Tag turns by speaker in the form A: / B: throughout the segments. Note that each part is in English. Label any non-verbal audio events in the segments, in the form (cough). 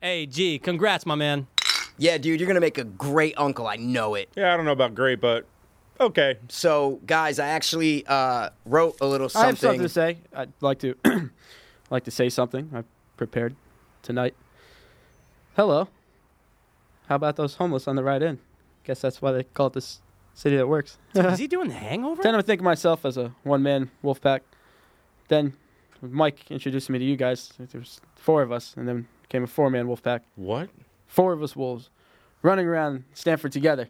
A: Hey, G, congrats, my
B: (laughs)
A: man.
B: Yeah, dude, you're gonna make a great uncle. I know it.
C: Yeah, I don't know about great, but okay.
B: So, guys, I actually uh, wrote a little something.
D: I have something to say. I'd like to (clears throat) like to say something. I prepared tonight. Hello. How about those homeless on the right end? Guess that's why they call it this city that works. (laughs)
A: Is he doing the hangover?
D: Then I think of myself as a one man wolf pack. Then Mike introduced me to you guys. There's four of us, and then came a four man wolf pack.
C: What?
D: Four of us wolves running around Stanford together,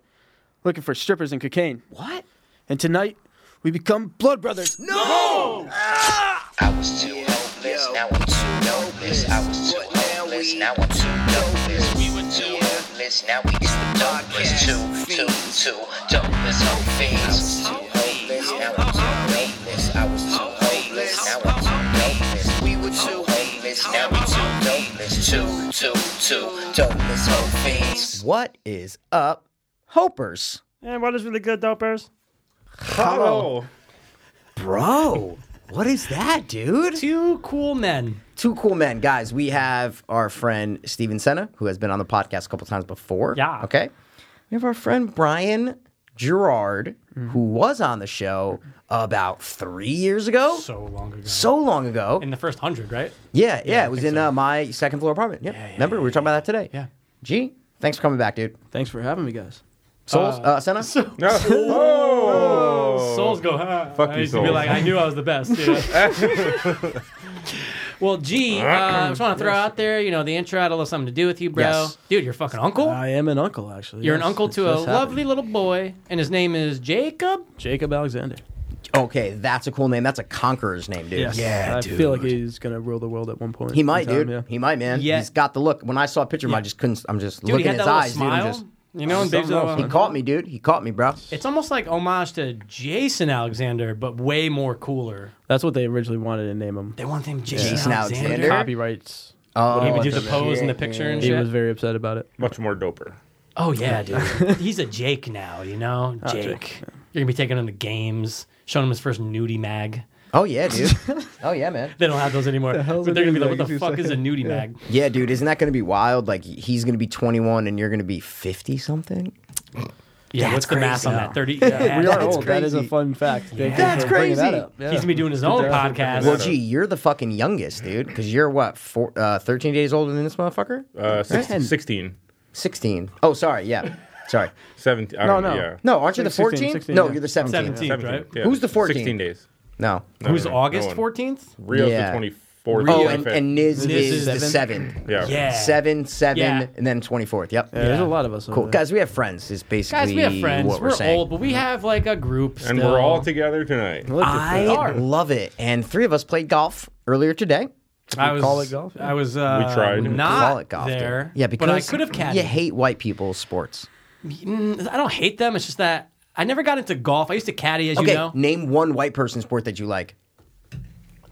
D: looking for strippers and cocaine.
B: What?
D: And tonight, we become blood brothers.
E: I was too hopeless, now I'm too hopeless. I was too hopeless, now I'm too hopeless. We were too hopeless, now we too hopeless. Two, two, two, dopeless hope fiends. I was too hopeless, now I'm too hopeless. I was too hopeless, now I'm too hopeless. We were too hopeless, now we too hopeless. Two, two, two, dopeless hope fiends.
B: What is up, Hopers?
F: And what is really good, dopers?
C: Hello.
B: Bro, what is that, dude?
A: Two cool men.
B: Two cool men, guys. We have our friend Steven Senna, who has been on the podcast a couple times before.
F: Yeah.
B: Okay. We have our friend Brian Gerard,
F: Mm.
B: who was on the show about three years ago. So,
A: So long ago.
B: long ago.
A: In the first hundred, right?
B: yeah, yeah, It was in uh, my second floor apartment. Yeah. Remember, we were talking about that today.
A: Yeah.
B: Gee, thanks for coming back, dude.
D: Thanks for having me, guys.
B: Souls, uh, Senna?
C: No. Oh.
A: Souls go, huh?
C: Fuck
A: I
C: you,
A: used to be
C: Souls.
A: like, I knew I was the best. yeah. well, G, uh, I just want to throw out there, you know, the intro had a little something to do with you, bro.
B: Yes.
A: Dude, you're fucking uncle.
G: Uh,
D: I am an uncle, actually.
A: you're
D: Yes,
A: an uncle
D: it
A: to a
D: does happen.
A: lovely little boy, and his name is Jacob.
D: Jacob Alexander.
B: (laughs) Okay, that's a cool name. That's a conqueror's name, dude.
D: I feel like he's gonna rule the world at one point.
B: He might,
D: in time,
B: dude.
D: yeah.
B: He might, man.
A: Yeah.
B: He's got the look. When I saw a picture of him, I just couldn't. I'm just
A: Dude,
B: looking
A: he had
B: at his
A: that little
B: eyes,
A: smile.
B: dude. I'm just,
A: you know, and Dave's
C: something
A: all-
B: he caught me, dude. He caught me, bro.
A: It's almost like homage to Jason Alexander, but way more cooler.
D: That's what they originally wanted to name him.
A: They want him Jason,
B: Jason
A: Alexander.
B: Alexander?
D: Copyrights.
B: Oh,
A: He would do
B: that's
A: the
B: right.
A: pose and the picture and
D: He
A: shit.
D: was very upset about it.
C: Much more doper.
A: oh yeah, dude. He's a Jake now, you know. Jake. You're gonna be taking him to games, showing him his first nudie mag.
B: Oh yeah, dude. oh yeah, man.
A: They don't have those anymore.
D: hell's
A: but
D: a
A: they're gonna
D: nudie
A: be like,
D: mag,
A: "What the
D: if you
A: fuck
D: say
A: is a
D: it?
A: nudie mag?"
B: Yeah, dude. Isn't that going to be wild? Like he's going to be 21 and you're going to be 50 something.
A: Yeah,
B: That's
A: what's the math on
B: crazy.
A: that? Thirty. Yeah.
D: We
B: That's
D: are old. That is a
B: crazy.
D: fun fact. Thank you
B: That's
D: for bringing that
B: crazy.
D: up. Yeah.
A: He's gonna be doing his own podcast.
B: Well, gee, you're the fucking youngest, dude. Because you're what, four, uh, 13 days older than this motherfucker?
C: Uh, six- 16.
B: 16. Oh, sorry. Yeah, sorry.
C: 17. I
D: No, no.
C: don't, Yeah.
B: No, aren't you the
D: 16,
B: 14?
D: 16,
B: no,
D: yeah.
B: you're the 17.
A: 17. right?
C: yeah.
B: Who's the 14?
C: 16 days.
B: No.
C: No,
A: Who's
C: no, no,
A: August
C: no one.
A: fourteenth?
C: Rio's
B: Yeah.
C: the 24th.
B: Oh,
C: 25th.
B: and, and Niz,
A: Niz is
B: is, the seventh.
C: yeah.
A: Yeah.
B: Seven, seven,
A: Yeah.
B: and then 24th. Yep.
D: Yeah, There's a lot of us.
B: Cool.
D: over there.
B: Guys, we have friends, is basically
A: Guys, we have friends.
B: what
A: We're,
B: we're, saying.
A: old, but we have like a group.
C: And
A: still.
C: we're all together tonight.
D: Look at
B: I
D: that.
B: love it. And three of us played golf earlier today.
A: I was,
D: call it golf?
A: I was. Uh,
C: We tried. We
A: Not
B: Call it golf. dude.
A: there.
B: Yeah, because
A: but I could have catched.
B: you hate white people sports.
A: I don't hate them. It's just that I never got into golf. I used to caddy, as
B: Okay,
A: you know.
B: name one white person sport that you like.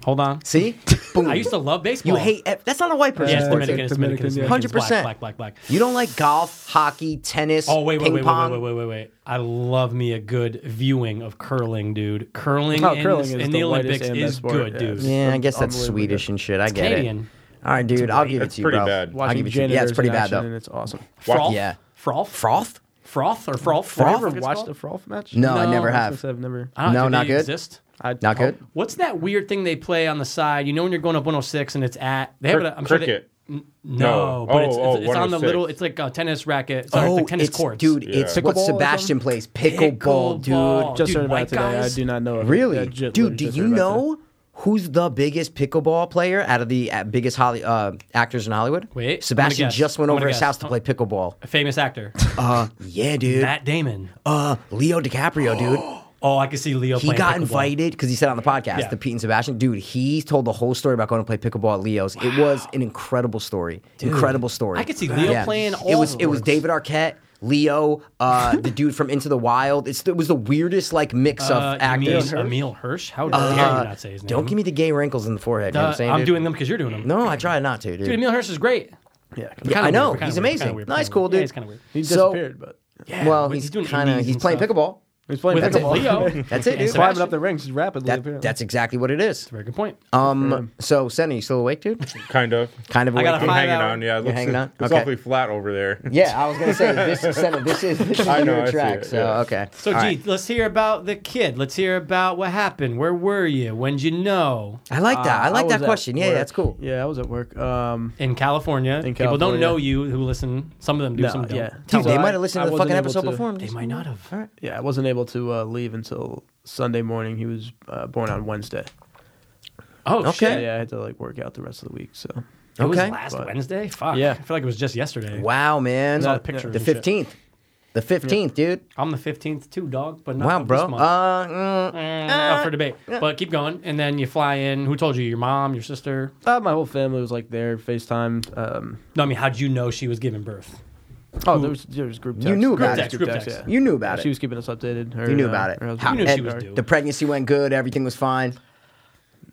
A: Hold on.
B: See? Boom.
A: (laughs) I used to love baseball.
B: You hate ev- that's not a white person
A: Yeah, it's
B: sport.
A: Dominican. It's Dominican. It's
D: Dominican, yeah.
A: Dominican. It's black,
B: 100%.
A: Black, black, black.
B: You don't like golf, hockey, tennis,
A: Oh wait, wait,
B: ping
A: wait, wait,
B: pong.
A: wait, wait, wait, wait! I love me a good viewing of curling, dude. Curling,
D: Oh,
A: in,
D: curling
A: in
D: is
A: the,
D: the whitest
A: Olympics
D: and
A: is
D: best sport,
A: good,
D: yeah.
A: dude.
B: Yeah, I guess that's
D: Unbelievable.
B: Swedish and shit. I get
A: Canadian.
B: it. All right, dude, I'll give it
C: That's
B: to you,
C: pretty
B: bro.
C: bad. Watching
B: I'll
D: Watching
B: give it to you. Yeah, it's
D: janitors in
B: pretty bad
D: action, And
B: though.
D: it's awesome.
A: Froth,
B: Yeah.
A: froth,
B: Froth?
A: froth, or froth,
D: Have
A: froth.
D: you ever
A: It's
D: watched
A: called?
D: a froth match?
B: No, I
A: No,
B: never
A: I
D: I've
B: have.
D: never.
A: I don't
B: No,
A: know, do
B: not
A: they
B: good.
A: Exist?
D: I-
B: Not good.
A: What's that weird thing they play on the side? You know when you're going up 106 and it's at they have
C: Cri-
A: it. I'm sure they-
C: cricket.
A: no,
C: No.
A: but it's,
C: Oh,
A: it's,
C: oh,
A: it's on the
C: 106.
A: little. It's like a tennis racket. Sorry, it's like tennis
B: Oh, it's,
A: courts,
B: dude, it's
D: Pickleball
B: what
D: or
B: Sebastian
D: something?
B: plays pickleball, dude.
A: Pickleball.
D: Oh, Just
A: Dude,
D: heard about
A: white
D: it today.
A: guys-
D: I do not know. it.
B: Really,
D: I legit-
B: dude?
D: legit
B: Do
D: just
B: you
D: heard about
B: know who's the biggest pickleball player out of the uh, biggest Holly, uh, actors in Hollywood?
A: Wait, I'm gonna
B: Sebastian
A: guess.
B: just went
A: I'm
B: over
A: gonna
B: his
A: guess.
B: house to play
A: (laughs)
B: pickleball.
A: A famous actor,
B: (laughs) Uh, yeah, dude.
A: Matt Damon.
B: uh, Leo DiCaprio,
A: (gasps)
B: dude. (gasps)
A: Oh, I can see Leo.
B: He
A: playing
B: got
A: pickleball.
B: invited because he said on the podcast,
A: Yeah.
B: the Pete and Sebastian dude. He told the whole story about going to play pickleball at Leo's. It was an incredible story. Incredible story.
A: I could see Leo playing all
B: it was.
A: the
B: It was
A: sports.
B: David Arquette. Leo,
A: (laughs)
B: uh, the dude from Into the Wild. It's, it was the weirdest like mix
A: Uh,
B: of
A: you mean
B: actors.
A: Emil Hirsch. How dare
B: Uh,
A: you not say his name?
B: Don't give me the gay wrinkles in the forehead. you know
A: Uh,
B: what I'm saying?
A: I'm
B: dude?
A: doing them because you're doing them.
B: No, I try not to, dude.
A: Dude, Emil Hirsch is great.
D: that. Yeah.
B: Yeah,
A: Kinda
B: I know.
A: weird, kinda weird,
B: he's
A: kinda
B: amazing.
A: weird,
B: nice,
A: kinda
B: cool
A: weird.
B: dude.
A: Yeah, he's kinda weird.
D: He
B: So-
D: disappeared, but
B: well,
A: but
B: he's,
A: he's doing
B: kind of
A: indies
B: he's
A: and
B: playing
A: stuff.
B: pickleball.
G: He's playing
A: With
G: pickleball.
A: Leo.
B: (laughs) That's it,
A: And
B: dude.
G: Climbing
A: Sebastian.
G: up the rings rapidly.
B: That,
G: apparently.
B: that's exactly what it is.
A: Very good point.
B: Um, so, Senna, you still awake, dude?
C: Kind of.
B: Kind of
A: I
B: awake.
A: got a
C: I'm
A: five
C: hanging
A: hour-
C: on. Yeah, it
B: You're
C: looks,
B: hanging on?
C: It's
B: Okay.
C: awfully flat over there.
B: yeah, I was gonna say this. Senna, this is this is
C: I know, I
B: your
C: see
B: track.
C: it,
B: so
C: yeah.
B: okay.
A: So,
B: All
A: gee,
B: right.
A: let's hear about the kid. Let's hear about what happened. Where were you? When'd you know?
B: I like that. I
G: Uh,
B: like
G: was
B: that
G: at
B: question. Yeah, yeah,
G: work.
B: that's cool.
G: Yeah, I was at work. Um,
A: In California,
G: In
A: people don't
G: California.
A: know you who listen. Some of them do,
G: No,
A: some don't.
G: yeah.
A: Tell
B: Dude, they
A: them.
G: So
B: might
G: I-
B: have listened
G: I
B: to the
G: wasn't
B: fucking
G: able
B: episode
G: to-
B: before.
A: They might not have.
B: All right.
G: yeah, I wasn't able to uh, leave until Sunday morning. He was uh, born on Wednesday.
A: Oh,
B: Okay.
A: shit.
G: Yeah, yeah, I had to like work out the rest of the week. So
A: It was
B: Okay.
A: last
G: But-
A: Wednesday? Fuck.
G: Yeah.
A: I feel like it was just yesterday.
B: Wow, man.
A: There's all the pictures and
B: the
A: shit.
B: fifteenth. The fifteenth, dude.
A: I'm the 15th too, dog, but not
B: Wow,
A: of
B: bro.
A: this month.
B: Uh, mm,
A: Mm, up for debate. But keep going. And then you fly in. Who told you? Your mom, your sister?
G: uh, my whole family was like there, FaceTime. Um,
A: No, I mean, how'd you know she was giving birth?
G: oh, there was, there was group text.
B: You knew
G: Group
B: about it.
G: text,
A: Group
G: Group
A: text.
G: text. Yeah.
B: you knew about
G: She
B: it.
G: was keeping us updated. Her,
B: You knew
G: uh,
B: about it.
G: her husband.
A: How- You knew she
B: and
A: was doing
B: the
A: it.
B: pregnancy went good. Everything was fine.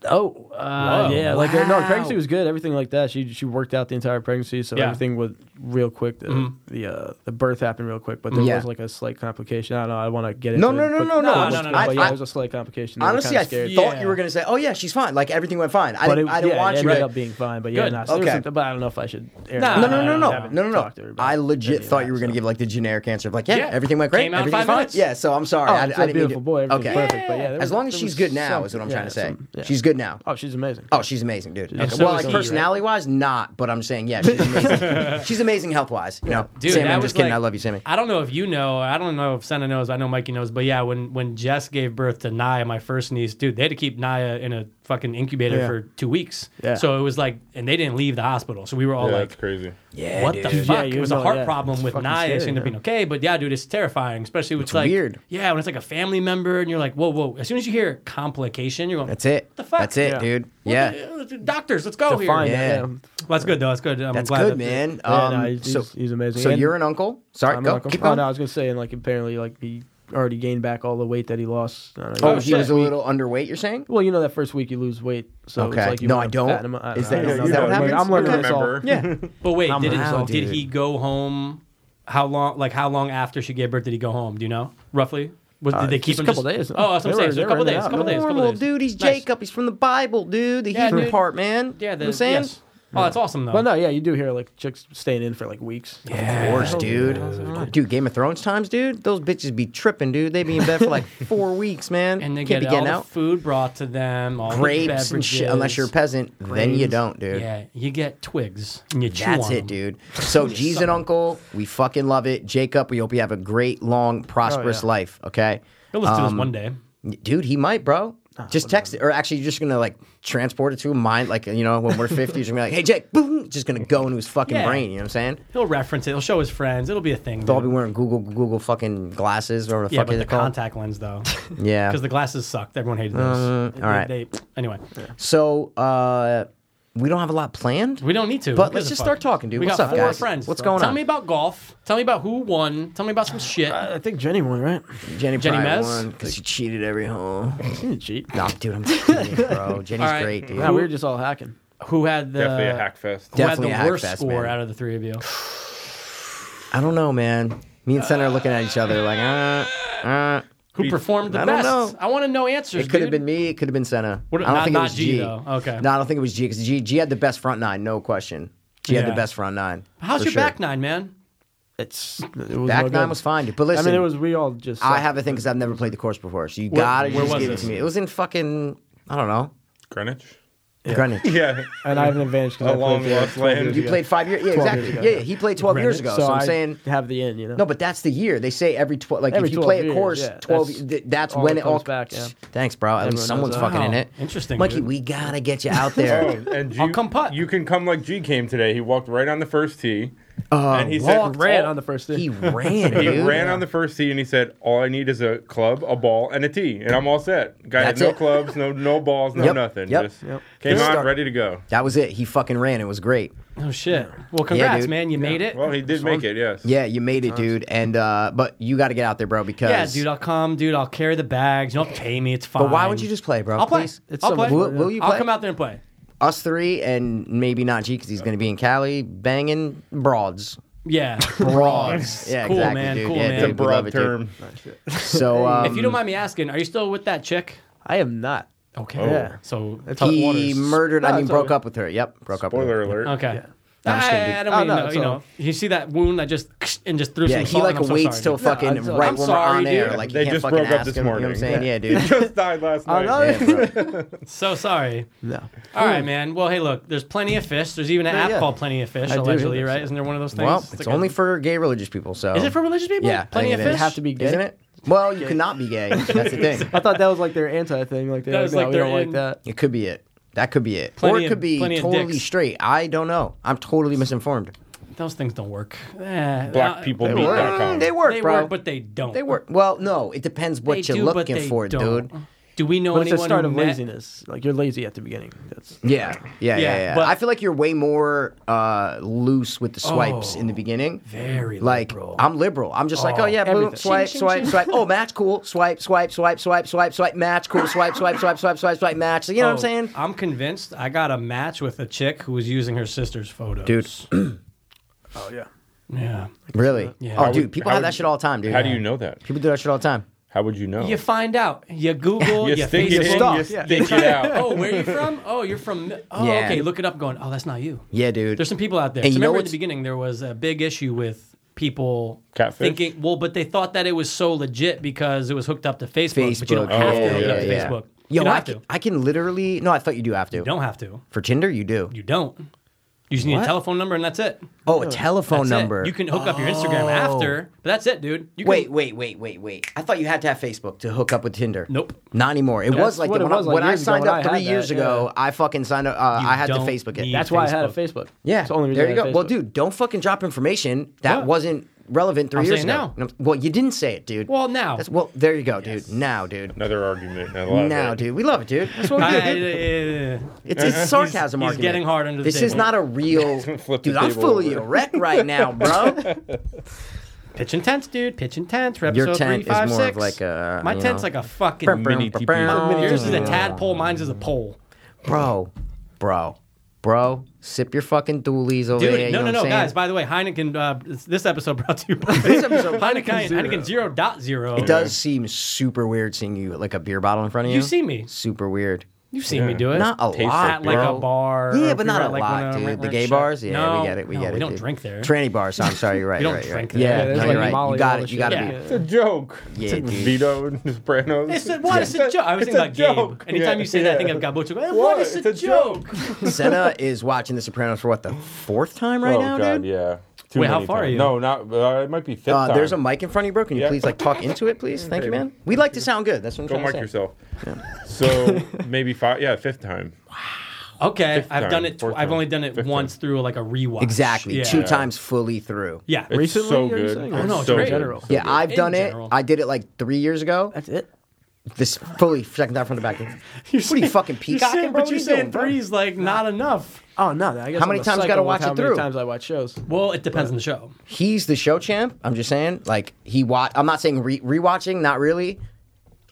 G: Oh, uh,
A: Whoa.
G: yeah. Like uh, no,
B: Wow.
G: pregnancy was good. Everything like that. She she worked out the entire pregnancy, so
A: Yeah.
G: everything was real quick. The the, uh, the birth happened real quick, but there
B: Yeah.
G: was like a slight complication. I don't know. I want to get
B: No,
G: into
B: no,
G: it,
B: no,
G: but-
B: no, no,
A: no,
G: it was
A: no, no,
G: good,
A: no.
G: but yeah,
B: I-
G: it was a slight complication. They were
B: Honestly,
G: kinda
B: I
G: scared.
B: thought
A: Yeah.
B: you were gonna say, "Oh yeah, she's fine. Like everything went fine." I
G: but
B: didn't,
G: it,
B: I didn't
G: yeah,
B: want
G: it
B: you
G: ended
B: to.
G: up being fine. But yeah,
A: Good.
G: nah, so there was
B: Okay.
G: some- but I don't know if I should. Air
A: Nah.
G: that.
B: No, no, no, no,
G: I
B: no,
G: haven't
B: no, no,
G: talked to her
B: no.
G: about
B: I
G: it.
B: legit
G: Yeah.
B: thought you were gonna give like the generic answer of like, "Yeah,
A: Yeah.
B: everything went great.
A: Came out in
B: everything
A: five
B: fine."
A: minutes.
B: Yeah, so I'm sorry.
G: Oh,
B: I, I
G: it's
B: didn't
G: a
B: mean
G: beautiful
B: to-
G: boy. Everything's
B: Okay.
G: perfect. But yeah, there
B: As
G: was-
B: long as
G: there
B: she's
G: was
B: good now,
G: some-
B: is what I'm
G: yeah,
B: trying to say.
G: some- yeah.
B: She's good now.
G: Oh, she's amazing.
B: Oh, she's amazing, dude.
G: Yeah,
B: Okay.
G: so
B: well,
G: is
B: like
G: he, right?
B: personality wise, not. But I'm saying, yeah, she's
G: (laughs)
B: amazing. she's amazing health wise. You know,
A: Dude,
B: Sammy,
A: that
B: I'm
A: was
B: just kidding.
A: like-
B: I love you, Sammy.
A: I don't know if you know. I don't know if Senna knows. I know Mikey knows. But yeah, when when Jess gave birth to Naya, my first niece, dude, they had to keep Naya in a fucking incubator
G: Yeah.
A: for two weeks.
G: Yeah.
A: So it was like, and they didn't leave the hospital. So we were all
C: Yeah,
A: like,
C: that's crazy.
B: Yeah,
A: what
B: dude.
A: the
G: dude.
A: fuck?
G: Yeah,
A: it
G: you
A: was a
G: know,
A: heart
G: yeah.
A: problem
G: It's
A: with
G: fucking
A: Naya. It
G: scary,
A: seemed to be
G: yeah.
A: okay, but yeah, dude, it's terrifying, especially with like
B: weird.
A: Yeah, when it's like a family member and you're like, whoa, whoa. As soon as you hear complication, you're going,
B: That's it.
A: What the fuck?
B: That's it,
G: Yeah.
B: dude.
A: What
B: Yeah.
A: the- doctors, let's go
G: Define
A: here.
G: that,
B: Oh, Yeah.
G: yeah.
A: Well, that's good though. That's good. I'm
B: That's
A: glad
B: good,
A: that-
B: man.
G: Yeah,
B: Um,
G: no, he's,
B: so,
G: he's amazing.
B: so
G: And
B: you're an uncle. Sorry,
G: I'm
B: go.
G: like,
B: Keep
G: oh,
B: going.
G: no, I was gonna say, and like apparently, like he already gained back all the weight that he lost. I don't know.
B: oh,
A: Oh,
B: he
A: shit.
B: was a little underweight. You're saying?
G: Well, you know that first week you lose weight, so
B: Okay.
G: it's like you
B: No,
G: wanna
B: I don't.
G: fatten him up. I
B: Is
G: don't
B: that-
G: know.
B: is
G: I don't
B: that what
G: know.
B: happens?
G: I'm learning
B: Okay.
G: this all.
C: Remember.
G: Yeah, (laughs)
A: But wait,
G: I'm
A: did, it,
B: wow,
A: did
B: dude.
A: he go home? How long? Like how long after she gave birth did he go home? Do you know roughly? Was,
G: Uh,
A: did they
G: just
A: keep
G: a
A: him
G: couple
A: just-
G: days.
A: Oh, that's what I'm
G: They were-
A: saying. So
G: they
A: a
G: were
A: couple
G: in and
A: days.
G: out.
A: couple days. Couple
B: Normal,
A: days.
B: dude. He's
A: Nice.
B: Jacob. He's from the Bible, dude. The
A: Yeah,
B: Hebrew
A: dude.
B: part, man.
A: Yeah, the,
B: you know what I'm saying.
A: yes. Oh, that's awesome though.
G: but no, yeah, you do hear like chicks staying in for like weeks. Oh,
B: Of course, dude. Dude, Game of Thrones times, dude. Those bitches be tripping, dude. They be in bed for
A: (laughs)
B: like four weeks, man.
A: and they get
B: Can't be
A: all
B: getting
A: the
B: out.
A: food brought to them. All
B: Grapes
A: the
B: and shit. Unless you're a
A: beverages.
B: peasant, then you
A: Grains.
B: don't, dude.
A: Yeah, you get twigs and you chew
B: That's
A: on
B: it,
A: them.
B: dude.
A: (laughs)
B: So, G's and Uncle, we fucking love it. Jacob, we hope you have a great,
A: Oh,
B: long, prosperous
G: yeah.
B: life, okay?
A: He'll listen to this
B: Um,
A: one day.
B: Dude, he might, bro. Just text it, or actually, you're just gonna like transport it to him, mind, like you know, when we're 50, you're just gonna be like, "Hey, Jake, boom!" Just gonna go into his fucking
A: Yeah.
B: brain. You know what I'm saying?
A: He'll reference it. He'll show his friends. It'll be a thing.
B: They'll all be
A: dude.
B: wearing Google Google fucking glasses or the
A: yeah,
B: fuck
A: but
B: is
A: the
B: it called?
A: contact lens though,
B: (laughs) Yeah,
A: because the glasses sucked. Everyone hated those.
B: Uh, all right.
A: They- anyway,
B: So uh, we don't have a lot planned.
A: we don't need to. Who
B: But
A: gives
B: let's
A: a
B: just
A: fuck?
B: start talking, dude.
A: We
B: What's
A: got
B: up,
A: four
B: guys?
A: friends.
B: What's going
A: Tell
B: on?
A: me about golf. Tell me about who won. Tell me about some shit.
C: Uh,
G: I think Jenny won, right?
B: Jenny,
A: Jenny Mez?
B: because she cheated
A: (laughs)
B: every hole.
G: She didn't cheat.
B: nah, dude, I'm kidding, bro. Jenny's
A: All right.
B: great, dude.
G: Nah, we were just all hacking.
A: Who had the
C: Definitely a hack fest.
A: Who
B: Yeah.
A: had the
B: Definitely a hack
A: worst
B: fest,
A: score
B: man.
A: out of the three of
B: (sighs)
A: you?
B: I don't know, man. Me and Senna are looking at each other like, uh, uh.
A: Who performed the
B: I don't
A: best?
B: know.
A: I want to know answers.
B: It could have
A: dude.
B: been me. It could have been Senna.
A: What-
B: I don't
A: not-
B: think it
A: not
B: was
A: G,
B: G.
A: though. Okay.
B: No, I don't think it was G because G, G had the best front nine, no question. G had
A: Yeah.
B: the best front nine.
A: How's
B: for
A: your
B: sure.
A: back nine, man?
G: It's it was
B: Back nine
G: no good.
B: was fine, dude. But
G: I
B: listen,
G: mean, it was we all just.
B: I
G: sucked.
B: have a thing because I've never played the course before, so you gotta
A: where
B: just
A: was
B: give it
A: this?
B: to me. It was in fucking I don't know
C: Greenwich?
B: Greenwich. (laughs)
C: Yeah.
G: and I have an advantage
C: A
G: because I
C: long
G: played there
C: lost
G: 12
C: land.
G: years
B: You
G: ago.
B: played five years, yeah, exactly.
G: years ago.
B: yeah, yeah, he played twelve years ago. So, I'm
G: I
B: saying
G: have the in, you know.
B: no, but that's the year they say every twelve. Like
G: Every
B: if you
G: 12
B: play a
G: years,
B: course
G: yeah.
B: twelve,
G: That's
B: th- that's
G: all
B: when
G: it
B: it all
G: comes back, yeah.
B: Thanks, bro. At least
G: Everyone
B: someone's
G: knows
B: fucking
A: that.
B: in it.
A: Wow. Oh, Interesting,
B: Mikey.
A: dude.
B: We gotta get you out there.
C: (laughs) Oh, and you,
A: I'll come putt.
C: You can come like G came today. He walked right on the first tee.
B: Uh,
C: and he
B: walked,
C: said,
G: ran
C: all-
G: on the first
B: he
G: thing.
B: ran,
C: He
B: dude.
C: ran on the first tee and he said, "All I need is a club, a ball, and a tee, and I'm all set." Guy
B: That's
C: had no
B: it.
C: clubs, no no balls, no
B: Yep,
C: nothing.
B: yep.
C: Just
G: Yep.
C: came
B: Good
C: on,
B: start.
C: ready to go.
B: That was it. He fucking ran. It was great.
A: Oh shit. Well, congrats,
B: dude.
A: man. You made it.
C: Well, he did make it. Yes.
B: Yeah, you made it, dude. And uh, but you got to get out there, bro. Because
A: yeah, dude. I'll come, dude. I'll carry the bags. You don't pay me. It's fine.
B: But why would you just play, bro?
A: I'll play.
B: Please.
G: It's
A: I'll
G: so
A: play.
G: much
B: Will, will you play?
A: I'll come out there and play.
B: Us three and maybe not G because he's going to be in Cali banging broads. (laughs)
A: Yeah.
B: Broads. yeah,
A: Cool,
B: exactly,
A: man,
B: dude.
A: cool,
B: yeah,
A: man.
B: dude,
A: It's
C: a
B: we love
C: broad
B: it, dude.
C: term.
B: So um,
A: if you don't mind me asking, are you still with that chick?
B: I am not.
A: Okay.
B: Yeah.
A: So
B: Oh. If
A: tough
B: he
A: waters.
B: murdered. I
D: No,
B: mean,
D: it's
B: broke
D: okay.
B: up with her. Yep, broke up. with
C: Spoiler
B: her.
C: alert.
A: Okay.
B: I'm just kidding,
A: I,
B: dude.
A: I don't
D: Oh,
A: mean,
D: no,
A: no,
D: it's
A: you
D: all-
A: know, you see that wound I just (laughs) and just threw
B: Yeah,
A: some
B: he
A: salt.
B: like
A: I'm so
B: waits
A: sorry,
B: till
A: dude.
B: fucking
D: it's all-
B: right
D: I'm
B: when
A: sorry,
B: we're on air.
A: dude.
B: Like you
C: They
B: can't
C: just
B: fucking
C: broke up
B: ask
C: this
B: him. You know what I'm
C: morning.
B: saying? Yeah,
C: He
B: dude.
C: (laughs) just died last night.
B: Yeah, bro.
A: (laughs) So
B: (laughs)
A: sorry.
D: No.
A: All right, man. Well, hey, look. There's plenty of fish. There's even an app
D: yeah.
A: called Plenty of Fish,
D: do,
A: allegedly,
D: yeah.
A: right? Isn't there one of those things?
B: Well,
A: It's
B: it's,
A: like a-
B: only for gay religious people. So
A: Is it for religious people?
B: Yeah, I
A: Plenty
B: think
A: of
B: it
A: fish.
B: is.
D: Have to be gay.
B: Isn't it? Well, you cannot be
A: (laughs)
B: gay. That's the thing.
D: I thought that was like their anti thing. Like they're
A: That
D: like,
A: was
D: no,
A: like
D: we
A: their
D: don't
A: in-
D: like that.
B: It could be it. That could be it.
A: Plenty
B: or it
A: of-
B: could be
A: plenty of
B: totally
A: dicks.
B: straight. I don't know. I'm totally misinformed.
A: Those things don't work. Eh, uh,
C: Black people
B: They work, Mm, they work
A: They
B: bro.
A: work, but they don't.
B: they work. Well, no, it depends what
A: They
B: you're
A: do, but
B: looking
A: they
B: for,
A: don't.
B: dude.
A: Do we know
D: But it's
A: anyone
D: a start
A: who
D: of
A: met-
D: laziness. Like you're lazy at the beginning. That's
B: Yeah, yeah, yeah,
A: Yeah,
B: yeah.
A: but-
B: I feel like you're way more uh, loose with the swipes in the
A: Oh,
B: beginning.
A: very
B: like
A: liberal.
B: I'm liberal. I'm just like, oh yeah, boom,
D: everything.
B: swipe,
A: Shing, shing,
B: swipe,
A: shing.
B: swipe.
A: (laughs)
B: Oh, match, cool. Swipe, swipe, swipe, swipe, swipe, swipe. Match, cool. Swipe, swipe, swipe, swipe, swipe, swipe. Match. You know what I'm
A: Oh,
B: saying?
A: I'm convinced I got a match with a chick who was using her sister's photos.
B: Dude.
D: oh yeah.
A: Yeah.
B: Really?
A: Yeah.
B: Oh,
A: How
B: dude,
C: would-
B: people
C: how
B: have
C: would
B: that
C: you-
B: shit all the time, dude.
C: How do you know that?
B: People do that shit all the time.
C: How would you know?
A: You find out. You
C: (laughs)
A: Google, you,
C: You stick it in,
A: Facebook.
C: you
D: Stuff,
C: stick it out.
A: (laughs) Oh, where are you from? Oh, you're from. Oh,
B: Yeah.
A: okay. Look it up. Going. Oh, that's not you.
B: Yeah, dude.
A: There's some people out there.
B: And
A: So
B: you know
A: remember in the
B: what's-
A: beginning there was a big issue with people
C: Catfish?
A: thinking. Well, but they thought that it was so legit because it was hooked up to Facebook.
B: Facebook.
A: But you don't have
C: Oh,
A: to hook it up to
C: yeah, yeah.
A: Facebook.
B: Yo,
A: you don't
B: I,
A: have to.
B: can, I can literally. No, I thought you do have to.
A: You don't have to.
B: For Tinder, you do.
A: You don't. You just need a
B: What?
A: telephone number and that's it.
B: oh, a telephone
A: That's it.
B: number. Oh.
A: You can hook up your Instagram after, but that's it, dude. You can,
B: Wait, wait, wait, wait, wait. I thought you had to have Facebook to hook up with Tinder.
A: Nope.
B: Not anymore. It was like
D: what
B: that.
D: it
B: When, I-
D: was like
B: when I
D: years ago
B: signed
D: when
B: up
D: I
B: three
D: had
B: years
D: that,
B: ago,
D: yeah.
B: I fucking signed up. Uh,
A: You
B: I had to
A: don't
B: Facebook it.
A: need-
D: That's why I had a
A: Facebook.
D: Facebook.
B: yeah.
D: It's the only reason
B: there you
D: I had
B: go.
D: a
B: Well,
D: Facebook.
B: dude, don't fucking drop information that
A: What?
B: wasn't relevant 3
A: I'm
B: years
A: saying
B: ago.
A: now.
B: Well, you didn't say it, dude.
A: Well, now.
B: That's, well, there you go, dude. Now, dude.
C: (laughs) Another argument. I love
B: Now,
C: it.
B: dude. We love it, dude. That's
A: (laughs)
B: what we
A: (laughs)
B: do,
A: I-
B: dude.
A: I-
B: It's, it's sarcasm
A: he's
B: argument.
A: getting hard under the
B: This is
A: table.
B: not a real.
C: Flip the
B: dude, I'm
C: table
B: fully
C: over.
B: a wreck right now, bro.
A: pitch intense, dude. Pitch intense. For
B: Your
A: episode
B: tent
A: three, five,
B: is more
A: six.
B: of like a.
A: My
B: you
A: tent's
B: know, Oh,
A: like a fucking
C: mini
B: TP.
A: Yours is a tadpole. Mine's is a pole.
B: Oh, Bro, bro, bro. Sip your fucking doolies over
A: Dude,
B: there. you
A: no,
B: know
A: no,
B: what
A: no,
B: I'm
A: guys.
B: saying? (laughs)
A: By the way, Heineken. Uh, this- this episode brought to you by
B: This episode-
A: Heineken. Heineken zero dot zero.
B: It does seem super weird seeing you with, like a beer bottle in front of you.
A: You see me?
B: Super weird.
A: You've seen me do it.
B: Not a
C: Tastes
B: lot,
A: at like
B: bro.
A: a bar.
B: Yeah,
A: or
B: but not
A: if
B: a
A: we were at, like, one
B: lot,
A: of
B: dude.
A: them
B: the
A: rent
B: gay
A: shop.
B: bars, yeah,
A: no,
B: we get it, we
A: no,
B: get it.
A: We don't
B: dude.
A: drink there.
B: Tranny bars. I'm
A: (laughs)
B: sorry, you're right.
A: We don't
B: right,
A: drink
B: right.
A: there. Yeah,
B: Yeah,
D: there's
B: no,
D: like
B: you're right.
D: Molly
B: You got
D: all
B: it.
D: the
B: You got
A: shit.
B: to
A: Yeah.
B: be.
C: It's a joke.
B: Yeah,
C: it's a
B: dude.
C: Vito and Sopranos. (laughs)
A: It's a, what is a joke? I was
C: it's
A: thinking
C: a
A: about
C: joke.
A: Gabe. Anytime you say that, I think
C: Yeah.
A: of Gabucho. Eh,
C: What?
A: What is
C: It's
A: a
C: a joke.
A: joke?
B: (laughs) Senna is watching The Sopranos for what the fourth time right
C: oh
B: now,
C: God,
B: dude.
C: yeah. Too
A: Wait, how
C: many
A: far are
C: times.
A: you?
C: No, not. Uh, it might be fifth
B: Uh,
C: time.
B: there's a mic in front of you, bro. Can you
C: Yeah.
B: please like talk into it, please? Thank you, man. We like to sound good. That's what I'm
C: Go
B: trying
C: mark
B: to say.
C: yourself. So maybe five. Yeah, fifth time.
A: Okay,
C: Fifth
A: I've
C: time,
A: done it. Tw-
C: fourth
A: I've
C: time,
A: only done it
C: fifth
A: once through like a rewatch.
B: Exactly.
A: Yeah.
B: Two times fully through.
A: Yeah.
C: It's
D: Recently,
C: so
D: are you
C: good.
D: saying?
C: It's
D: Oh,
A: no, it's
C: so
A: great.
C: good.
D: General.
C: So
B: yeah,
C: good.
B: I've
A: In
B: done
A: general.
B: it. I did it like three years ago.
D: That's it.
B: This fully second time from the back. what are you fucking
A: You're
B: peacocking,
A: saying, but
B: bro? What
A: you're
B: you doing,
A: saying
B: bro?
A: three's like not enough.
D: Oh no! I guess
B: How many
D: I'm a
B: times
D: psycho
B: gotta
D: with
B: watch
D: how
B: it
D: many
B: through?
D: Times I watch shows.
A: Well, it depends on the show.
B: He's the show champ. I'm just saying, like he watch. I'm not saying re- rewatching. Not really.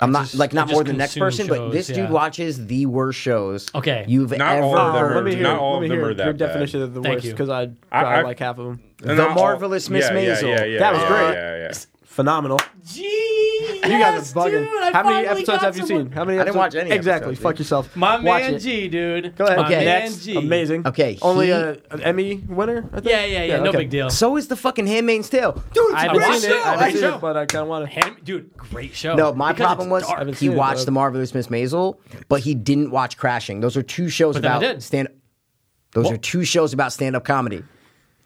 B: I'm not
A: just-
B: like
A: I
B: not
A: just
B: more than the next
A: consume
B: person, but this
A: shows,
B: dude
A: yeah.
B: watches the worst shows.
A: Okay.
B: you've
C: Not
B: ever
C: all of them are-
B: heard.
D: Let me hear.
C: Not all
D: let
C: of
D: me
C: them
D: hear
C: are that
D: your
C: bad.
D: definition of the
A: Thank
D: worst
A: you.
D: because I
C: I-
D: probably
C: I-
D: like half of them.
C: And
B: The
C: I'll-
B: Marvelous Miss
C: yeah, yeah,
B: Maisel.
C: yeah, yeah,
D: That was
C: yeah,
D: great.
C: Yeah, yeah.
D: Phenomenal.
A: Jeez,
D: You guys are bugging. How many episodes have you seen? How many?
B: I didn't
D: episodes?
B: watch any
D: Exactly.
B: episodes,
D: Fuck
B: dude.
D: yourself.
A: My
D: watch
A: man
D: it.
A: G, dude.
D: Go ahead.
A: My
B: Okay.
A: man
B: Next.
A: G.
D: Amazing.
B: Okay,
D: Only
B: he-
D: a, an Emmy winner. I think?
A: Yeah, yeah, yeah. no
D: okay.
A: big deal.
B: So is the fucking Handmaid's Tale, dude. It's
D: I
B: a
D: haven't
B: great
A: watched
D: seen it.
B: show.
D: I
A: Great
D: haven't seen
A: show.
D: it, but I kind of want to.
A: Ham- dude, great show.
B: No, my
A: Because
B: problem
A: it's
B: was
A: dark.
D: haven't
B: he
D: seen it,
B: watched
D: dog.
B: The Marvelous Miss Maisel, but he didn't watch Crashing. Those are two shows
A: then I
B: about
A: did.
B: stand. Those are two shows about stand-up comedy,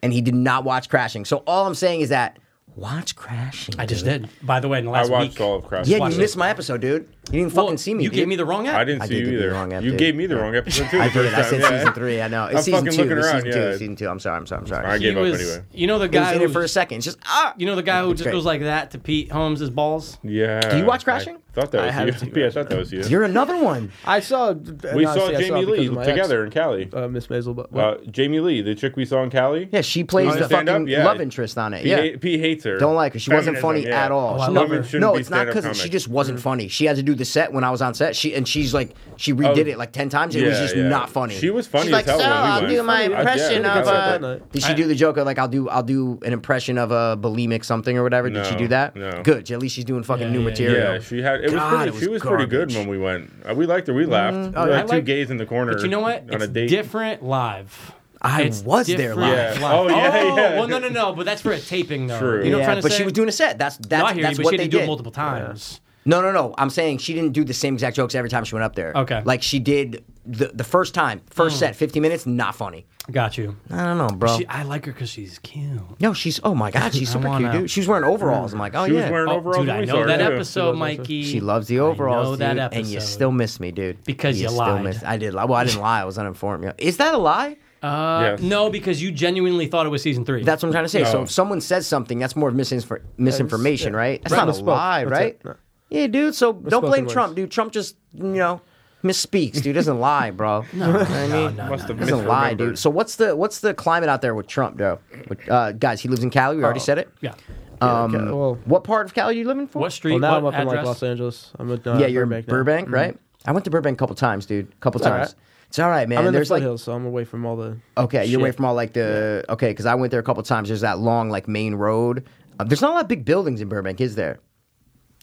B: and he did not watch Crashing. So all I'm saying is that watch Crashing.
A: I just
B: dude.
A: did. By the way, in the
C: I
A: last
C: watched
A: week.
C: all of Crash.
B: Yeah,
A: Watch
B: you
A: it.
B: missed my episode, dude. You didn't
A: Well,
B: fucking see me.
A: You
B: dude.
A: gave me the wrong app.
C: I didn't
B: I
C: see
B: did
C: you
B: give you the
C: either.
B: wrong
C: you
B: update.
C: gave me the wrong episode too.
B: I
C: the first
B: did. I said
C: time, yeah.
B: season three. I know. It's
C: I'm
B: season
C: fucking
B: two.
C: looking
B: It's
C: around,
B: season two.
C: yeah.
B: it's Season two. I'm sorry. I'm sorry. I'm sorry.
C: I
B: He
C: gave up
A: was-
C: anyway.
A: You know the
B: was
A: guy
B: in it
A: who
B: for a second. It's just ah.
A: You know the guy who
B: It's
A: just
B: great.
A: goes like that to Pete Holmes' balls?
C: Yeah.
B: Do you watch Crashing?
C: I thought
D: I
C: that
D: haven't
C: was
D: seen
C: you. Yeah, I thought that was you.
B: You're another one.
D: I saw.
C: we
D: We
C: saw Jamie Lee together in Cali.
D: Uh, Miss Maisel, but
C: Uh, Jamie Lee, the chick we saw in Cali.
B: Yeah, she plays
C: Wanna
B: the
C: stand
B: fucking
C: up? Yeah.
B: love interest on it.
C: Pete,
B: Yeah.
C: Pete hates her.
B: Don't like her. She wasn't
C: Feminism,
B: funny
C: yeah.
B: at all.
A: Oh, I
B: She-
A: love her.
B: no, no,
C: Shouldn't be
B: it's not
C: stand-up Mm-hmm.
B: because she
C: comic.
B: just wasn't funny. She had to do do the set when I was on set. She and she's like she redid it like ten times. It was
C: Oh, yeah,
B: just
C: yeah.
B: not funny.
C: She was funny
B: She's like,
C: as hell
B: so
C: when we
B: I'll
C: went."
B: do my
C: Funny.
B: impression
C: Yeah,
B: of.
C: yeah.
B: Uh, did she
A: I-
B: do the joke of like I'll do I'll do an impression of a bulimic something or whatever? Did she
C: No,
B: do that?
C: no.
B: Good. At least she's doing fucking
A: Yeah,
B: new
A: yeah,
B: material.
C: Yeah, she had. It was
B: God,
C: pretty.
B: it was
C: she was pretty good
B: garbage. Mm-hmm. Oh,
C: when we went. Uh, We liked her. We laughed. we were
A: yeah.
C: like
A: I
C: two
A: like-
C: gays in the corner.
A: But you know what?
C: On
A: It's
C: a date.
A: different live.
B: I
A: It's
B: was there
A: different
B: live.
C: Yeah. Oh, yeah, yeah.
A: Well, no, no, no. But that's for a taping, though.
C: True.
A: You know what
B: Yeah,
A: I'm trying to
B: but
A: say?
B: she was doing a set. That's that's,
A: No, I hear
B: that's
A: you, but
B: what
A: she had
B: they
A: to do
B: did.
A: it multiple times.
B: No, no, no. I'm saying she didn't do the same exact jokes every time she went up there.
A: Okay.
B: Like she did the the first time, first set, 50 minutes, not funny.
A: Got you.
B: I don't know, bro.
A: She, I like her because she's cute.
B: no, she's oh my god, she's
A: I
B: super
A: wanna-
B: cute, dude. She was wearing overalls. I'm like, oh
C: She
B: yeah.
C: was wearing
A: Oh,
C: overalls.
A: dude,
C: when
A: I
C: we
A: know
C: saw
A: that
C: her, too.
A: episode, Mikey.
B: she loves the overalls,
A: I know that
B: dude,
A: episode.
B: and you still miss me, dude.
A: Because you
B: still
A: lied.
B: miss- I did. lie. Well, I didn't lie. I was uninformed. Yeah. Is that a lie?
A: Uh,
C: Yes.
A: No, because you genuinely thought it was season three.
B: That's what I'm trying to say. So
C: No.
B: if someone says something, that's more misinfor- misinformation,
G: yeah.
B: right? That's
G: Right.
B: not a
G: Misspoke.
B: lie,
G: That's
B: right?
G: it. No.
B: Yeah, dude. So don't
G: Misspoken
B: blame
G: words.
B: Trump, dude. Trump just you know misspeaks, dude. Doesn't lie, bro. no, I mean,
A: no,
C: Must have
B: doesn't lie, dude.
C: misremembered.
B: So what's the what's the climate out there with Trump, though? With- Uh, guys, he lives in Cali. We already said it.
A: yeah.
B: Um,
G: okay, well-
B: what part of Cali you living for?
A: What street?
G: Well, now I'm
A: what
G: up in like
A: address?
G: Los Angeles. I'm at uh,
B: yeah, you're
G: Burbank
B: Burbank,
G: now.
B: Burbank right? I went to Burbank a couple times, dude. A couple
G: It's all
B: times.
G: right.
B: It's all right, man.
G: I'm in the
B: There's like
G: foothills, so I'm away from all the.
B: Okay, you're away
G: Shit.
B: from all like the okay, because I went there a couple times. There's that long like main road. Uh, there's not a lot of big buildings in Burbank, is there?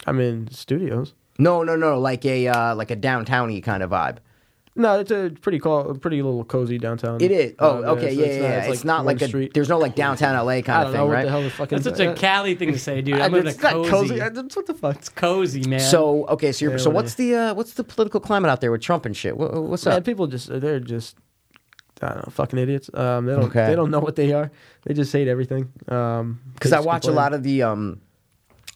G: I'm in studios.
B: No, no, no. Like a uh, like a downtowny kind of vibe.
G: No, it's a pretty call, pretty little cozy downtown.
B: It is. Oh,
G: vibe, Mm. yeah,
B: okay,
G: so
B: yeah, yeah. yeah. It's, not like
G: one
B: a.
G: street.
B: There's no like downtown LA
G: (laughs)
B: kind
G: I
B: of
G: don't
B: thing,
G: know what
B: right?
G: the hell the fucking.
A: That's such a
G: uh,
A: Cali thing to say, dude.
G: I-
A: I'm in a
G: it's not
A: cozy.
G: I- that's- What the fuck?
A: It's cozy, man.
B: So okay, so you're,
G: Yeah,
B: so
G: what
B: what's the uh, what's the political climate out there with Trump and shit? What, Oh, what's
G: Man,
B: up?
G: people just uh, they're just I don't know, fucking idiots. Um, they don't
B: Okay.
G: they don't know what they are. They just hate everything. Um, Because
B: Because I watch a lot of the um,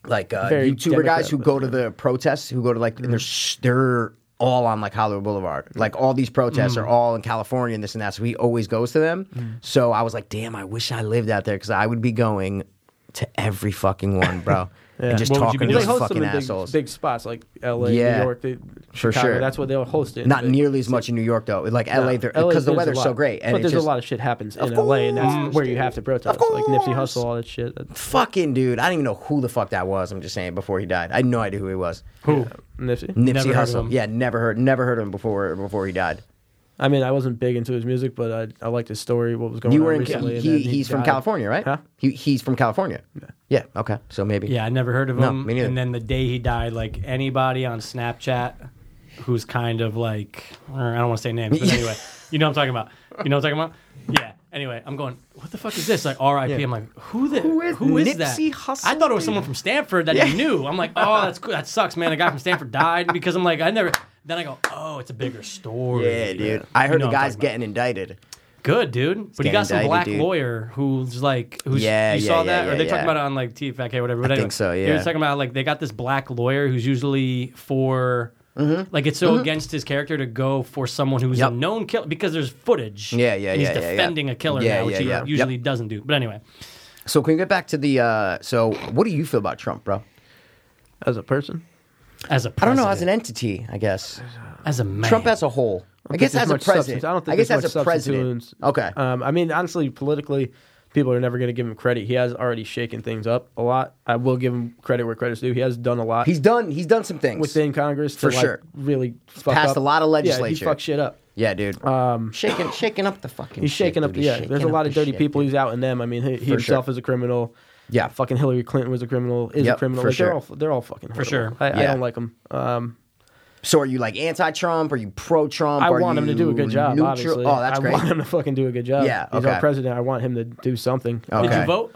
B: like uh,
G: Very
B: YouTuber
G: Democrat,
B: guys who
G: but- Mm-hmm.
B: go to the protests, who go to like and they're s- they're all on like Hollywood Boulevard. Like all these protests
G: Mm.
B: are all in California and this and that. So he always goes to them. So I was like, damn, I wish I lived out there because I would be going to every fucking one,
G: (laughs)
B: bro, and just
A: What would you be doing?
B: talking to those
G: they host them
B: fucking
G: in big,
B: assholes.
G: big spots like L.A.,
B: Yeah.
G: New York, they,
B: For
G: Chicago.
B: sure.
G: That's what they'll host it.
B: Not
G: They-
B: nearly as much in New York though. Like
G: no,
B: LA,
G: LA,
B: because the
G: there's a
B: weather's so
G: lot.
B: great. And
G: but
B: it
G: there's
B: just,
G: a lot of shit happens
B: Of
G: in L.A. and
B: course,
G: that's where you have to
B: dude.
G: protest,
B: Of
G: like Nipsey
B: course.
G: Hustle, all that shit. That's-
B: Fucking dude, I didn't even know who the fuck that was. I'm just saying before he died, I had no idea who he was.
A: who?
G: Nipsey.
A: Never heard
B: Nipsey
A: of
B: Hussle.
A: him.
B: Yeah, never heard never heard of him before before he died.
G: I mean, I wasn't big into his music, but I I liked his story. What was going
B: You
G: on
B: were in
G: recently?
B: he,
G: and then
B: he's from
G: died.
B: California, right?
G: Huh?
B: He, he's from California. Yeah. okay. So maybe.
A: Yeah, I never heard of
B: No,
A: him.
B: me neither.
A: and then the day he died, like anybody on Snapchat who's kind of like or I don't want to say names,
B: (laughs)
A: but anyway, you know what I'm talking about. You know what I'm talking about? Yeah. Anyway, I'm going. What the fuck is this? Like R.I.P. I'm like, who the who
B: is
A: that?
B: Nipsey Hussle,
A: I thought it was someone from Stanford that you knew. I'm like, oh,
B: (laughs)
A: that's cool. that sucks, man. A guy from Stanford died because I'm like, I never. Then I go, oh, it's a bigger story.
B: Yeah, dude. I heard
A: know what
B: the
A: I'm talking
B: guy's
A: about.
B: getting indicted.
A: Good dude, but he
B: getting
A: got some
B: indicted,
A: black
B: dude.
A: lawyer who's like, who's
B: Yeah,
A: you
B: yeah,
A: saw
B: yeah,
A: that, or
B: yeah,
A: they
B: yeah.
A: talking about it on like TFK or whatever. But I
B: think so,
A: They
B: yeah.
A: were talking about like they got this black lawyer who's usually for
B: Mm-hmm.
A: like it's so against his character to go for someone who's a
B: Yep.
A: known killer because there's footage.
B: Yeah, yeah,
A: and he's
B: yeah, yeah, yeah.
A: defending a killer
B: Yeah,
A: now, which
B: yeah,
A: he
B: yeah.
A: usually doesn't do. But anyway,
B: So can we get back to the? uh So what do you feel about Trump, bro?
G: As a person,
A: as a
B: I don't
A: president,
B: know. As an entity, I guess.
A: as a man,
B: Trump as a whole. I, guess
G: there's
B: as a
G: much substance.
B: president.
G: I don't think
B: guess
G: there's
B: as
G: much
B: a president.
G: substitutes.
B: Okay.
G: Um, I mean, honestly, politically, people are never going to give him credit. He has already shaken things up a lot. I will give him credit where credit's due. He has done a lot
B: he's done. He's done some things.
G: within Congress to
B: For
G: like,
B: sure.
G: really fuck
B: passed
G: up.
B: a lot of
G: Yeah, he
B: legislature.
G: fucked shit up.
B: yeah, dude. Um, shaking, shaking up the fucking.
G: He's shaking up. Yeah, there's a lot of dirty people.
B: He's
G: He's out in them. I mean, he, he
B: For sure.
G: himself is a criminal.
B: Yeah.
G: fucking Hillary Clinton was a criminal. Is
B: Yep,
G: a criminal.
B: for
G: Like, they're
B: sure.
G: all they're all fucking horrible.
A: sure.
G: I, I
B: Yeah.
G: don't like him. Um,
B: So are you like anti-Trump? Are you pro-Trump?
G: I
B: Are
G: want him to do a
B: you
G: good job.
B: neutral?
G: Obviously,
B: Oh, that's
G: I
B: great.
G: want him to fucking do a good job.
B: Yeah,
G: he's our
B: okay.
G: president. I want him to do something.
A: did
B: Okay.
A: you vote?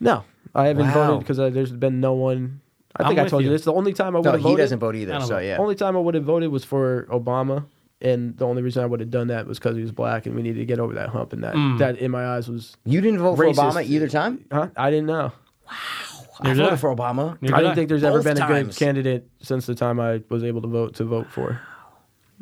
G: No, I haven't
B: Wow.
G: voted because uh, there's been no one. I
A: I'm
G: think I
A: with
G: told you.
A: you.
G: this. The only time I would
B: No,
G: have voted.
B: he doesn't vote
A: I
B: either.
A: don't
B: So
A: know.
B: yeah.
G: Only time I would have voted was for Obama, and the only reason I would have done that was because he was black, and we needed to get over that hump. And that,
B: Mm.
G: that in my eyes was,
B: You didn't vote for
G: Racist.
B: Obama either time?
G: huh? I didn't know.
B: I
A: did
B: voted
A: I.
B: for Obama.
A: Neither
G: I
A: did
G: don't think there's ever
B: Both
G: been a good
B: times.
G: candidate since the time I was able to vote to vote for.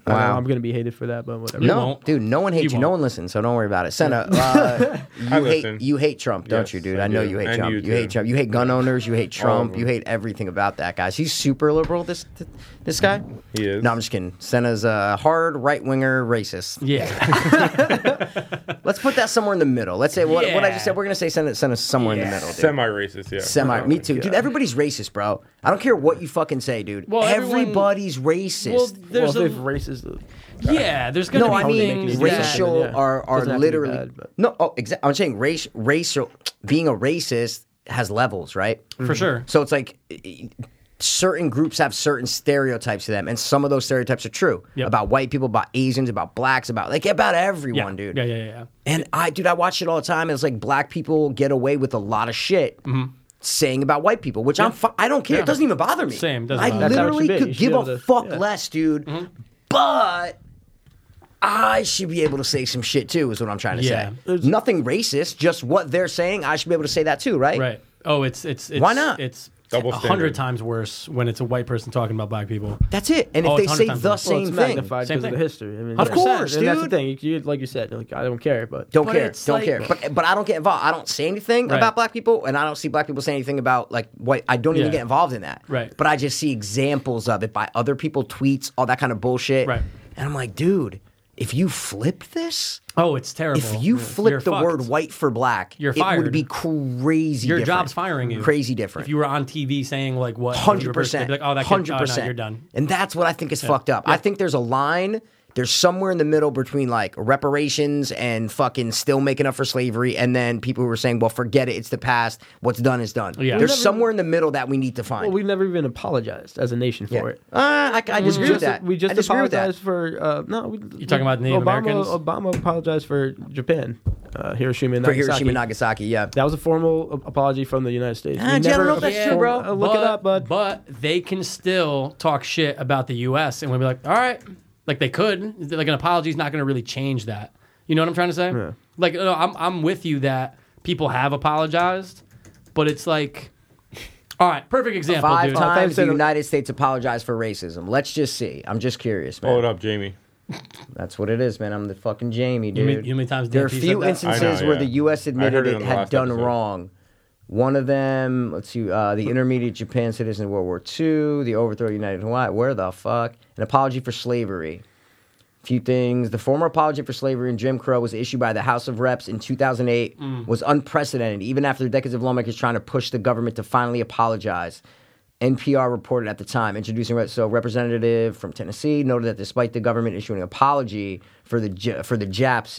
G: I know
B: Wow.
G: I'm gonna be hated for that, but whatever.
B: No,
A: won't.
B: dude, no one hates you.
A: You
B: No
A: won't.
B: one listens, so don't worry about it. Senna,
G: (laughs)
B: uh, you
C: listen.
B: hate you hate Trump, don't
C: Yes,
B: you, dude?
C: I
B: I know
C: do.
B: you hate
C: And
B: Trump.
C: you
B: You, hate
C: too.
B: Trump. You hate gun owners. You hate
C: All
B: Trump.
C: of
B: You
C: them.
B: hate everything about that guy. He's super liberal. This th- this guy.
C: He is.
B: No, I'm just kidding. Senna's a hard right winger racist.
A: (laughs) Yeah,
B: Let's put that somewhere in the middle. Let's say what, what I
A: Yeah.
B: just said. We're gonna say Senna, Senna's somewhere in the middle. Dude.
D: Oh
C: Semi-racist, yeah.
B: Semi. Me too, dude. Everybody's racist, bro. I don't care what you fucking say, dude.
A: Well, everyone-
B: Everybody's racist.
A: Well,
D: Well,
A: there's
D: if
A: a,
D: racism.
A: yeah, there's gonna
B: no,
A: be
B: I mean
A: things
D: make it
A: that,
D: different.
B: racial
D: Yeah.
B: are are
D: Doesn't have to be
B: literally
D: bad, but-
B: no. Oh, exactly. I'm saying race, racial. Being a racist has levels, right?
A: for sure.
B: So it's like e- certain groups have certain stereotypes to them, and some of those stereotypes are true
A: Yep.
B: about white people, about Asians, about blacks, about like about everyone,
A: Yeah.
B: dude.
A: Yeah, yeah, yeah.
B: And I, dude, I watch it all the time. And it's like black people get away with a lot of shit.
D: Mm-hmm.
B: Saying about white people, which I'm, fu- I don't care. It doesn't even bother me.
A: Same, doesn't
B: I
A: bother me.
D: That's how it
B: literally
D: should be.
B: could
D: You should
B: give
D: be
B: a
D: able to-
B: fuck
D: yeah. Mm-hmm.
B: less, dude. But I should be able to say some shit too. Is what I'm trying to
A: Yeah.
B: say. Nothing racist, just what they're saying. I should be able to say that too, right?
A: Right. Oh, it's it's, it's
B: Why not?
A: It's
C: Double
A: a hundred
C: standard.
A: times worse when it's a white person talking about black people.
B: That's it. And if
A: Oh,
B: they
A: it's
B: say
A: 100%
B: the
A: more.
D: Well,
B: same
D: it's
B: thing,
D: magnified
A: Same
D: because of the
A: thing.
D: history. I mean,
B: Of
D: yeah.
B: course,
D: and that's the
B: dude.
D: thing. You, you, like you said, like I don't care, but
B: Don't
A: But
B: care.
A: it's
B: Don't
A: like-
B: care. But but I don't get involved. I don't say anything
A: Right.
B: about black people, and I don't see black people say anything about like white. I don't even
A: Yeah.
B: get involved in that.
A: Right.
B: But I just see examples of it by other people, tweets, all that kind of bullshit.
A: Right.
B: And I'm like, dude, if you flip this,
A: Oh, it's terrible.
B: if you flip
A: You're
B: the
A: fucked.
B: word white for black,
A: You're
B: it would
A: fired.
B: be crazy.
A: your
B: different.
A: job's firing you.
B: Crazy different.
A: If you were on TV saying like what
B: Hundred
A: your person- they'd
B: percent.
A: be like, oh, that kid,
B: hundred
A: oh, no,
B: percent.
A: you're done.
B: And that's what I think is fucked up. I think there's a line. There's somewhere in the middle between like reparations and fucking still making up for slavery, and then people who are saying, "Well, forget it. It's the past. What's done is done."
A: Yeah.
B: There's
A: Never-
B: somewhere in the middle that we need to find.
D: well, we've never even apologized as a nation for
B: yeah.
D: it.
B: Uh, I, I disagree with that.
D: We just
B: I disagree with that.
D: apologized for uh, no. We, You're
A: talking about Native
D: Obama,
A: Americans?
D: Obama apologized for Japan, uh, Hiroshima, and
B: for
D: Nagasaki.
B: Hiroshima, Nagasaki. Yeah.
D: That was a formal ap- apology from the United States.
B: Ah,
D: We
B: gee, I don't
D: never
B: know if that's
D: official-
B: true, bro.
D: Uh, look it up, bud.
A: But they can still talk shit about the U.S. and we'll be like, all right, like they could. Like an apology is not going to really change that. You know what I'm trying to say? Like, no, I'm I'm with you that people have apologized, but it's like, all right, perfect example,
B: Five
A: dude.
B: times the
D: said-
B: United States apologized for racism. Let's just see. I'm just curious, man.
C: Hold up, Jamie.
B: (laughs) That's what it is, man. I'm the fucking Jamie, dude.
A: You mean- you mean times
B: there are
A: DMP
B: few
A: said that?
B: instances
C: I know,
B: where
C: yeah.
B: the U.S.
C: I heard
B: admitted
C: it
B: it,
C: on the
B: had
C: last
B: done
C: episode.
B: wrong. One of them, let's see, uh, the intermediate Japan citizen in World War II, the overthrow of United Hawaii. Where the fuck? An apology for slavery. Few things. The former apology for slavery and Jim Crow was issued by the House of Reps in 2008. Was unprecedented, even after decades of lawmakers trying to push the government to finally apologize. NPR reported at the time, introducing rep- so representative from Tennessee noted that despite the government issuing an apology for the J- for the Japs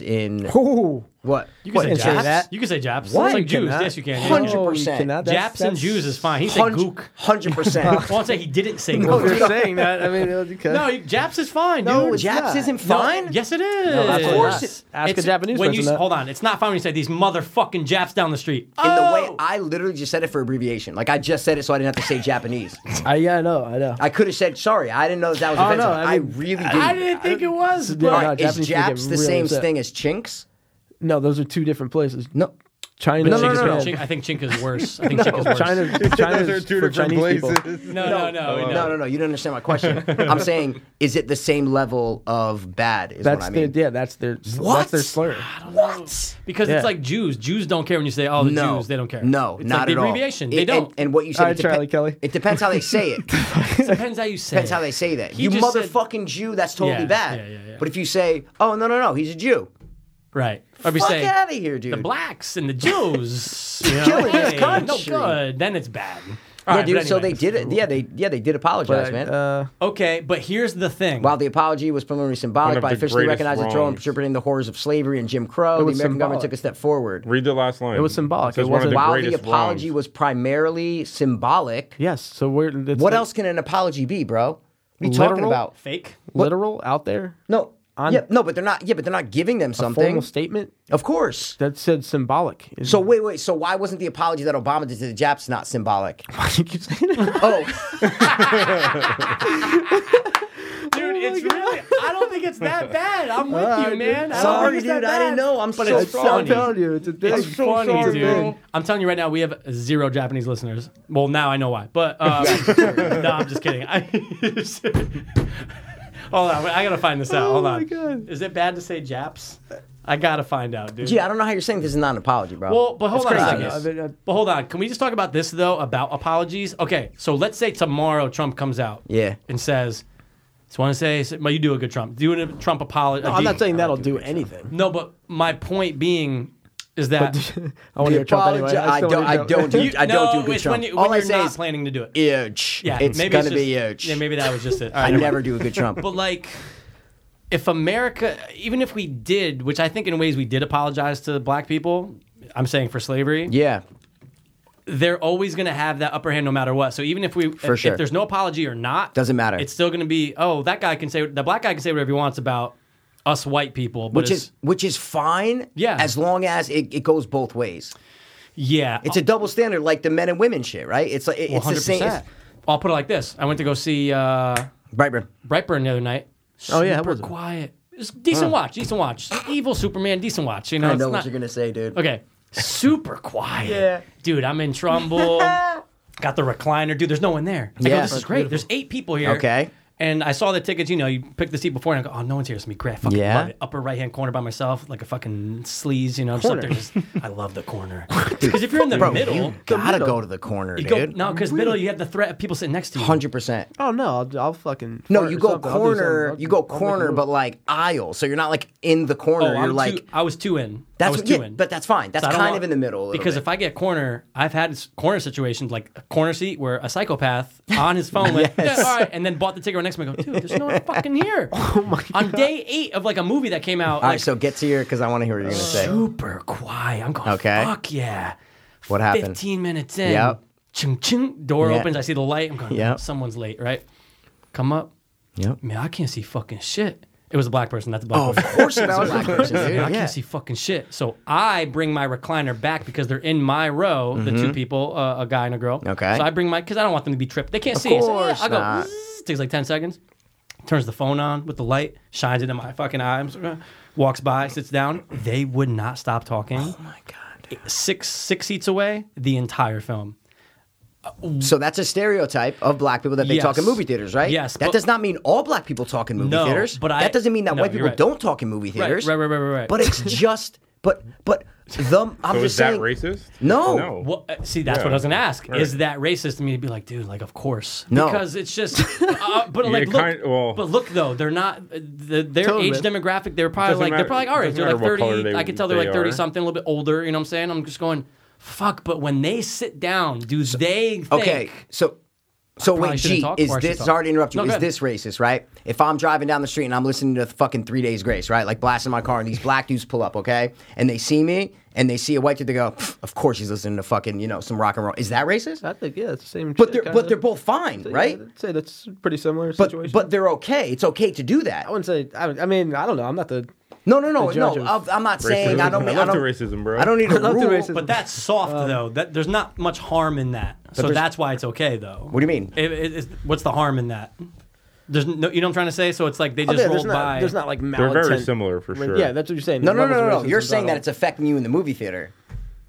A: (laughs)
B: in
D: Ooh,
B: what
A: You can say
D: and say
A: Japs.
D: that?
A: You can say Japs.
B: What?
A: It's like
B: You
A: Jews.
D: cannot.
A: Yes, you can.
B: Hundred-
A: Yeah.
D: No, you
B: 100%.
D: cannot. That's-
A: Japs and
D: that's-
A: Jews is fine. He said gook.
B: hundred
A: (laughs)
B: percent.
A: Well, I'll say he didn't say
D: Well, if
A: gook.
D: Oh,
B: (laughs)
D: you're saying that. I mean, it-
A: No, you, Japs is fine.
B: No,
A: dude.
B: Japs
D: not.
B: isn't
A: No,
B: fine.
A: yes, it is.
D: that's
B: Of course
D: it- ask a Japanese
A: when
D: person
A: You, s-
D: that.
A: hold on, it's not fine when you say these motherfucking Japs down the street.
B: In the way
A: Oh!
B: I literally just said it for abbreviation. Like I just said it so I didn't have to say Japanese.
D: I, yeah, I know, I know.
B: I could have said sorry. I didn't know that, that was
D: Oh, no,
B: offensive.
D: I
B: I,
D: mean,
B: really didn't.
A: I didn't think it was.
D: Yeah,
B: All
A: But
D: no,
B: right, is
D: Japanese people get
B: Japs the
D: really
B: same
D: upset.
B: thing as chinks?
D: No, those are two different places.
B: No.
D: China,
A: Chink
B: no,
A: is-
B: no, no.
A: Chink- I think Chink is worse. I think Chink is worse.
B: (laughs)
D: China, China
C: Those are two
D: for
C: different
D: Chinese people.
C: places. Oh,
A: no, no, no,
B: no,
A: no.
B: no, no. You don't understand my question.
A: (laughs)
B: I'm saying, is it the same level of bad? Is
D: That's
B: what I mean.
D: their yeah. That's their
B: What?
D: that's their slur.
B: what?
A: Because
D: Yeah.
A: it's like Jews. Jews don't care when you say, "Oh, the
B: No,
A: Jews." They don't care.
B: No,
A: it's
B: not
A: like the
B: at all.
A: abbreviation.
B: It-
A: They
B: and-
A: don't.
B: And, what you said,
D: All right,
B: it depen-
D: Charlie Kelly.
B: It depends how they say
A: (laughs)
B: it.
A: it depends how you say.
B: Depends
A: it.
B: how they say that.
A: He
B: you
A: just said-
B: motherfucking Jew, that's totally
A: Yeah,
B: bad.
A: yeah, yeah, yeah.
B: But if you say, oh, no, no, no, he's a Jew.
A: Right. Or we
B: Fuck
A: say
B: out of here, dude.
A: the blacks and the (laughs) Jews. you know,
B: Killing this
A: hey, No
B: country.
A: good. Then it's bad. All
B: yeah,
A: right,
B: dude.
A: but
B: so they
A: anyways.
B: did it. Yeah, they yeah they did apologize,
D: But,
B: man.
D: uh,
A: Okay, but here's the thing.
B: While the apology was preliminarily
C: One
B: symbolic
C: of
B: by
C: the
B: officially
C: greatest
B: recognizing the role and
C: wrongs.
B: interpreting the horrors of slavery and Jim Crow, the American
D: was
B: government
D: symbolic.
B: took a step forward.
C: Read the last line.
D: It was symbolic.
C: says
D: It
C: one of
D: wasn't-
B: While the
C: greatest
B: apology
C: wrongs.
B: was primarily symbolic,
D: yes. So we're it's like
B: what else can an apology be, bro? What are you talking
D: Literal?
B: about?
A: Fake.
D: Literal out there.
B: No.
D: On-
B: yeah, no, but they're not. Yeah, but they're not giving them something.
D: Formal statement
B: Of course.
D: that said symbolic. Is-
B: So wait, wait. So why wasn't the apology that Obama did to the Japs
D: (laughs)
B: not symbolic?
D: why do you keep saying that?
B: Oh,
A: (laughs)
B: Oh
A: Dude, it's really. I don't think it's
B: (laughs)
A: that bad. I'm with you, man. I don't
B: sorry,
A: think it's
B: dude.
A: that
B: I didn't
A: bad.
B: know. I'm
A: But
B: so
A: it's
B: sorry.
A: funny.
D: I'm telling you, it's a big
A: It's funny,
D: sorry,
A: dude.
D: man.
A: I'm telling you right now, we have zero Japanese listeners. Well, now I know why. But (laughs) um, no, I'm just kidding. I, (laughs) hold on, I gotta find this out. hold
D: my
A: on.
D: God.
A: Is it bad to say Japs? I gotta find out, dude.
B: Gee, I don't know how you're saying this is not an apology, bro.
A: Well, but hold on
B: That's
A: a
B: crazy.
A: second.
D: I mean, uh,
A: But hold on. Can we just talk about this though about apologies? Okay, so let's say tomorrow Trump comes out,
B: Yeah.
A: and says, "Just want to say, well, you do a good Trump, uh, do a Trump apology."
D: I'm not saying that'll do anything.
A: No, but my point being, is that
D: I want to hear Trump anyway.
B: Apologize. I
D: still
B: don't.
D: wanna
B: I
D: hear Trump.
B: don't
D: (laughs)
B: do. I don't
A: No,
B: do good
A: it's
B: Trump.
A: When you, when
B: All I
A: you're
B: say
A: not
B: is
A: planning to do it.
B: huge.
A: Yeah,
B: it's
A: maybe
B: gonna
A: just-
B: be huge.
A: Yeah, maybe that was just it. All
B: (laughs) I
A: right, never
B: never do a good
A: (laughs)
B: Trump.
A: But like, if America, even if we did, which I think in ways we did apologize to black people, I'm saying for slavery,
B: yeah,
A: they're always going to have that upper hand no matter what. So even if we, if,
B: sure.
A: if there's no apology or not,
B: Doesn't matter.
A: It's still going to be, oh, that guy can say the black guy can say whatever he wants about us white people, but
B: which
A: it's-
B: is which is fine.
A: Yeah.
B: as long as it, it goes both ways.
A: yeah,
B: It's a double standard, like the men and women shit, right? It's like it- it's the
A: 100.
B: same.
A: percent
B: It's,
A: I'll put it like this: I went to go see uh,
B: right, bro.
A: Brightburn the other night.
D: Oh, yeah, how
A: super
D: was it?
A: quiet. It was decent watch, decent watch. Evil Superman, decent watch. You know,
B: I
A: it's
B: know
A: not-
B: what you're gonna say, dude.
A: Okay. Super (laughs) quiet. Dude, I'm in Trumbull. Got the recliner. Dude, there's no one there. I
B: Yeah.
A: go, this is great. There's eight people here.
B: Okay.
A: And I saw the tickets, you know, you pick the seat before and I go, oh, no one's here. It's going to be great. I fucking
B: Yeah.
A: love it. Upper right hand corner by myself, like a fucking sleaze, you know. I'm just up there
B: (laughs)
A: just, I love the corner. Because if you're in the
B: Bro,
A: middle,
B: you gotta go to the corner,
A: you go,
B: dude.
A: no, because middle, you have the threat of people sitting next to you.
B: Hundred percent.
D: Oh no, I'll, I'll fucking.
B: No,
D: fart
B: you
D: or
B: go
D: something. I'll do
B: corner.
D: something.
B: You go
D: I'll- I'll make a
B: corner,
D: move.
B: but like aisle. So you're not like in the corner.
A: Oh,
B: you're
A: I'm
B: like
A: two, I was two in. I
B: that's
A: was
B: what-
A: two
B: yeah,
A: in.
B: but that's fine. That's
A: I don't
B: kind
A: want-
B: of in the middle. a little
A: Because
B: bit.
A: if I get corner, I've had s- corner situations like a corner seat where a psychopath on his phone
B: (laughs)
A: went, yeah, all right, and then bought the ticket right next to me. I go, dude, there's no one fucking here. Oh my God. On day eight of like a movie that came out,
B: all
A: like,
B: right, so get to your because I want to hear what you're gonna say.
A: super quiet. I'm going,
B: Okay.
A: fuck yeah.
B: What happened?
A: 15 minutes in.
B: Yep.
A: Ching, ching, door
B: Yeah.
A: opens. I see the light. I'm going,
B: Yep.
A: someone's late, right? Come up. (laughs)
B: Yep.
A: Man, I can't see fucking shit. It was a black person, not the black
B: Oh, of
A: person.
B: course it's a black person, dude.
A: I
B: Yeah.
A: can't see fucking shit. So I bring my recliner back because they're in my row, the two people, uh, a guy and a girl.
B: Mm-hmm. Okay.
A: So I bring my because I don't want them to be tripped. They can't see. it. So, yeah,
B: course
A: I go.
B: not.
A: "Zzz," takes like ten seconds. Turns the phone on with the light, shines it in my fucking eyes. Walks by, sits down. They would not stop talking.
B: (sighs)
A: Oh my god! Six six seats away, the entire film.
B: So that's a stereotype of black people that they
A: Yes.
B: talk in movie theaters, right?
A: Yes,
B: That
A: but-
B: does not mean all black people talk in movie
A: No,
B: theaters.
A: but I-
B: that doesn't mean that
A: no,
B: white
A: you're
B: people
A: right.
B: don't talk in movie theaters.
A: right, right, right, right, right. (laughs)
B: But it's just, but, but them. I'm
C: So
B: just
C: is that
B: saying.
C: racist? Oh,
B: No.
C: No.
A: Well, uh, see, that's
C: Yeah.
A: what I was gonna ask.
C: Right.
A: Is that racist to me to be like, dude, like, of course,
B: No.
A: because it's
B: (laughs)
A: just, uh, but
C: Yeah,
A: like,
C: it
A: look,
C: kind- well-
A: but look though, they're not uh, the, their
D: Totally.
A: age demographic. They're probably
C: Doesn't
A: like, they're
C: matter-
A: probably all right.
C: doesn't
A: They're like
C: matter what
A: thirty.
C: color they-
A: I can tell they're
C: they
A: like thirty
C: are.
A: something, a little bit older. You know what I'm saying? I'm just going, fuck. But when they sit down, do they think,
B: Okay, so. So
A: probably
B: wait,
A: shouldn't
B: G,
A: talk
B: is
A: before I should
B: this
A: talk.
B: sorry to interrupt you?
A: No, go
B: is
A: ahead.
B: this racist, right? If I'm driving down the street and I'm listening to fucking Three Days Grace, right? Like blasting my car and these black dudes pull up, okay? And they see me and they see a white dude, they go, "Pff, Of course he's listening to fucking, you know, some rock and roll. Is that racist?
D: I think yeah, it's the same.
B: But
D: shit,
B: they're
D: kinda.
B: but they're both fine,
D: Yeah,
B: right?
D: I'd say that's a pretty similar situation.
B: But but they're okay. It's okay to do that.
D: I wouldn't say. I, would- I mean, I don't know. I'm not the.
B: No, no, no,
D: The judge
B: no.
D: of
B: I- I'm not saying
C: Racism.
B: I don't.
C: I
B: mean- I
C: love
B: don't,
C: the racism, bro.
B: I
A: (laughs)
B: don't need a
D: love the
B: rule.
D: racism.
A: But that's soft though. That there's not much harm in that. So
B: Um, there's-
A: that's why it's okay though.
B: What do you mean?
A: It, it, it's, what's the harm in that? There's no, you know what I'm trying to say. So it's like they
D: Oh,
A: just
D: yeah,
A: rolled
D: there's not.
A: by.
D: There's not like
C: They're
D: malintent.
C: very similar for sure.
D: Yeah, that's what you're saying.
B: No,
D: The
B: no, no,
D: levels
B: no,
D: of
B: no. You're
D: racism's
B: saying
D: not
B: that
D: all-
B: it's affecting you in the movie theater.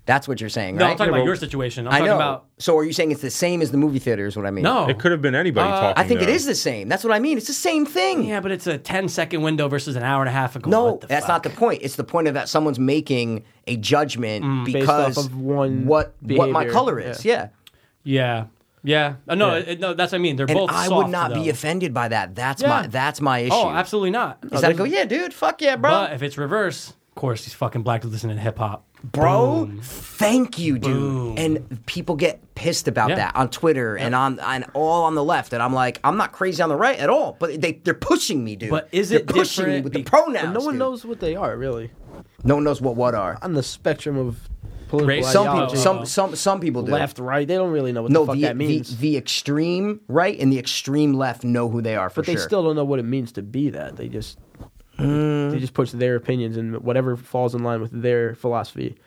B: That's what you're saying,
A: no,
B: right?
A: I'm talking about
C: but-
A: your situation. I'm
B: I
A: talking
B: know.
A: about
B: so are you saying it's the same as the movie theater? Is what I mean?
A: no.
C: It could have been anybody talking.
B: Uh, I think it
C: though.
B: is the same. That's what I mean. It's the same thing.
A: Yeah, but it's a 10 second window versus an hour and a half ago.
B: No,
A: What the
B: that's not
A: fuck?
B: the point. It's the point of that someone's making a judgment
A: Mm,
B: because
D: Based off of one
B: what what my
D: behavior.
B: color is. Yeah.
A: Yeah. Yeah. Uh, no,
D: Yeah.
A: uh, no, that's what I mean. They're
B: And
A: both
B: I
A: soft,
B: would not be
A: though.
B: offended by that. That's
A: Yeah.
B: my that's my issue.
A: Oh, absolutely not.
B: Is that I go, yeah, dude, fuck yeah, bro.
A: But if it's reverse, of course, these fucking black dudes listening to hip hop.
B: bro thank you dude
A: Boom.
B: and people get pissed about
A: Yeah.
B: that on twitter and on and all on the left and i'm like i'm not crazy on the right at all but they, they're pushing me dude
A: But is
B: They're
A: it
B: pushing me
A: different
B: with the
A: be-
B: pronouns
D: But no one
B: dude.
D: knows what they are really
B: no one knows what what are
D: on the spectrum of political
A: Race.
B: some
D: ideology.
B: people some some some people do
D: Oh. left, right. They don't really know what
B: no
D: the fuck
B: the,
D: that means.
B: the the extreme right and the extreme left know who they are for
D: but they
B: sure
D: still don't know what it means to be that. They just they just push their opinions and whatever falls in line with their philosophy.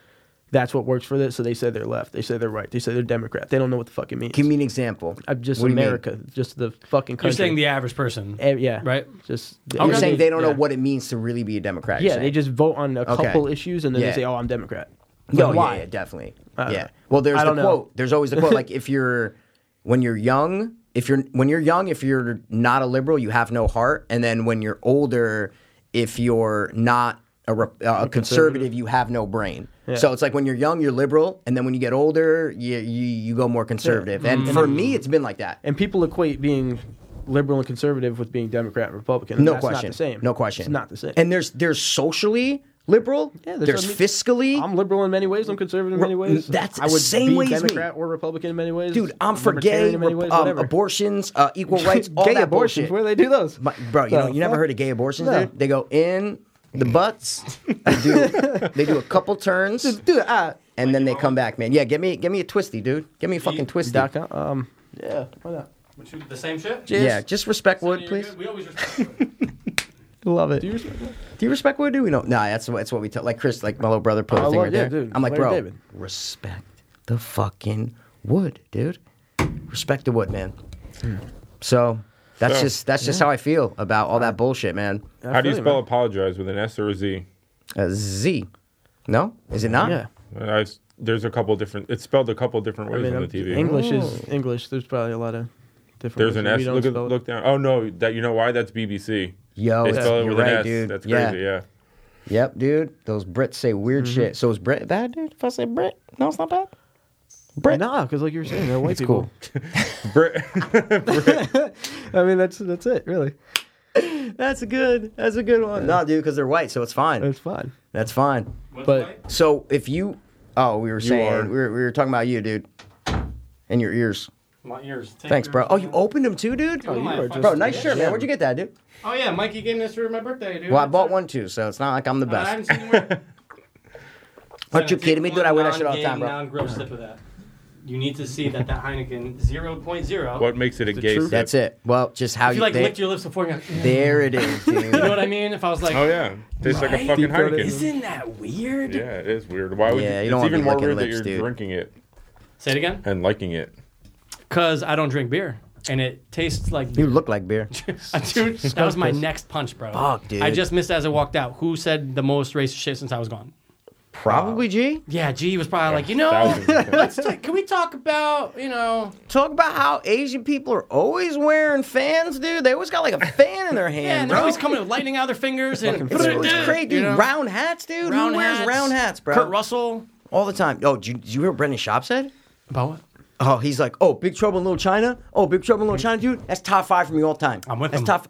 D: That's what works for this. So they say they're left. They say they're right. They say they're Democrat. They don't know what the fuck it means.
B: give me an example
D: I'm just
B: What do you mean?
D: America, just the fucking country.
A: You're saying the average person.
D: Eh, yeah,
A: Right?
D: Just
A: I'm
B: you're
A: Okay.
B: saying they don't know
A: Yeah.
B: what it means to really be a democrat you're
D: Yeah, they
B: saying.
D: just vote on a couple issues and then
B: Yeah.
D: they say, "Oh, I'm Democrat."
B: No,
D: Like,
B: yeah, yeah, definitely. yeah. Well, there's
D: I
B: the
D: don't know.
B: quote. There's always the
D: (laughs)
B: quote. like if you're when you're young, if you're when you're young, if you're not a liberal, you have no heart. And then when you're older, if you're not a, rep- uh, a conservative, you have no brain. So it's like when you're young, you're liberal, and then when you get older, you you, you go more conservative. And for me, it's been like that.
D: Mm. And people equate being liberal and conservative with being Democrat and Republican. and
B: No
D: that's
B: question.
D: Not the same.
B: No question.
D: It's not the same.
B: And there's there's socially liberal.
D: Yeah, there's
B: there's,
D: some-
B: fiscally.
D: I'm liberal in many ways. I'm conservative in many
B: Well,
D: ways.
B: that's
D: I would
B: same
D: be
B: way as me.
D: Democrat or Republican in many ways.
B: Dude, I'm for
D: libertarian
B: gay
D: in many
B: rep-
D: ways,
B: um,
D: whatever. (laughs)
B: abortions, uh, equal rights, all
D: gay
B: that
D: abortions.
B: bullshit.
D: Where they do those,
B: My- bro, you
D: The
B: know, you never
D: fuck?
B: heard of gay abortions?
D: No.
B: There, they go in
D: (laughs)
B: the butts. They do, they do a couple turns,
D: Dude, ah, I,
B: and then they come back, man. Yeah, give me, give me a twisty, dude. Give me a fucking twisty.
D: Doc, uh, um, yeah, why not?
A: Which you- The same shit.
B: Yeah, just respect Wood, please.
A: We always
B: (laughs)
A: respect.
D: Love it. Do you respect
B: Do you respect Wood? Do we know? Nah, that's what that's what we tell. Like Chris, like my little brother put a
D: Oh,
B: thing
D: well,
B: right
D: yeah,
B: there.
D: dude.
B: I'm like,
D: Larry
B: bro,
D: David.
B: respect the fucking wood, dude. Respect the wood, man. So that's
C: So,
B: just that's just how I feel about all that bullshit, man.
C: How do you spell apologize with an S or a Z?
B: Uh, Z, no, is it not?
D: Yeah,
C: I, there's a couple different. It's spelled a couple different
D: I
C: ways
D: mean,
C: on
D: I'm-
C: the TV.
D: English is
B: Oh.
D: English. There's probably a lot of different.
C: There's
D: ways
C: an
D: that we
C: S.
D: don't
C: Look, at,
D: spell it.
C: look down. Oh no, that you know why? That's BBC.
B: Yo,
C: they
B: that's-
C: spell it
B: Oh, you're
C: with
B: right,
C: an S.
B: dude.
C: That's
B: Yeah.
C: crazy. Yeah.
B: Yep, dude. Those Brits say weird shit. So is Brit bad, dude? If I say Brit, no, it's not bad. Brit,
D: Nah, because like you were saying, they're white
B: it's
D: people.
B: cool.
C: Brit-
D: I mean, that's that's it, really.
B: That's a good. That's a good one. No, dude, because they're white, so it's fine.
D: That's fine.
B: That's fine.
D: But
B: So if you, oh, we were
C: are-
B: saying we were, we were talking about you, dude, and your ears.
A: my ears. Take
B: Thanks, bro.
A: yours,
B: Oh, you
A: man.
B: opened them too, dude.
A: Oh, you are just-
B: bro, nice shirt, man. Where'd you get that, dude?
A: Oh yeah, Mikey gave me this for my birthday, dude.
B: Well, I bought one too, so it's not like I'm the
A: Uh, I
B: best.
A: haven't seen you
B: (laughs)
A: wear. it.
B: Aren't you
A: Take
B: kidding me,
A: one
B: dude? I wear that shit all the
A: non-game,
B: time, bro.
A: Non-gross sip of that. You need to see that that Heineken 0.0.
C: (laughs) what makes it a gay?
D: truth.
C: sip?
B: That's it. Well, just how
A: If
B: you.
A: you like
B: they-
A: licked your lips before, you're like, you
B: there
A: (laughs)
B: it is, dude.
A: know what I mean? If I was like,
C: Oh yeah, tastes like a
A: Right?
C: fucking
D: Deep throated.
C: Heineken.
A: isn't that weird?
C: Yeah, it is weird. Why would
B: Yeah,
C: you?
B: you don't
C: it's
B: wanna
C: even
B: be
C: more
B: licking
C: weird
B: lips,
C: that you're
B: dude.
C: drinking it
A: Say it again.
C: and liking it.
A: Cause I don't drink beer, and it tastes like
B: You
A: beer.
B: look
A: (laughs)
B: like beer.
C: (laughs)
A: Dude, that was my next punch, bro.
B: Fuck, dude.
A: I just missed as I walked out. Who said the most racist shit since I was gone?
B: Probably G.
A: Yeah, G was probably like, you know, (laughs)
C: Thousands of times.
A: let's ta- can we talk about you know?
B: Talk about how Asian people are always wearing fans, dude. They always got like a fan in
A: (laughs)
B: their
A: Yeah,
B: hand,
A: and
B: bro.
A: they're always coming with lightning out of their fingers and
B: It's always crazy, dude.
A: You know?
B: Round hats, dude.
A: Round
B: Who wears
A: hats.
B: round hats, bro?
A: Kurt Russell.
B: All the time. Oh, did you, did you hear what Brendan Schaub said?
A: About what?
B: Oh, he's like, oh, Big Trouble in Little China. Oh, Big Trouble in Little China, dude. That's top five for me all time.
A: I'm with
B: That's
A: him.
B: top,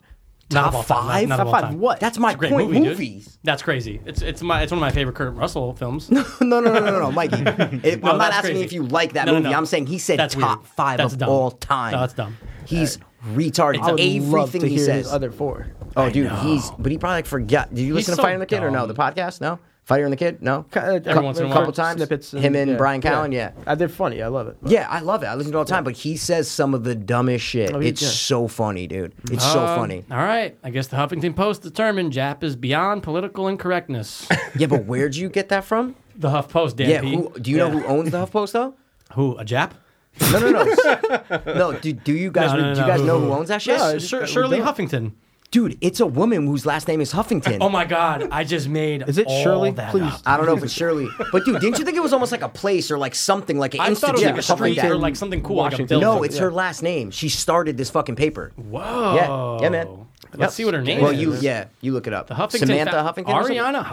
A: Not
B: top
A: of all time,
B: five.
A: not of all time.
B: What? That's my
A: Great
B: point.
A: movie, dude.
B: Movies. (laughs)
A: That's crazy. It's it's my it's one of my favorite Kurt Russell films.
B: no, no, no, no,
A: (laughs)
B: no, Mikey. It- I'm not
A: that's
B: asking
A: crazy.
B: if you like that
A: No, no,
B: movie.
A: no.
B: I'm saying he said
A: That's
B: top
A: weird.
B: five
A: That's
B: of
A: dumb.
B: all time.
A: No, that's dumb.
B: He's retarded.
A: I would
B: Everything he says.
D: other four.
B: oh, dude, he's. But he probably like, forgot. Did you listen to
A: so
B: Fighter and the Kid or no?
A: dumb. uh,
B: The podcast? No. Fighter and the Kid? No.
A: Every once in a while.
B: couple times, him and Brian Callen, yeah.
D: Uh, they're funny. I love it.
B: Yeah, I love it. I listen to it all the time, but he says some of the dumbest shit.
D: Oh, he
B: it's
D: does.
B: so funny, dude. It's so
A: Um,
B: funny.
A: All right. I guess the Huffington Post determined Jap is beyond political
B: (laughs)
A: incorrectness.
B: Yeah, but where'd you get
A: (laughs)
B: that from?
A: the Huff Post, Dan
B: Yeah,
A: P.
B: who, do you know who owns the HuffPost though?
A: Who, a Jap?
B: No, no, no,
A: (laughs)
B: no. Do, do you guys
A: No, no,
B: do
A: no,
B: you guys
A: who-
B: know
A: who-
B: who owns that shit?
A: Shir- Shirley Huffington.
B: Dude, it's a woman whose last name is Huffington.
A: (laughs) Oh my God! I just made.
D: Is it
A: all
D: Shirley?
A: That
D: Please.
A: up.
B: I don't know if it's Shirley, but dude, didn't you think it was almost like a place or like something like an
A: I thought it
B: institute
A: was like
B: or
A: a
B: something
A: street
B: like that?
A: or like something cool, like a
D: Washington.
A: building.
B: no, it's
D: Yeah.
B: her last name. She started this fucking paper.
A: Whoa.
B: Yeah, yeah, man.
A: Let's
B: Yep.
A: see what her name
B: Well,
A: is.
B: you yeah, you look it up.
A: The Huffington.
B: Samantha
A: Fa-
B: Huffington. or something?
A: Ariana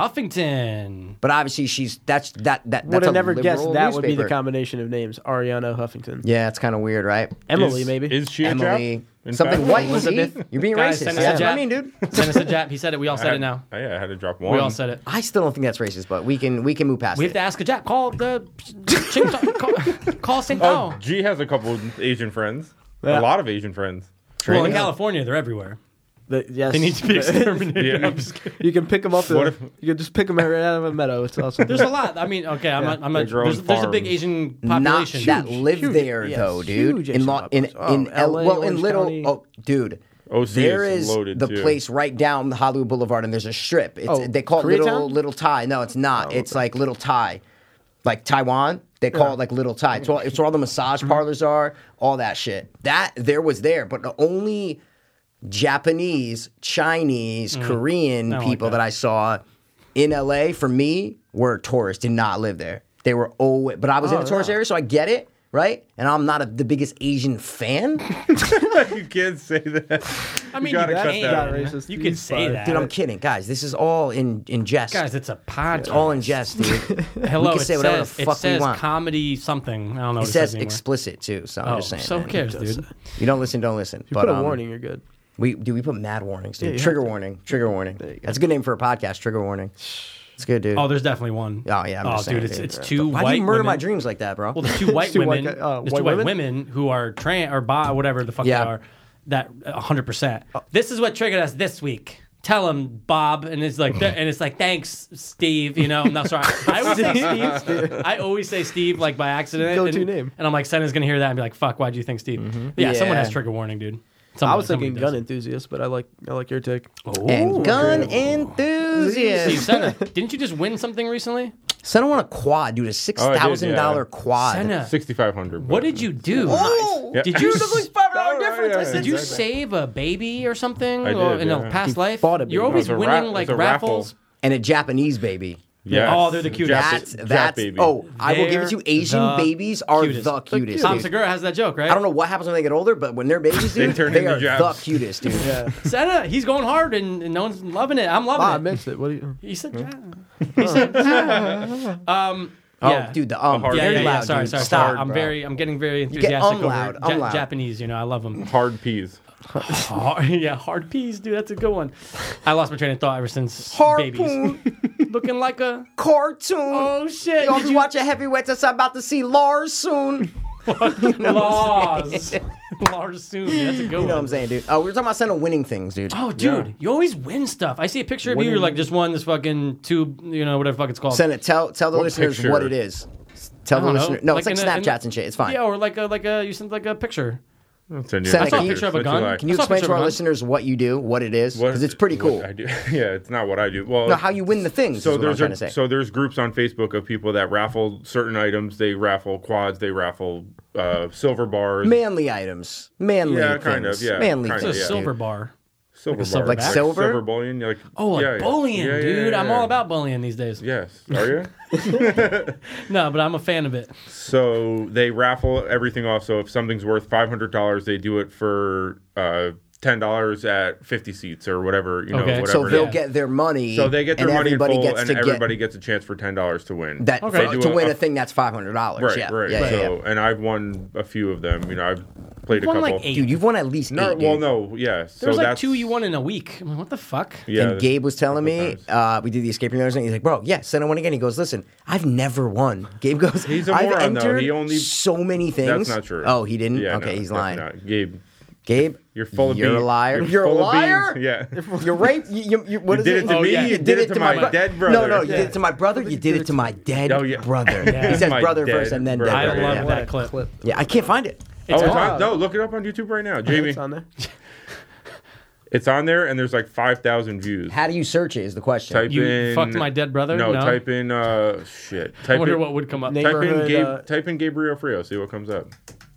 A: Huffington.
B: But obviously, she's that's that that
D: Would
B: that's a
D: have never guessed
B: liberal
D: that would be the
B: newspaper.
D: combination of names. Ariana Huffington.
B: Yeah, it's kind of weird, right?
D: Emily,
C: Is-
D: maybe.
C: Is she a
B: Emily,
C: Jap? In
B: something
C: fact-
B: white.
A: Elizabeth.
B: see? You're being
A: Guys,
B: racist.
A: send us
B: That's
A: a
B: what
A: Jap.
B: I mean,
A: (laughs)
B: dude. (laughs)
A: Send us a Jap. He said it. We all said it now.
C: I, yeah, I had to drop one.
A: We all said it.
B: I still don't think that's racist, but we can we can move past
A: We
B: it.
A: have to ask a Jap. Call
B: (laughs)
A: the Qingdao- call, call St.
C: Oh,
A: Paul.
C: G has a couple Asian friends.
D: Yeah.
C: A lot of Asian friends.
A: well, in California, they're everywhere.
D: The- yes.
A: They need
D: (laughs)
A: (laughs) to be exterminated.
C: Yeah.
A: I'm just kidding.
D: You can pick them up.
C: What
D: The,
C: if-
D: you can just pick them right out of a meadow. It's awesome.
A: There's a lot. I mean, okay, I'm not. I'm not
C: They grow
A: there's,
C: on
A: there's a big
C: farms.
A: Asian
B: Not
A: population.
B: that live there
D: yes,
B: though, dude.
D: huge
B: in Lo-
D: Asian
B: in
D: population.
B: in
D: Oh,
B: L-
D: LA,
B: well in
D: Orange
B: Little
D: County.
B: oh dude.
C: OC
B: there
C: is
B: is
C: loaded,
B: the
C: too.
B: place right down Hollywood Boulevard, and there's a strip. It's,
D: Oh,
B: they call it little
D: Koreatown? Oh,
B: little Thai. No, it's not. It's like little Thai, like Taiwan. They call it like little Thai. It's, all, it's where all the massage
D: Mm-hmm.
B: parlors are, all that shit. That there was there, but the only Japanese, Chinese,
D: Mm.
B: Korean
A: I don't like
B: people
A: that.
B: that. I saw in LA for me were tourists, did not live there. They were always, but I was in
D: Oh,
B: a tourist
D: yeah.
B: area, so I get it, right? And I'm not a, the biggest Asian
A: (laughs)
B: fan.
C: (laughs) you can't say that.
A: I mean, you,
C: gotta cut
A: can.
C: that.
D: Racist.
A: You could
D: He's
A: say
D: fine.
A: that,
B: Dude, I'm kidding, guys. This is all in in jest.
A: Guys, it's a podcast.
B: it's all in
A: (laughs)
B: jest, dude.
A: Hello,
B: we can
A: it
B: say whatever the
A: says,
B: fuck
A: it
B: we
A: says
B: want.
A: comedy something. I don't know.
B: it
A: What
B: says
A: anymore.
B: explicit too, so I'm
A: Oh,
B: just saying.
A: so who
B: man.
A: cares, dude?
B: You don't listen, don't listen.
D: You
B: but,
D: put a
B: um,
D: warning. You're good.
B: We do. We put mad warnings, dude.
D: you have
B: trigger
D: to.
B: warning. Trigger warning.
D: There you go.
B: That's a good name for a podcast. Trigger warning. It's good, dude.
A: Oh, there's definitely one.
B: Oh, yeah, I'm
A: oh,
B: just saying,
A: dude, it's,
B: dude.
A: it's two
B: Why
A: white
B: do you murder
A: women.
B: my dreams like that, bro?
A: Well, there's
D: (laughs)
A: two white
D: two white
A: women.
D: guy- uh,
A: there's
D: white
A: two white
D: women?
A: women? who are trans or bi, whatever the fuck
B: Yeah.
A: they are. That 100. percent
D: Uh,
A: This is what triggered us this week. Tell him, Bob, and it's like, and it's like, thanks, Steve. You know,
D: (laughs)
A: no, sorry, I always say Steve. I always say Steve like by accident.
D: Go-to
A: and,
D: name. Mm-hmm.
A: and I'm like, Senna's gonna hear that and be like, fuck, why'd you think Steve? Yeah, someone
B: Yeah.
A: has trigger warning, dude.
D: I
A: Someone-
D: was thinking
A: somebody
D: gun enthusiast, but I like I like your take.
B: (laughs)
A: Oh.
B: and gun enthusiast.
A: does. Steve Senna, didn't you just win something recently?
B: Senna won a quad, dude. A six
C: Oh, yeah.
B: thousand dollar quad.
A: Senna,
C: 6,500.
A: what did you do?
B: Oh,
C: Yeah.
A: Did you Oh,
C: dollar difference? I
A: Did you save a baby or something
C: I
A: or
C: did,
A: in
C: yeah.
A: a past life?
D: fought a baby.
A: You're always
C: It was a
A: winning
C: ra- it
A: like
C: was a raffle.
A: raffles.
B: and a Japanese baby.
C: Yes.
A: Oh, they're the cutest.
C: Jap-
B: That's
C: Jap
B: that's.
C: baby.
B: Oh, I will give it to you.
A: They're
B: Asian
A: the
B: babies are
A: cutest.
B: the
A: They're
B: cutest.
A: Tom
B: dude.
A: Segura has that joke, right?
B: I don't know what happens when they get older, but when they're babies, dude, they,
C: turn into
B: are
C: Japs.
B: the cutest, dude.
A: Senna, he's going hard and, and no one's loving it. I'm loving
D: Ah, I
A: it.
D: missed it. What do you?
A: He said,
C: Hmm?
A: yeah. He said, yeah. um,
B: Oh,
A: yeah.
B: dude, the um,
C: hard-
A: Yeah,
B: very
A: yeah, yeah.
B: loud,
A: sorry,
B: dude.
A: sorry,
B: Stop.
A: sorry. I'm very, uh, I'm getting very enthusiastic
B: um
A: over
B: loud, um
A: Ja-
B: loud.
A: Japanese. You know, I love (laughs) them.
C: Hard peas.
A: Hard, yeah, hard peas, dude. That's a good one. I lost my train of thought ever since babies. (laughs)
B: Harpoon
A: Looking like a
B: cartoon.
A: oh shit.
B: Y'all
A: did
B: be
A: you-
B: watching heavyweights. I'm about to see Lars soon.
A: Lars. (laughs) Lars soon. That's a good
B: You know what
A: one.
B: I'm saying, dude? Oh, we were talking about sending winning things, dude.
A: Oh, dude, you always win stuff. I see a picture of you. You're like just won this fucking tube, you know, whatever the fuck it's called.
B: Send it. Tell tell the listeners
C: picture?
B: what it is. Tell
A: I don't
B: the
A: know.
B: listener. No,
A: Like
B: it's
A: in a-
B: like
A: in
B: Snapchats
A: a-
B: and shit. It's fine.
A: Yeah, or like a like a you sent like a picture.
C: Send you
B: Send
C: that
B: a
C: picture.
B: picture
A: of a
C: What you
A: gun.
C: like.
B: Can
A: I
B: you
A: saw a
B: explain
A: picture
B: to
A: of
B: our
A: one.
B: listeners what you do, what it is?
C: What-
B: Because it's pretty cool.
C: what I do. (laughs) Yeah, it's not what I do. Well,
B: No, how you win the things. is
C: so
B: what I'm
C: there's
B: trying
C: a,
B: to say.
C: so there's groups on Facebook of people that raffle certain items. They raffle quads. They raffle uh, silver bars.
B: manly items, manly
C: Yeah,
B: things,
C: kind of, yeah,
B: manly
C: kind
A: It's a
C: of,
B: things.
C: yeah.
A: silver
B: dude.
A: bar.
C: silver bars.
A: silver
B: back? Silver?
C: silver bullion. Like
A: Oh, like
C: yeah, yeah.
A: bullying,
C: Yeah, yeah,
A: dude.
C: yeah,
A: I'm
C: yeah.
A: all about bullying these days.
C: Yes,
B: (laughs)
C: are you?
A: No, but I'm a fan of it.
C: So they raffle everything off. So if something's worth five hundred dollars, they do it for uh, ten dollars at fifty seats or whatever. You know,
A: Okay.
C: whatever.
A: So
B: So
C: it
B: they'll
C: is.
B: get their money.
C: so they get their
B: and
C: money in
B: everybody
C: full,
B: gets
C: and
B: to
C: everybody
B: get
C: gets a chance for ten dollars to win.
B: that
A: Okay.
B: for-
A: They
C: do
B: to
C: a-
B: win a,
C: a-
B: thing that's five hundred dollars.
C: Right,
B: yeah,
C: right.
B: yeah, yeah,
C: so,
B: yeah.
C: and I've won a few of them. You know, I've played a
A: Won
C: couple.
A: like eight.
B: Dude, you've won at least
C: No,
B: eight.
C: well,
B: dude.
C: no, yeah.
A: There was like two you won in a week. I'm like, what the fuck?
C: Yeah,
B: and Gabe was telling me,
C: times.
B: uh, we did the escape room the other night. He's like, bro, yeah, send it one again. He goes, listen, I've never won. Gabe goes,
C: He's a
B: I've
C: moron, though.
B: entered
C: He only-
B: so many
C: that's
B: things.
C: not true.
B: Oh, he didn't?
C: Yeah,
B: okay,
C: no,
B: he's lying.
C: definitely not. Gabe,
B: Gabe,
C: you're full of
B: You're
C: beans.
B: a liar. You're, a
C: full of
B: liar.
C: beans. Yeah.
B: You're right. You, you, you, what
C: You
B: is
C: did it to
A: Oh,
C: me.
A: yeah.
C: You did it to my
B: bro-
C: dead
B: No,
C: brother.
B: no, you
C: Yeah.
B: did it to my brother. You did it to my dead
C: Oh, (laughs) yeah.
B: brother.
A: Yeah.
B: He says
C: My
B: brother
C: dead
B: first and then dead
C: brother.
A: I
B: brother.
A: love
B: yeah.
A: that clip.
B: Yeah, I can't find it.
C: Oh, it's
A: awesome.
C: on, no, look it up on YouTube right now, Jamie.
D: It's on there.
C: It's on there, and there's like five thousand views.
B: How do you search it is the question.
C: Type
A: You
C: in
A: fucked my dead brother?
C: No,
A: No.
C: type in uh shit.
A: I
C: Type
A: wonder
C: in,
A: what would come up.
D: Nate-
C: type in
D: Neighborhood,
C: Gabe,
D: uh,
C: type in Gabriel Frio. See what comes up.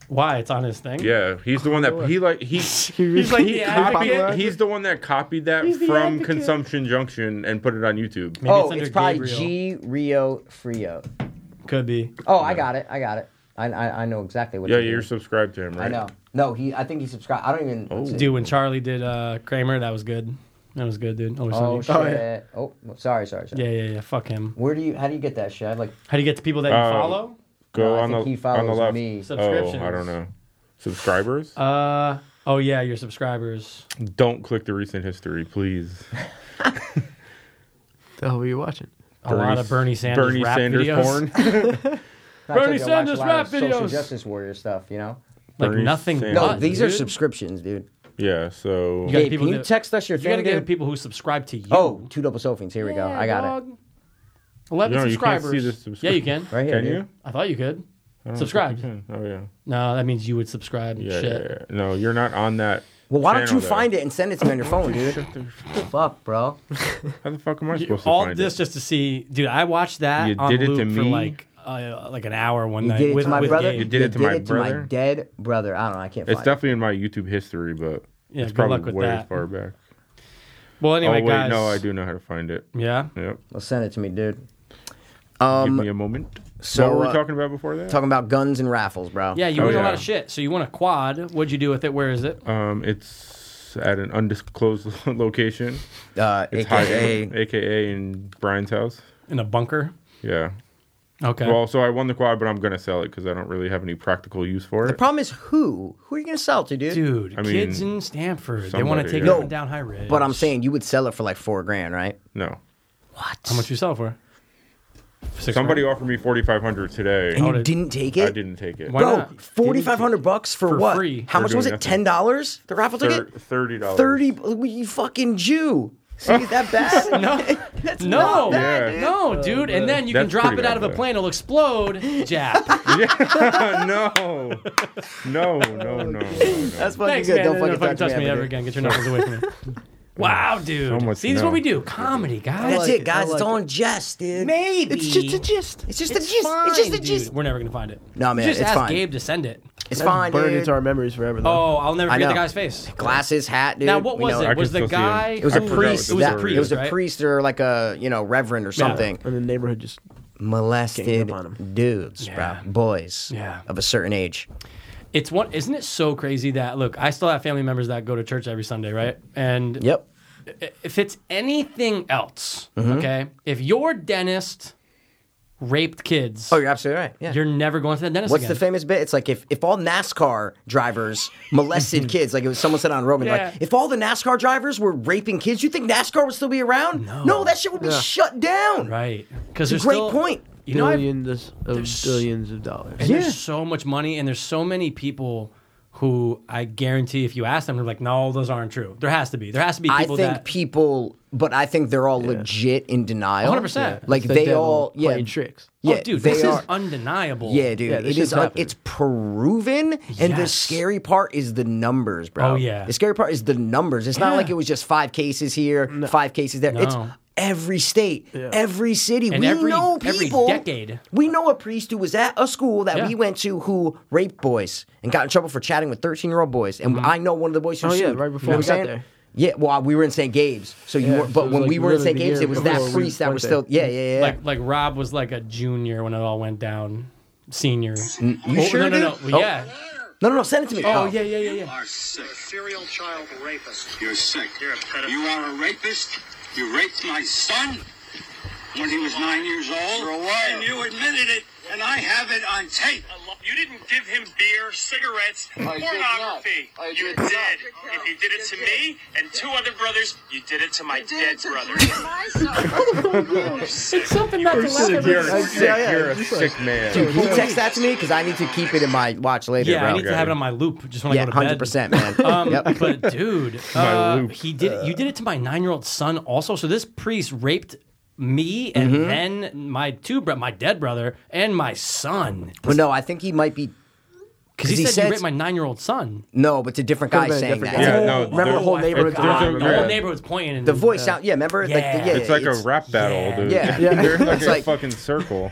A: Why? It's on his thing.
C: Yeah, he's the one that he
A: (laughs)
C: like he.
A: He's like
C: He
A: the
C: copied,
A: advocate.
C: he's the one that copied that
A: the
C: from
A: advocate.
C: Consumption Junction and put it on YouTube.
A: Maybe
B: oh,
A: under
B: it's probably
A: Gabriel.
B: G Rio Frio.
A: Could be.
B: Oh, I got it. I got it. I I, I know exactly what.
C: Yeah,
B: you're
C: you're subscribed to him, right?
B: I know. No, he. I think he subscribed. I don't even. Oh,
A: Dude, when Charlie did uh, Kramer, that was good. That was good, dude. Always
B: oh
A: oh,
B: shit. Oh, sorry, sorry, sorry.
A: Yeah, yeah, yeah. Fuck him.
B: Where do you? How do you get that shit? I have like.
A: How do you get to people that you
C: Uh,
A: follow?
C: Go
B: No, I
C: on
B: think
C: the
B: he
C: on the
B: follows
C: left.
B: me.
C: Oh, I
A: Subscriptions.
C: don't know. Subscribers?
A: Uh, oh yeah, your subscribers.
C: don't click the recent
A: (laughs)
C: history, please.
D: The hell were you watching?
A: a lot of Bernie Sanders
C: Bernie
A: rap
C: Sanders
A: videos. (laughs)
C: porn.
B: I told
A: Bernie
B: you I watch a
A: Sanders
B: lot of
A: rap
B: Social
A: videos.
B: justice warrior stuff. You know.
A: Like
C: Bernie
A: nothing.
C: Sanders.
B: No,
A: but,
B: these are
A: dude.
B: subscriptions, dude.
C: yeah. So
A: You gotta
B: Gabe,
A: people
B: can you
A: that-
B: text us your
A: You gotta
B: thing,
A: get
B: dude?
A: people who subscribe to you.
B: Oh, two double sophins. Here we go. I got it.
A: Eleven
C: No, you can't
A: subscribers.
C: see the
A: yeah,
C: subscription.
A: you can.
B: Right here,
C: can
B: dude.
C: you?
A: I thought you could.
C: I don't think
A: Subscribe.
C: you can. Oh yeah.
A: No, that means you would subscribe.
C: Yeah,
A: Shit.
C: yeah, yeah. No, you're not on that.
B: Well, why don't
C: channel,
B: you
C: though.
B: find it and send it to me on your phone,
C: (laughs)
B: dude?
C: Shut the-
B: Fuck, bro.
C: How the fuck am I supposed
A: All
C: to find
A: this
C: it?
A: just to see, dude. I watched that
C: You
A: on
C: did it to
A: loop for
C: me?
A: like uh, like an hour one
B: You
A: night
B: did it
A: with
B: to my
A: with
B: brother.
A: Gabe.
C: You did it to my brother?
B: dead brother. I don't know. I can't
C: It's
B: find. it.
C: definitely in my YouTube history, but
A: Yeah,
C: it's
A: good
C: probably
A: luck with
C: way
A: that.
C: far back.
A: Well, anyway,
C: oh wait,
A: guys.
C: no, I do know how to find it.
A: Yeah.
C: Yep.
B: Well, send it to me, dude.
C: Give me a moment.
B: so,
C: what were we
B: uh,
C: talking about before that?
B: Talking about guns and raffles, bro.
A: Yeah, you
C: Oh,
A: win a
C: yeah.
A: lot of shit. So you won a quad. What'd you do with it? Where is it?
C: um, it's at an undisclosed (laughs) location.
B: Uh, AKA,
C: It's hiding, AKA in Brian's house.
A: In a bunker.
C: Yeah.
A: Okay.
C: Well, so I won the quad, but I'm gonna sell it because I don't really have any practical use for
B: The
C: it.
B: problem is who? Who are you gonna sell to, dude?
A: dude,
C: I mean,
A: kids in Stanford. they want
C: somebody,
A: to take
C: yeah.
A: it down high ridge.
B: But I'm saying you would sell it for like four grand, right?
C: no.
B: What?
A: How much you sell for? Six
C: Somebody offered me 4500 today.
B: and
A: How
B: you
A: did-
B: didn't take
C: I
B: it?
C: didn't take it.
A: Why
B: Bro,
A: not?
B: forty five hundred bucks for,
A: For
B: what?
A: free.
B: How
C: For
B: much was
C: doing
B: it? Ten
C: nothing.
B: dollars? The raffle
C: Thir-
B: ticket?
C: Thirty dollars.
B: Thirty.
C: (laughs)
B: You fucking Jew. See, is that bad? no,
A: (laughs)
B: that's
A: No,
B: Not bad,
C: Yeah.
B: dude.
A: no, dude. And then you
C: Uh, That's
A: can drop
C: pretty
A: it out of a
C: bad.
A: plane. It'll
B: (laughs)
A: explode. Jap.
C: no, no, no, no, no.
B: That's fucking
A: Thanks,
B: good.
A: man.
B: Don't fucking,
A: Don't fucking touch me ever
B: again.
A: again. Get your knuckles away
B: (laughs)
A: from me. Wow, dude.
C: much
A: See, this is
C: no.
A: what we do. Comedy, guys.
B: That's
G: like
B: it,
G: it,
B: guys. it's
G: I like
B: all in jest, dude.
A: Maybe.
B: It's just a gist. It's just a gist. it's just a
A: dude.
B: gist.
A: We're never gonna find it.
B: No, man,
A: Just
B: it's
A: ask
B: fine.
A: Gabe to send it.
B: It's
G: That's
B: fine,
G: burned
B: dude.
G: into our memories forever. Though.
A: Oh, I'll never
B: I
A: forget the
B: know.
A: guy's face.
B: Glasses, hat, dude.
A: Now, what
B: we
A: was
B: know
A: it?
C: I
A: Was
C: can
A: the
C: still see him.
A: guy?
C: It
B: It was
C: I
B: a
A: who-
C: forgot
B: priest.
C: what
A: It was
B: that-
A: a
C: word
A: priest.
B: It was a
A: right?
B: priest or like a you know reverend or something.
G: and the neighborhood just
B: Molested
G: Ganging up on
B: dudes,
A: Yeah.
B: bro. Boys
A: Yeah.
B: of a certain age.
A: It's one. Isn't it so crazy that look? I still have family members that go to church every Sunday, right? And
B: Yep. Mm-hmm.
A: if it's anything else, okay, if your dentist raped kids,
B: Oh, you're absolutely right. Yeah.
A: you're never going to that dentist
B: What's
A: again.
B: the famous bit? It's like if, if all NASCAR
A: (laughs)
B: drivers molested kids, like it was someone said on Roman,
A: Yeah.
B: like if all the NASCAR drivers were raping kids, you think NASCAR would still be around? No, that shit would be shut down.
A: right? Because there's
B: It's a great
A: still-
B: point.
A: You know, I've-
G: billions of billions of dollars.
A: and there's so much money, and there's so many people who I guarantee, if you ask them, they're like, "No, those aren't true." There has to be. There has to be
B: I
A: people
B: think
A: that.
B: people, but I think they're all legit in denial.
A: 100%.
B: Like
G: It's the
B: they
G: devil
B: all, yeah,
G: playing tricks.
B: yeah,
A: oh, dude,
B: they
A: this
B: are.
A: is undeniable.
B: yeah, dude,
G: Yeah, this
B: it is.
G: shit's
B: Un-
G: happening.
B: it's proven, and the
A: Yes.
B: scary part is the numbers, bro.
A: Oh, yeah.
B: the scary part is the numbers. It's
A: Yeah.
B: not like it was just five cases here, five cases there. It's
A: No.
B: every state, every city.
A: And
B: we
A: every-
B: know
A: every
B: people.
A: decade.
B: We know a priest who was at a school that
A: Yeah.
B: we went to who raped boys and got in trouble for chatting with thirteen-year-old boys. And I know one of the boys who
G: Oh, yeah,
B: sued.
G: right before
B: You know
G: we
B: what I'm saying?
G: got there.
B: Yeah, well, we were in St. Gabe's, so you
G: Yeah,
B: weren't.
G: so
B: But
G: it was
B: when
G: like
B: we were in
G: literally
B: St.
G: the
B: Gabe's,
G: year
B: it was that
G: before we
B: priest that
G: went
B: was
G: there.
B: still. Yeah, yeah, yeah.
A: like like Rob was like a junior when it all went down, senior. You
G: oh,
B: you sure,
A: Oh, No, no, no.
B: dude?
A: Well, Yeah.
B: no, no, no. Send it to me.
A: Oh, yeah, yeah, yeah, yeah.
H: are sick. You're a serial child rapist. You're sick. You're a pedophile. You are a rapist. You raped my son when he was nine years old. You're a liar. And you admitted it, and I have it on tape.
I: You didn't give him beer, cigarettes, pornography. you did. If you did it to me and two other brothers, you did it to my dead brother.
H: (laughs)
A: (laughs) It's something not to laugh at.
C: You're a
G: Yeah,
C: sick,
G: yeah,
C: you're a
G: just
C: sick man.
B: Dude, can you text that to me? Because I need to keep it in my watch later,
A: Yeah,
B: bro.
A: I need to
C: Okay.
A: have it on my loop just when I
B: yeah,
A: go to
B: hundred
A: bed.
B: percent, man.
A: (laughs) Um,
B: (laughs) yep.
A: But
B: (laughs)
A: dude, uh,
C: loop.
A: he did. You did it to my nine-year-old son also. So this priest raped me and
B: Mm-hmm.
A: then my two bro- my dead brother and my son
B: But no, I think he might be
A: because he,
B: he
A: said he
B: says-
A: raped my nine-year-old son.
B: no, but it's a different guy
G: been a
B: saying
G: different
B: that.
G: guy.
C: Yeah, no,
G: Remember the
C: there-
G: whole
A: I
G: neighborhood.
A: forgot.
C: there's a-
A: the whole
C: yeah.
A: neighborhood's pointing. and-
B: The voice sound, yeah. Remember, like, the,
A: Yeah.
B: yeah,
A: It's
C: It's like a rap battle, dude.
B: Yeah.
C: You're
B: (laughs)
C: like
B: It's
C: a
B: like-
C: fucking circle.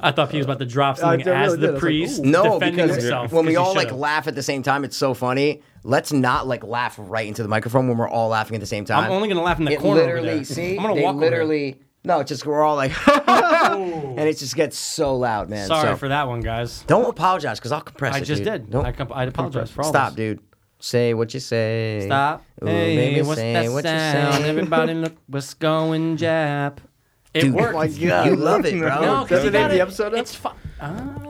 A: I thought he was about to drop
G: I
A: something
G: really
A: as
G: did. I
A: the
G: was like,
A: priest
B: No,
A: defending
B: because
A: himself.
B: when we
A: 'cause he
B: all like
A: should've.
B: laugh at the same time, it's so funny. Let's not like laugh right into the microphone when we're all laughing at the same time.
A: I'm only gonna laugh in the
B: it
A: corner. over
B: literally,
A: there.
B: see,
A: I'm gonna
B: they
A: walk over there.
B: literally. No, it's just we're all like, (laughs) and it just gets so loud, man.
A: Sorry
B: so.
A: for that one, guys.
B: Don't apologize, cause I'll compress
A: I
B: it.
A: just
B: dude.
A: did.
B: Don't
A: I, comp- I apologize for all
B: stop,
A: this.
B: dude. Say what you say.
A: Stop.
B: Ooh,
A: hey,
B: baby,
A: what's
B: say
A: that
B: what you
A: sound?
B: say.
A: Everybody, look what's
B: (laughs)
A: going, Jap. It
B: Dude, Oh
A: worked.
B: you love
G: (laughs)
B: it, bro.
A: No, because
C: That's
A: you
C: the name
A: got
C: of
A: it.
G: the episode of? (laughs)
A: It's uh, fun.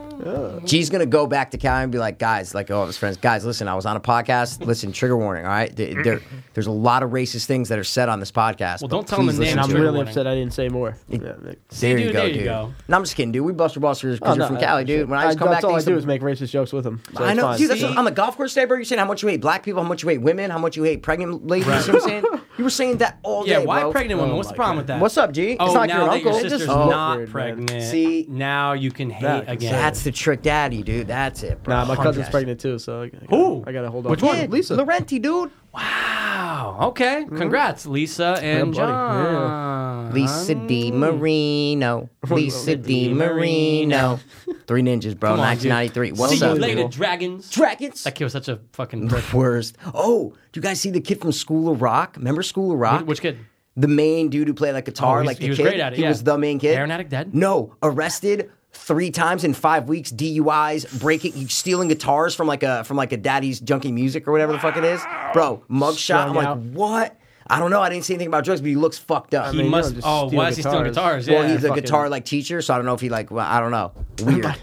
B: G's gonna go back to Cal and be like, guys, like all of his friends, guys, listen, I was on a podcast. Listen, trigger warning, all right? There, there- there's a lot of racist things that are said on this podcast.
A: Well,
B: but
A: don't tell him
B: please
A: the
B: listen
A: name.
G: I'm
B: to
A: Trigger
B: it.
G: really
A: warning.
G: upset I didn't say more. Yeah, like,
B: There you
A: dude,
B: go,
A: there you
B: dude.
A: go.
B: No, I'm just kidding, dude. We buster busters because
G: oh,
B: you're
G: no,
B: from
G: I-
B: Cali, dude. When I just come back,
G: that's all
B: they
G: I
B: used to-
G: do is make racist jokes with him. So
B: I
G: it's
B: know,
G: fine.
B: dude. That's
A: See?
B: what, on the golf course day, bro. You're saying how much you hate black people, how much you hate women, how much you hate pregnant ladies. You know what I'm saying? You were saying that all
A: Yeah,
B: day,
A: why
B: bro.
A: pregnant women? What's the problem with that?
B: oh What's up, G?
A: Oh,
B: it's not
A: now
B: your
A: that
B: uncle.
A: your
B: It's
A: sister's
B: just
G: Oh.
A: not
G: Weird, man.
A: pregnant.
B: See?
A: now you can hate
G: That-
A: again.
B: That's the trick, daddy, dude. That's it, bro.
G: Nah, my cousin's
B: Podcast.
G: pregnant too, so I, I gotta,
A: Who?
G: I gotta hold on.
A: Which
G: to
A: one?
G: it.
B: Yeah,
G: Lisa.
B: Laurenti, dude.
A: wow. Okay.
B: Mm-hmm.
A: Congrats, Lisa and
G: buddy. Yeah.
A: John.
B: Lisa Di Marino. Lisa Di Marino. (laughs) Three ninjas, bro.
A: Come on, dude.
B: 1993. What's
A: See you
B: up, dude?
A: later, dragons.
B: Dragons.
A: That kid was such a
B: (laughs)
A: fucking. prick.
B: Worst. Oh, do you guys see the kid from School of Rock? Remember School of Rock?
A: Which kid?
B: The main dude who played like
A: Oh,
B: guitar,
A: he's-
B: like the
A: he was
B: kid.
A: great at it,
B: He
A: yeah.
B: was the main kid.
A: Heroin addict dead?
B: No, arrested three times in five weeks, DUIs, breaking, stealing guitars from like a from like a daddy's junky music or whatever the fuck it is, bro. Mugshot.
G: Strung
B: I'm like,
G: out.
B: what? I don't know. I didn't see anything about drugs, but he looks fucked up.
A: He
G: mean, you
A: must.
G: don't just
A: Oh,
G: steal
A: why is he stealing
G: guitars.
A: guitars?
B: Well,
A: Yeah.
B: he's a
G: fucking-
A: (laughs)
B: guitar like teacher, so I don't know if he like. Well, I don't know. Weird.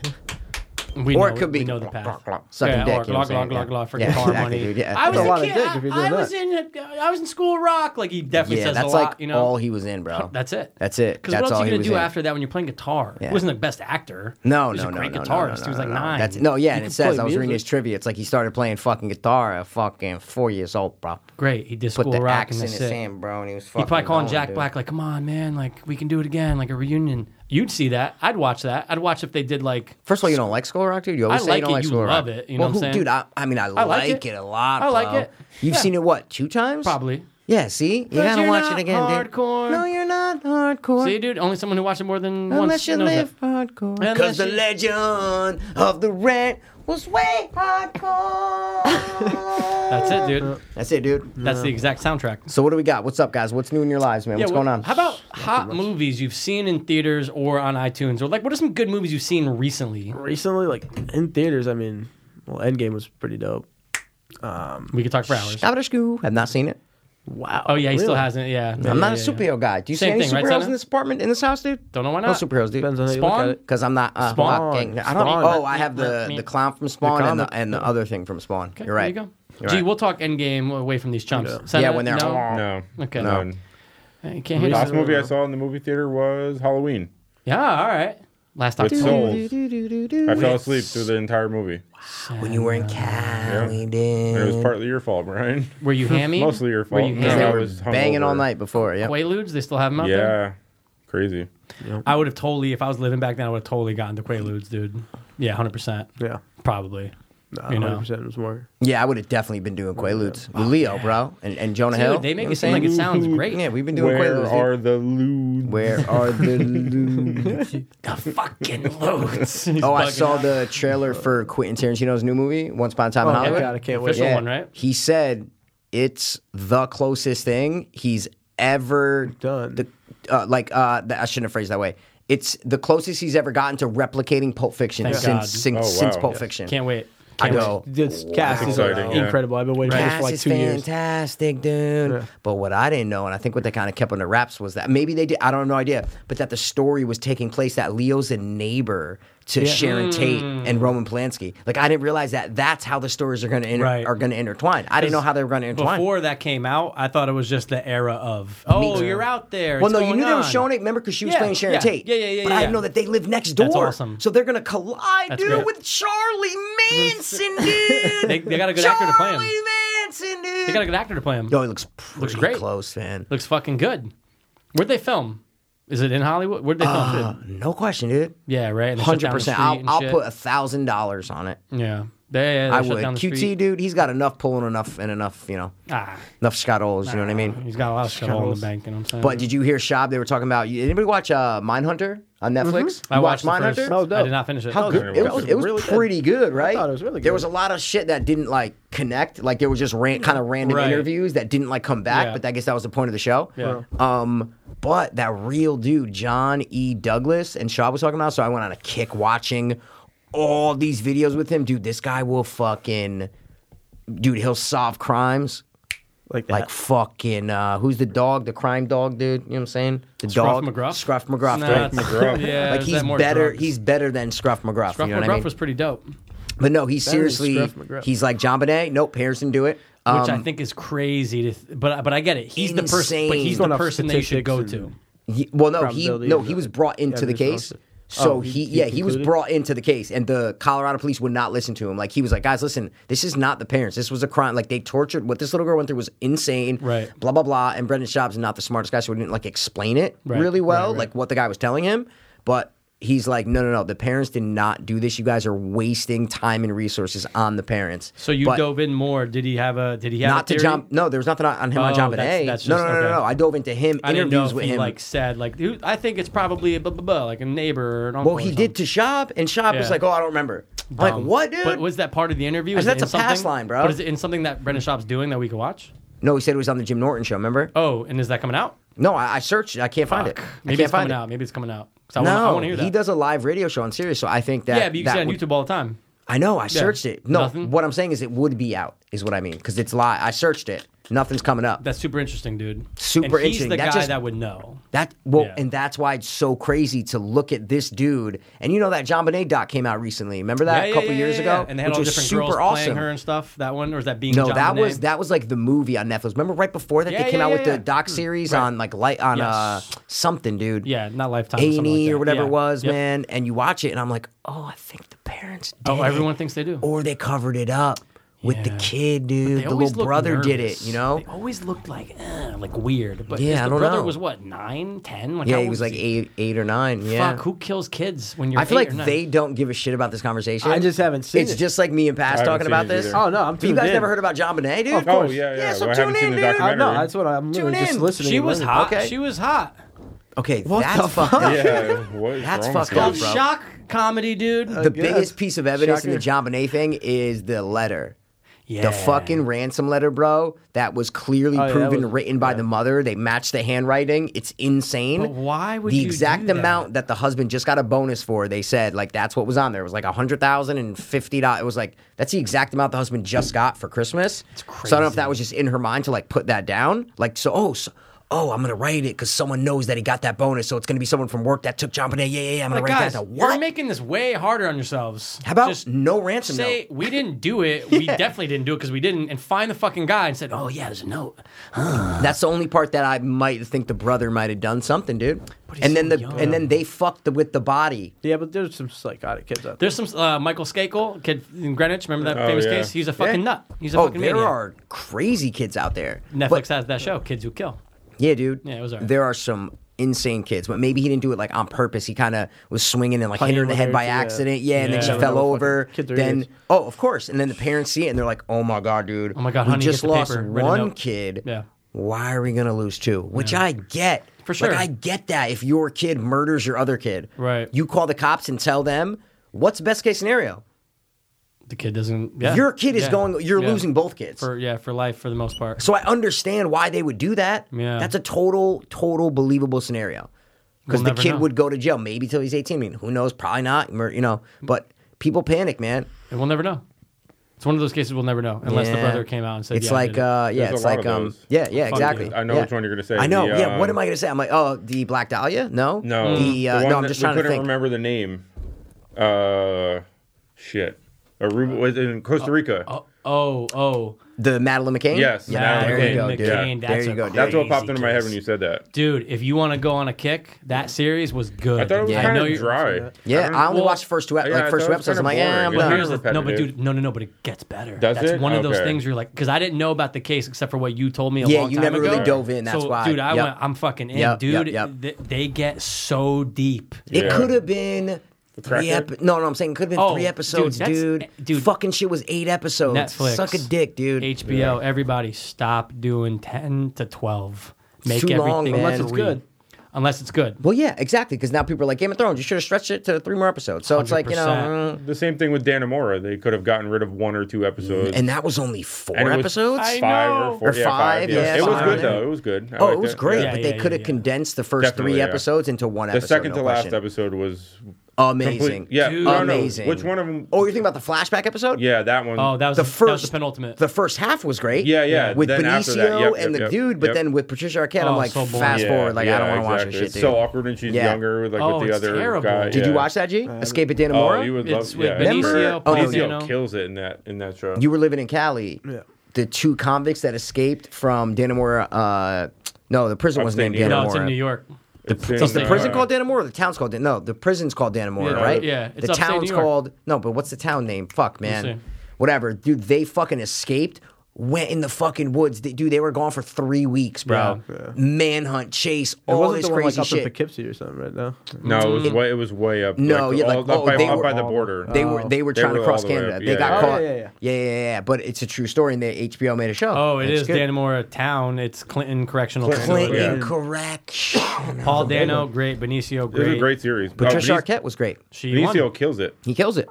A: We
B: or
A: know
B: it could be
A: we know the path.
B: sucking
A: yeah, or
B: dick. you know
A: glug
B: what
A: glug
B: I'm saying?
A: glug glug for
B: Yeah,
A: guitar
B: exactly,
A: money.
B: dude, yeah.
A: I was
B: That's a lot of
A: kid,
B: dick if you're doing
A: I was
B: that.
A: in I was in school rock. Like he definitely
B: Yeah,
A: says
B: that's
A: a lot.
B: like
A: you know,
B: all he was in, bro.
A: (laughs) that's it.
B: That's it.
A: Because
B: That's
A: what else
B: all
A: are you
B: he
A: gonna
B: was
A: do
B: in.
A: after that when you're playing guitar?
B: Yeah.
A: He wasn't the best actor.
B: No,
A: he was
B: no,
A: a
B: no,
A: great
B: no, no,
A: guitarist.
B: No,
A: he was
B: no,
A: like
B: no.
A: nine.
B: That's, no, yeah, and
G: could
B: it says
G: play
B: I was reading his
G: music.
B: trivia. It's like he started playing fucking guitar at fucking four years old, bro.
A: great. He did
B: Put
A: school
B: the
A: rock
B: axe
A: and
B: in
A: that's
B: his
A: it.
B: hand, bro, and he was fucking.
A: He'd probably calling
B: going,
A: Jack
B: dude.
A: Black like, "Come on, man! Like we can do it again, like a reunion." You'd see that. I'd watch that. I'd watch if they did like.
B: First of all, you don't like School Rock, dude. You always
A: I
B: say
A: like
B: you don't
A: it,
B: like
A: you
B: School
A: love
B: Rock.
A: it, you know what
B: Well,
A: I'm
B: who-
A: saying?
B: dude, I, I mean, I,
A: like
B: like
A: it.
B: it. a lot.
A: I like
B: bro.
A: it.
B: You've
A: Yeah.
B: seen it what two times?
A: Probably.
B: Yeah. See, you
A: 'Cause
B: gotta
A: you're
B: watch
A: not
B: it again, dude.
A: hardcore.
B: No, you're not hardcore.
A: See, dude, only someone who watched it more than
B: Unless
A: once
B: you
A: knows that.
B: live hardcore.
A: Unless
B: Because the
A: you-
B: legend of the red was way hardcore.
A: That's it, dude.
B: (laughs) That's it, dude.
A: That's the exact soundtrack.
B: So what do we got? What's up, guys? What's new in your lives, man? What's
A: well,
B: going on?
A: How about hot movies you've seen in theaters or on iTunes? Or like, what are some good movies you've seen recently?
G: Recently, like in theaters, I mean, well, Endgame was pretty dope.
A: We could talk for hours.
B: Shabadashgoo. I've not seen it.
G: Wow.
A: Oh yeah, he still
G: Really?
A: hasn't. Yeah,
B: I'm not
A: Yeah, yeah,
B: a superhero
A: yeah.
B: guy. Do you
A: Same
B: see
A: thing, right,
B: any superheroes
A: Sana?
B: in this apartment, in this house, dude?
A: Don't know why
B: No
A: not.
B: superheroes,
G: Depends on how
B: dude.
G: you look
A: Spawn?
G: at it.
B: Because I'm not. Uh,
A: Spawn?
B: not gang- I
G: Spawn.
B: don't. Oh, I have the,
A: Me.
B: the clown from Spawn and,
G: comic.
B: the, and the other thing from Spawn. You're right.
A: There you go.
B: You're
A: Gee,
B: right.
A: we'll talk Endgame away from these chumps.
B: yeah,
A: Senna,
B: when they're
A: no?
C: No.
A: Okay.
C: None.
A: Hey, you can't hear
C: Last
A: that.
C: movie I saw in the movie theater was Halloween
A: Yeah, all right. Last
C: with
A: October.
C: Souls. I fell asleep through the entire movie.
B: when you were in Cali, dude.
C: And it was partly your fault, Brian. (laughs)
A: Were you hammy?
C: Mostly your
A: Were
C: fault.
A: you
C: No,
B: they
C: I
A: hammy?
B: were
C: was hungover.
B: banging all night before. Yeah.
A: Quaaludes? They still have them out there?
C: Yeah. Crazy.
A: I would have totally, if I was living back then, I would have totally gotten the Quaaludes, dude. Yeah, 100%.
G: Yeah.
A: Probably.
G: Nah,
A: You know.
G: 100% was more.
B: Yeah, I would have definitely been doing Quaaludes. with Leo, bro, and, and Jonah Hill.
A: Dude, they
B: You
A: make
B: know
A: it seem like it sounds
B: what I'm
A: great.
B: saying? Yeah, we've been doing
C: Where
B: Quaaludes. dude.
C: are the lewd? (laughs)
B: Where are the lewd?
A: The fucking loads. (laughs) He's
B: Oh, I
A: bugging
B: saw
A: out.
B: the trailer for Quentin Tarantino's new movie, Once Upon a Time
G: Oh,
B: in
G: my
B: Hollywood.
G: God, I can't wait.
A: Official one, right?
B: He said it's the closest thing he's ever
G: Done.
B: The, uh, like, uh, th- I shouldn't have phrased it that way. It's the closest he's ever gotten to replicating Pulp Fiction
A: Thank
B: since
A: God.
B: since,
C: Oh, wow.
B: since Pulp
C: Yes.
B: Fiction.
A: Can't wait.
B: I
A: Can't wait.
B: go.
G: This cast is
C: Exciting, yeah.
G: incredible. I've been waiting
A: Right.
G: for this for like
B: is
G: two years.
B: fantastic, dude. But what I didn't know, and I think what they kind of kept under wraps was that maybe they did. I don't have no idea, but that the story was taking place that Leo's a neighbor to Sharon
A: Mm.
B: Tate and Roman Polanski. Like I didn't realize that that's how the stories are going to inter-
A: Right.
B: are going to intertwine. I didn't know how they were going to intertwine.
A: Before that came out, I thought it was just the era of, oh, you're out there.
B: well,
A: it's
B: no, you
A: going
B: knew they were
A: on."
B: showing it. Remember, because she was
A: Yeah,
B: playing Sharon
A: yeah,
B: Tate.
A: yeah, yeah, yeah,
B: But
A: yeah,
B: I didn't
A: yeah.
B: know that they live next door.
A: That's awesome.
B: So they're gonna collide,
A: That's
B: dude,
A: great.
B: with Charlie Manson, dude.
A: (laughs) They, they got a good actor to play him.
B: Charlie Manson, dude.
A: They got a good actor to play him.
B: Yo, he looks pretty
A: great.
B: close, man.
A: Looks fucking good. Where'd they film? Is it in Hollywood? Where'd they film it?
B: No question, dude.
A: Yeah, right. and they shut
B: Uh, Hundred
A: down the
B: percent.
A: street
B: I'll,
A: and
B: I'll
A: shit.
B: put a thousand dollars on it.
A: Yeah, they, yeah, they
B: I
A: shut
B: would.
A: down the
B: QT
A: street.
B: dude, he's got enough pulling, enough and enough. You know,
A: Ah,
B: enough scottles. You know what I mean?
A: he's got a lot of shit all in the bank. You know what I'm saying?
B: But did you hear Shab? They were talking about. you- Anybody watch uh, Mindhunter on Netflix?
A: Mm-hmm. I
B: You
A: watched
B: watch
A: the first.
B: Mindhunter.
A: I did not finish it.
B: How good? It was, it was
G: really good.
B: pretty good, right?
G: thought it was really
B: There
G: good.
B: was a lot of shit that didn't like connect. Like there were just ran, kind of random
A: Right.
B: interviews that didn't like come back.
A: Yeah.
B: But I guess that was the point of the show.
A: Yeah.
B: Um, but that real dude, John E. Douglas, and Shaw was talking about. So I went on a kick watching all these videos with him. Dude, this guy will fucking, dude, he'll solve crimes.
G: Like that.
B: Like fucking, uh, who's the dog? The crime dog, dude. You know what I'm saying? The
A: Scruff
B: dog,
A: McGruff?
B: Scruff McGruff.
A: Nah, it's-
B: right?
C: McGruff.
A: Yeah,
B: like
A: is
B: he's
A: that more
B: better.
A: drugs?
B: He's better than Scruff McGruff.
A: Scruff
B: you know
A: McGruff
B: what I mean?
A: was pretty dope, which
B: But no, he
G: is
B: seriously,
G: Scruff McGruff.
B: he's like John Bonet. Nope, Harris didn't do it. Um,
A: I think is crazy. To th- but but I get it. He's the person. But
B: Insane.
A: he's
B: Going
A: the
G: off
A: person they should go
G: statistics
A: to.
G: and-
B: he- well, no, he
G: probability
B: no,
G: is
B: he
G: a-
B: was brought into the
G: evidence
B: case.
G: also.
B: So
G: Oh,
B: he,
G: he- he
B: yeah, he was
G: concluded?
B: brought into the case, and the Colorado police would not listen to him. Like he was like, guys, listen, this is not the parents. This was a crime. Like they tortured. What this little girl went through was insane.
A: Right.
B: Blah blah blah. And Brendan Schaub's not the smartest guy, so he didn't like explain it
A: Right,
B: really
A: right,
B: well,
A: right.
B: like what the guy was telling him. But he's like, no, no, no. The parents did not do this. You guys are wasting time and resources on the parents.
A: So you
B: But-
A: dove in more. Did he have a? Did he have
B: not
A: a
B: to
A: theory?
B: jump. No, there was nothing on on him on
A: Oh,
B: John
A: that's-
B: Bonet.
A: that's
B: no,
A: just-
B: no, no, no,
A: okay.
B: no. I dove into him
A: I didn't know
B: interviews
A: if
B: with
A: he
B: him.
A: like said like dude, I think it's probably a blah, blah, blah, like a neighbor. Or an uncle
B: well,
A: or
B: he
A: something.
B: did to Shab, and Shab
A: Yeah.
B: was like, "Oh, I don't remember." I'm
A: Um,
B: Like what, dude?
A: But was that part of the interview?
B: I
A: Is
B: said,
A: it
B: "That's
A: in
B: a pass
A: something-
B: line, bro."
A: But is it in something that Brendan Schaub's doing that we can watch?
B: no, he said it was on the Jim Norton show. Remember?
A: Oh, and is that coming out?
B: no, I, I searched. it. I can't find it.
A: Fuck.
B: I
A: Maybe
B: can't
A: it's coming
B: find it.
A: out. Maybe it's coming out. 'Cause I wanna- I
B: No,
A: want to hear that.
B: he does a live radio show on Sirius, so I think that.
A: Yeah, but you can
B: that
A: see it on
B: would-
A: YouTube all the time.
B: I know. I searched it. No,
A: Nothing?
B: what I'm saying is it would be out. is what I mean. Because it's live. I searched it. Nothing's coming up.
A: That's super interesting, dude.
B: Super
A: and he's
B: interesting.
A: the
B: That
A: guy
B: just-
A: that would know.
B: That well,
A: Yeah.
B: and that's why it's so crazy to look at this dude. And you know that John Bonet doc came out recently. Remember that
A: Yeah,
B: a
A: yeah,
B: couple
A: yeah,
B: years
A: yeah,
B: ago,
A: yeah. and they had
B: which
A: all
B: was
A: different
B: super
A: girls
B: awesome.
A: playing her and stuff. That one, or was that being
B: no,
A: John
B: that
A: Bonet?
B: was that was like the movie on Netflix. Remember right before that
A: Yeah,
B: they came
A: yeah,
B: out
A: yeah,
B: with
A: yeah.
B: the doc series on like light on uh
A: Yes.
B: something, dude.
A: Yeah, not Lifetime.
B: A&E
A: something like
B: or
A: that.
B: whatever
A: Yeah.
B: it was,
A: Yep.
B: man. And you watch it, and I'm like, oh, I think the parents. Did
A: Oh,
B: it.
A: everyone thinks they do.
B: or they covered it up with the
A: Yeah.
B: kid,
A: They
B: dude. The
A: always
B: little
A: look
B: brother did it,
A: nervous.
B: you know.
A: They always looked like, eh, like weird. But
B: Yeah,
A: his-
B: I
A: the
B: don't
A: brother
B: know.
A: was what nine, ten? Like
B: Yeah,
A: how
B: he
A: old
B: was like
A: he?
B: eight, eight or nine. Yeah.
A: Fuck, who kills kids when you're?
B: I feel
A: eight
B: like
A: or nine?
B: they don't give a shit about this conversation.
G: I just haven't seen
B: it's
G: it.
B: just like me and Pass
C: I haven't
B: talking
C: seen
B: about
C: it
B: this.
C: either.
G: Oh no, I'm
B: you
G: tuned
B: guys
G: in.
B: never heard about John Bonet, dude?
G: Of
C: Oh
G: course.
C: yeah, yeah.
B: Yeah, so
C: well, I haven't
B: tune
C: seen
B: in,
C: the
B: dude.
G: I
C: documentary.
G: know. That's what I'm literally
B: Tune
G: just
B: in.
G: listening.
A: She was
G: learning.
A: hot.
B: Okay.
A: She was hot.
B: Okay,
G: What
B: that's
G: the
B: fucked
G: fuck?
B: up.
C: Yeah, what is
B: That's
C: wrong
B: fucked
C: with you?
B: up,
A: Called
B: bro. Uh,
A: shock comedy, dude.
B: The biggest
G: guess.
B: piece of evidence in the
G: Shocker.
B: John Bonet thing is the letter.
A: yeah. Oh,
B: The fucking ransom letter, bro, that was clearly
G: yeah, that
B: proven
G: was-
B: written by the mother. They matched the handwriting. It's insane.
A: But why would
B: the
A: you
B: exact
A: do that?
B: amount that? the husband just got a bonus for? They said like that's what was on there. It was like a hundred thousand and fifty dollars. It was like that's the exact amount the husband just got for Christmas. It's crazy. So I don't know if that was just in her mind to like put that down. Like so, oh, so, oh, I'm gonna write it because someone knows that he got that bonus. So it's gonna be someone from work that took John Bonet. Yeah, yeah, yeah. I'm gonna
A: Like,
B: write
A: guys,
B: that down.
A: you're
B: What?
A: making this way harder on yourselves.
B: How about
A: Just
B: no ransom note?
A: say we didn't do it?
B: (laughs)
A: We definitely didn't do it because we didn't. And find the fucking guy and said, "Oh yeah, there's a note."
B: That's the only part that I might think the brother might have done something, dude.
A: But he's
B: And then
A: so
B: the
A: young.
B: and then they fucked the, with the body.
G: Yeah, but there's some psychotic kids out there.
A: There's some uh, Michael Skakel, kid in Greenwich. Remember that
C: Oh,
A: famous
C: yeah.
A: case? He's a fucking nut. He's a
B: Oh,
A: fucking
B: there
A: maniac.
B: are crazy kids out there.
A: Netflix
B: But-
A: has that show, Kids Who Kill.
B: yeah, dude.
A: Yeah, it was alright.
B: There are some insane kids, but maybe he didn't do it like on purpose. He kind of was swinging and like hit her in the
G: with
B: head
G: her,
B: by
G: yeah.
B: accident. Yeah, and then
A: Yeah.
B: she
A: uh, Yeah,
B: fell
G: no fucking
B: over.
G: kids are
B: Then
G: idiots.
B: oh, of course. And then the parents see it and they're like, "Oh my god, dude!
A: Oh my God,
B: we
A: honey,
B: just
A: get the
B: lost
A: paper, write a
B: one
A: note."
B: kid.
A: Yeah.
B: Why are we gonna lose two? Which I get."
A: For
B: Like,
A: sure.
B: I get that if your kid murders your other kid.
A: Right.
B: You call the cops and tell them what's best case scenario?
A: The kid doesn't. Yeah.
B: Your kid is
A: Yeah.
B: going. You're
A: Yeah.
B: losing both kids.
A: for yeah for life for the most part.
B: so I understand why they would do that.
A: Yeah.
B: That's a total, total believable scenario. Because
A: We'll
B: the
A: never
B: kid
A: know.
B: would go to jail maybe till he's 18. I mean, who knows? Probably not. Mer- You know, but people panic, man.
A: And we'll never know. It's one of those cases we'll never know unless the
B: Yeah.
A: brother came out and said,
B: it's
A: yeah, I
B: like,
A: did it.
B: uh, yeah,
C: There's a
B: it's
C: lot
B: like,
C: of
B: um,
C: those.
B: yeah, yeah, exactly.
C: I know
B: Yeah.
C: which one you're gonna say.
B: I know.
C: The,
B: yeah. What
C: um,
B: am I gonna say? I'm like, oh, the Black Dahlia? No.
A: Mm.
C: No,
B: The, uh,
C: one
B: no, I'm
C: that
B: just
C: we
B: trying to
C: couldn't
B: think.
C: remember the name. Uh, shit. Aruba was in Costa Rica.
A: Uh, oh oh oh,
B: The Madeline McCain.
C: Yes,
B: Yeah.
C: Madeline
B: there you go,
A: McCain.
B: dude.
A: McCain,
B: there
A: that's
B: you
A: a
B: go, dude.
C: That's what
A: Crazy
C: popped into my head when
A: case.
C: you said that.
A: dude, if you want to go on a kick, that series was good.
C: I thought it was
B: Yeah.
C: kind
A: know
C: of
A: you-
C: dry.
B: Yeah, I, only
A: Well,
B: watched the first two, like
C: yeah, I
B: first two
C: thought it was
B: episodes. I'm like,
C: kinda
B: yeah, I'm
A: Well,
C: boring. Well,
B: done.
A: here's the, no, but
C: repetitive.
A: dude, no, no, no, but it gets better.
C: Does
A: That's
C: it?
A: one of those
C: Okay.
A: things where you're like, because I didn't know about the case except for what you told me. A
B: Yeah,
A: long
B: you
A: time
B: never really
A: ago.
B: dove in, that's
A: so,
B: why.
A: dude, I
B: Yep.
A: went, I'm fucking in,
B: Yep, yep,
A: dude.
B: yep.
A: th- they get so deep.
B: It
C: Yeah.
B: could have been three
C: cracker?
B: episodes. No, no, I'm saying it could have been
A: Oh,
B: three episodes,
A: dude, that's-
B: dude.
A: eh, dude.
B: Fucking shit was eight episodes.
A: Netflix,
B: Suck a dick, dude.
A: HBO, everybody, stop doing ten to twelve. Make
B: too
A: everything
B: long, man.
A: Unless
B: Unless
A: it's
B: it's
A: good. Unless it's good.
B: Well, yeah, exactly. Because now people are like, Game of Thrones, you should have stretched it to three more episodes. So it's like, you know.
A: 100%.
B: mm.
C: The same thing with Dan Amora. They could have gotten rid of one or two episodes.
B: And that was only four
C: And it was
B: episodes?
A: I
C: Five
A: know.
C: or four.
B: Or
C: yeah,
B: five, yeah,
C: it was
B: five.
C: good, though. It was good. I
B: oh, it
C: liked
B: was great.
A: Yeah,
B: but
A: yeah,
B: they could have
A: yeah, yeah.
B: condensed the first
C: Definitely,
B: three
C: yeah.
B: episodes into one
C: The
B: episode.
C: second
B: no
C: to last
B: question.
C: episode was
B: Amazing.
C: complete. Yeah,
A: Dude.
C: no, no.
B: Amazing.
C: Which one of them?
B: Oh, you're thinking about the flashback episode?
C: yeah, that one.
A: Oh, that was
B: The
A: the, first, that was
B: first-
A: the penultimate.
B: The first half was great.
C: Yeah, yeah.
B: With
C: Then after
B: Benicio
C: that, yep,
B: and
C: yep,
B: the
C: yep,
B: dude, but
C: yep.
B: then with Patricia Arquette, I'm
A: Oh,
B: like,
A: so boring.
B: fast
C: Yeah,
B: forward. Like, I don't
C: yeah,
B: want to watch this
C: exactly.
B: shit,
C: It's
B: dude.
C: so awkward, and she's
B: Yeah.
C: younger with like
A: Oh,
C: with the
A: it's
C: other
A: terrible.
C: guy.
B: Did
C: yeah.
B: you watch that, G? Escape at Dan
C: Oh,
B: Amora?
C: you would
A: It's
C: love.
A: with
C: Yeah,
A: Benicio,
C: Benicio
A: Polizano.
C: kills it in that in that show.
B: you were living in Cali.
G: Yeah.
B: The two convicts that escaped from Danamora. Uh, no, the prison was
C: Upstate
B: named
C: New York.
A: no, it's in
B: Danamora.
A: New York.
C: It's
B: Is the
C: in,
B: prison
C: uh,
B: called Danamora? The town's called Dan- no. The prison's called Danamora,
A: Yeah,
B: right?
A: yeah, it's
B: the
A: upstate
B: town's
A: New York.
B: called no, but what's the town name? Fuck,
A: see.
B: man. Whatever, dude. They fucking escaped. Went in the fucking woods, They- dude. They were gone for three weeks, bro.
A: Yeah.
B: Manhunt, chase,
G: It
B: all
G: wasn't
B: this
G: the one
B: crazy
G: like up in
B: shit.
G: Poughkeepsie or something, right
B: (laughs)
G: now.
C: No, it was way. It was way up.
B: No,
C: like,
B: yeah, like
C: all, up
B: oh,
C: by,
B: they
C: up
B: were
C: by the
B: all-
C: border.
B: They were they were
C: They
B: trying
C: were
B: to cross
C: all the way
B: Canada.
C: up.
B: They
C: Yeah,
B: got
C: yeah. Oh,
B: caught.
G: Oh. yeah, yeah, yeah.
B: yeah, yeah, yeah. But it's a true story, and the HBO made a show.
A: Oh, it
B: It's
A: is
B: good.
A: Danamora Town. It's Clinton Correctional
B: Clint
A: Facility.
C: Yeah.
B: incorrect.
A: Paul Dano, great. Benicio,
C: It was
A: great.
C: a great series. Oh,
B: Patricia
C: Benicio-
B: Arquette was great.
A: She won.
C: Benicio kills it.
B: He kills it.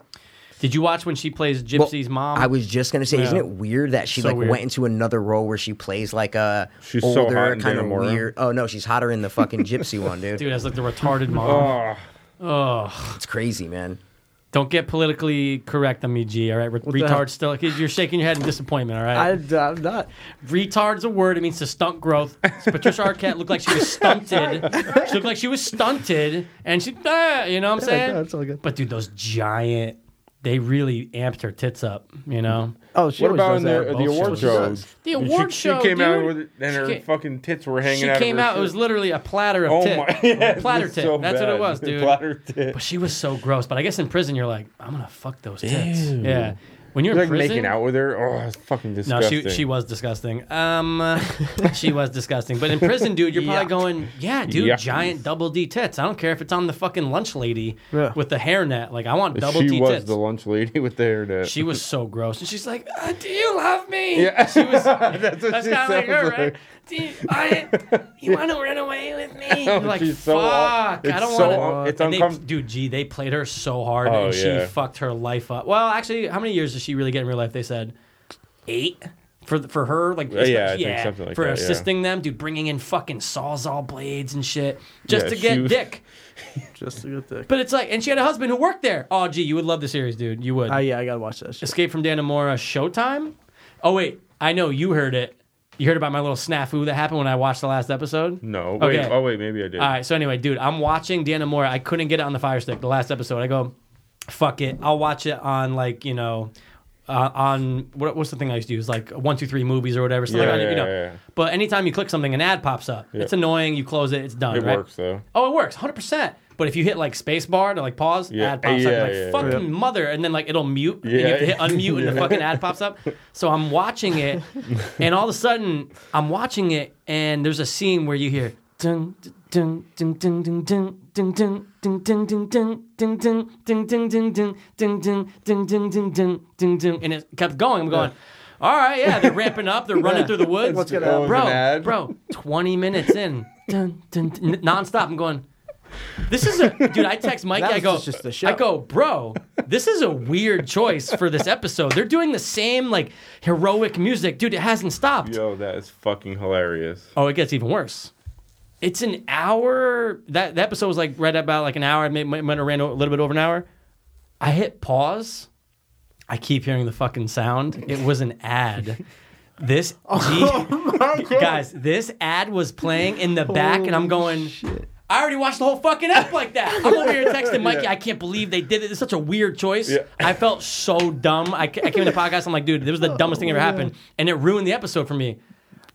A: Did you watch when she plays
B: Well,
A: Gypsy's mom?
B: I was just gonna say, isn't
A: Yeah.
B: it weird that she
A: So
B: like
A: weird.
B: went into another role where she plays like a
C: She's so
B: older
C: hot in
B: kind of
C: Dannemora.
B: weird? Oh no, she's hotter in
A: (laughs)
B: the fucking gypsy one, dude.
G: Oh.
A: Dude, as like the retarded mom.
C: Oh,
A: Oh,
B: It's crazy, man.
A: Don't get politically correct on me, G. All right, Re-
G: the hell?
A: retard still. 'cause You're shaking your head in disappointment. All
G: I,
A: right,
G: I'm not.
A: retard's a word. It means to stunt growth. Patricia Arquette looked like she was
G: (laughs)
A: stunted. She looked like she was stunted, and she, ah, you know, what I'm saying.
G: no, it's all good.
A: But dude, those giant, they really amped her tits up. You know,
G: Oh, she
C: What
G: always
C: about
G: does
C: in the,
G: that.
C: the award
G: She
C: show?
G: does.
A: the award
C: she,
A: show.
C: She came out
A: dude.
C: with, and
A: She
C: her
A: ca-
C: fucking tits were hanging
A: she
C: out.
A: came
C: of her
A: out. It was
C: shirt.
A: literally a platter of
C: Oh
A: tit.
C: my! (laughs) Yeah,
A: platter
C: it's
A: tit.
C: so
A: That's what it
C: bad.
A: was, dude.
C: Platter tit.
A: But she was so gross. But I guess in prison, you're like, I'm gonna fuck those tits.
C: Ew.
A: Yeah. When you're
C: Like
A: in prison,
C: making out with her. Oh, it's fucking
A: no,
C: disgusting.
A: she she was disgusting. Um, (laughs) uh, she was disgusting. But in prison, dude, you're probably going, yeah, dude,
C: Yuck.
A: giant double D tits. I don't care if it's on the fucking lunch lady
G: Yeah.
A: with the hairnet. Like, I want double
C: she
A: D
C: was
A: tits.
C: the lunch lady with the hairnet.
A: she was so gross, and she's like, uh, "Do you love me?"
C: (laughs) Yeah.
A: she was.
C: (laughs) That's what
A: That's
C: she
A: kind of like
C: sounds
A: her, right?
C: like.
A: (laughs) Do you, I, you want to run away with me?
C: (laughs) Oh,
A: You're like,
C: she's
A: fuck,
C: so
A: I
C: aw- it's
A: don't
C: so
A: want
C: aw-
A: to.
C: it's
A: they,
C: uncom-
A: Dude, gee, they played her so hard,
C: Oh,
A: and
C: yeah.
A: she fucked her life up. Well, actually, how many years did she really get in real life? They said eight. For, for her, like
C: yeah, I think something like
A: for
C: that, yeah.
A: assisting them, dude, bringing in fucking sawzall blades and shit just
C: Yeah,
A: to
C: she
A: get
C: was-
A: dick.
G: Just a good thing.
A: But it's like, and she had a husband who worked there. Oh, gee, you would love the series, dude. You would.
G: Ah, yeah, I gotta watch that. Shit.
A: Escape from Dannemora Showtime? Oh wait, I know you heard it. You heard about my little snafu that happened when I watched the last episode?
C: no, wait.
A: Okay.
C: Oh, wait. Maybe I did.
A: All right, so anyway, dude, I'm watching Dannemora. I couldn't get it on the Fire Stick the last episode. I go, fuck it. I'll watch it on like, you know, uh, on what, what's the thing I used to use? Like one, two, three movies or whatever. Something
C: Yeah,
A: like that, you
C: yeah,
A: know.
C: yeah.
A: But anytime you click something, an ad pops up. It's annoying. You close it. It's done.
C: it
A: right?
C: works though.
A: Oh, it works, hundred percent. But if you hit like space bar to like pause,
C: Yeah.
A: ad pops up.
C: Yeah,
A: You're like
C: yeah,
A: fucking mother, and then like it'll mute. and you
C: Yeah.
A: have to hit unmute, and the fucking ad pops up. So I'm watching it, and all of a sudden I'm watching it, and there's a scene where you hear ding ding ding ding ding ding ding ding ding ding ding ding ding ding ding ding ding ding ding ding ding ding ding ding ding ding, and it kept going. I'm going. All right, yeah, they're ramping up. They're running through the woods.
G: What's gonna
C: happen?
A: bro?
C: An ad?
A: Bro, twenty minutes in, dun, dun, dun, n- nonstop. I'm going. This is a dude. I text Mikey.
G: That
A: I
G: was
A: go.
G: just the show.
A: I go, bro. This is a weird choice for this episode. They're doing the same like heroic music, dude. It hasn't stopped.
C: Yo, that is fucking hilarious. (laughs)
A: Oh, it gets even worse. It's an hour. That, that episode was like right about like an hour. It might might have ran a little bit over an hour. I hit pause. I keep hearing the fucking sound. It was an
C: (laughs)
A: ad. This
C: Oh
A: guys, this ad was playing in the back, and I'm going. I already watched the whole fucking app like that. I'm over here texting Mikey. I can't believe they did it. It's such a weird choice.
C: Yeah.
A: I felt so dumb. I, ca- I came to the podcast. I'm like, dude, this was
C: (laughs) Oh,
A: the dumbest thing that ever happened, and it ruined the episode for me.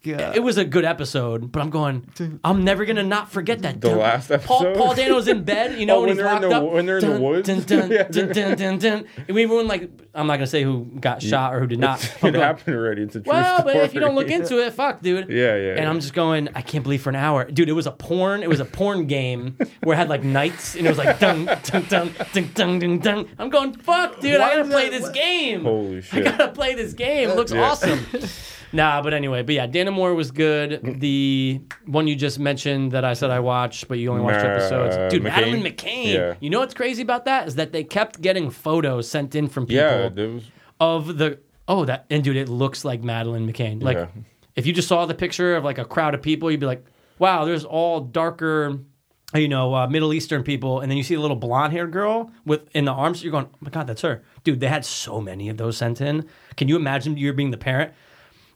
A: It was a good episode, but I'm going. I'm never gonna not forget that.
C: The
A: dumb-
C: last
A: Paul,
C: episode?
A: Paul Dano's in bed,
C: (laughs)
A: you know,
C: Oh,
A: when,
C: when
A: he's
C: they're in
A: locked
C: the-
A: up.
C: when they're in the
A: Dun,
C: woods?
A: dun, dun,
C: (laughs) Yeah,
A: dun, dun, dun, dun. And we ruined like I'm not gonna say who got shot or who did
C: (laughs)
A: not.
C: It
A: I'm going,
C: happened already. It's a true
A: oh, well,
C: story.
A: but if you don't look into it, fuck, dude.
C: Yeah, yeah,
A: And
C: yeah.
A: I'm just going, I can't believe for an hour, dude. It was a porn. It was a porn game where it had like knights, and it was like dun dun dun dun dun dun. dun. I'm going, fuck, dude. I gotta play this game.
C: (laughs) Holy
A: I
C: shit.
A: gotta play this game. It looks
C: Yeah. (laughs)
A: awesome. Nah, but anyway, but yeah, Danamore was
C: Mm.
A: good. The one you just mentioned that I said I watched, but you only watched
C: Nah,
A: episodes. Dude,
C: McCain?
A: Madeline McCain.
C: Yeah.
A: You know what's crazy about that is that they kept getting photos sent in from people
C: Yeah, there was
A: of the oh that and dude, it looks like Madeline McCain. Like
C: Yeah.
A: if you just saw the picture of like a crowd of people, you'd be like, wow, there's all darker. You know, uh, Middle Eastern people, and then you see a little blonde-haired girl with in the arms. You're going, oh my god, that's her, dude. They had so many of those sent in. Can you imagine you're being the parent?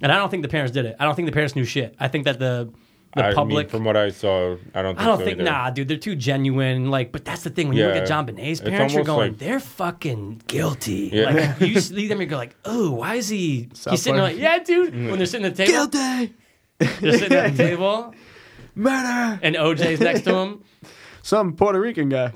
A: And I don't think the parents did it. I don't think the parents knew shit. I think that the the
C: I mean,
A: public.
C: from what I saw, I don't. Think
A: I don't
C: so
A: think
C: either.
A: nah, dude. They're too genuine. Like, but that's the thing when you look
C: Yeah.
A: at John Benet's
C: It's
A: parents, you're
C: almost
A: going,
C: like-
A: they're fucking guilty.
C: Yeah.
A: Like
C: (laughs)
A: you see them, you go like, oh, why is he?
G: South
A: he's sitting there
G: Park.
A: like, yeah, dude.
C: Mm.
A: When they're sitting at the table,
G: Guilty.
A: they're sitting at the table,
G: Murder.
A: and OJ's next to him,
G: Some Puerto Rican (laughs) guy.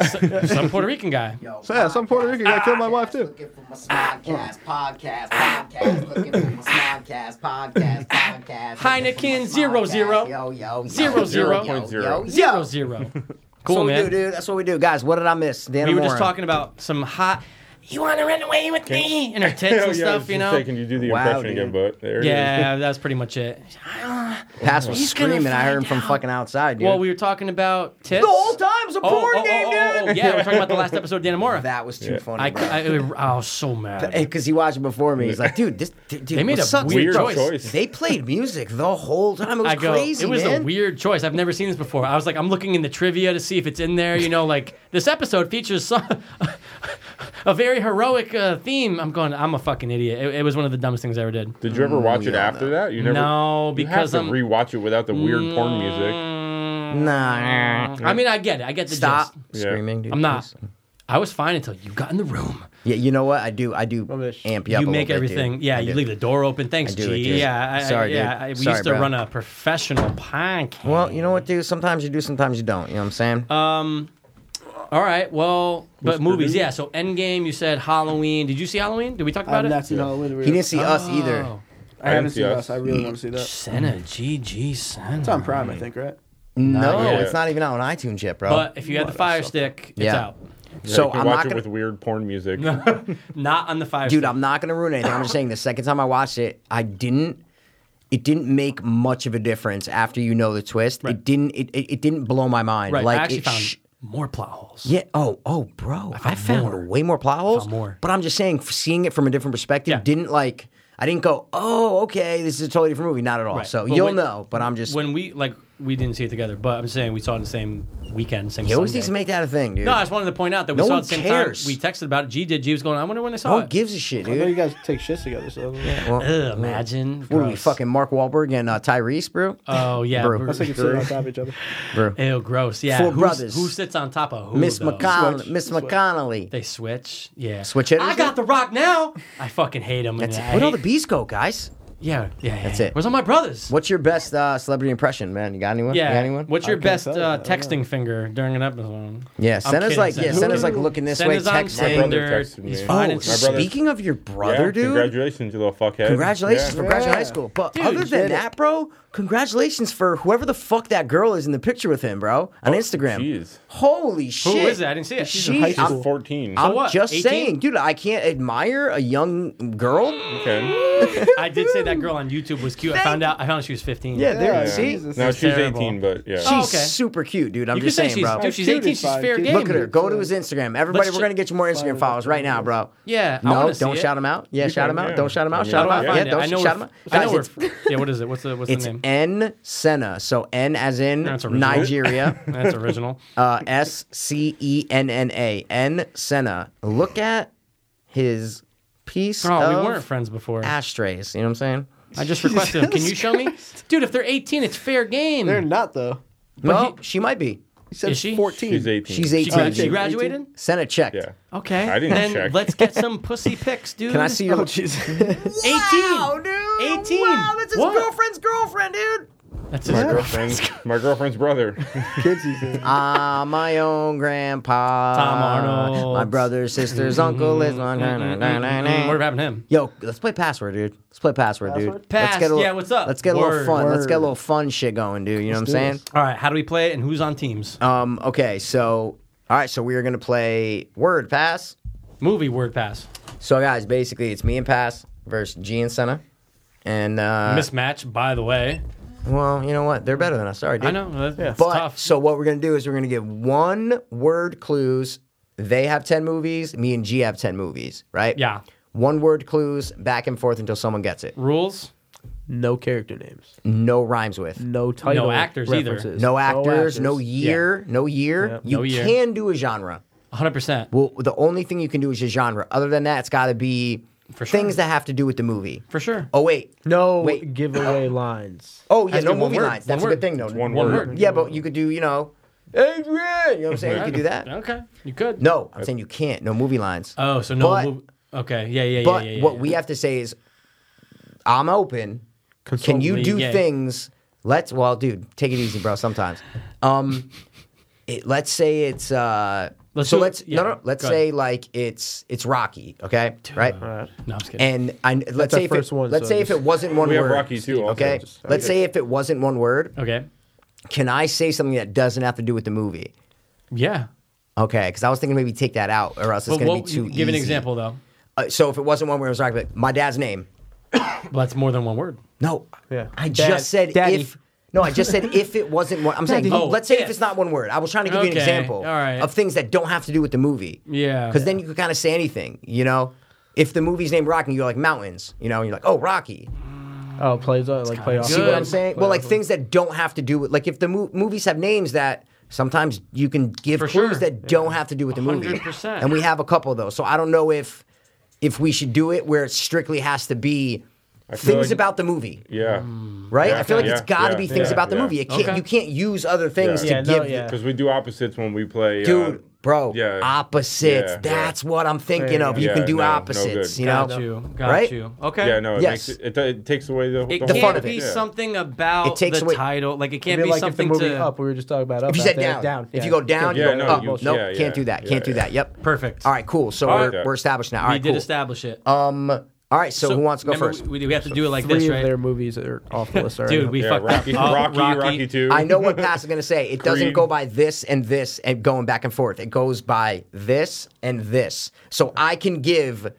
A: some Puerto Rican guy.
G: So, yeah, some Puerto Rican guy killed my wife too.
E: Looking for my smodcast, podcast, podcast, looking for my smodcast, podcast, podcast.
A: Heineken,
E: looking for my
A: zero,
E: smodcast.
A: zero.
E: Yo, yo, yo,
A: Zero,
E: yo,
A: zero.
E: yo, yo,
C: (laughs) 0.0.
E: yo.
A: Zero zero.
B: That's
A: Cool
B: what we do,
A: man.
B: dude. That's what we do, guys. What did I miss? Dan
A: We were just
B: Amora.
A: talking about some hot. You want to run away with me? And her tits
C: (laughs) Yeah, I
A: and
C: was
A: stuff,
C: just
A: you know.
C: saying, Can you do the
B: Wow,
C: impression
B: dude.
C: again? But there it is.
A: yeah, that's pretty much it.
B: Pass was
A: He's gonna
B: screaming. I heard him
A: find
B: from
A: out.
B: fucking outside, dude.
A: Well, we were talking about tits.
B: the whole time's a
A: Oh, oh,
B: porn
A: oh,
B: game,
A: oh, oh,
B: dude.
A: oh, yeah, we're talking about the last episode of Danamora.
B: That was too
A: (laughs)
B: funny.
A: I,
B: bro.
A: I, I, was so mad.
B: because he watched it before me. He's like, dude, this d- dude,
A: They made
B: what
A: a
B: sucks
A: weird
B: is
C: Weird
A: choice.
C: choice.
B: They played music the whole time. It was
A: I go,
B: crazy.
A: it was
B: man.
A: a weird choice. I've never seen this before. I was like, I'm looking in the trivia to see if it's in there. You know, like this episode features some, (laughs) a very heroic uh, theme. I'm going. I'm a fucking idiot. It, it was one of the dumbest things I ever did.
C: Did you ever watch it after that? You never.
A: No,
C: you
A: because
C: have
A: I'm-
C: to rewatch it without the weird porn music.
A: Mm,
B: Nah.
A: I mean, I get it. I get the
B: Stop
A: gist.
C: Yeah.
B: screaming, dude.
A: I'm not.
B: please.
A: I was fine until you got in the room.
B: Yeah, you know what? I do. I do amp you up.
A: you
B: a little
A: make
B: bit,
A: everything.
B: dude.
A: Yeah,
B: I
A: you
B: do.
A: leave the door open. Thanks,
B: I do it,
A: G.
B: dude.
A: Yeah, I,
B: Sorry,
A: I, yeah.
B: dude.
A: I, we
B: Sorry,
A: used to
B: bro.
A: run a professional podcast.
B: Well, you know what, dude? Sometimes you do, sometimes you don't. You know what I'm saying?
A: Um, all right. Well, but
C: Mr.
A: movies,
C: Dude?
A: yeah. So Endgame. You said Halloween. Did you see Halloween? Did we talk about
G: I've
A: it?
G: not seen Halloween.
B: he didn't see us either.
A: Oh,
G: I haven't
C: didn't see
G: seen
C: us.
G: us. I really want to see that.
A: Senna, GG Senna.
G: It's on Prime, I think, right?
B: No,
C: yet.
B: it's not even out on iTunes yet, bro.
A: But if you had the Fire
G: Motherfucker.
A: Stick, it's
B: Yeah.
A: out.
C: Yeah,
B: so
C: you can
B: I'm
C: watch
B: not
C: it
B: gonna,
C: with weird porn music.
A: (laughs) Not on the Fire
B: dude.
A: Stick.
B: I'm not gonna ruin anything. I'm just saying the second time I watched it, I didn't. It didn't make much of a difference after you know the twist. It didn't. It, it, it didn't blow my mind.
A: right.
B: Like
A: I actually
B: it
A: found
B: sh-
A: more plot holes.
B: Yeah. Oh, oh, bro. I,
A: found
B: found
A: more.
B: way more plot holes.
A: more.
B: But I'm just saying, f- seeing it from a different perspective
A: Yeah.
B: didn't like. I didn't go. Oh, okay. This is a totally different movie. Not at all.
A: Right.
B: So
A: But
B: you'll
A: when-
B: know. But I'm just.
A: When we like, we didn't see it together, but I'm saying we saw it on the same weekend, same.
B: you always
A: Sunday.
B: need to make that a thing, dude.
A: No, I just wanted to point out that we saw
B: No
A: it
B: one
A: at the same
B: cares.
A: time. We texted about it. G did. G was going. I wonder when they
B: no
A: saw
B: one
A: it.
B: gives a shit,
G: I know
B: dude.
G: you guys take shits together, so yeah.
B: Well,
A: Ugh, imagine.
B: what are we
A: Gross.
B: fucking Mark Wahlberg and uh, Tyrese, bro?
A: Oh yeah.
B: Bro.
A: bro.
G: That's like it's sitting on top of each other.
B: bro.
A: Ew, gross. Yeah.
B: Four
A: Who's-
B: brothers.
A: Who sits on top of who?
B: Miss
A: though?
B: McConnell,
G: Switch.
B: Miss
G: Switch.
B: McConnelly.
A: They switch. Yeah.
B: Switch hitters,
A: I got
B: dude?
A: the rock now. I fucking hate him.
B: That's
A: and I
B: it. Where'd all
A: hate-
B: the bees go, guys?
A: Yeah, yeah. yeah,
B: That's
A: yeah.
B: it.
A: Where's all my brothers?
B: What's your best uh, celebrity impression, man? You got anyone?
A: Yeah.
B: You got anyone?
A: What's your
G: I can't
A: best
G: tell you.
A: uh,
G: I don't know.
A: texting finger during an episode?
B: yeah,
A: I'm
B: Senna's
A: kidding,
B: like yeah,
A: Senna.
B: Senna's like looking this
A: Senna's
B: way,
A: on
B: texting.
C: Senna. My brother
A: Tinder.
C: texted me.
A: He's
C: Oh,
A: fine
B: Oh,
A: and
C: My brother-
B: speaking of your brother,
C: yeah,
B: dude.
C: Congratulations, you little fuckhead.
B: Congratulations
C: Yeah.
B: for graduating high
G: Yeah.
B: school. But other than
G: did it.
B: that, bro, congratulations for whoever the fuck that girl is in the picture with him, bro, on Instagram.
C: Oh, jeez.
B: Holy shit.
A: is it? I didn't see it. She's in
B: She-
G: high
B: I'm-
G: school.
C: 14.
B: I'm,
A: what,
B: just
A: 18?
B: saying, dude, I can't admire a young girl.
A: Oh,
C: okay.
A: I did say that girl on YouTube was cute. I found out. I found out she was 15.
B: Yeah, there
G: Yeah,
B: you see.
G: Jesus.
C: Now she's
A: terrible.
C: 18, but yeah.
B: She's
A: Oh, okay.
B: super cute, dude. I'm
A: You can
B: just
A: say
B: saying,
A: she's,
B: bro.
A: dude, she's
G: Cute is
A: 18. She's
G: fine.
A: fair
G: Cute.
A: game.
B: Look at her.
A: dude.
B: Go to his Instagram. Everybody,
A: Let's
B: we're
A: ch-
B: gonna get you more Instagram followers right now, bro.
A: Yeah, I
B: No,
A: wanna see
B: don't
A: it.
B: shout him out. Yeah,
C: You
B: shout
C: can,
B: him out.
C: yeah.
B: Don't shout him out.
C: Yeah.
B: Shout him
A: How
B: out.
A: do I
B: Yeah,
A: find it?
B: don't
A: I know
B: shout
A: her-
B: him out.
A: I know
B: Guys,
A: her-
B: it's-
A: Yeah, what is it? What's the what's the
B: It's
A: name?
B: N Senna. So N as in
A: That's original.
B: Nigeria.
A: (laughs) That's
B: (laughs)
A: original.
B: uh, S C E N N A N Senna. Look at his piece
A: Bro,
B: of
A: Oh, we weren't friends before.
B: ashtrays. You know what I'm saying?
A: I just requested him. Can
B: (laughs)
A: you show me, dude? If they're 18, it's fair game.
G: They're not though.
B: Well, she might be.
G: He said
A: Is she?
G: 14.
C: She's 18.
B: She's
A: she, gra-
B: 18.
A: she graduated.
B: Senna checked. (laughs)
C: Yeah.
A: Okay,
C: I didn't
A: then
C: check.
A: let's get some pussy pics, dude.
B: Can I see your? (laughs)
G: Oh Jesus.
A: 18?
B: Wow, dude.
A: 18.
B: Wow, that's his
A: What?
B: girlfriend's girlfriend, dude.
A: That's
C: My
A: his
C: girlfriend's, my girlfriend's
B: (laughs)
C: brother.
G: Kids he said.
B: Ah, my own grandpa.
A: Tom Arnold.
B: My brother's sister's uncle is. Mm-hmm.
A: Mm, What happened to him?
B: Yo, let's play password, dude. Let's play password, dude.
G: Password?
B: Let's get a
A: Pass.
B: little,
A: Yeah, what's up?
B: Let's get a little
A: Word.
B: fun. Let's get a
G: Word.
B: little fun shit going, dude. You know
G: Let's
B: what I'm
G: do
B: saying?
G: this.
A: All right, how do we play it and who's on teams?
B: Um. Okay. So, all right. So we are gonna play word pass.
A: Movie word pass.
B: So guys, basically, it's me and pass versus G and Senna. And uh,
A: Mismatch, by the way.
B: well, you know what? They're better than us. Sorry, dude.
A: I know. That's, that's
B: But
A: tough.
B: so what we're gonna do is we're gonna give one word clues. They have ten movies. Me and G have ten movies. Right?
A: Yeah.
B: One word clues back and forth until someone gets it.
A: Rules?
G: No character names.
B: No rhymes with.
G: No title.
A: Mm. No actors either.
G: references.
B: No actors. No,
G: actors.
B: year. No year.
G: Yeah.
B: You
A: No year.
B: can do a genre.
A: 100%.
B: Well, the only thing you can do is a genre. Other than that, it's got to be
A: For sure.
B: things that have to do with the movie.
A: For sure.
B: Oh wait,
G: No
B: Wait.
G: giveaway lines.
B: oh yeah,
A: Has to
B: no
A: be one
B: movie
A: word.
B: lines. That's
A: One
B: a
A: word.
B: good thing, though.
A: One
C: One word.
A: word.
B: Yeah, but you could do, you know, Adrian. You know what I'm saying? You could do that.
A: Okay. You could.
B: Oh. No, I'm saying you can't. No movie lines.
A: Oh, so no.
B: But-
A: mov- okay. Yeah, yeah, yeah.
B: but
A: yeah, yeah,
B: what
A: yeah.
B: we have to say is, I'm open.
G: Consult
B: can you
A: me.
B: do
A: Yeah.
B: things? Let's. Well, dude, take it easy, bro. Sometimes. Um, it, let's say it's. Uh,
A: Let's
B: so
A: do it-
B: let's
A: yeah,
B: no no. Let's
A: go
B: say
A: ahead.
B: like it's it's Rocky. Okay, right.
G: Alright.
A: No, I'm just kidding.
B: And I, let's
G: our
B: say if it,
G: first one,
B: let's
G: so
B: say if
G: just-
B: it wasn't one
C: We have
B: word.
C: Rocky too. Also.
B: Okay.
G: just-
B: Let's say if it wasn't one word,
A: okay.
B: can I say something that doesn't have to do with the movie?
A: Yeah.
B: Okay, because I was thinking maybe take that out, or else it's
A: But
B: going
A: what,
B: to be too.
A: give an
B: easy.
A: example, though.
B: Uh, so if it wasn't one word, it was Rocky. But my dad's name.
A: Well, that's more than one word.
B: No,
G: Yeah.
B: I
G: Dad-
B: just said
G: Daddy.
B: if. No, I just said if it wasn't one. I'm saying,
A: Daddy. Oh,
B: let's say
A: if.
B: if it's not one word. I was trying to give you an
A: Okay,
B: example
A: all right.
B: of things that don't have to do with the movie.
A: Yeah.
B: Because then you could kind of say anything, you know. If the movie's named Rocky, you're like mountains, you know, and you're like, oh, Rocky.
G: Oh, plays on like play off.
B: See what I'm
A: Good.
B: saying? Well, like
G: Playoff.
B: things that don't have to do with like if the mo- movies have names that Sometimes you can give
A: For
B: clues
A: sure.
B: that don't have to do with the movie.
A: 100%.
B: And we have a couple of those. So I don't know if if we should do it where it strictly has to be
C: feel
B: things
C: like-
B: about the movie,
C: Yeah.
B: right?
C: Yeah,
B: I feel like it's
C: yeah,
B: got to
C: yeah,
B: be things
C: yeah,
B: about the
C: yeah.
B: movie. It can't,
A: Okay.
B: You can't use other things
C: Yeah.
B: to
A: Yeah, no,
B: give
A: yeah.
C: Because we do opposites when we play.
B: dude,
C: uh,
B: bro,
C: yeah.
B: opposites.
C: Yeah, yeah.
B: That's what I'm thinking of. You
C: Yeah,
B: can do
C: no, no
B: opposites,
C: good.
B: you know?
A: Got you. Got
B: Right?
A: you. Okay.
C: Yeah, no, it,
B: Yes.
C: makes it, it, it takes away the,
A: It
C: the
A: can't
C: whole
B: fun of
A: be
C: thing. Yeah.
A: something about
B: It takes
A: the
B: away-
A: title. Like it
G: It'd
A: can't be
G: like if the
A: something
G: movie
A: to
G: up, we were just talking about up.
B: If you
G: out
B: said
G: there,
B: down,
G: yeah.
B: if you go down,
C: Yeah,
B: you go
C: no,
B: up.
C: you-
B: nope,
C: yeah,
B: can't do
C: yeah,
B: that.
C: yeah,
B: can't do
C: yeah.
B: that. Yep.
A: perfect.
B: All right, cool. So
A: All
B: we're,
A: right.
B: we're established now. All
A: we
B: right,
A: did
B: cool.
A: establish it.
B: Um, all right, so, who wants to go
A: remember,
B: first?
A: We, we have to do it like
G: Three
A: this,
G: of
A: right?
G: their movies are
A: (laughs)
G: off the list already.
A: Dude, we
C: Yeah,
A: fucked
C: Rocky,
A: up.
C: Rocky, Rocky, two.
B: Oh, I know
A: (laughs)
B: what Pat's going to say. It doesn't
C: Creed.
B: go by this and this and going back and forth. It goes by this and this. So I can give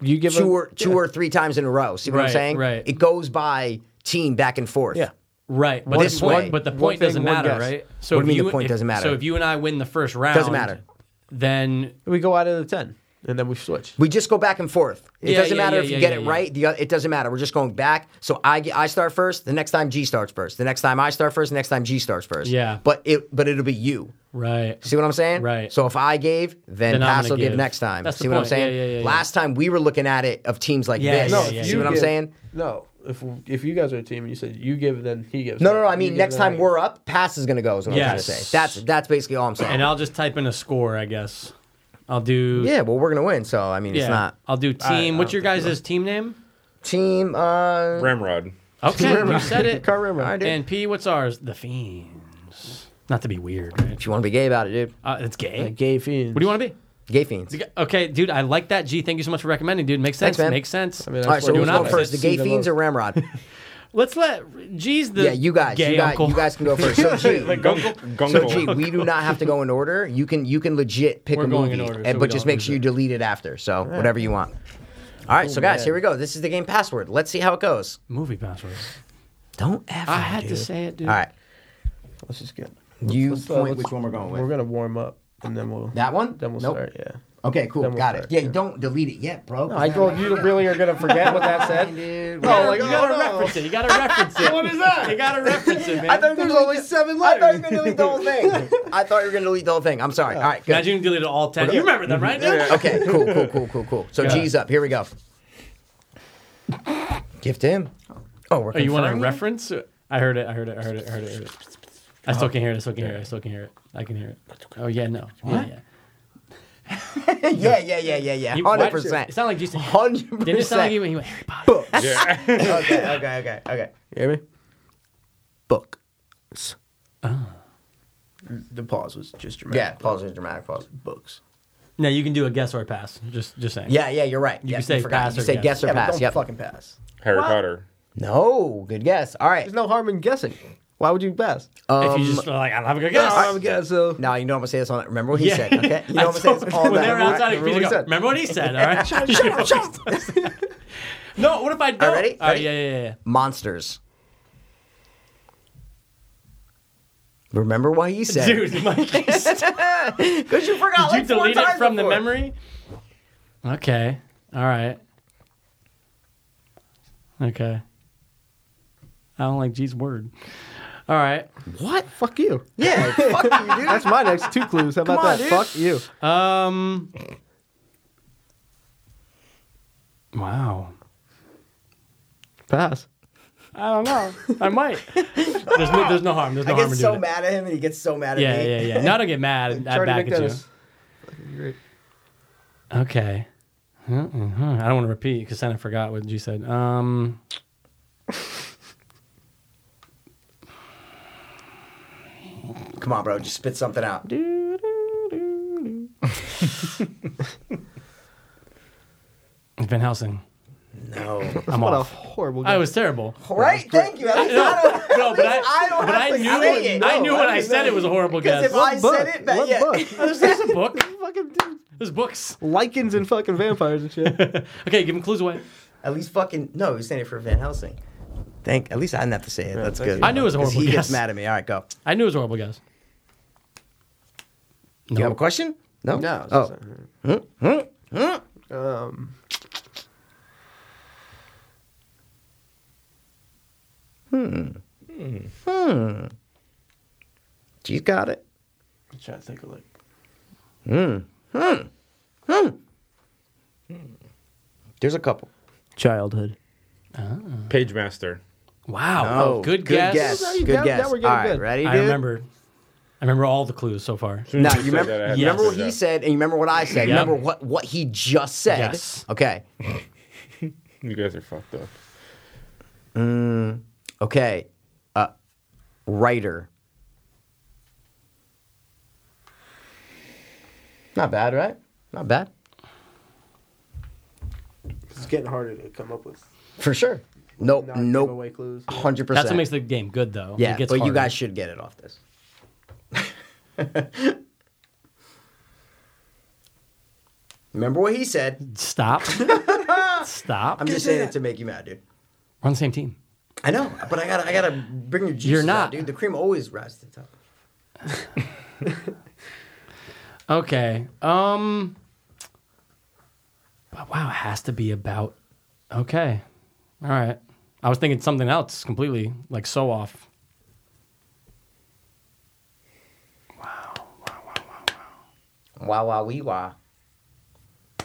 G: you give
B: two
G: them-
B: or two or three times in a row. See what I'm
A: Right,
B: saying?
A: right.
B: It goes by team back and forth.
G: Yeah.
A: Right, but
B: This
A: the point,
B: way.
A: but the
G: One
A: point
G: thing,
A: doesn't
G: one
A: matter,
G: guess.
A: right? So
B: What do
A: if
B: you mean the
A: you-
B: point
A: if-
B: doesn't matter?
A: So if you and I win the first round,
B: matter.
A: Then
G: we go out of the ten, and then we switch.
B: We just go back and forth. It
A: Yeah,
B: doesn't
A: yeah,
B: matter
A: yeah,
B: if you
A: yeah,
B: get
A: yeah,
B: it
A: yeah.
B: right. The, it doesn't matter. We're just going back. So I get- I start first. The next time G starts first. The next time I start first. The next time G starts first.
A: Yeah.
B: But it but it'll be you.
A: right,
B: See what I'm saying?
A: Right.
B: So if I gave, then,
A: Then I'm
B: Pass
A: gonna
B: will give
A: give.
B: next time.
A: That's the
B: see what I'm
A: point.
B: saying?
A: Yeah, yeah, yeah, yeah.
B: Last time we were looking at it of teams like
A: Yeah,
B: this.
A: yeah, yeah,
B: see
A: yeah.
B: what I'm
G: give-
B: saying?
G: No, if if you guys are a team and you said you give, then he gives.
B: No, no, no. I
G: You
B: mean,
G: give,
B: next
G: then I
B: time
G: give.
B: we're up, pass is going to go. Is what I'm trying to
A: Yes.
B: say. That's that's basically all I'm saying.
A: and I'll just type in a score, I guess. I'll do
B: yeah, well, we're going to win. So I mean,
A: yeah.
B: it's not
A: I'll do team. What's
G: don't
A: your guys' team
B: (laughs)
A: name?
B: team. Uh,
C: Ramrod.
A: Okay, you said it.
G: Can't remember.
B: I did.
A: And P, what's ours? The fiends. Not to be weird, right?
B: if you want to be gay about it, dude,
A: Uh, it's gay.
G: Like gay fiends.
A: What do you want to be?
B: gay fiends.
A: Okay, dude, I like that. G, thank you so much for recommending, dude. Makes sense.
B: Thanks, man.
A: Makes sense.
G: mean,
B: All right, so
G: We're
B: who's
G: doing
B: going
A: opposites.
B: first? The gay
G: See the
B: fiends
A: (laughs)
B: or Ramrod?
A: Let's let G's the
B: Yeah, you guys,
A: gay
B: you guys,
A: uncle.
B: you guys can go first. So G,
C: Gung-
B: so (laughs)
C: Gungle.
B: G, we do not have to go in order. You can you can legit pick
A: We're
B: a
A: going
B: movie,
A: in order,
B: and-
A: so we
B: but just
A: don't
B: make
A: lose
B: sure
A: it.
B: you delete it after. So whatever you want. All right, so guys,
G: man.
B: here we go. This is the game password. Let's see how it goes.
A: (laughs) Movie password.
B: Don't ever.
A: I had to
B: dude.
A: say it, dude.
B: All right,
G: Let's just get.
B: you
G: let's, uh,
B: point
G: let's-
B: which one we're going with.
G: We're gonna warm up, and then we'll
B: that one?
G: then we'll
B: nope.
G: start.
B: (laughs)
G: Yeah.
B: Okay, cool.
G: Then we'll
B: Got it.
G: start,
B: Yeah,
G: yeah.
B: don't delete it yet, bro.
G: I told you really are gonna forget what
B: (laughs)
G: that said.
B: Dude,
G: No,
B: we're-
G: like,
A: you
G: oh,
A: gotta
G: no.
A: reference it. You gotta reference it. what is that? You gotta reference it, man.
B: (laughs) I thought you were gonna delete- I thought you were gonna delete the whole
G: (laughs)
B: thing. I thought you were gonna delete the whole thing. I'm sorry. All right, good.
A: Imagine you deleted all ten. You remember them, right? Yeah.
B: Okay, cool, cool, cool, cool, cool. So
A: Got it.
B: G's up. Here we go. Gift to him. Oh, we're
A: Oh, you want a
B: confirming?
A: reference? I heard it. I heard it. I heard it. I heard it. I heard it. I still can hear it. I still can hear it. I still can hear it. I can hear it. Oh yeah, no. Yeah, yeah.
B: (laughs) Yeah, yeah, yeah, yeah, yeah.
A: You-
B: Hundred
A: why- It
B: percent.
A: sounded like you said.
B: (laughs) Hundred
A: Didn't it sound like you
B: percent.
A: went, you went Harry Potter?
B: Book.
C: Yeah.
B: (laughs) Okay, okay, okay, okay.
G: You hear me?
B: Book.
G: The pause was just dramatic.
B: Yeah, pause is dramatic pause.
G: Books.
A: No, you can do a guess or a pass. Just, just saying.
B: Yeah, yeah, you're right.
A: You
B: yeah,
A: can say
B: forgot.
A: pass
B: You
A: or
B: say
A: guess.
B: guess or
G: Yeah, but
B: pass.
G: don't
B: Yep.
G: fucking pass.
C: Harry Potter.
B: No, good guess. All right. um,
G: There's no harm in guessing. Why would you pass?
A: If you just are like, I don't have a good guess.
G: I would guess so.
B: Now you know I'm gonna say this on. Remember what he
A: Yeah.
B: said? Okay.
A: (laughs)
B: You
A: I
B: know what I'm gonna say
A: told
B: this all
A: when they were
B: night.
A: outside of
G: Remember
A: Peter,
G: what he
A: go,
G: said.
A: remember what he said, all
B: (laughs)
A: right? You know what he said. (laughs) No, what if I don't?
B: ready?
A: All right,
B: Ready?
A: yeah, yeah, yeah, yeah.
B: Monsters. Remember what he said?
A: Dude, (laughs)
B: (laughs)
A: Mike, did
B: Because you forgot.
A: you
B: like four
A: delete it
B: times
A: from the
B: before.
A: memory? Okay. All right. Okay. I don't like G's word. All right.
G: What? Fuck you.
B: Yeah. fuck you, dude.
G: That's my next two clues. How about
B: Come on,
G: that?
B: dude.
G: Fuck you.
A: Um. Wow.
G: Pass.
A: I don't know. I might.
B: (laughs)
A: There's no, there's no harm. There's no
B: I
A: harm
B: get
A: in
B: so
A: doing
B: mad at him, and he gets so mad
A: it.
B: at
A: Yeah,
B: me.
A: yeah, yeah. No, I don't get mad at
G: Charlie
A: back at you.
G: McDennis. Fucking great.
A: Okay. Uh-uh-huh. I don't want to repeat because then I forgot what you said. Um.
B: (laughs) Come on, bro. Just spit something out.
A: Van Helsing.
B: No.
A: I'm
G: What a
A: off.
G: horrible game.
A: I was terrible.
B: right? Thank you. At least I don't,
A: No, but I,
B: I don't
A: but
B: have
A: I
B: to
A: knew
B: say
A: when,
B: it.
A: I
B: No,
A: knew when I said it was a horrible
B: Because
A: guess.
B: if I
G: Book.
B: said it, that,
G: what
B: yeah.
G: book?
A: Oh, there's, there's a book.
G: (laughs) fucking dude.
A: There's books. (laughs)
G: Lichens and fucking vampires and shit.
A: Okay, give him clues away.
B: At least fucking no. He was saying it for Van Helsing. Thank. At least I didn't have to say it. That's
G: thank
B: good.
G: you.
A: I knew it was a
B: 'Cause
A: horrible
B: He gets
A: guess.
B: mad at me. All right, go.
A: I knew it was a horrible guess.
B: Do You have a question? No.
G: No. it's
B: Oh.
G: just, Um.
B: She's got it.
G: I'm trying to think of like.
B: There's a couple.
G: Childhood.
C: Page Master.
A: Wow. Oh, good, guess.
B: Good
D: Now- now
B: guess.
D: we're getting
B: All right,
D: good.
B: ready, dude?
A: I remember. I remember all the clues so far.
B: No,
C: As
B: you
A: (laughs)
C: soon as
B: remember,
C: said that, I had
B: you
C: to
B: remember what
C: answer
B: he
C: that.
B: said, and you remember what I said. You
A: Yeah.
B: Remember what, what he just said.
A: Yes.
B: Okay.
C: You guys are fucked up.
B: Okay. Uh, writer. Not bad, right? Not bad.
G: It's getting harder to come up with.
B: For sure. Nope.
G: not giveaway
B: Oh, Nope.
G: clues.
B: Hundred percent.
A: That's what makes the game good, though.
B: Yeah,
A: It gets
B: but you
A: harder.
B: guys should get it off this. (laughs) Remember what he said. (laughs)
A: stop. stop.
B: I'm just saying it to make you mad, dude.
A: We're on the same team.
B: I know, but I gotta, I gotta bring your juices
A: You're
B: out,
A: not.
B: dude. The cream always rises to the top.
A: Okay. Um. but Wow, it has to be about. Okay. All right. I was thinking something else completely, like so off.
B: Wow, wow, wee, wah.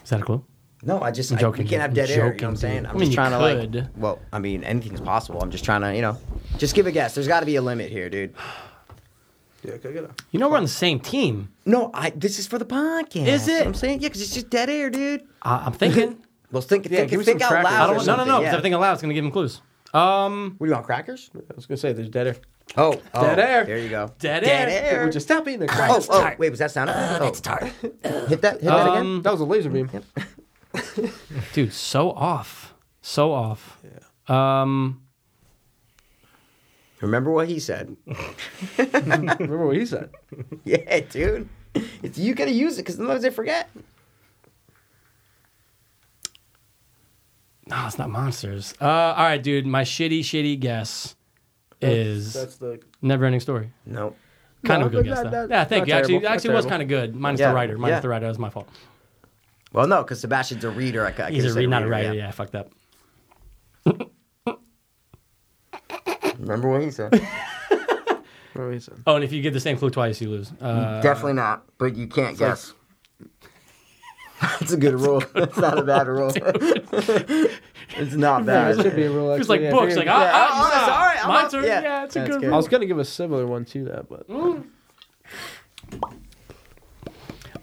A: Is that a clue?
B: No, I just
A: I'm
B: I-
A: joking,
B: we can't have
A: I'm
B: dead air. You know what I'm
A: joking,
B: saying?
A: dude.
B: I'm
A: I mean,
B: just
A: you
B: trying to like.
A: could.
B: Well, I mean, anything's possible. I'm just trying to, you know, just give a guess. There's got to be a limit here, dude.
G: Yeah, go get it.
A: You know we're on the same team.
B: No, I. This is for the podcast.
A: Is
B: You know what
A: it?
B: I'm saying yeah, because it's just dead air, dude.
A: I- I'm
B: (laughs)
A: thinking.
B: Well, think,
G: Yeah,
B: think,
G: give me
B: think
G: some
B: out
G: crackers.
B: loud.
A: I
B: or
A: don't. No, no,
B: something,
A: no.
B: yeah.
A: Because I think aloud is going to give him clues. Um.
B: What do you want, crackers?
G: I was gonna say there's dead air.
B: Oh, oh,
G: Dead air.
B: There you go.
A: Dead air.
B: air.
G: Would you stop eating the
B: Oh,
G: crackers?
B: oh, wait, was that
A: (laughs)
B: sound? oh, that's tired. hit that. Hit that again.
A: Um,
G: That was a laser beam.
A: dude, so off. So off. Um.
B: Remember what he said.
A: (laughs)
G: Remember what he said?
B: yeah, dude. It's, you gotta use it because sometimes they forget.
A: No, it's not monsters. Uh. All right, dude. My shitty, shitty guess is
G: That's the
A: never ending story.
B: No.
A: Kind of a
G: No,
A: good
G: but
A: guess,
G: not-
A: though.
G: not-
A: yeah, thank
G: not
A: you. Actually,
G: terrible. Not
A: actually was
G: terrible.
A: kind of good, minus
B: Yeah,
A: the writer. Minus
B: yeah.
A: the writer. That was my fault.
B: Well, no, because Sebastian's a reader. I, I
A: He's
B: could've
A: a
B: said
A: re- not a writer. Yeah, I fucked up.
B: Remember what he said.
G: remember what he said.
A: Oh, and if you give the same clue twice, you lose. Uh,
B: Definitely not, but you can't guess. That's a good (laughs) rule. That's not a bad rule. (laughs) it's not bad.
G: That should be a rule.
A: it's
G: actually,
A: like
G: yeah,
A: books.
G: figure-
A: Like, ah,
B: yeah,
A: ah,
B: oh, that's
A: ah,
B: all right, I'm
A: My
B: up,
A: turn.
B: yeah.
A: Yeah, it's a
G: That's
A: good.
G: good. I was gonna give a similar one to that, but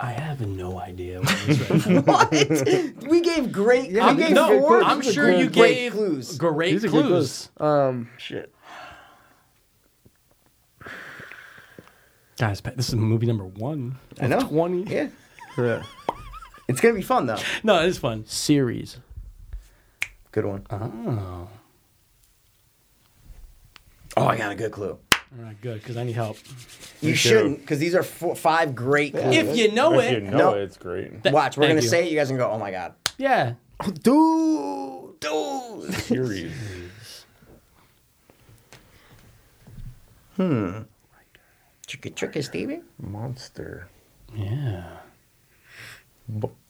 A: I have no idea. What it is (laughs) right now.
B: What? We gave great.
G: I'm-
B: we gave
A: no,
B: four.
A: I'm sure
B: great
A: you gave
B: clues.
A: Great
G: These are
A: clues.
G: good clues. um, shit.
A: guys. Pat, This is movie number one.
B: I know.
A: Twenty. (laughs)
B: Yeah.
G: Yeah.
B: It's gonna be fun though.
A: No, it is fun.
G: Series.
B: Good one.
A: Oh, all
B: Oh, I got a good clue.
A: right, good. Because I need help.
B: You shouldn't, because these are four, five great clues.
A: If you know
C: If you
A: it,
C: know
B: No.
C: it, it's great.
B: Watch, we're
A: Thank
B: gonna
A: you.
B: say it. You guys are gonna go, oh my god,
A: yeah.
B: (laughs) dude, dude.
C: Series.
B: Tricky, tricky, Stevie.
C: Monster.
A: Yeah.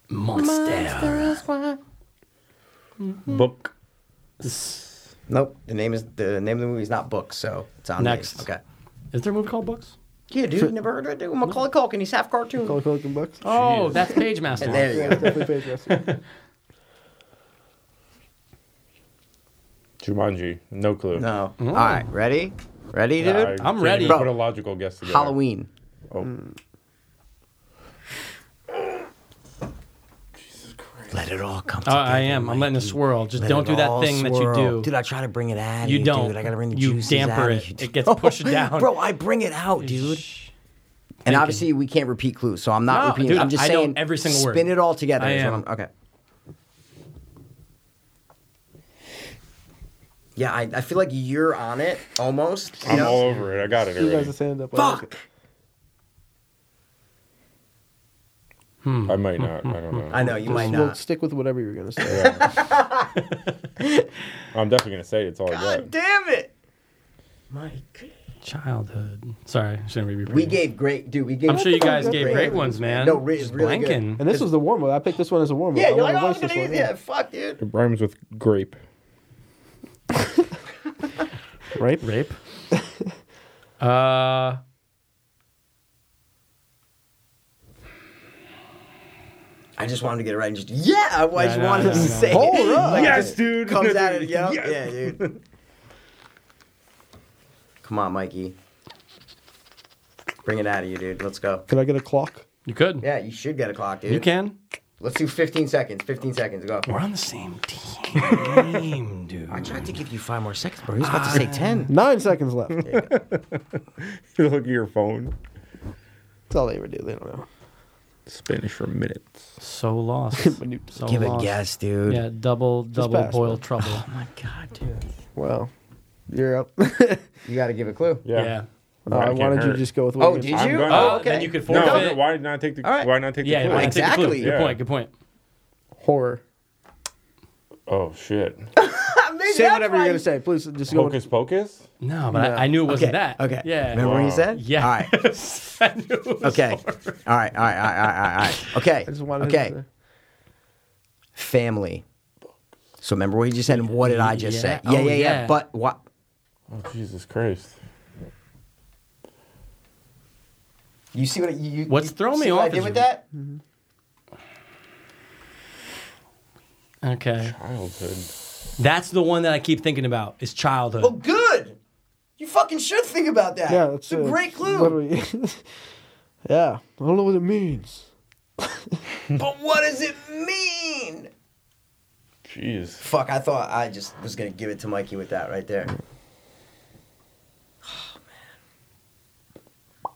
A: Monster.
C: Book.
B: Nope. The name is the name of the movie is not book, so it's on me.
A: Next.
B: Okay.
A: Is there a movie called Books?
B: Yeah, dude, you never heard of it, dude. Macaulay Culkin, he's half cartoon.
G: Call Culkin books.
A: Oh, that's Page Master.
B: And there you go.
G: Definitely Page Master.
C: Jumanji. No clue.
B: No. All right, ready? Ready, dude?
C: I
A: I'm
C: can't
A: ready.
C: even Put a logical guess together.
B: Halloween. Mm.
C: Oh.
B: Let it all come.
A: Uh, I am. I'm letting it swirl. Just don't do that thing that you do.
B: Dude, I try to bring it out. of
A: you don't.
B: Dude. I gotta bring the
A: you
B: juices
A: damper
B: out of
A: it.
B: you.
A: It
B: (laughs)
A: gets pushed down.
B: Bro, I bring it out, dude.
A: Shh.
B: And obviously, we can't repeat clues, so I'm not
A: No,
B: repeating.
A: dude,
B: I'm just
A: I know
B: saying
A: every single word.
B: Spin it all together.
A: I
B: is what
A: am.
B: I'm- okay. Yeah, I, I feel like you're on it almost. you
C: I'm
B: know?
C: all over it. I got it
G: you guys are
C: already.
G: saying that. but I like
B: Fuck.
G: it.
C: I might not. I don't know.
B: (laughs) I know you might
G: Just we'll
B: not.
G: stick with whatever you're gonna say.
C: I'm definitely gonna say it's all I
B: God
C: got.
B: damn it, Mike.
A: Childhood. Sorry, I shouldn't be repeating.
B: We gave great, dude. We gave.
A: I'm sure you guys gave
B: Great
A: great ones, man.
B: No, re-
A: Just
B: really good.
A: blanking.
G: And this was the warm up. I picked this one as a warm up.
B: Yeah,
G: I
B: you're like,
G: wanna
B: oh, I'm
G: waste
B: gonna
G: this
B: use
G: one,
B: yeah, fuck, dude.
C: It rhymes with grape.
B: (laughs)
A: Rape. Rape. uh.
B: I just wanted to get it right and just yeah, I, I just
A: no,
B: wanted
A: no,
B: to
A: no.
B: say it. Hold up.
C: Yes,
B: (laughs)
C: dude.
B: Comes at
C: (laughs)
B: it, yeah,
C: Yes.
B: yeah, dude. Come on, Mikey. Bring it out of you, dude. Let's go.
G: Could I get a clock?
A: You could.
B: Yeah, you should get a clock, dude.
A: You can.
B: Let's do 15 seconds. 15 seconds. Go.
A: We're on the same team, (laughs) dude.
B: I tried to give you five more seconds, bro. He was about to say 10.
G: Nine seconds left. (laughs)
C: Look at your phone.
G: That's all they ever do. They don't know.
C: Spanish for minutes.
A: So lost.
B: (laughs)
G: you-
A: So
B: Give a
A: lost.
B: guess, dude.
A: Yeah, double double
G: pass,
A: boil
G: bro.
A: trouble.
B: (laughs) my God, dude.
G: Well, you're up. (laughs)
B: You got to give a clue.
A: yeah.
G: Uh, I
C: can't
G: wanted you
C: hurt.
G: to just go with
B: Oh,
G: Williams.
B: did you?
C: I'm gonna-
B: Oh,
A: Uh,
B: okay.
A: Then you could
C: No,
A: forfeit.
C: no, why not take the?
B: All right.
C: Why not take the?
A: Yeah,
C: clue?
A: why not take the clue?
B: Exactly.
A: Good
C: Yeah.
A: point. Good point.
G: Horror.
C: Oh
B: (laughs)
C: shit!
G: Say whatever you're gonna say. Please just go.
C: Hocus pocus.
A: No, but I, I knew it wasn't
B: Okay.
A: that.
B: Okay.
A: Yeah.
B: Remember what you
C: Wow.
B: said?
A: Yeah.
B: All right.
A: (laughs)
B: (laughs)
A: I knew it was
B: Okay. All
A: hard.
B: right. All right. All right. All right. All right. Okay.
G: I just wanted
B: okay.
G: to-
B: Family. So remember what you just said, and what did I just say?
A: Yeah.
B: Yeah,
A: Oh,
B: yeah, yeah,
A: yeah.
B: But what?
C: Oh Jesus Christ!
B: You see what I- you? you
A: What's
B: you
A: throwing
B: see
A: me
B: what I
A: off
B: did
A: is
B: with
A: you-
B: that?
G: Hmm.
A: Okay.
C: Childhood.
A: That's the one that I keep thinking about is childhood.
B: Well, good. You fucking should think about that.
G: Yeah, uh,
B: it's a great clue.
G: literally- (laughs) yeah, I don't know what it means.
B: But what does it mean?
C: Jeez.
B: Fuck! I thought I just was gonna give it to Mikey with that right there. Oh man,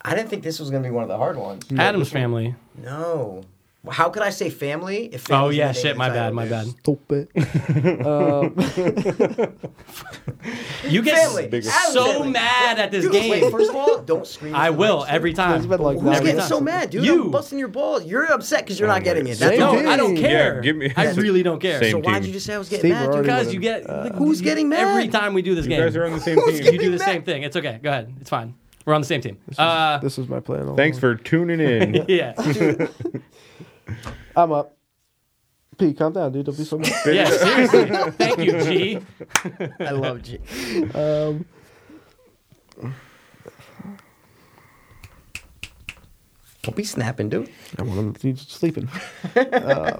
B: I didn't think this was gonna be one of the hard ones.
A: (laughs) Adam's family.
B: No. How could I say family? If
A: Oh
B: family's in
A: yeah,
B: the name
A: shit.
B: of
A: My
B: the
A: bad.
B: title,
A: My
B: dude?
A: bad.
G: Stupid.
A: You get s-
B: Family. Adam's
A: so
B: family.
A: mad at this
B: Dude,
A: game.
B: wait, first of all, don't scream.
A: I
B: at the
A: will
B: mic, dude.
A: every
G: It's
A: time.
G: been like
B: Who's
G: nine
B: getting
G: years.
B: so mad, dude?
A: You.
B: I'm busting your balls. You're upset because
G: Oh,
B: you're not getting it. That's
A: No,
B: all.
A: I don't
G: team.
A: care.
C: Yeah, give me-
A: I
C: (laughs) Same-
A: really don't care.
C: same
B: So
A: So
C: team.
B: why did you just say I was getting
G: Steve,
B: mad?
G: we're
B: dude?
G: already-
A: because you get like,
B: Uh, Who's
A: you-
B: getting mad?
A: every time we do this
C: You
A: game.
C: guys are on the same
B: (laughs) Who's
C: team.
A: you do the
B: mad?
A: same thing. It's okay. Go ahead. It's fine. We're on the same team. Uh,
G: (laughs) This was my plan. all
C: Thanks
G: along.
C: for tuning in.
A: (laughs) yeah.
G: I'm up. P, calm down, dude. Don't be so (laughs) mad.
A: Yeah. Seriously. Thank you, G.
B: I love you.
G: Um,
B: Don't be snapping, dude.
G: I want to he's sleeping.
C: I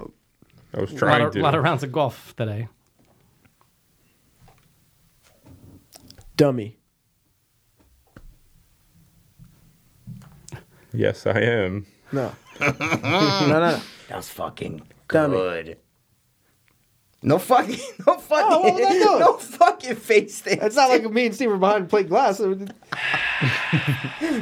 C: was
A: A lot,
C: (laughs) trying
A: of,
C: to.
A: lot of rounds of golf today.
G: Dummy.
C: Yes, I am.
G: (laughs) No. no, no, no.
B: That's fucking
G: Dummy.
B: good. No fucking, (laughs) no fucking,
G: Oh, what was I
B: (laughs)
G: doing?
B: no fucking face thing. (laughs)
G: It's not like me and Steve were behind plate glass. It was-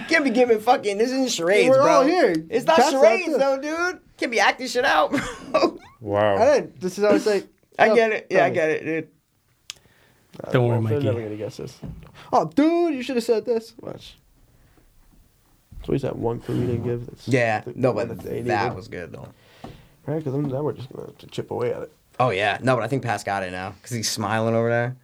B: Can't be giving fucking. This isn't charades,
G: We're
B: bro.
G: all here.
B: It's not
G: That's
B: charades
G: not
B: though, dude. Can't be acting shit out. (laughs) bro.
C: Wow.
G: I didn't. This is how I say. oh,
B: I
G: Dumb-
B: get it. Yeah, I
G: dummy.
B: get it, dude. Uh,
A: Don't worry,
G: They're never
A: Mikey.
G: gonna guess this. Oh, dude, you should have said this. Watch. It's always that one clue you didn't give. That's
B: Yeah,
G: the-
B: no, but
G: they
B: that
G: needed.
B: was good though.
G: right because now we're just gonna have to chip away at it.
B: Oh yeah, no, but I think Pat's got it now because he's smiling over there.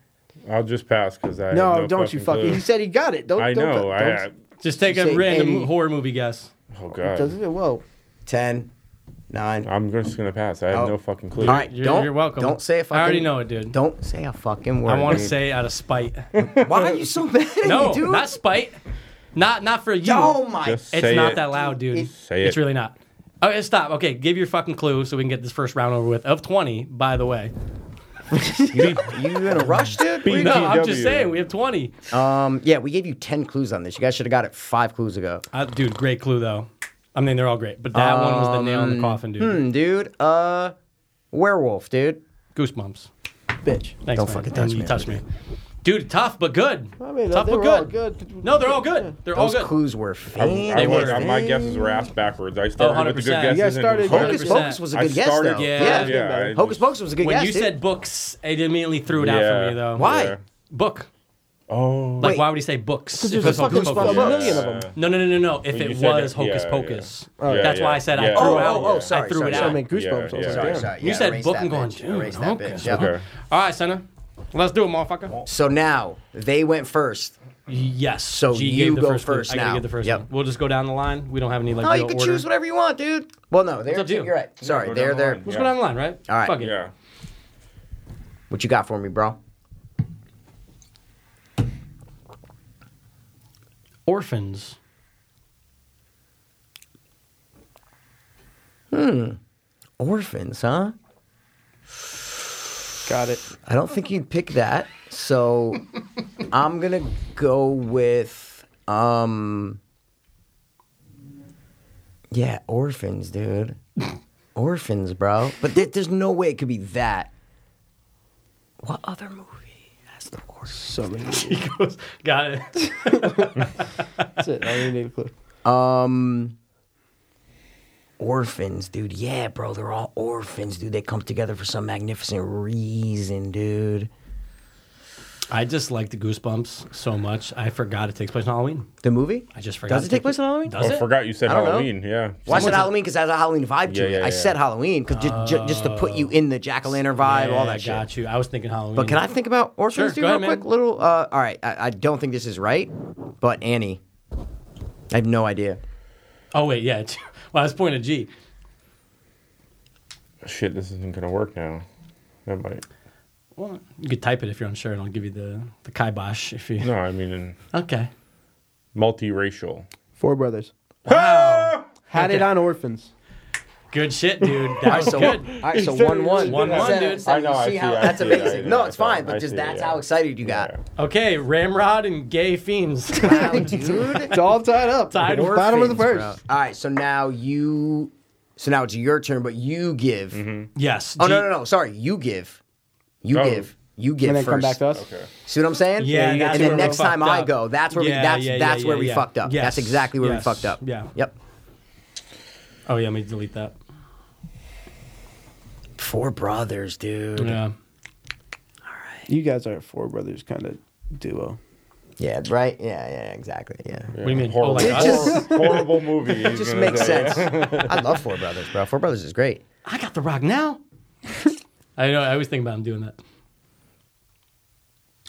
C: I'll just pass because I.
G: no,
C: have
G: don't you fucking.
C: clue.
G: He said he got it. Don't.
C: I
G: don't,
C: know.
G: Don't,
C: I. I
A: Just take a
B: Say
A: random
B: 80.
A: horror movie guess.
C: oh god.
G: does it? Whoa.
B: Ten, nine.
C: I'm just gonna pass. I have
B: Oh.
C: no fucking clue.
B: All right,
A: You're,
B: don't.
A: you're welcome.
B: Don't say a fucking.
A: I already know it, dude.
B: Don't say a fucking word.
A: I want to
B: dude.
A: say out of spite.
B: Why are you so (laughs) mad at
A: No,
B: me, dude?
A: not spite. Not not for you.
B: oh my.
C: Just
A: It's
C: say
A: not
C: it.
A: that loud, dude.
C: Say
A: It's
C: it.
A: really not. Okay, stop. Okay, give your fucking clue so we can get this first round over with. Of twenty, by the way.
B: You, you in a rush, dude? What are you
A: No, I'm just
C: BTW.
A: saying we have twenty.
B: Um, yeah, we gave you ten clues on this. You guys should have got it five clues ago.
A: Uh, dude, great clue though. I mean, they're all great, but that one was the nail in the coffin, dude.
B: Hmm, dude. Uh, werewolf, dude.
A: Goosebumps.
G: Bitch.
A: Thanks,
B: Don't
A: man.
B: fucking
A: And
B: touch
A: you
B: me.
A: touch me, dude. Tough but good.
G: I mean,
A: tough
G: they
A: but
G: were all
A: good. No, they're all good. They're all
B: Those
A: good.
B: clues were
C: I,
B: fantastic.
C: I
A: were.
C: was, my guesses were asked backwards. I started with the good
A: 100%.
C: guesses.
A: You
G: guys
C: and it was
G: started-
C: hard.
B: Hocus
A: 100%.
B: Pocus was a
C: I
B: good guess,
C: started.
B: though.
A: Yeah.
B: Yeah.
C: yeah. I
B: Hocus
C: just-
B: Pocus was a good
A: When
B: guess.
A: you
B: dude.
A: said books, it immediately threw it out for
C: Yeah.
A: me though.
B: Why?
C: Yeah.
A: Book.
C: Oh.
A: Like,
B: Wait.
A: why would he say books? If
G: There's a
A: it's
G: fucking
A: Hocus
G: a
A: Pocus?
G: million of them.
A: No, no, no, no, no. If
C: you
A: it
C: said
A: was
C: it-
A: Hocus
C: yeah,
A: Pocus,
C: yeah. Yeah,
A: that's why I said
C: yeah.
A: I threw
B: Oh,
A: out.
B: oh, oh,
A: I
B: sorry,
A: threw it
B: sorry,
A: out.
B: sorry.
G: I mean, goosebumps.
C: Yeah,
G: I was
C: yeah.
G: like,
B: Sorry,
G: damn.
B: sorry.
A: You
B: Yeah,
A: said
B: erase
A: book
B: that
A: and going,
B: bitch.
A: dude.
B: Erase that
A: okay.
B: bitch. Yeah.
C: Okay.
A: All right, Senna. Let's do it, motherfucker.
B: So now they went first.
A: Yes.
B: So
A: G
B: you
A: gave the
B: go
A: first, clue.
B: first
A: I gotta
B: now.
A: give the first
B: Yep.
A: one. We'll just go down the line. We don't have any like
B: No,
A: real
B: you can
A: order.
B: choose whatever you want, dude. Well, no, they're
A: up to you.
B: you. are right. Sorry,
C: go down
B: they're
C: the
B: there.
C: line.
A: Let's
C: Yeah.
A: go down the line, right?
B: All right.
A: Fuck it.
C: Yeah.
B: What you got for me, bro?
A: Orphans.
B: orphans, huh?
D: Got it.
B: I don't think you'd pick that. (laughs) So I'm gonna go with um Yeah, orphans, dude. orphans, bro. But th- there's no way it could be that. What other movie has the orphans?
G: So many.
A: (laughs) He goes, got it.
G: That's it. I don't need a clue.
B: Um Orphans, dude. Yeah, bro. They're all orphans, dude. They come together for some magnificent reason, dude.
A: I just like the Goosebumps so much. I forgot it takes place on Halloween.
B: The movie?
A: I just forgot.
B: Does it take place on Halloween?
A: Does
C: I
A: it?
C: Oh, forgot you said
B: I don't know.
C: Halloween. Yeah.
B: Well, I said Halloween because it has a Halloween vibe to
C: Yeah,
B: it.
C: yeah,
B: I
C: yeah.
B: said Halloween because just to put you in the jack o' lantern vibe, all that
A: got
B: shit.
A: you. I was thinking Halloween.
B: But can I think about
A: Uh, Sure,
B: orphans,
A: go
B: dude, real
A: ahead,
B: quick?
A: man.
B: Little. Uh, all right, I, I don't think this is right, but Annie. I have no idea.
A: Oh wait, yeah. (laughs) it's- Well, I was pointing at G.
C: Shit, this isn't gonna work now. That might.
A: Well, you could type it if you're unsure, and I'll give you the the kibosh if you.
C: No, I mean in
A: Okay.
C: multiracial.
G: Four brothers. Had it on orphans.
A: Good shit, dude.
B: All
A: (laughs) That
B: right,
A: was
B: so,
A: Oh, good.
B: all right, so one one,
A: One, one,
B: Seven,
A: dude.
B: seven.
C: I know, I
B: See
C: see
B: how-
C: it, I
B: that's
C: see it,
B: amazing.
C: I-
B: no,
C: I
B: it's
C: saw it,
B: fine,
C: I
B: but just
C: see it,
B: that's
C: yeah.
B: how excited you got.
C: Yeah.
A: Okay, Ramrod and gay fiends.
B: Wow, (laughs) dude.
G: It's all tied up.
A: Tied
G: Bottom of the
A: orphans,
G: first.
B: All right, so now you. So now it's your turn, but you give.
A: (laughs)
C: Mm-hmm.
A: yes.
B: Oh
A: G-
B: no, no, no! Sorry, you give. You
C: Oh.
B: give. You give
D: And then
B: first.
D: come back to us.
C: Okay.
B: See what I'm saying?
A: Yeah,
B: And
A: that's
B: then
A: where we
B: next time
A: fucked
B: I
A: up.
B: go, that's where we
A: Yeah,
B: that's
A: yeah,
B: that's
A: yeah,
B: where
A: yeah,
B: we
A: yeah.
B: fucked up.
A: Yes,
B: That's exactly where we
A: yes,
B: fucked up.
A: yeah.
B: Yep.
A: Oh yeah, let me delete that.
B: Four brothers, dude. Yeah.
A: Yeah.
G: You guys aren't four brothers kind of duo.
B: right. Yeah. Yeah. Exactly. Yeah.
A: What do you mean?
C: Horrible,
A: Oh, like us?
C: hor- horrible movie.
B: It (laughs) just makes sense. I love Four Brothers, bro. Four Brothers is great.
A: I got the rock
B: (laughs)
A: now. I know. I always think about him doing that.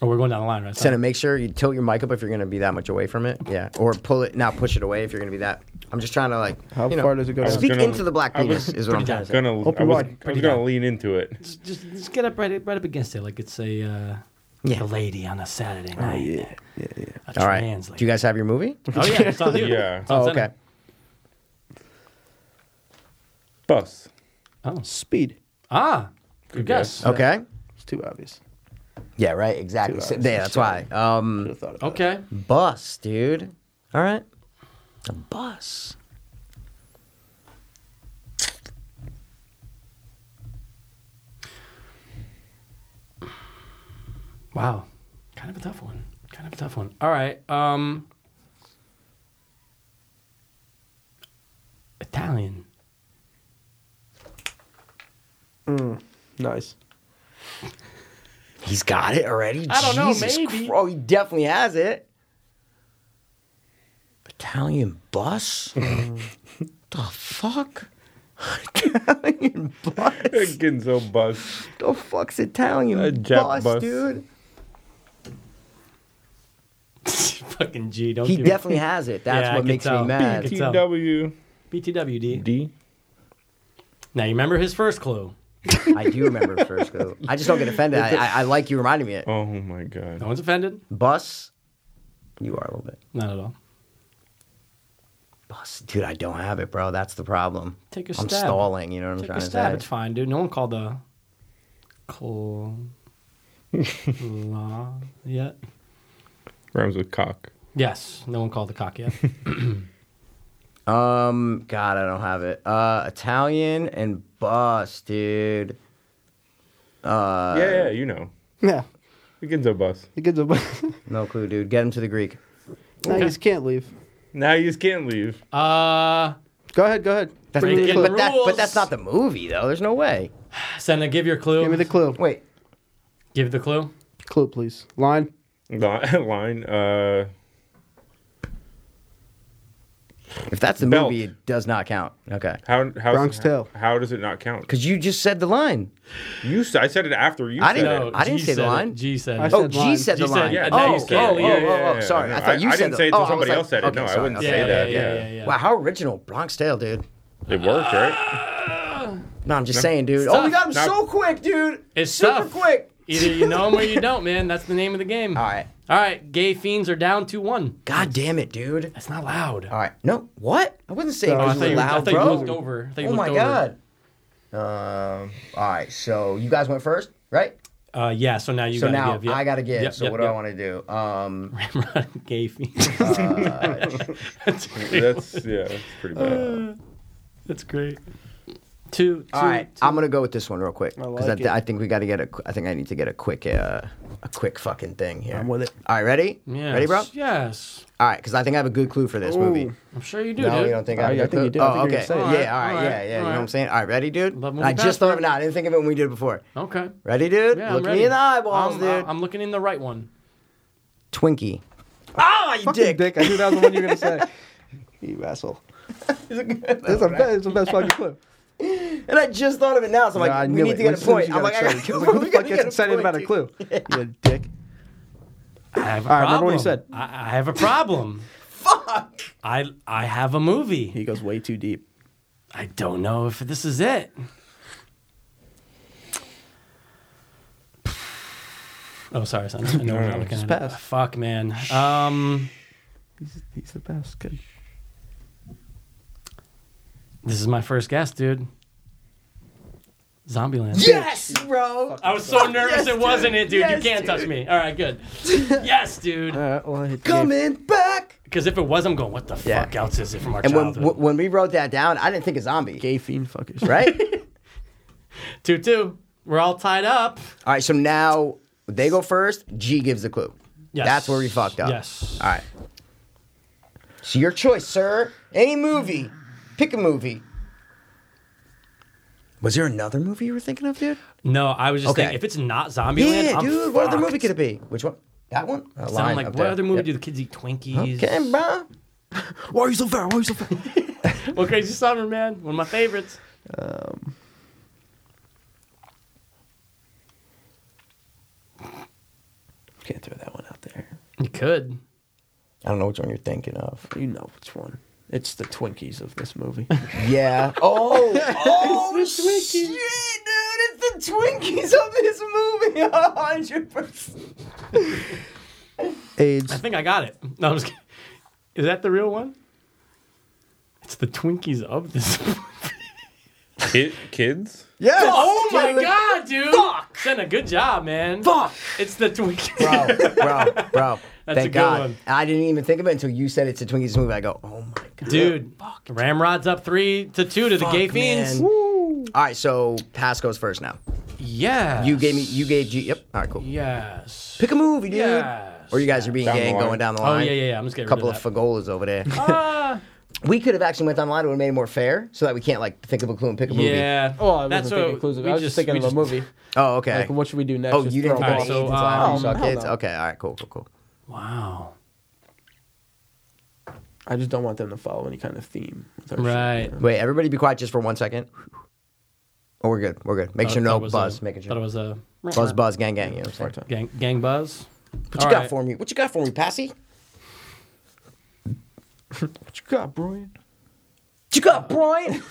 A: Oh, we're going down the line, right?
B: Senna, make sure you tilt your mic up if you're going to be that much away from it. Yeah. Or pull it, now push it away if you're going to be that. I'm just trying to, like,
G: How
B: you know,
G: far does it go down?
B: Speak
C: gonna-
B: into the black
C: I was
B: penis, is what I'm trying to say.
C: Gonna, I
G: you
C: was,
G: are.
C: I was gonna lean into it.
A: Just, just, just get up right, right up against it, like it's a, uh, like a
B: Yeah.
A: lady on a Saturday night.
G: Yeah. Yeah, yeah.
A: A
B: Oh, All right.
A: trans
B: Do you
A: lady.
B: guys have your movie?
A: Oh yeah, it's on you.
C: Yeah.
A: It's on
B: Oh,
A: Senna.
B: okay.
C: Bus.
G: Speed.
A: Oh, Ah, good guess.
C: guess.
B: Okay.
G: It's too obvious.
B: Yeah, right. Exactly.
G: Two
B: So-
G: hours.
B: yeah, that's why. Um,
G: Should have thought about it.
A: Okay.
B: bus, dude. All right. A bus.
A: Wow. Kind of a tough one. Kind of a tough one. All right. Um, Italian. (laughs)
G: Mm, Nice.
B: He's got it already.
A: I don't know,
B: Jesus
A: maybe.
B: Cro- he definitely has it. Italian (laughs) bus? the fuck? Italian bus?
C: Ginzo bus.
B: the fuck's Italian
C: A jet
B: bus,
C: bus.
B: dude?
A: Fucking G. Don't
B: He
A: give
B: definitely has it. That's
A: Yeah, I
B: what
A: can
B: makes
A: tell.
B: me mad. (laughs)
A: It's, um,
C: TW.
A: me. BTWD.
C: D.
A: Now you remember his first clue.
B: I do remember the first clue. I just don't get offended. I, I, I like you reminding me of it.
C: Oh my god.
A: No one's offended.
B: Bus? You are a little bit.
A: Not at all.
B: Bus? Dude, I don't have it, bro. That's the problem.
A: Take a
B: I'm
A: stab.
B: stalling. You know what I'm
A: Take
B: trying
A: a
B: to
A: stab.
B: say?
A: It's fine, dude. No one called the call law yet.
C: Rhymes with cock.
A: Yes, no one called the cock
B: (laughs)
A: yet.
B: Um, God, I don't have it. Uh, Italian and bus, dude. Uh,
C: yeah, yeah, you know.
G: Yeah.
C: The Ginzo bus.
G: It gives a (laughs) bu-
B: no clue, dude. Get him to the Greek.
G: No, you just can't leave.
C: Now you just can't leave.
A: uh,
G: Go ahead, go ahead.
B: That's
A: Breaking
B: ridiculous. but, that, but
A: rules.
B: that's not the movie, though. There's no way.
A: Senna, give your clue.
G: Give me the clue.
B: Wait,
A: Give the clue.
G: Clue, please. Line.
C: Li- (laughs) Line. Uh,
B: if that's the
C: Belt.
B: movie, it does not count. Okay,
C: how how
G: Bronx Tale.
C: How does it not count?
B: because you just said the line.
C: You s- I said it after you.
B: I
C: said
B: didn't-
C: it.
A: No,
B: I didn't
A: G
B: say the
A: said it.
B: line.
A: G said
G: I
A: it.
G: said-
B: Oh, G
G: line.
B: said
A: G
B: the
A: said-
B: line.
A: yeah,
B: oh,
A: now you
B: oh,
A: said
B: oh,
A: it. Yeah,
B: oh,
C: yeah,
B: oh,
C: yeah.
B: sorry. I
C: No,
B: thought you
C: I- I
B: said
C: didn't
B: the-
C: say it till
B: oh, I
C: somebody
B: was
C: else said it.
B: okay,
C: No, I
B: sorry.
C: wouldn't
A: yeah,
C: say
A: yeah,
C: that,
A: Yeah, yeah,
C: yeah.
A: yeah, yeah.
B: Wow, how original Bronx Tale, dude.
C: It worked, right?
B: No, I'm just saying, dude. Oh, we
A: tough.
B: got him
C: Not-
B: so quick, dude.
A: It's
B: super
A: tough.
B: quick.
A: Either you know him or you don't, man. That's the name of the game.
B: All right.
A: All right. Gay fiends are down two one.
B: God damn it, dude.
A: That's not loud.
B: All right. No, what? I wouldn't say
G: No,
B: it
G: I
B: was
A: I thought you, I
B: Ah. loud,
A: thought you
B: bro.
A: looked over. I thought you
B: oh
A: looked
B: my
A: over.
B: god. Um, all right, so you guys went first, right?
A: Uh, yeah, so now you
B: so
A: gotta
B: now
A: give. Yep.
B: I got to give.
A: Yep,
B: so
A: yep,
B: what do I want to do? Um,
A: yep. Ramrod gay
B: (laughs)
A: fiend.
B: Uh,
A: that's great.
C: That's yeah, that's pretty bad.
A: That's great. Two.
B: all right, I'm gonna go with this one real quick
G: I
B: because I,
G: like
B: th-
G: it.
B: I think we got to get a. qu- I think I need to get a quick, uh, a quick fucking thing here.
G: I'm with it.
B: All right, ready?
A: Yes.
B: Ready, bro?
A: Yes.
B: All right, because I think I have a good clue for this movie.
A: I'm sure you do,
B: No,
A: dude.
B: you don't think I,
G: Oh, yeah, I
B: got
G: think
B: the-
G: you did. I
B: Oh,
G: think you were
B: okay.
G: saying it.
B: yeah, all right,
A: Alright,
B: yeah, yeah. You know
A: alright.
B: what I'm saying? All right, ready, dude?
A: Love movie
B: I just thought of
A: password.
B: it now. I didn't think of it when we did it before.
A: Okay.
B: Ready, dude?
A: Yeah,
B: Look
A: I'm
B: me
A: ready.
B: in the eyeballs,
A: I'm,
B: dude.
A: I'm looking in the right one.
B: Twinkie. Ah, you
G: Fucking
B: dick.
G: dick. I knew that was the one you were gonna (laughs) say. you asshole. That's the best. It's the best fucking clue.
B: (laughs) And I just thought of it now, so I'm
G: Nah, I
B: like, we
G: knew
B: need
G: it.
B: to get
G: As
B: a
G: soon as
B: point.
G: you
B: I'm
G: got
B: like, (laughs) I
G: excited. (laughs)
B: gotta go.
G: Who the
B: we
G: fuck
B: gotta
G: gets
B: get
G: excited about a
B: point,
G: clue? You dick.
A: I have a
G: All right,
A: problem.
G: remember what he said.
A: I, I have a problem.
B: (laughs) Fuck.
A: I I have a movie.
G: He goes way too deep.
A: I don't know if this is it. (sighs) Oh, sorry, son.
B: (laughs)
A: I know we're not looking at it.
G: pass.
A: Fuck, man. Um,
G: He's, he's the best. Good.
A: this is my first guess, dude. Zombieland.
B: Yes, bro.
A: I was so nervous
B: Yes,
A: it wasn't it, dude. you
B: Yes,
A: can't touch me. All right,
B: (laughs)
A: good. yes, dude.
G: All right. Well, I hit Dave.
B: Coming back.
A: Because if it was, I'm going, what the
B: Yeah.
A: fuck else is it from our
B: And when
A: childhood?
B: w- when we wrote that down, I didn't think of zombie, (laughs)
G: Gay fiend fuckers.
B: right?
G: (laughs)
A: 2 2. We're all tied up.
B: All right, so now they go first. G gives the clue.
A: Yes.
B: That's where we fucked up.
A: Yes.
B: All right. So your choice, sir. Any movie. Pick a movie. Was there another movie you were thinking of, dude?
A: No, I was just
B: Okay.
A: thinking, if it's not Zombieland,
B: Yeah,
A: I'm
B: dude. What other
A: fucked.
B: movie could it be? Which one? That one? A
A: So
B: line
A: I'm like,
B: up
A: what
B: there.
A: other movie
B: Yep.
A: do the kids eat Twinkies?
B: Okay, bro.
G: Why are you so fat? Why are you so fat?
A: Well, Crazy Summer, man. One of my favorites.
G: Can't throw that one out there.
A: You could.
B: I don't know which one you're thinking of.
G: You know which one. It's the Twinkies of this (laughs) movie.
B: Yeah. Oh, oh shit, dude! It's the Twinkies of this movie. A hundred percent.
A: I
G: (laughs) AIDS.
A: think I got it. No, I'm just (laughs) kidding. Is that the real one? It's the Twinkies of this. (laughs)
C: Kid, kids?
B: Yes.
A: oh my
B: dude.
A: god, dude! Fuck! Senna, good job, man.
B: Fuck.
A: It's the
B: (laughs)
A: Twinkies.
B: bro, bro, (laughs) bro.
A: That's
B: Thank
A: a good
B: God.
A: one.
B: I didn't even think of it until you said it's a Twinkies movie. I go, oh my
A: (laughs)
B: God.
A: Dude, Ramrod's up three to two to the Gay Fiends.
B: man. All right, so pass goes first now.
A: Yeah.
B: You gave me, you gave G. Yep. All right, cool.
A: Yes.
B: Pick a movie, dude.
A: Yes.
B: Or you guys are being
C: Down the
B: gay and
C: line.
B: going down the
A: Oh
B: line.
A: yeah, yeah, yeah. I'm just
B: A
A: getting
B: couple of
A: rid of,
B: fagolas over there. Uh.
A: that. Ah,
B: we could have actually went down the line. It would have made it more fair, so that we can't like think of a clue and pick a movie.
A: yeah.
G: Oh, I
A: That's
G: wasn't thinking
A: what
G: inclusive.
A: we
G: I was just thinking
A: we
G: of a movie.
B: Oh, okay.
G: Like, what should we do next?
B: oh,
G: Just
B: you didn't
G: throw
B: think
G: them
B: of
A: Alright, so,
B: AIDS and
G: all.
A: um,
B: Zombies,
G: Oh,
B: Suck
G: hell
B: Kids?
G: no.
B: Okay. All right. Cool. Cool. Cool.
A: Wow.
G: I just don't want them to follow any kind of theme. with our shit,
A: Right.
G: you know?
B: Wait, everybody, be quiet just for one second. Oh, we're good. We're good. Make
A: Thought-
B: sure
A: thought
B: no
A: it Uh, was
B: buzz.
A: A,
B: Making
A: Thought it
B: sure
A: was a
B: buzz, buzz, gang, gang. You know what I'm saying?
G: Part-time.
A: gang, gang buzz.
B: What you
A: All
B: got
A: right.
B: for me? What you got for me, Passy?
G: What you got, Brian?
B: What you got, Brian?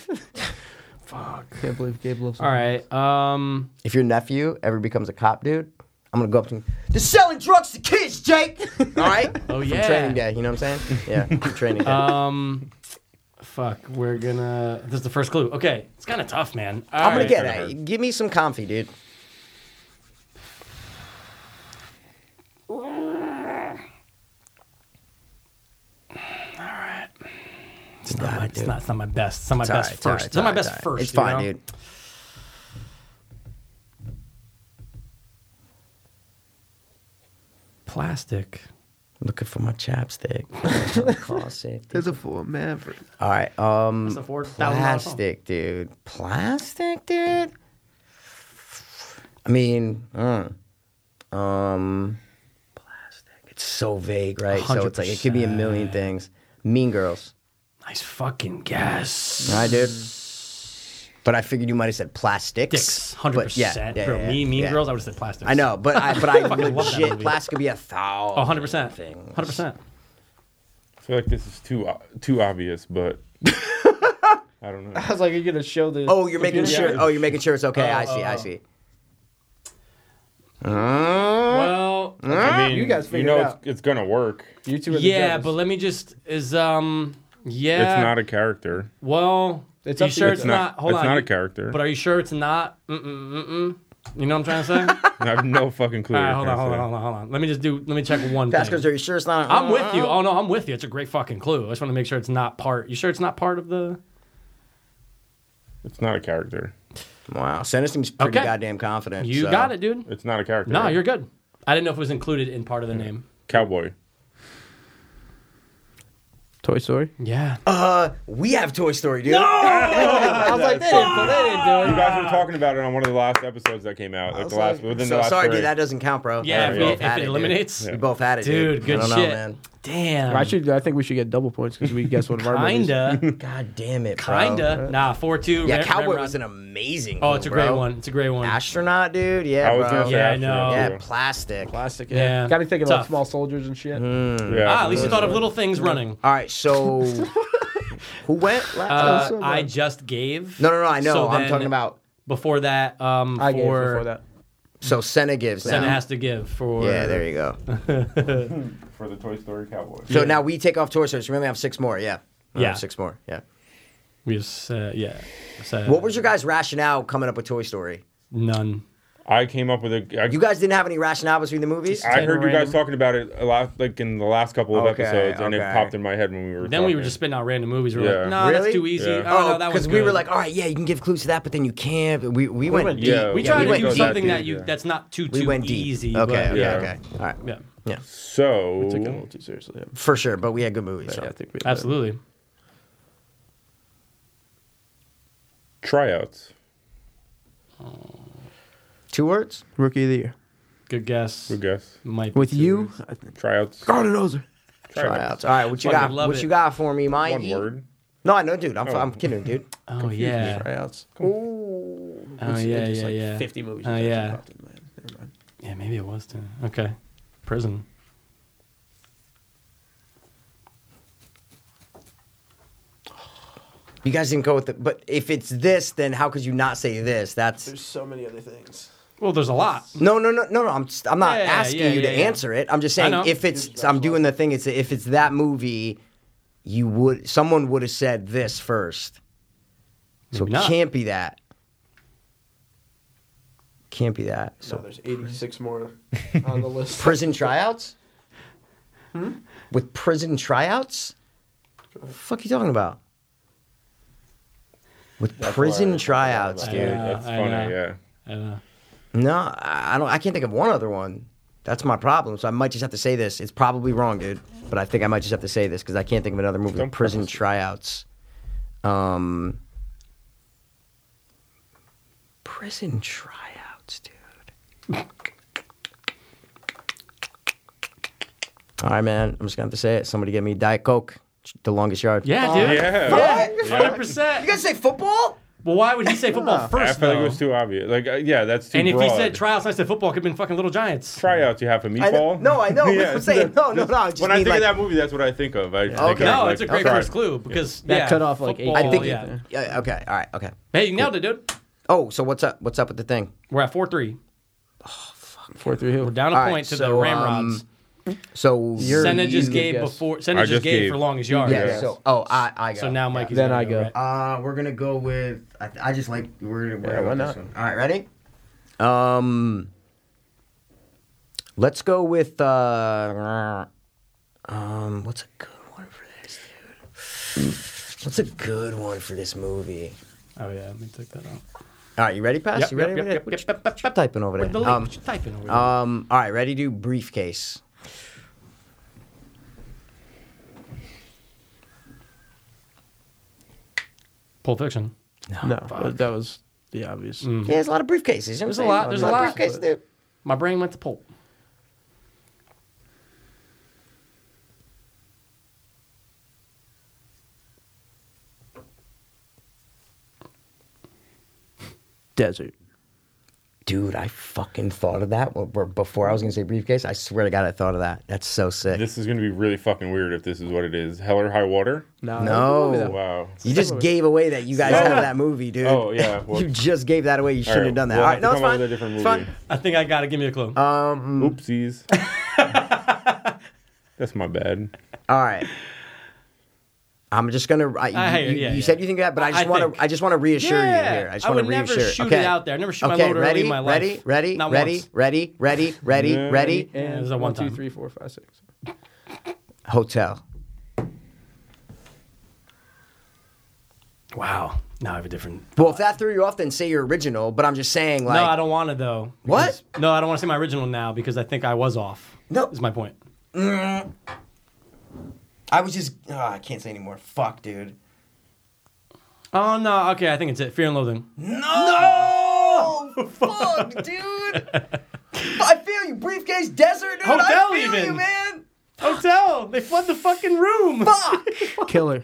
G: Can't believe Gabe loves.
A: All right. Um.
B: if your nephew ever becomes a cop, dude, I'm gonna go up to him. They're selling drugs to kids, Jake. All right.
A: Oh
B: From
A: yeah.
B: Training day. You know what I'm saying? Yeah. from training day.
A: Um. Fuck. We're gonna. This is the first clue. Okay. It's kind of tough, man. All
B: I'm gonna
A: right.
B: get it. Give me some comfy, dude.
A: It's not, my, it's,
B: dude.
A: not, it's not my best. It's not my
B: It's all
A: best
B: right, it's all
A: first.
B: right,
A: It's not my
B: all right,
A: best
B: all right.
A: first.
B: It's
A: you
B: fine,
A: know?
B: dude.
A: Plastic.
B: Looking for my chapstick. (laughs) My closet.
G: There's a full maverick.
B: All right. Um.
A: That's a four thousand dollar phone.
B: Plastic, dude. Plastic, dude. I mean, mm, um, plastic. It's so vague, right? So it's like it could be a million things. Mean Girls.
A: Nice fucking guess.
B: All right, dude. But I figured you might have said
A: Dicks.
B: plastics.
A: Hundred
B: but yeah,
A: percent.
B: yeah,
A: Bro,
B: yeah,
A: me, mean
B: yeah.
A: girls. I would have said plastics.
B: I know, but I
A: (laughs)
B: but I
A: Fucking love that
B: legit
A: movie.
B: plastic could be a thousand.
A: Oh, 100 percent.
B: things.
A: Hundred percent.
C: I feel like this is too o- too obvious,
B: (laughs)
C: but I don't know.
G: I was like, you're gonna show the.
B: Oh, you're making
G: computer?
B: sure. Oh, you're making sure it's okay. I see. I see.
A: Well.
C: I mean,
G: You guys
C: you
G: figure
C: know
G: it
C: it's,
G: out.
C: it's gonna work.
G: You two are the
A: Yeah,
G: judges.
A: but let me just is um. Yeah.
C: It's not a character.
A: Well,
D: It's
A: you
D: up to
A: sure
D: you,
A: it's
D: though.
A: not? Hold
C: it's
A: on.
C: not a
A: you-
C: character.
A: But are you sure it's not? Mm mm mm mm. You know what I'm trying
C: (laughs)
A: to say?
C: I have no fucking
A: (laughs)
C: clue.
A: All right, hold
C: what
A: on,
C: you're
A: hold on,
C: trying
A: hold on, hold on. Let me just do. Let me check one
B: Pascal's,
A: thing.
B: are you sure it's not?
A: I'm with
B: Uh-huh.
A: you. Oh no, I'm with you. It's a great fucking clue. I just want to make sure it's not part. You sure it's not part of the?
C: to say. It's not a character.
B: Wow, Senna seems pretty
A: Okay.
B: goddamn confident.
A: You
B: so-
A: got it, dude.
C: It's not a character.
A: No, you're good. I didn't know if it was included in part of the name.
C: cowboy.
D: Toy Story.
A: Yeah.
B: Uh, we have Toy Story, dude. No, I was like, they didn't put it.
C: You guys were talking about it on one of the last episodes that came out. Like the last, within the
B: So
C: last
B: sorry,
C: three.
B: dude. That doesn't count, bro.
A: Yeah, if
B: we
C: it-
B: both
A: if
B: had
A: it
B: dude.
A: eliminates-
B: we both had it, dude.
A: Dude, good
B: I don't
A: shit.
B: Know, man.
A: Damn.
D: I should. I think we should get double points because we guessed one of our movies.
A: Um, Kinda.
B: God damn it,
A: (laughs)
B: bro.
A: Kinda. Nah, four two.
B: Yeah, Cowboy was an amazing.
A: Oh,
B: clue,
A: it's a
B: bro.
A: great one. It's a great one.
B: Astronaut, dude. Yeah,
C: I was
B: bro.
C: gonna say
A: Yeah, I
C: astronaut,
A: know.
B: yeah,
C: too.
B: plastic.
D: Plastic.
A: Yeah.
D: Got me thinking about
A: Tough.
D: small soldiers and shit.
C: Yeah.
A: Ah, at least you thought of little things running.
B: All
A: (laughs)
B: right, so who went? Last?
A: Uh,
D: Oh, so
A: I
D: bad.
A: just gave.
B: no, no, no. I know.
A: So
B: I'm
A: then-
B: talking about.
A: Before that, um,
D: I
A: for,
D: gave before that.
B: So Senna gives.
A: Senna
B: now.
A: has to give for.
B: yeah, there you go.
C: For the Toy Story cowboy.
B: So now we take off Toy Story. So we only have six more. Yeah. We
A: Yeah.
B: have Six more. Yeah.
A: We just, uh, yeah. So,
B: What was your guys' rationale coming up with Toy Story?
A: none?
C: I came up with a. I,
B: You guys didn't have any rationale between the movies?
C: I heard you guys
A: random-
C: talking about it a lot, like in the last couple of
B: Okay,
C: episodes, and it
B: okay.
C: popped in my head when we were.
A: Then we were
C: talking.
A: just spitting out random movies. We were
C: Yeah.
A: like, nah,
B: Really?
A: that's too easy.
C: Yeah.
A: Oh, no, that was
B: because we were
A: good.
B: like, all right, yeah, you can give clues to that, but then you can't. But We we, went,
D: went
B: deep.
C: Yeah,
A: we
C: yeah,
A: tried
B: we
A: to
B: went
A: do
B: deep,
A: something
C: dude,
A: that you
C: yeah.
A: that's not too
B: We
A: too
B: went deep.
A: easy.
B: okay,
A: but-
B: okay,
C: Yeah.
B: okay. All right,
A: Yeah,
D: We took it a little
C: So
D: too seriously. Yeah.
B: for sure. But we had good movies.
D: But
B: so.
D: yeah, I think we
A: absolutely.
C: tryouts.
B: Two words.
D: Rookie of the year
A: Good guess.
C: Good guess.
A: Might be
D: with
A: too
D: you.
A: easy.
D: I think-
C: Tryouts.
D: Garden Ozer.
B: Tryouts. All right, what you
A: Fucking
B: got?
A: love
B: What
A: it.
B: you got for me, Mike?
C: One word.
B: No, I know, dude. I'm, I'm kidding, dude.
A: Oh yeah.
D: Tryouts.
A: Oh yeah. Yeah. Yeah.
D: Fifty movies.
A: Oh,
D: just
A: yeah.
D: popped in my head. Never mind.
A: Yeah. Maybe it was too. Okay. Prison.
B: You guys didn't go with it, but if it's this, then how could you not say this? That's
G: There's so many other things.
A: Well, there's a lot.
B: no, no, no, no, no. I'm I'm not
A: Yeah,
B: asking
A: yeah,
B: you to
A: yeah, yeah.
B: answer it. I'm just
A: I
B: saying
A: know.
B: if it's I'm doing the thing. It's if it's that movie, you would someone would have said this first. So
A: Maybe
B: it
A: not.
B: can't be that. Can't be that.
G: So
B: So
G: there's 86 more
D: (laughs)
G: on the list.
B: prison tryouts. With prison tryouts. What the fuck you talking about? With prison tryouts, dude.
A: know,
C: That's
A: I know.
C: funny. Yeah.
A: I don't know.
B: No, I I don't. I can't think of one other one. That's my problem. So I might just have to say this. It's probably wrong, dude. But I think I might just have to say this because I can't think of another movie.
C: Don't
B: with prison
C: preface it.
B: tryouts. Um, prison tryouts, dude. All right, man. I'm just gonna have to say it. Somebody get me Diet Coke. The longest yard.
A: Yeah, dude.
C: Oh, Yeah.
A: Hundred percent.
B: guys say football?
A: Well, why would he say football
C: I
A: first?
C: feel like it
A: though?
C: was too obvious. Like, uh, yeah, that's too
A: and if
C: broad.
A: he said trials, I said football could have been fucking Little Giants.
C: tryouts, you have a
B: I know,
C: meatball.
B: no, I
C: (laughs)
B: know.
C: Yeah,
B: I'm saying no, no, no. I just
C: when I
B: mean,
C: think
B: like,
C: of that movie, that's what I think of. I think
B: Okay.
C: of,
A: No,
C: like,
A: it's a great
B: okay.
A: first clue because
D: That
A: yeah,
D: cut off, like, eight-
A: football,
B: I think.
A: Oh, yeah.
B: yeah. Okay. All right. Okay.
A: Hey, you nailed it, dude.
B: Oh, so what's up? What's up with the thing?
A: We're at four three.
D: Four through
A: We're
D: who?
A: down a
B: All right,
A: point to the
B: so,
A: Ramrods.
B: um, So
D: You're-
A: Senna just
D: you
A: gave
D: guess.
A: before. Senna
C: I
A: just,
C: just
A: gave,
C: gave.
A: for longest yard.
B: yeah.
D: Yes.
B: So oh, I I got
A: So
B: it.
A: now Mikey's.
D: Then
A: gonna
D: I go.
A: right?
B: Uh, we're gonna go with. I, I just like we're gonna. We're
D: Yeah,
B: gonna go
D: why
B: with
D: not?
B: This one. All right, ready? Um, let's go with. Uh, um, what's a good one for this, dude? What's a good one for this movie?
A: Oh yeah, let me take that out.
B: All right, you ready, Pass? you ready? ready? What you- what you typing over
A: Where's the
B: there?
A: link?
B: Um,
A: What you typing over there?
B: um, all right, ready? Do briefcase.
A: Pulp Fiction.
D: No, but that was the obvious.
A: Mm.
B: Yeah, there's a lot of briefcases. You know
A: There's a
B: what I'm
A: lot.
B: saying?
A: There's
B: a
A: a
B: lot of
A: lot.
B: briefcases, dude.
A: My brain went to pulp.
D: Desert.
B: Dude, I fucking thought of that w- w- before I was gonna say briefcase. I swear to God, I thought of that. That's so sick.
C: This is going to be really fucking weird if this is what it is. Hell or High Water?
D: No. that
B: No.
D: was a movie,
C: Wow.
B: you just gave away that you guys
C: Yeah.
B: have that movie, dude.
C: Oh, yeah.
B: (laughs)
C: Well,
B: you just gave that away. You shouldn't
C: right,
B: have done that.
C: we'll
B: All right,
C: have
B: no,
C: to
B: it's fine.
C: come up with a different
B: it's
C: movie.
B: fine.
A: I think I got it. Give me a clue.
B: Um,
C: Oopsies.
B: (laughs)
C: That's my bad.
B: all right. I'm just gonna. I, you
A: I hear you,
B: you-
A: yeah,
B: you
A: yeah.
B: said you think that, but I
A: I-
B: just
A: I
B: want
A: think.
B: to. I just want to reassure
A: Yeah,
B: you here. I just
A: I
B: want to
A: would never
B: reassure.
A: shoot
B: okay.
A: it out there. I never shoot my
B: okay,
A: load early
B: ready,
A: in my life.
B: ready, ready,
A: Not
B: ready,
A: once.
B: ready, ready, ready,
C: Yeah.
B: ready.
A: it
D: And
A: was a
D: one, two,
A: one-time.
D: three, four, five, six.
B: Hotel.
A: Wow. Now I have a different.
B: Well, if that threw you off, then say your original. But I'm just saying, like,
A: no, I don't want to though.
B: What?
A: because- No, I don't want to say my original now because I think I was off.
B: No.
A: is my point.
B: I was just. Oh, I can't say anymore. Fuck, dude.
A: Oh no. Okay, I think it's it. Fear and loathing.
B: No,
A: (laughs)
B: (laughs) fuck, dude. I feel you, briefcase desert, dude.
A: Hotel
B: I feel you,
A: even.
B: man.
A: Hotel. They flood the fucking room.
B: Fuck.
G: Killer.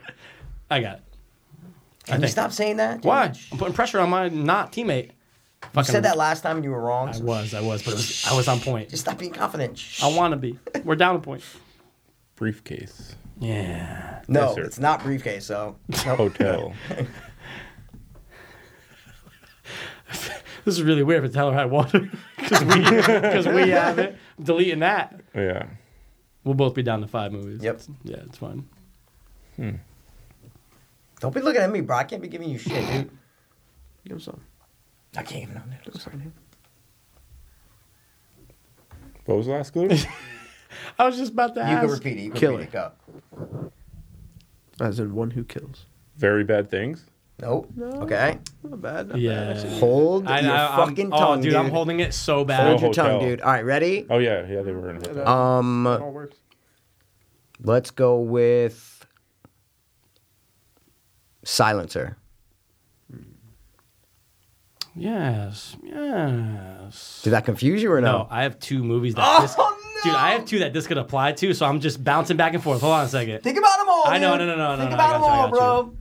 A: I got it.
B: Can you
A: think-
B: stop saying that? dude?
A: Why? I'm putting pressure on my not teammate.
B: You said that last time and you were wrong.
A: I
B: so
A: was. I was. But it was, I was on point.
B: Just stop being confident.
A: I want to be. We're down a point.
C: Briefcase.
A: Yeah.
B: No,
C: Yes, sir.
B: it's not briefcase. So
A: (laughs) Oh,
B: (laughs)
C: Hotel.
A: This is really weird for Tyler had water because we because we have it. Deleting that,
C: yeah.
A: we'll both be down to five movies.
B: Yep.
A: Yeah, it's fine.
B: don't be looking at me, bro. I can't be giving you shit, dude.
D: Give him some.
B: I can't even on that.
C: What was the last clue?
A: I was just about to
B: You can
A: ask.
B: repeat it. You can
G: Killer.
B: repeat it. Go.
G: As in one who kills.
C: Very bad things.
B: Nope. Okay.
G: Not bad. Not bad.
A: Yeah.
B: Hold
A: I,
B: your
A: I,
B: fucking
A: am
B: tongue,
A: oh,
B: dude.
A: I'm holding it so
B: Hold
A: bad.
C: Oh.
B: your tongue,
C: Hotel.
B: dude. All right, ready?
C: Oh yeah, yeah, they were in a hotel.
G: It all
B: Um,
G: works.
B: let's go with silencer.
A: Yes, yes.
B: Did that confuse you or
A: No,
B: no? Oh,
A: I have two movies that this, dude, I have two that this could apply to, so I'm just bouncing back and forth. Hold on a second.
B: Think about them all.
A: I know,
B: dude.
A: no, no, no, no,
B: Think
A: no, I
B: about
A: got
B: them
A: you, I
B: all,
A: got
B: bro.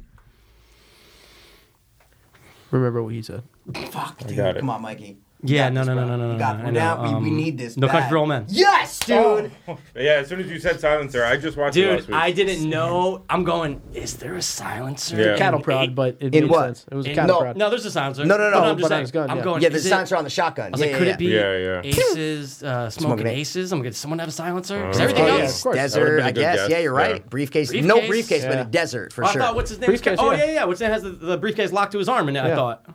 G: Remember what he said.
B: Fuck, dude.
C: got it.
B: Come on, Mikey.
A: Yeah, no,
B: this,
A: no, no,
B: bro.
A: no, no,
B: You
A: no.
B: got it.
A: no,
B: We're
A: I know, um,
B: down. We- we need this
A: No Country Oh.
B: bad.
A: for Old Men.
B: Yes, dude.
C: Yeah, as soon as you said silencer, I just watched it last
A: Dude,
C: week.
A: I didn't know. I'm going. Is there a silencer?
C: Yeah.
A: Cattle
G: Cattle prod, but it
B: In
G: made
B: what?
G: sense. It was a
A: In-
G: cattle
B: no,
G: prod.
A: No, there's a silencer.
B: No, no, no,
A: I'm just
G: but on
A: saying.
G: his gun,
A: I'm
G: yeah.
A: going.
B: Yeah, the
A: is it-
B: silencer on the shotgun.
A: I was
B: yeah,
A: like,
B: yeah,
A: could
B: yeah.
A: it be
C: Yeah, yeah.
A: aces, uh, smoking,
B: Smoking it.
A: aces? I'm gonna get someone to have a silencer.
C: Oh.
A: Because everything
B: Oh,
G: yeah,
B: yeah,
A: else.
G: of course.
C: That
B: desert,
C: would've been
B: I
C: a good
B: guess.
C: guess.
B: Yeah, you're right.
C: Yeah.
B: Briefcase. No
A: Briefcase?
B: briefcase, but
G: Yeah.
B: a desert for
A: Oh, I
B: sure.
A: thought what's his name?
G: Briefcase,
A: oh
G: yeah.
A: yeah, yeah. What's his name has the, the briefcase locked to his arm? And I
G: Yeah.
A: thought,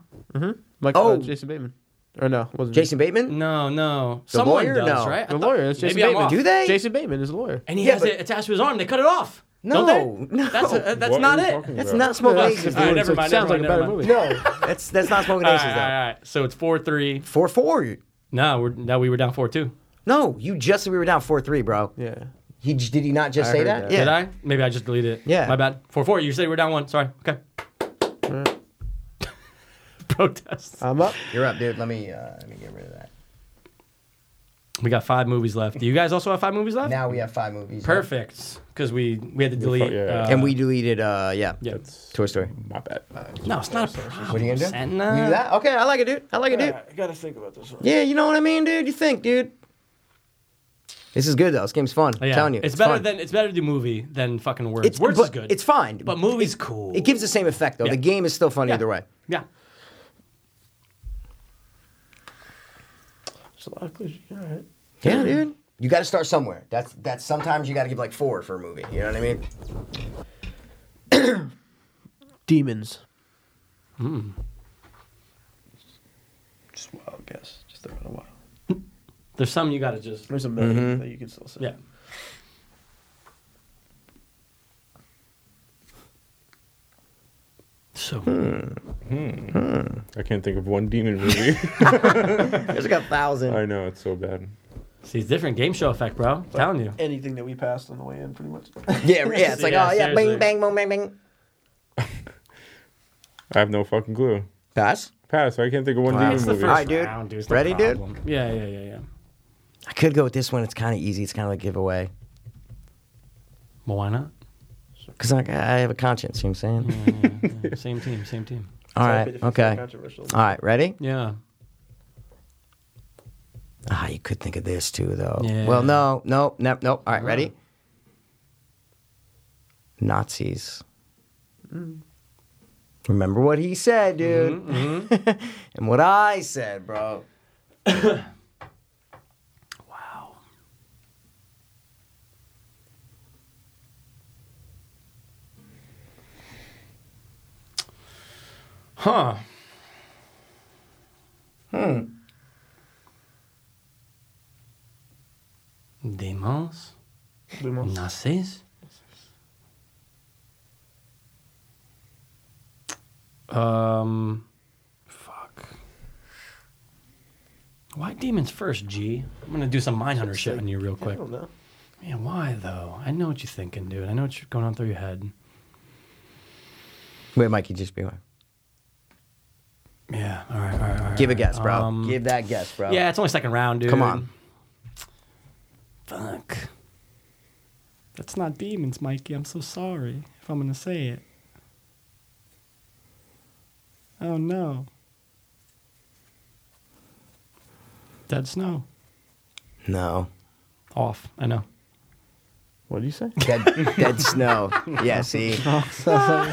G: Like
B: Oh.
G: uh, Jason Bateman. Or no, it wasn't
B: Jason Bateman?
A: no, no. Someone
B: lawyer?
A: does,
B: No.
A: right? I
G: The
A: thought-
G: lawyer. It's
A: maybe I'm
G: Jason Bateman.
A: off.
B: Do they?
G: Jason Bateman is a lawyer.
A: And he
B: Yeah,
A: has
B: but-
A: it attached to his arm. They cut it off.
B: No,
A: Don't they?
B: (laughs) no.
A: That's a, that's
C: What
A: not
C: are you
A: it.
C: talking
B: That's
C: about?
B: not smoking
G: (laughs) That's-
B: aces.
A: All right,
B: dude.
A: never
G: So it
A: mind,
G: sounds
A: never
G: like a better
A: mind,
G: movie.
B: No, that's that's
A: (laughs)
B: not smoking
A: All
B: aces
A: right, all
B: though.
A: right, all right. So it's four three.
B: Four four.
A: No, we're no, we were down four two.
B: No, you just we were down four three, bro.
G: Yeah.
B: He j- did he not just
G: I
B: say
G: heard
B: that?
G: that.
B: Yeah.
A: Did I? Maybe I just deleted it.
B: Yeah.
A: My bad. Four four. You said we're down one. Sorry.
B: (laughs)
A: Okay. Protests.
G: I'm up.
B: You're up, dude. Let me uh, let me get rid of that.
A: We got five movies left. Do you guys also have five movies left?
B: Now we have five movies.
A: Perfect, because we we had to delete.
C: yeah, yeah.
A: uh,
B: And we deleted uh yeah. Oh,
A: Yeah.
B: Toy Story.
C: My bad.
A: No, it's not a problem.
B: What are you gonna do?
A: Sen-
B: You do that? Okay, I like it, dude. I like it, dude.
F: I gotta think about this one.
B: Yeah, you know what I mean, dude. You think, dude? This is good though. This game's fun.
A: Oh, Yeah.
B: I'm telling you,
A: it's, better
B: fun.
A: than it's better to do movie than fucking words. words
B: but
A: is good.
B: It's fine,
A: but movies cool.
B: It gives the same effect though.
A: Yeah.
B: The game is still fun
A: Yeah.
B: either way.
A: yeah.
G: There's a lot of clues. All right.
B: Yeah, dude. You got to start somewhere. That's that's sometimes you got to give like four for a movie. You know what I (laughs) mean?
G: Demons.
F: Just wild guess. Just throw it a while.
A: There's some you gotta just
G: There's a 1000000 that you can still say.
A: yeah. So
C: I can't think of one demon movie. (laughs)
B: There's like a thousand.
C: I know it's so bad.
A: see, it's different game show effect, bro. I'm telling you.
G: Anything that we passed on the way in, pretty (laughs) much.
B: Yeah,
A: (laughs)
B: yeah. It's like
A: Yeah,
B: oh yeah,
A: seriously.
B: bang bang boom bang bang.
C: I have no fucking clue.
B: Pass.
C: Pass. I can't think of one
B: Wow.
C: demon
A: It's the
C: movie.
A: first
B: Alright, dude.
A: round, dude. It's
B: Ready,
A: no
B: dude?
A: problem. Yeah, yeah, yeah, yeah.
B: I could go with this one. It's kind of easy. It's kind of like giveaway
A: Well, why not?
B: because I, I have a conscience. You know what I'm saying?
A: (laughs) Yeah, same team, same team.
B: All
G: Type
B: right.
G: it if it's not
B: Okay.
G: Controversial.
B: All right. Ready?
A: Yeah.
B: Ah, you could think of this too, though.
A: Yeah.
B: Well, no, no, no, no. All right, ready? Nazis.
A: Mm.
B: Remember what he said, dude, (laughs) and what I said, bro.
A: Wow.
C: Huh.
A: Hmm. Des mans,
G: Lumos.
A: naces. Um, fuck. Why demons first, G? I'm gonna do some mindhunter shit on you real
G: I
A: quick.
G: don't know.
A: Yeah, why though? I know what you're thinking, dude. I know what's going on through your head.
B: Wait, Mikey, just be quiet.
A: Yeah. All right. All right. All right
B: Give a guess, bro.
A: Um,
B: Give that guess, bro.
A: Yeah, it's only second round, dude.
B: Oh. Come on.
A: Fuck. That's not demons, Mikey. I'm so sorry if I'm gonna say it. Oh no. Dead snow.
B: No.
A: Off. I know.
G: What do you say?
B: Dead, dead snow. Yeah,
G: (laughs)
B: see,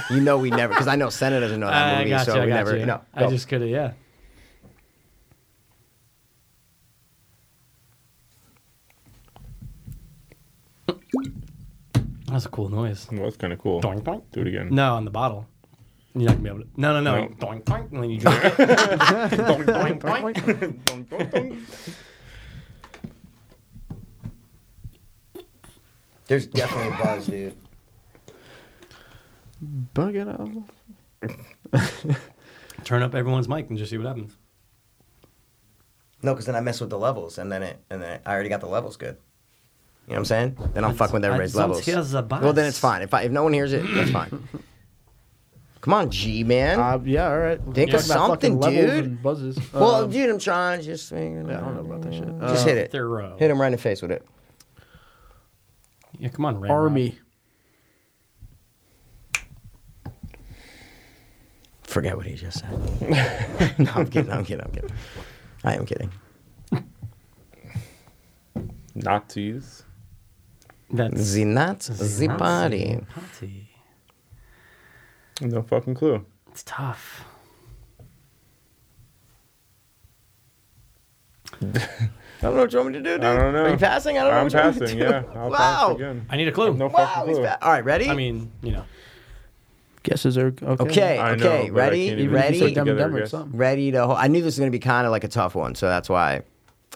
B: you know we never because I know Senna doesn't know that
A: I
B: movie,
A: got
B: so
A: you. I
B: we
A: got
B: never.
A: you.
B: No,
A: I
B: go.
A: just could have. Yeah. That's a cool noise.
C: Well, that's kind of cool.
A: Doink doink.
C: Do it again.
A: No, on the bottle. You're not gonna be able to. No, no, no.
C: No.
A: Doink doink, and then you drink it.
C: Doink, doink, doink. Doink, doink, doink.
B: there's definitely a buzz, dude.
G: Bug it out.
A: Turn up everyone's mic and just see what happens.
B: No, because then I mess with the levels, and then it, and then I already got the levels good. You know what I'm saying? Then I'm fucking with
A: I
B: everybody's
A: don't
B: levels.
A: hear the buzz.
B: Well, then it's fine. If I, if no one hears it, that's fine. Come on, G man.
G: Uh, yeah, all right. We're
B: Think of
G: talking about
B: something,
G: fucking levels
B: dude.
G: and Buzzes.
B: well,
G: Um,
B: dude, I'm trying. to Just figure it
G: yeah, I don't
B: out.
G: know about that shit.
B: Just
G: Uh,
B: hit it.
A: Thorough.
B: Hit him right in the face with it.
A: Yeah, come on, Ray.
G: Army.
B: Forget what he just said. (laughs) no, I'm kidding. I'm kidding. I'm kidding. I am kidding.
C: Nazis.
A: That's
B: The nuts, the
A: Nazi
B: body.
A: party.
C: No fucking clue.
A: It's tough.
B: I don't know what you want me to do, dude.
C: I don't know.
B: Are you passing? I don't know
C: I'm
B: what you want me to
C: passing.
B: do. (laughs)
C: Yeah. I'll pass
B: Oh, wow.
C: again.
A: I need a clue.
C: No
B: Wow.
C: fucking
B: He's
C: clue.
B: pa- All right, ready?
A: I mean, you know.
G: Guesses are okay.
B: okay,
C: I know,
B: okay,
C: but I
B: ready,
C: can't even
B: ready,
C: put it
G: Ready?
C: together,
G: Dumb and
C: I
G: Dumber or
C: guess.
G: something.
B: ready to. Hold. I knew this was gonna be kind of like a tough one, so that's why.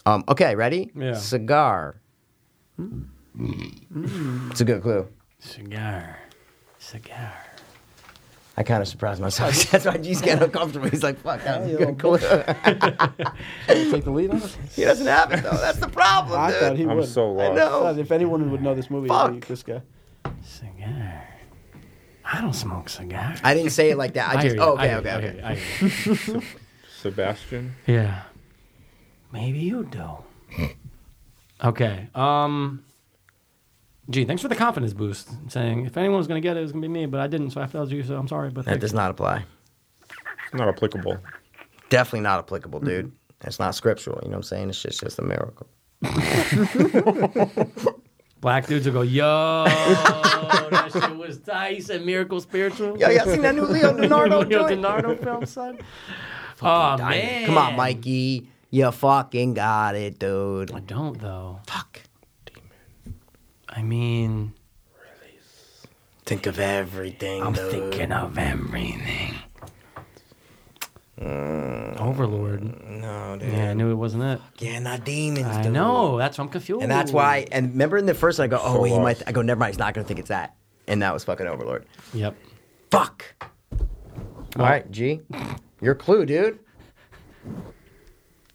B: Um, okay, ready?
A: Yeah.
B: Cigar. It's a good clue.
A: Cigar. Cigar.
B: I kind of surprised myself. that's why G's getting uncomfortable. He's like, "Fuck, that was a good clue."
G: Take the lead on it.
B: (laughs) he doesn't have it though. That's the problem,
G: I
B: dude.
G: thought he
C: I'm
G: would.
C: so
B: I
C: lost.
B: know.
G: God, if anyone would know this movie,
B: Fuck.
G: it'd be this guy.
A: Cigar. I don't smoke cigar.
B: I didn't say it like that. I
A: hear
B: just.
A: you.
B: oh, okay,
A: hear
B: okay,
A: you. I hear
B: okay.
A: you. I hear you.
C: Sebastian.
A: Yeah. Maybe you do. okay. Um. Gee, thanks for the confidence boost. Saying if anyone was gonna get it, it was gonna be me, but I didn't, so I failed you. So I'm sorry, but
B: That
A: thank
B: does
A: you.
B: not apply.
C: It's not applicable.
B: Definitely not applicable, dude. That's not scriptural. You know what I'm saying? It's just, just a miracle.
A: black dudes will go,
B: (laughs)
A: yo, that shit was dice and miracle spiritual.
B: Yo, y'all seen that new
A: (laughs)
B: Leo Leonardo
A: Leo
B: joint?
A: DiNardo film, son. oh man,
B: Come on, Mikey. You fucking got it, dude.
A: I don't though.
B: Fuck.
A: I mean,
B: Think of everything,
A: I'm
B: dude.
A: thinking of everything.
B: Mm.
A: Overlord.
B: No, dude.
A: Yeah, I knew it wasn't it.
B: Yeah, not demons,
A: I
B: dude.
A: know. That's why I'm confused.
B: And that's why. And remember in the first, one, I go, oh,
C: So
B: wait, he
C: lost.
B: might. I go, never mind. He's not gonna think it's that. And that was fucking Overlord.
A: Yep.
B: Fuck. All right, G. Your clue, dude.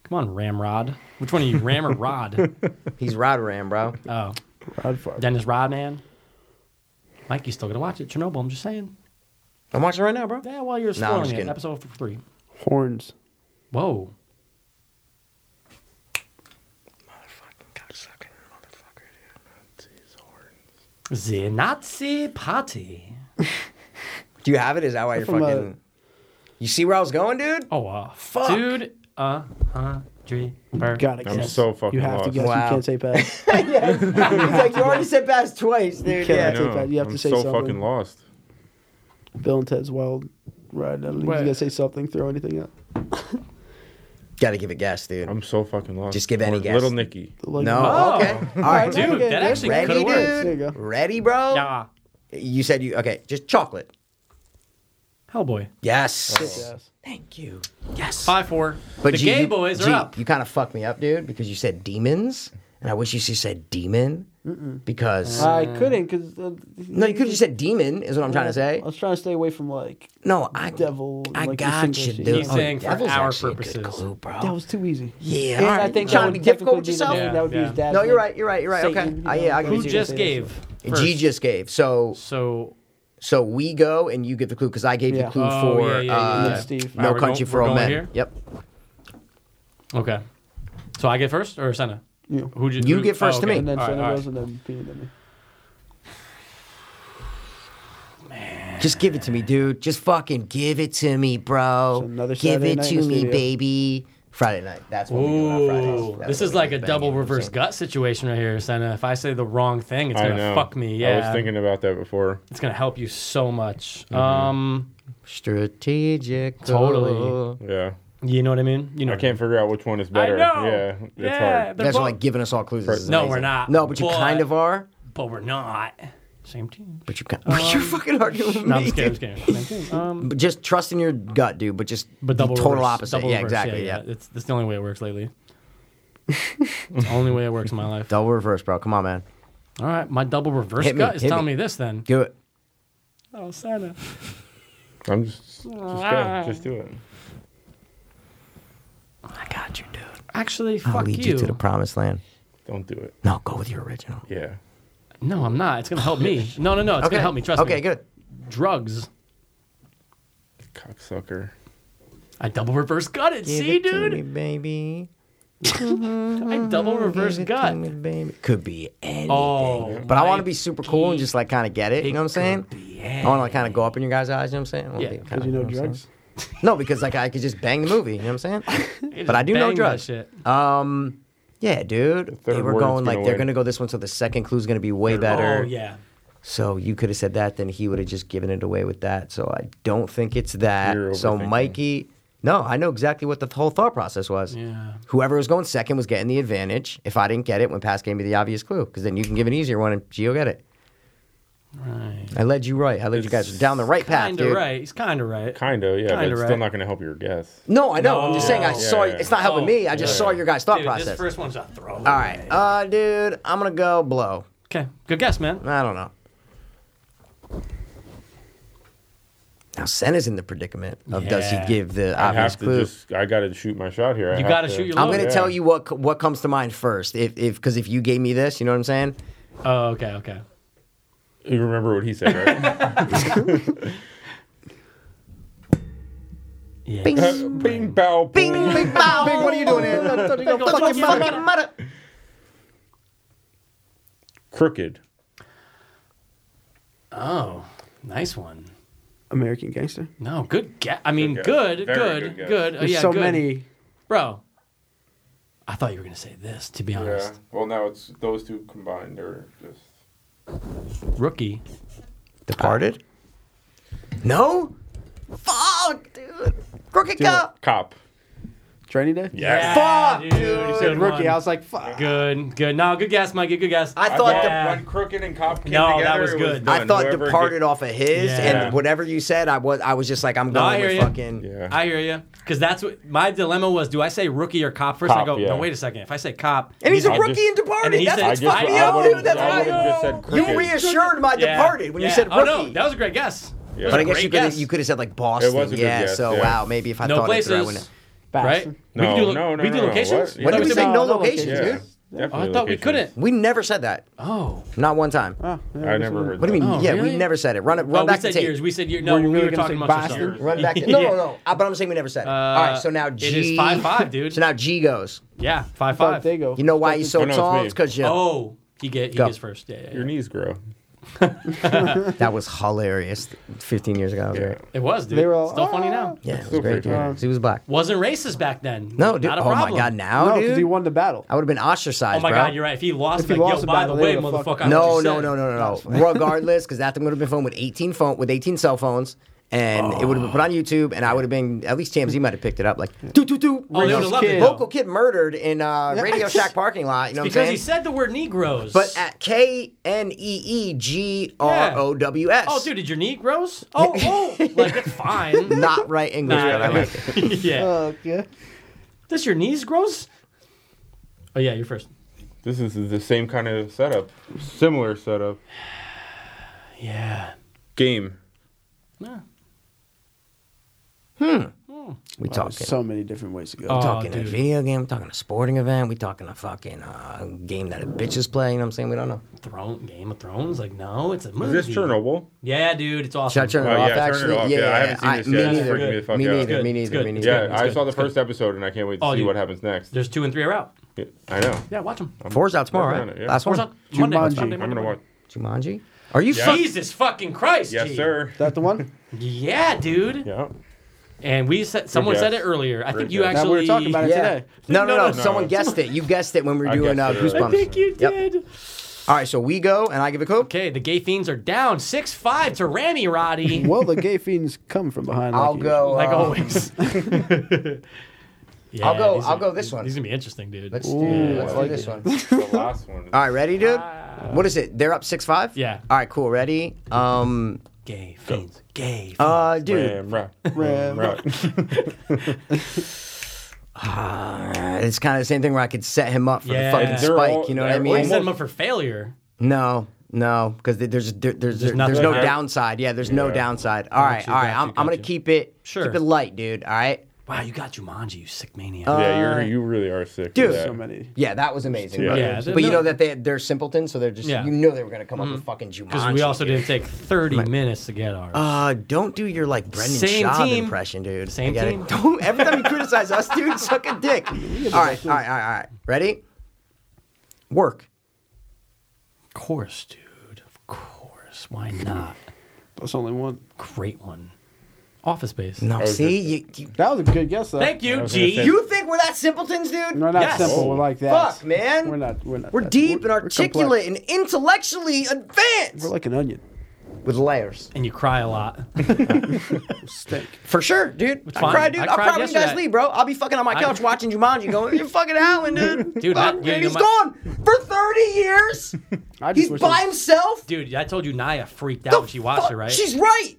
A: Come on, Ramrod. Which one are you, Ram or
B: (laughs)
A: Rod?
B: He's Rodoram, bro.
A: Oh,
G: Rod Farr.
A: Dennis Rodman. Mikey's still gonna watch it. Chernobyl. I'm just saying.
B: I'm watching right now, bro.
A: Yeah, while you're
B: Nah, I'm
A: spoiling
B: just
A: it,
B: kidding.
A: episode three.
G: Horns.
A: Whoa. The Nazi Party.
B: Do you have it? Is that why you're
G: From, uh,
B: fucking? You see where I was going, dude?
A: Oh, uh, fuck. Dude, uh, uh, dreamer.
G: Gotta
C: I'm
G: guess.
C: so fucking
G: You have to
C: lost.
G: guess.
B: Wow.
G: You can't say pass.
B: yes. He's like, you already said bass twice, dude.
G: Can I
C: I
B: Yeah.
G: take
C: know.
G: that? You have
C: I'm
G: to say
C: so
G: something.
C: fucking lost.
G: Bill and Ted's Wild Ride. I don't know. You
A: Wait.
G: gotta say something. Throw anything out.
B: Gotta give it gas, dude.
C: I'm so fucking lost.
B: Just give any
C: Or
B: guess.
C: Little Nicky.
G: Like-
B: no.
A: Oh.
B: Okay. All right.
A: Dude,
G: Okay,
A: that
G: yeah.
A: actually could
B: Ready,
A: have worked.
G: There you go.
B: dude? Ready, bro?
A: Yeah.
B: You said you okay. Just chocolate.
A: Hellboy.
B: Yes.
G: Yes.
B: Oh. Thank you. Yes.
A: Five four.
B: But
A: the
B: G,
A: gay
B: you-
A: boys
B: G,
A: are up.
B: You kind of fucked me up, dude, because you said demons, and I wish you just said demon because
G: I couldn't uh, because
B: no, you could have just said demon is what I'm trying to say.
G: I was trying to stay away from like
B: No, I
G: Devil,
B: I
G: like,
B: got
G: the
B: you,
G: English-
B: dude.
A: He's saying for
B: devil's
A: our
B: actually a good
A: purposes.
B: clue, bro.
G: that was too easy.
B: yeah,
G: And
B: all right.
G: I think
B: You trying
G: that
B: to
G: would
B: be difficult with
G: technically be the
B: yourself.
G: devil,
A: Yeah,
G: that would be
A: yeah.
G: his dad's
B: No, you're
G: name.
B: right. You're right. You're right.
G: Satan,
B: okay.
G: you
B: I,
G: know,
B: yeah, I
G: like,
B: get
A: Who
B: what
G: G
B: you
A: just
G: saying.
A: gave?
B: G
A: first?
B: just gave. So
A: So
B: so we go and you give the clue because I gave
G: Yeah.
B: the clue
A: Oh,
B: for
A: yeah, yeah,
B: uh,
A: yeah.
G: Steve.
A: All
B: No
A: right, we're
B: Country
A: go-
B: for
A: we're
B: Old
A: going
B: Men.
A: here?
B: Yep.
A: okay. So I get first or Senna?
G: You.
A: Who ju-
B: You
A: who-
B: get first
A: oh,
B: to
A: okay.
B: me.
G: And then
A: All right,
G: Santa
A: all right.
G: Rose and then Peter and me.
B: Just give it to me, dude. Just fucking give it to me, bro.
G: So another
B: give
G: Saturday
B: it
G: night
B: to
G: in the
B: me,
G: studio.
B: baby. Friday night. That's what we do on Fridays.
A: Ooh,
B: That's
A: this
B: what
A: is
B: we
A: like
B: do,
A: a
B: bang,
A: double
B: you know what I'm
A: reverse
B: saying?
A: gut situation right here, Senna. If I say the wrong thing, it's
C: I
A: gonna
C: know.
A: fuck me.
C: I
A: Yeah,
C: was thinking Mm-hmm. about that before.
A: it's gonna help you so much. Um,
B: Strategic.
A: Totally.
B: goal.
C: Yeah.
A: you know what I mean? You know, what
C: I
A: I mean.
C: can't figure out which one is better.
A: know.
C: Yeah. It's
A: Yeah,
C: hard.
A: they're
B: You guys are
A: both-
B: like giving us all clues. This is
A: No,
B: amazing.
A: we're not.
B: No, but you kind
A: But-
B: of are.
A: but we're not same
B: (laughs)
A: team.
B: But you kind. you're fucking arguing with
A: Um, No, I'm
B: me.
A: just kidding. I'm just kidding. Same team. Um,
B: But just trust in your gut, dude. But just
A: but
B: the
A: double
B: total
A: reverse,
B: opposite.
A: double
B: yeah,
A: reverse,
B: exactly. Yeah,
A: It's that's the only way it works
B: (laughs)
A: lately. it's the only way it works in my life.
B: double reverse, bro. Come on, man.
A: All right, my double reverse
B: Hit me,
A: gut is
B: hit me.
A: telling me. this then.
B: Do it.
A: Oh, Santa.
C: I'm just just
A: Ah.
C: go. Just do it.
B: I got you, dude.
A: Actually,
B: I'll
A: fuck
B: lead you. to the promised land.
C: Don't do it.
B: No, go with your original.
C: Yeah.
A: no, I'm not. It's gonna help me. No, no, no. It's gonna help me. Trust
B: okay,
A: me.
B: Okay, good.
A: Drugs.
C: Cocksucker.
A: I double reverse gut it. See,
B: Give it to
A: dude.
B: me, baby.
A: I double reverse
B: Give it to
A: gut.
B: me, baby. Could be anything.
A: Oh,
B: but I want
A: my
B: to be super cool and just like kind of get it. You know what I'm saying? I want to like kind of go up in your guys' eyes. You know what I'm saying? I wanna
A: Yeah,
B: be
A: 'cause
B: kinda-
G: Because you know
B: what I'm
G: drugs.
B: saying? No, because like I could just bang the movie. You know what I'm saying?
A: (laughs) They
B: but I
A: just
B: do know
A: bang that
B: drugs.
A: Shit.
B: Um, yeah, dude.
C: third
B: They were
C: word's
B: going
C: gonna
B: like they're
C: win.
B: gonna go this one, so the second clue's gonna be way better.
A: Oh yeah.
B: So you could have said that, then he would have just given it away with that. So I don't think it's that.
C: You're
B: so
C: overthinking.
B: Mikey, no, I know exactly what the whole thought process was.
A: Yeah.
B: Whoever was going second was getting the advantage. If I didn't get it, when Pass gave me the obvious clue, because then you can give an easier one and Gio get it.
A: Right.
B: I led you right. I led you guys down the right path,
A: Kinda
B: dude.
A: right. He's kinda right.
C: Kinda, yeah, but
A: Kinda
C: it's
A: right.
C: still not gonna help your guess.
B: No, I know. I'm just saying. I
A: No.
B: saw.
C: Yeah, yeah.
B: It's not helping
A: Oh,
B: me. I just
A: yeah.
B: saw your guys' thought
A: Dude, This
B: process.
A: first one's a throw.
B: All right, uh, dude, I'm gonna go blow.
A: Okay. Good guess, man.
B: I don't know. Now Senna's in the predicament of does he
A: Yeah.
B: give the
C: I
B: obvious
C: have to
B: clue?
C: just. I gotta shoot my shot here. I
A: You
C: have
A: gotta
C: to-
A: shoot your
B: I'm
A: load.
B: gonna
C: Yeah.
B: tell you what what comes to mind first. If if because if you gave me this, you know what I'm saying?
A: Oh, okay, okay.
C: You remember what he said,
B: (laughs)
C: right?
A: Yeah.
B: Bing,
A: It's
C: Bing, bow,
B: Bing, (laughs)
C: boing.
B: bing, bow. Bing, what are you doing (laughs) here? Don't you go fuck your fucking mother.
C: Crooked.
A: Oh, nice one.
G: American Gangster.
A: No, good guess. I mean,
C: Good guess.
A: good, good,
C: Very
A: good.
C: good guess.
A: Oh,
G: There's
A: yeah,
G: so
A: good.
G: many.
A: Bro, I thought you were gonna say this. To be honest,
C: Well, now it's those two combined. They're just.
A: rookie.
B: Departed? No. Fuck, dude. Crooked cop.
C: Cop.
G: Training Day?
A: Yeah,
C: Yes.
B: Fuck,
A: dude.
G: Said
A: Good
G: rookie.
A: one.
G: I was like, fuck.
A: Good, good. No, good guess, Mike. Good guess.
B: I thought
A: Yeah.
B: the-
C: when crooked and cop came
A: No, that
C: together,
A: was
C: it
A: good.
C: done.
B: I thought
C: Whoever
B: departed
C: did-
B: off of his,
A: Yeah.
B: and whatever you said, I was I was just like I'm
A: No, I
B: going
A: hear
B: with
A: ya.
B: fucking.
C: Yeah.
A: I hear you, because that's what my dilemma was. Do I say rookie or cop first?
C: Cop,
A: I go,
C: yeah.
A: no, wait a second. If I say cop,
B: And he's
A: you
B: a
A: go-
C: I
B: rookie
C: just-
B: in Departed.
A: and he
B: That's
A: said-
B: what
C: I
B: fucked
C: just, I
B: me up,
C: would've-
B: dude. That's
C: I
B: why
C: would've just said crooked.
B: You reassured my
A: Yeah,
B: Departed when you
A: yeah.
B: said
A: Oh,
B: rookie.
A: no, that was a great guess.
C: Yeah.
B: but I guess
A: Great
B: you could have,
A: guess.
B: you could have said like Boston.
C: was a good
B: yeah.
C: guess,
B: So
C: yeah.
B: wow, maybe if I
A: No
B: thought it through, I
A: places,
B: wouldn't.
A: right?
G: Bastion.
A: we can
C: No,
A: do, lo-
C: no, no,
A: we can do
C: no.
A: locations.
C: What?
A: I
B: When did we
A: thought
B: say
A: said-
B: no
G: no
B: locations,
G: locations,
C: Yeah.
B: dude?
A: Oh,
C: Definitely
A: I thought we
C: locations.
A: couldn't.
B: We never said that.
A: Oh,
B: Not one time.
G: Oh, yeah,
C: I
G: that's
C: never
G: what-
C: heard.
B: What do you
C: that.
B: mean?
A: Oh,
B: yeah, we
A: really?
B: never said it. Run it. Run
A: well,
B: back
A: Oh, we said
B: to tape.
A: years. We said years. No,
G: Were you
A: we
G: really
A: were
G: gonna
A: talking
G: say
A: amongst
G: Boston?
A: ourselves.
B: Run back. To,
A: (laughs) Yeah. Uh,
B: no, no, no. Uh, but I'm saying we never said it. All right. So now
A: it
B: G.
A: is five five, dude.
B: So now G goes.
A: yeah, five
G: Fuck,
A: five.
G: they go.
B: You know why he's so
C: Oh, no, it's
B: tall?
C: me.
B: It's because you.
A: Oh, he get he
B: Go.
A: gets first. Yeah, yeah,
C: Your
A: yeah.
C: knees grow.
A: Oh.
B: That was hilarious. 15 years ago, I was
C: Yeah.
B: right.
A: It was, dude.
G: They were all,
A: Still funny
G: "Ah."
A: now.
B: Yeah, it was
C: Still
B: great.
C: pretty
B: dude.
C: funny.
B: 'Cause He was black.
A: Wasn't racist back then.
B: No, dude.
A: Not a
B: Oh my
A: problem.
B: god, now,
G: No,
B: dude.
G: because he won the battle.
B: I would have been ostracized.
A: Oh my
B: bro.
A: god, you're right. If he lost,
G: If he
A: like, yo,
G: lost the
A: by the
G: battle,
A: way,
G: they would've
A: motherfucker.
G: fucked
A: I
B: No,
A: just
B: no,
A: said-
B: no, no, no, no. Regardless, because that thing would have been phone with 18 phone with 18 cell phones, and it would have been put on YouTube, and I would have been at least TMZ might have picked it up. Like, doo doo doo,
A: Oh, they would have loved it.
B: local kid murdered in uh, Radio Shack parking lot. You know what I'm
A: Because
B: saying?
A: he said the word Negroes.
B: but at K N E E G R O W S.
A: oh, dude, did your knee
B: (laughs)
A: grows? Oh, oh, like that's fine.
B: Not Uh, right English,
A: Nah,
B: but I like
A: (laughs)
B: it.
A: yeah.
G: yeah.
A: Does your knees
B: (laughs)
A: grows? Oh yeah, you're first.
C: This is the same kind of setup, similar setup.
A: Yeah.
C: Game.
A: Nah.
B: We talking.
G: So many different ways to go.
A: Oh,
B: talking a
A: dude.
B: video game. we talking a sporting event. we talking a fucking uh, game that a bitch is playing. You know what I'm saying? We don't know.
A: Throne Game of Thrones? Like no, it's a
C: Is
A: movie.
C: this Chernobyl?
A: Yeah, dude, it's awesome.
B: Should I turn it
C: Oh, yeah,
B: off,
C: turn it
B: actually?
C: off. Yeah, I haven't seen this
B: me
C: yet. It's
B: neither.
C: freaking me the fuck
B: me
C: out.
B: neither.
A: It's
B: Me
A: good. It's
B: neither.
A: good.
B: Me
A: It's
B: neither.
C: Yeah,
A: good, it's
C: I
A: good,
C: saw the
A: it's
C: first episode and I can't wait to
A: Oh,
C: see
A: dude.
C: what happens next.
A: There's two and three are out.
C: Yeah, I know.
A: Yeah, watch them.
B: Four's out tomorrow,
C: Working on
B: right?
C: it, yeah.
B: Last
A: Four's
B: one.
A: out Monday.
G: Jumanji.
A: Sunday,
C: I'm
A: Monday,
C: gonna watch.
A: Monday.
B: Jumanji. Are you fucking?
A: Jesus fucking Christ.
C: Yes,
A: G.
C: sir.
G: Is that
A: (laughs)
G: the one?
A: Yeah, dude.
C: Yeah.
A: And we said someone
C: guess.
A: said it earlier. I think you
C: guess.
G: Now
A: actually
G: we were talking about it
B: Yeah.
G: today.
B: No, no,
A: (laughs) No,
B: no,
A: no,
B: Someone
C: no.
B: guessed it. You guessed it when we were
C: I
B: doing uh,
C: guessed it earlier.
A: I think
B: Goosebumps.
A: you
B: Yep.
A: did.
B: All right, so we go, and I give a clue.
A: Okay, the gay fiends are down six five to Rami
B: (laughs)
A: Roddy.
G: Well, the gay fiends come from behind.
B: I'll
G: like
B: go.
A: like
B: uh, (laughs)
A: always. (laughs) Yeah,
B: I'll go-
A: these
B: I'll
A: are-
B: go this
A: these-
B: one.
A: These are gonna be interesting, dude.
B: Let's do, let's do
C: like
B: this one.
C: The last (laughs) one.
B: All right, ready, dude? What is it? They're up six five.
A: Uh, Yeah.
B: All right, cool. Ready? Um.
A: Gay fiends. Gay. Fiends.
B: Uh, dude,
C: Ram, rap,
G: Ram.
C: rap.
B: uh, it's kind of the same thing where I could set him up for
A: Yeah.
B: the fucking
A: And
C: they're
B: spike.
C: all-
B: you know what I
C: they're
A: Or you
B: mean?
A: set them up for failure.
B: No, no, because there's there, there's there's,
A: nothing
B: no
A: there.
B: downside. Yeah, there's no
C: Yeah.
B: downside. All right,
A: you,
B: all right.
A: got
B: I'm,
A: you,
B: I'm
A: got
B: gonna
A: you.
B: keep it
A: Sure.
B: keep it light, dude. All right.
A: Wow, you got Jumanji, you sick maniac.
C: (laughs)
B: Uh,
C: Yeah, you're you really are sick.
B: Dude.
C: with that.
G: So many.
B: Yeah, that was amazing.
C: Yeah.
B: but-
A: Yeah,
B: but you
A: no.
B: know that they they're simpletons, so they're just
A: Yeah.
B: you know they were gonna come up with fucking Jumanji.
A: Because we also
B: dude.
A: didn't take 30 minutes to get ours.
B: Uh, don't do your like Brendan
A: Same
B: Schaub
A: team.
B: impression, dude.
A: Same
B: I get it.
A: team.
B: Don't every time you criticize us, dude, suck a dick. All right, all right, all right, all right. Ready? Work.
A: of course, dude. Of course. Why
B: Hmm.
A: not?
G: That's only one.
A: Great one. Office Space.
B: No, see you, you.
G: That was a good guess, though.
A: Thank you,
C: was gonna
A: G.
C: say-
B: You think we're that simpletons, dude?
G: We're not
A: Yes.
G: simple. We're like that.
B: Fuck, man.
G: We're not. We're not.
B: We're
G: that.
B: deep and
G: We're- we're
B: articulate
G: complex.
B: and intellectually advanced.
G: We're like an onion.
B: With layers.
A: and you cry a lot.
G: Stink.
B: For sure, dude. I
A: fine.
B: cried, dude.
A: I
B: I
A: cried
B: will cry when you guys
A: yesterday.
B: leave, bro. I'll be fucking on my couch watching Jumanji going, you're fucking howling, dude.
A: Dude,
B: Fuck,
A: I-
B: dude,
A: yeah, you
B: he's
A: might-
B: gone for 30 years.
G: I just
B: He's
G: wish
B: by
G: I-
B: himself.
A: (laughs) Dude, I told you Naya freaked out
B: The
A: when she watched
B: fuck?
A: it, right?
B: She's right.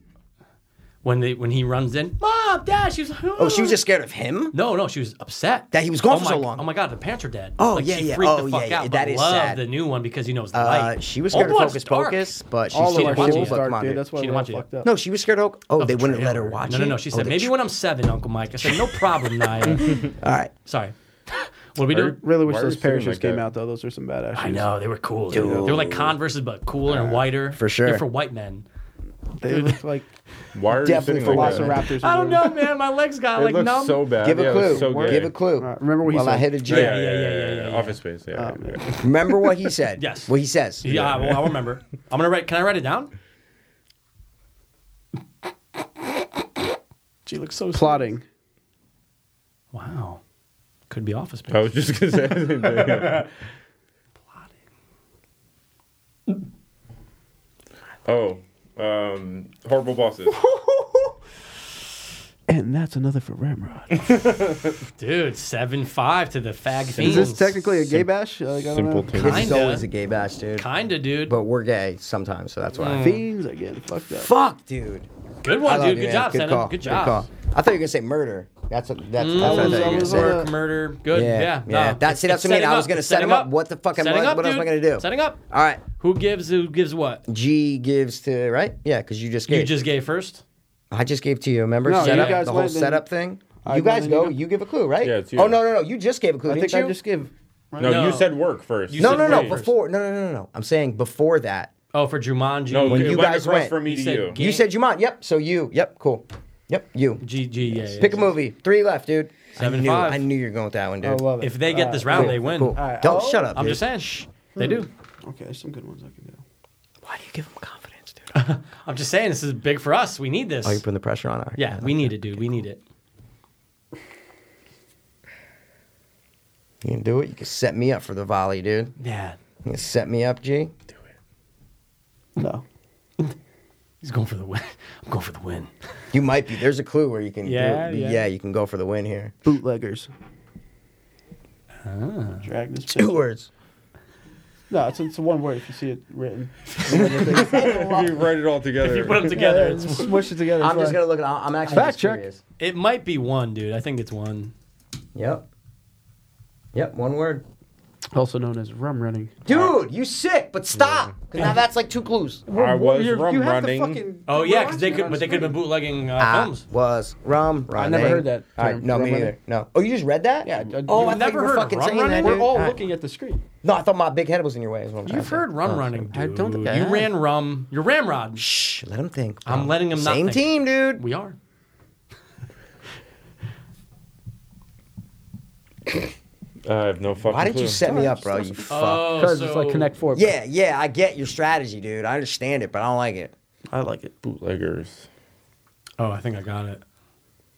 A: When they when he runs in, Mom, Dad, she was like,
B: Oh, she was just scared of him?
A: No, no, she was upset.
B: That he was gone
A: oh
B: for
A: my,
B: so long.
A: Oh my god, the pants are dead.
B: Oh,
A: Like,
B: yeah,
A: she
B: yeah.
A: freaked
B: Oh,
A: the
B: yeah,
A: fuck
B: yeah.
A: out,
B: That
A: but
B: is
A: loved
B: sad.
A: the new one because he knows the
B: Uh,
A: light.
B: she was
A: Old
B: scared of
A: one's
B: Focus
A: dark.
B: Pocus, but she
G: All
B: still
G: of our
A: didn't watch
G: schools
A: it.
B: Pokemon.
G: dark, dude. That's why
A: She
G: we're
A: didn't
G: all
A: watch it
G: fucked
A: yet.
G: up.
B: No, she was scared of. Oh, they wouldn't let her
A: Trailer.
B: watch
A: No,
B: it.
A: no, no. She
B: Oh,
A: said,
B: they
A: maybe
B: tr-
A: when I'm seven, Uncle Mike. I said, no problem, Naya.
B: (laughs) All right.
A: Sorry. What are we doing?
G: Really wish
C: Why are
G: those
C: you sitting
G: parachutes
C: like
G: came
C: that?
G: out though. Those are some badass.
A: I
G: shoes.
A: know they were cool. Dude. They were like Converses, but cooler and whiter.
B: For sure.
A: They're for white men.
G: They look (laughs) like
C: Why are you
B: Definitely
C: sitting like that?
G: velociraptors.
A: I don't know, man. My legs got
C: It
A: like
C: looks
A: numb.
C: so bad.
B: Give
C: yeah,
B: a
C: it looks
B: clue.
C: So gay.
B: Give a clue.
G: Alright, remember what he
B: While I
G: said.
B: hit a
C: Yeah
B: G.
C: yeah yeah,
A: Yeah, yeah,
C: yeah,
A: yeah,
C: yeah,
A: yeah,
C: Office space.
B: Oh,
C: Yeah. yeah.
B: Remember what he said.
A: Yes.
B: What he says.
A: yeah, well, I'll remember. I'm gonna write. Can I write it down? She looks so.
G: Plotting.
A: Wow. Could be office space.
C: I was just gonna say. yeah. Oh, um, horrible bosses.
G: And that's another for Ramrod.
A: Dude, seven five to the fag
G: Is
A: fiends.
G: this technically a gay bash? Like, I don't know.
B: This is
A: Kinda.
B: always a gay bash, dude.
A: Kinda, dude.
B: But we're gay sometimes, so that's why.
G: Fiends again. Fucked up.
B: Fuck, dude.
A: good
B: I
A: one,
B: love
A: dude.
B: you,
A: Good
B: man.
A: job,
B: Good
A: Senator.
B: call.
A: Good job.
B: call. I thought you were gonna say murder. That's what. That's, that's what I uh,
G: Mm.
B: thought you were gonna
G: Good
B: say.
G: call.
A: Work, murder. Good.
B: Yeah,
A: Yeah.
B: yeah.
A: no.
B: That- see, that's
A: It's
B: what I mean.
A: setting
B: I was
A: up.
B: gonna
A: It's
B: set
A: setting
B: him up. What the fuck am I-
A: Setting up,
B: what else am I
A: dude.
B: gonna do?
A: Setting up.
B: All right.
A: Who gives? Who gives what?
B: G gives to right. Yeah, because you just gave.
A: You just gave first.
B: I just gave to you. Remember
G: No, you
B: setup,
G: guys
B: the whole
G: went, then-
B: setup thing.
G: I
B: you
G: went,
B: guys
G: then
B: go.
G: you go.
B: You give a clue, right?
C: Yeah, it's you.
B: Oh no, no, no. You just gave a clue.
G: I
B: didn't
G: think I
B: you?
G: just give.
C: No,
A: No.
C: you said work first.
A: You
B: No,
A: said
B: no, no.
A: wait.
B: Before. No, no, no, no, no. I'm saying before that.
A: Oh, for Jumanji.
C: No,
B: When
C: it
B: you
C: went
B: guys
C: across
B: went,
C: from me
A: you
C: to
A: said
C: you.
A: gay.
B: You
A: Yeah.
B: said Jumont. Yep. So you. Yep. Cool. Yep. You.
A: GG. Yeah, yeah.
B: Pick a movie. Three left, dude.
A: Seven,
B: I knew,
A: five.
B: I knew you were going with that one, dude.
G: I love it. Ah,
A: If they get this round, they win.
B: Cool.
G: Alright,
B: Don't
G: oh.
B: shut up.
A: I'm
B: dude.
A: just saying. Shh. They do.
G: Okay, there's some good ones I can do.
B: Why do you give them confidence, dude?
A: I'm just saying this is big for us. We need this.
B: oh, you're putting the pressure on. All right.
A: yeah, we need it, dude. We need it.
B: You can do it. You can set me up for the volley, dude.
A: Yeah.
B: You can set me up, G.
G: No.
A: He's going for the win. (laughs) I'm going for the win.
B: You might be. There's a clue where you can. do-
A: Yeah, yeah.
B: yeah. You can go for the win here. (laughs)
G: Bootleggers.
A: Ah.
G: Drag this.
B: Two
G: bitch.
B: words.
G: No, it's, it's one word if you see it written.
C: if you write it all together.
A: If you put them together,
G: Yeah,
A: it's,
G: Uh, smush it together.
B: I'm just
G: Sorry.
B: gonna look. At, I'm actually
G: Fact
B: just
G: check.
B: curious.
A: it might be one, dude. I think it's one.
B: Yep. Yep. One word.
D: Also known as rum running.
B: Dude, you sick? But stop. 'Cause now that's like two (laughs) clues.
C: I was
G: You're-
C: rum
G: you have to
C: running.
G: fucking-
A: Oh
G: we're
A: yeah, because they
G: watching it
A: could,
G: on
A: but they could have
G: screen.
A: been bootlegging uh,
B: I
A: films.
B: Ah, was rum running.
D: never heard that
B: All right,
D: term,
B: no,
D: rum
B: me
D: running.
B: either. No. Oh, you just read that?
G: Yeah, I-
B: Oh,
G: You've
B: I thought
A: never
B: you were
A: heard of
B: fucking
A: rum
B: saying
A: running?
B: that.
G: We're
B: dude.
G: all
B: right.
G: looking at the screen.
B: No, I thought my big head was in your way. is what I'm trying
A: You've
B: to say.
A: heard rum
B: Oh,
A: running,
B: sorry.
A: dude.
D: I don't think I
A: you
D: have.
A: ran rum. You ramrod.
B: Shh, let him think.
A: I'm
B: bro.
A: letting him not
B: Same
A: think.
B: team, dude.
A: We are.
C: I have no fucking
B: Why did
C: clue.
B: you set me up, bro? You fuck.
A: Oh,
D: Because
A: so
D: it's like Connect Four. bro.
B: Yeah, yeah, I get your strategy, dude. I understand it, but I don't like it.
G: I like it.
C: bootleggers?
A: Oh, I think I got it.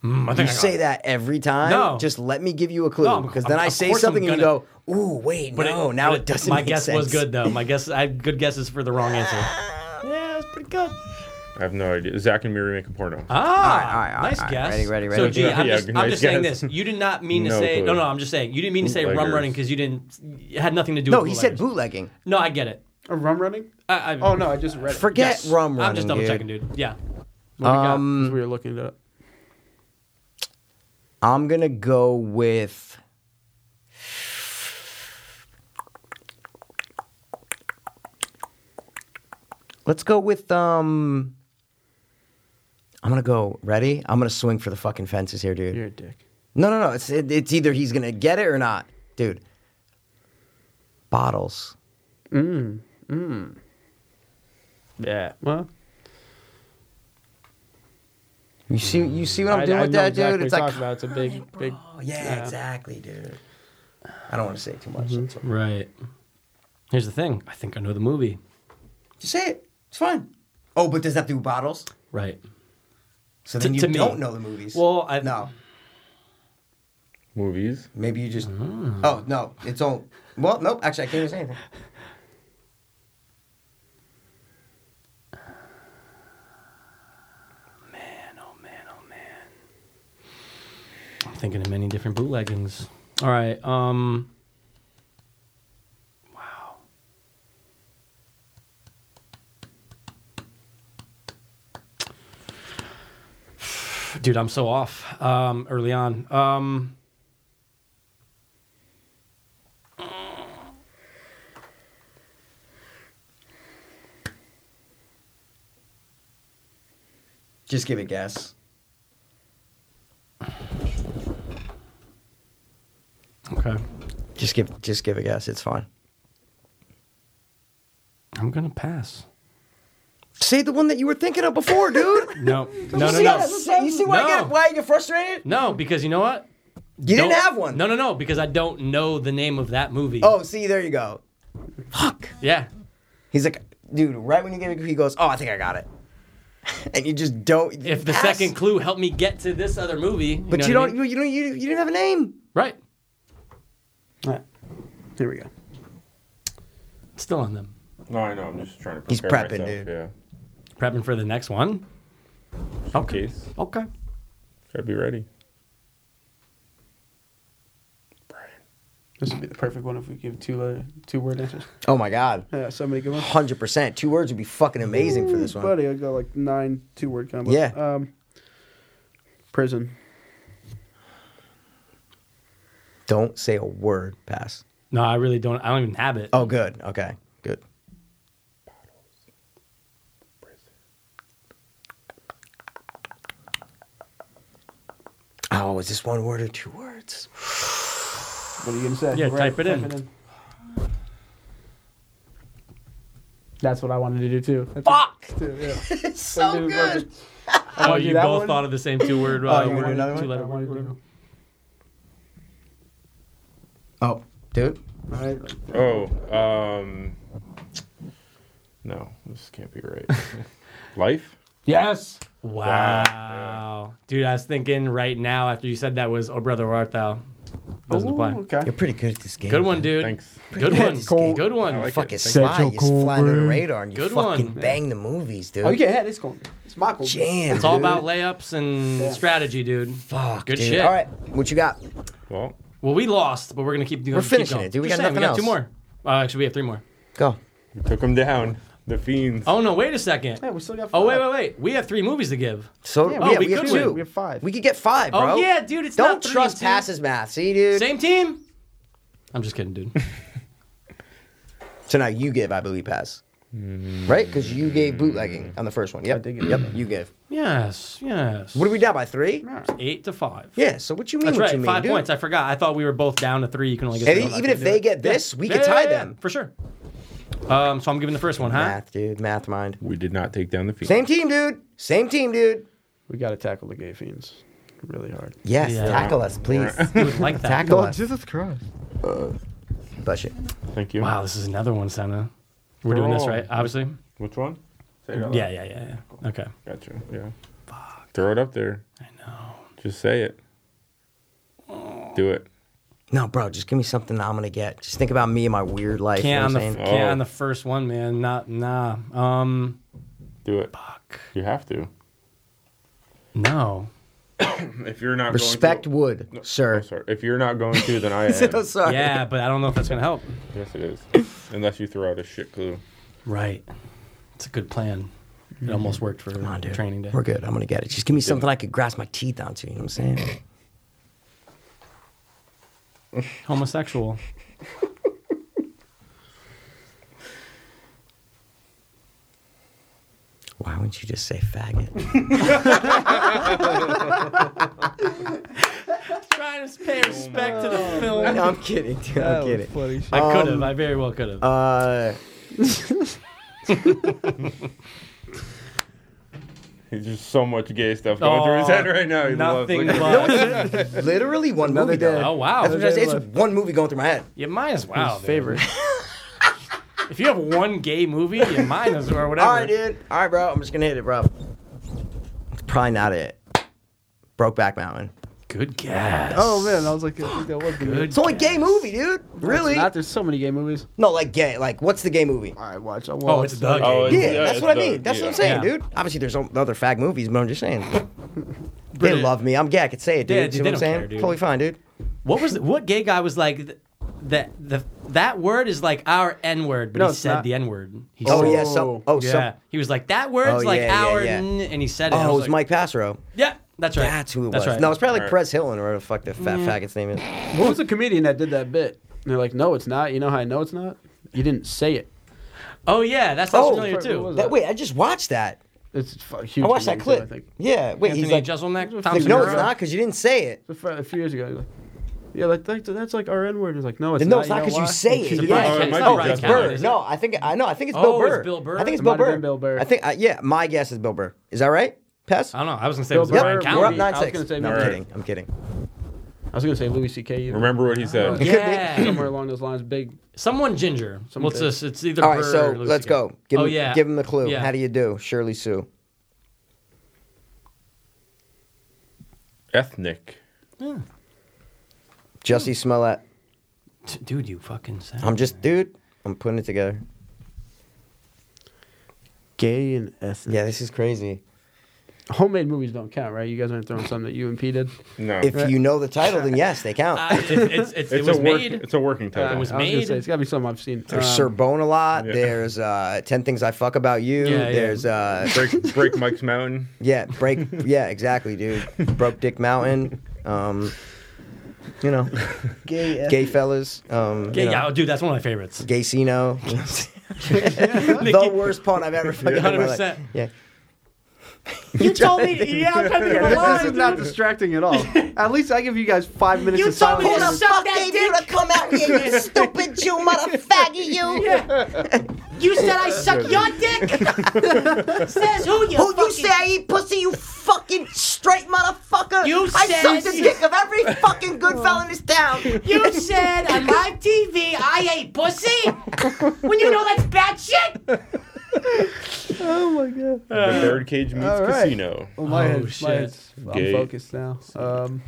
A: Mm, I think
B: You
A: I got
B: say
A: it.
B: that every time.
A: No.
B: Just let me give you a
A: No,
B: clue.
A: I'm-
B: Because then
A: I'm-
B: I
A: of
B: say
A: course
B: something
A: I'm
B: and you go, ooh, wait, no, now
A: but
B: it doesn't
A: My
B: make
A: guess
B: sense.
A: was good though. My guess, I had good guesses for the wrong
B: (laughs)
A: answer. yeah, it was pretty good.
C: I have no idea. Zach and Miri make a porno.
A: Ah,
B: all right, all
A: nice
B: right.
A: guess.
B: Ready, ready,
A: So,
B: ready.
A: G, I'm
C: Yeah,
A: just,
C: good
A: I'm
C: nice
A: just saying
C: guess.
A: this. You did not mean to
C: No
A: say.
C: clue.
A: No, no, I'm just saying you didn't mean to say rum
C: Bootleggers.
A: running because you didn't. It had nothing to do.
B: No,
A: with
B: he said
A: bootleggers.
B: bootlegging.
A: No, I get it.
G: A rum running?
A: I, I,
G: Oh no, I just read it.
B: Forget
A: yes.
B: rum running.
A: I'm just double
B: dude.
A: checking, dude. Yeah.
D: What we got?
B: Um,
D: 'Cause we were looking it up.
B: I'm gonna go with. Let's go with um. I'm gonna go. Ready? I'm gonna swing for the fucking fences here, dude.
D: You're a dick.
B: No, no, no. It's it, it's either he's gonna get it or not, dude. Bottles.
G: Mm,
D: Yeah. Well,
B: You see, you see what I'm
D: I,
B: doing
D: I
B: with
D: know
B: that,
D: exactly
B: dude.
D: what
B: It's
D: you're
B: like,
D: talking about. It's a big, big.
B: oh, yeah,
D: yeah.
B: exactly, dude. I don't want to say too much.
A: Mm-hmm.
B: that's all.
A: Right. Here's the thing. I think I know the movie.
B: Just say it. It's fine. Oh, but does that do bottles?
A: Right.
B: So
A: To-
B: then you
A: to me.
B: don't know the movies.
A: Well, I
B: no,
C: Movies.
B: maybe you just.
A: Ah.
B: Oh no, it's all. Well, nope. Actually, I can't even say anything.
A: I'm thinking of many different bootleggings. All right. Um. Wow. Dude, I'm so off. Um, early on. Um.
B: Just give a guess.
A: Okay.
B: Just give. Just give a guess. It's fine.
A: I'm gonna pass.
B: Say the one that you were thinking of before, dude.
A: (laughs) No. No.
B: you
A: No.
B: see,
A: No.
B: how- you see why I
A: No.
B: get why I get frustrated?
A: No, because you know what?
B: You didn't
A: Don't-
B: have one.
A: No, no, no. Because I don't know the name of that movie.
B: Oh, see, there you go. Fuck.
A: Yeah.
B: He's like, dude. Right when you give it, he goes, "Oh, I think I got it," (laughs) and you just don't. you
A: If the
B: pass.
A: second clue helped me get to this other movie,
B: but
A: know
B: you
A: what I
B: don't.
A: mean?
B: You, you don't. You, you didn't have a name.
A: right?
G: All right. Here we go.
A: It's still on them.
C: No, I know. I'm just trying to.
B: He's
C: prepare
B: prepping, dude.
C: Yeah.
A: Prepping for the next one.
C: Okay.
A: Okay.
C: Gotta be ready.
G: This would be the perfect one if we give two letter, two word answers.
B: Oh my god.
G: Yeah, so many good ones.
B: Hundred percent. Two words would be fucking amazing for this
G: Ooh,
B: one.
G: Eh, Buddy, I got like nine two word combos.
B: Yeah.
G: Um, prison.
B: Don't say a word. Pass.
A: No, I really don't. I don't even have it.
B: Oh, good. Okay, good. Oh, is this one word or two words?
G: What are you gonna say?
A: Yeah, type it in.
D: That's what I wanted to do too. That's
B: Fuck!
D: it, too, yeah.
B: (laughs) It's so good.
A: oh,
D: Oh,
A: you
D: you that
A: both
D: one?
A: thought of the same two word.
B: (laughs) Oh,
A: Uh,
B: you wanna do
A: word-
B: another one?
A: two letter
D: I
A: word.
D: wanted to do-
B: Oh, dude.
G: All right.
C: Oh. Um. No, this can't be
A: (laughs)
C: right. Life.
D: Yes.
A: Wow, dude! I was thinking right now after you said that was "Oh, brother, where art thou?" Doesn't apply.
G: Okay.
B: You're pretty good at this game.
A: Good one,
B: man.
A: dude.
C: Thanks.
A: Good one.
B: Cool.
A: Good one.
C: I like
B: Fucking
C: it.
B: fly. You
G: Central
B: just fly under the
G: Cold
B: radar and you
A: Good
B: fucking
A: one.
B: bang the movies, dude.
G: Oh, you can't have this going. It's Michael.
B: Jam.
A: It's all
B: dude.
A: about layups and strategy, dude.
B: Fuck,
A: Good
B: dude.
A: shit.
B: All right, what you got?
C: Well,
A: Well, we lost, but we're gonna keep doing.
B: We're
A: keep
B: finishing
A: going.
B: it, dude. We
A: Just
B: got
A: saying, We
B: nothing
A: got
B: else.
A: two more. Uh, actually, we have three more.
B: Go.
C: we took them down. The fiends.
A: Oh no! Wait a second.
G: Yeah, we still got
A: Oh wait,
G: five.
A: wait, wait. We have three movies to give.
B: So
G: Yeah,
B: yeah,
G: we-
A: oh,
B: we,
A: we
B: have
A: could
B: two.
A: win.
G: We have five.
B: We could get five,
A: Oh
B: bro.
A: yeah, dude. It's
B: Don't
A: not three
B: trust
A: and two.
B: passes math. See, dude.
A: Same team. I'm just
B: (laughs)
A: kidding, dude.
B: So now you give, I believe, pass.
G: Mm.
B: Right? Because you gave bootlegging on the first one. Yep. Yep. You gave.
A: yes, yes.
B: What are we down by three?
A: Eight to five.
B: Yeah. So what you mean?
A: That's
B: what
A: right.
B: you mean,
A: five
B: dude?
A: points. I forgot. I thought we were both down to three. You can only get.
B: And
A: three.
B: e-
A: I
B: even
A: couldn't
B: if
A: do
B: they
A: it.
B: get this, we could tie them.
A: for sure. Um, so I'm giving the first one, huh?
B: Math, dude. Math mind.
C: We did not take down the fiends.
B: Same team, dude. Same team, dude.
G: We gotta tackle the gay fiends, really hard.
B: Yes.
A: Yeah.
B: Tackle us,
G: (laughs)
B: please.
A: You would like that.
B: tackle us. Uh,
G: Jesus Christ.
B: Bless you.
C: Thank you.
A: Wow, this is another one, Senna. We're doing this right, obviously.
C: Which one? Say it out
A: Yeah, yeah, yeah, yeah. Okay.
C: loud. Gotcha. Yeah. Throw it up there. I know. Just say it. Do it.
B: No, bro. Just give me something that I'm gonna get. Just think about me and my weird life. you know
A: Can't on
B: what
A: the
B: I'm saying?
A: can't
C: Oh.
A: on the first one, man. Not nah. Um,
C: Do it.
A: fuck.
C: You have to.
A: No.
C: If you're not
B: Respect
C: going
B: wood,
C: to,
B: sir. (laughs)
C: I'm sorry. If you're not going to, then I am.
B: So sorry.
A: Yeah, but I don't know if that's gonna help.
C: Yes, it is. Unless you throw out a shit clue.
A: Right. It's a good plan. It almost worked for
B: Mm-hmm. Come on, dude.
A: training day.
B: We're good. I'm gonna get it. Just give me something I could grasp my teeth onto. You know what I'm saying?
A: Homosexual.
B: Why wouldn't you just say
A: (laughs)
B: faggot?
A: Trying to pay respect to the film.
B: Oh, no, Um, I'm kidding, dude. I'm kidding.
A: I could have. I very well could have.
B: Uh,
C: He's just so much gay stuff going through his head right now. He loves
A: Nothing
C: looking at
A: but. (laughs)
B: literally one movie.
G: day.
B: though.
A: oh wow.
B: That's what I'm saying. It's one movie going through my head.
A: You might as well. dude.
D: Favorite.
B: (laughs)
A: If you have one gay movie, you might as well. Whatever.
B: All right, dude. All right, bro. I'm just gonna hit it, bro. It's probably not it. Brokeback Mountain.
A: Good guess.
G: Oh man, I was like, I think that was good.
B: It's only gay movie, dude. Really?
D: Not, there's so many gay movies.
B: No, like gay. Like, what's the gay movie?
G: All right, watch. I
A: Oh, it's the
D: Uh,
C: Oh,
A: game.
B: Yeah,
C: Yeah,
B: that's
C: it's
B: what I
C: the-
B: mean. That's what I'm
C: yeah.
B: saying,
A: Yeah.
B: dude. Obviously, there's o- other fag movies, but I'm just saying. they
A: Brilliant.
B: love me. I'm gay. I could say it, dude.
A: Yeah,
B: See
A: dude,
B: what
A: they
B: I'm
A: don't
B: saying?
A: care, dude.
B: Totally fine, dude.
A: What was the, what gay guy was like? th- That the that word is like our N word, but
D: No,
A: he
D: it's
A: said
D: not.
A: the N word. He
B: Oh,
A: said-
B: yeah. So, oh,
A: yeah.
B: so.
A: he was like that word's
B: Oh,
A: like
B: yeah, yeah,
A: our,
B: yeah.
A: N, and he said it. and I
B: Oh, it was
A: like,
B: Mike Passero.
A: Yeah, that's right.
B: That's who it
A: That's
B: was.
A: right.
B: No, it's probably like
C: Alright.
B: Perez Hilton or whatever the fuck the fat faggot's name is.
D: What was the comedian that did that bit? And they're like, no, it's not. You know how I know it's not? You didn't say it.
A: oh yeah, that sounds
B: Oh,
A: familiar
D: what
A: too.
D: was
B: That, wait, I just watched that.
D: It's fu- huge.
B: I watched that
D: comedian,
B: clip.
D: too, I think.
B: yeah, wait,
A: Anthony
B: he's like,
A: Jeselnik, Tom
B: like, no, it's
A: Segura.
B: not because you didn't say it.
D: A fr- A few years ago, he was like, yeah, like, like that's like our N word. He's like, no, it's
B: No,
D: not.
B: it's not
D: know
B: because you
D: why?"
B: say
D: It's
B: it.
D: just-
A: Yeah,
B: Yeah.
A: it's
C: it might be
B: Oh, it's
C: Jeff Allen,
B: Burr.
A: isn't
B: No, I think I know. I think it's Bill
A: Oh,
B: Burr.
A: it's Bill Burr?
B: I think it's
D: It
B: Bill
D: might have
B: Burr.
D: been Bill Burr.
B: I think. Uh, yeah, my guess is Bill Burr. Is that right? Pass.
A: I don't know. I was gonna say it
D: Bill
A: was
D: Burr,
A: Brian
D: Burr,
B: we're up
A: Callen.
D: Burr.
B: nine
D: I was
B: six.
D: gonna say
B: No, I'm
D: Burr.
B: kidding. I'm kidding.
D: I was going to say Louis C.K. either. Uh,
C: Remember what he said.
A: Yeah,
D: Somewhere along those lines, big.
A: someone ginger.
D: Some
A: What's
D: big-
A: this? It's either.
B: All right,
A: Burr
B: so
A: or Lucy
B: let's
A: Gay.
B: go. Give
A: oh
B: him,
A: yeah,
B: give him the clue.
A: Yeah.
B: How do you do, Shirley Sue?
C: Ethnic.
B: Jesse
A: Hmm.
B: Smollett.
A: T- dude, you fucking. Sound
B: I'm just, dude. I'm putting it together.
D: Gay and ethnic.
B: Yeah, this is crazy.
D: Homemade movies don't count, right? You guys aren't throwing something that you impeded.
C: No.
B: If you know the title, then yes,
A: (laughs)
B: they count.
A: Uh, (laughs) it's, it's, it's, it
C: it's
A: was
C: a work,
A: made.
C: It's a working title.
A: It was
D: I was gonna
A: made-
D: Say, it's got to be something I've seen.
B: There's
D: Um, (laughs)
B: Sir Bone a lot.
C: yeah.
B: There's uh, Ten Things I Fuck About You.
A: Yeah, yeah.
B: There's uh,
C: break, break Mike's mountain.
B: yeah, break. yeah, exactly, dude. Broke Dick Mountain. Um, you know,
G: gay.
B: gay fellas. Um,
A: Yeah,
B: you know,
A: yeah, oh, dude, that's one of my favorites.
B: gay
A: (laughs)
B: Sino. (laughs) the worst pun I've ever fucking heard. in my life.
A: 100%.
B: Yeah.
A: You told me. Yeah, I'm trying to think of a
G: This is
A: line.
G: not distracting at all. At least I give you guys five minutes
A: You
G: of
A: told me
G: silence.
A: to
G: Hold
A: suck
G: up.
A: that
E: gave you to come out here, you stupid Jew motherfucker, you.
A: You said I suck your dick. Says who you?
E: Who you say I eat pussy, you fucking straight motherfucker?
A: You
E: I suck
A: said-
E: the dick of every fucking good fella in this town.
A: You said on live TV I ate pussy.
E: (laughs)
A: When you know that's bad shit.
C: the Birdcage meets
D: all right.
C: Casino.
D: Well, my
A: Oh,
D: head's, my
A: shit.
D: head's, I'm
C: Gay.
D: focused now. Um,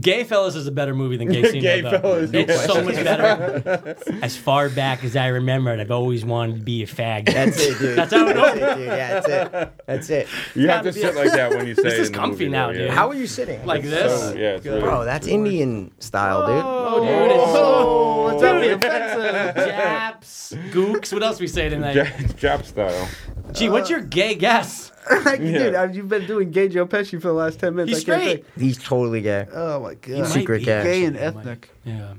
A: Gay Fellas is a better movie than Gay Scene.
C: Gay
A: though.
C: Fellas, no
A: It's so much better. as far back as I remember it, I've always wanted to be a fag.
B: That's it, dude.
A: That's how it
B: That's
A: opens.
B: it, dude. Yeah, that's it. That's it.
C: You have to sit like that when you say
A: This
C: it
A: is
C: in the
A: comfy
C: movie,
A: now,
C: though,
A: dude.
C: yeah.
B: How are you sitting?
A: (laughs) Like this.
C: So, yeah, it's really-
B: Bro, that's Indian style, dude.
A: Oh, dude, it's so
C: Oh,
A: (laughs)
D: What's up, the offensive?
A: Japs, gooks. What else we say tonight?
C: Ja- Jap style.
A: Gee, what's your gay guess?
G: Like, Dude,
C: Yeah.
G: I- you've been doing gay Joe Pesci for the last 10 minutes.
A: He's
G: I can't
A: straight.
G: think.
B: He's totally gay.
G: Oh, my God.
A: might
B: Secret
A: be
B: gay.
G: gay and
A: He might-
G: ethnic.
A: Yeah.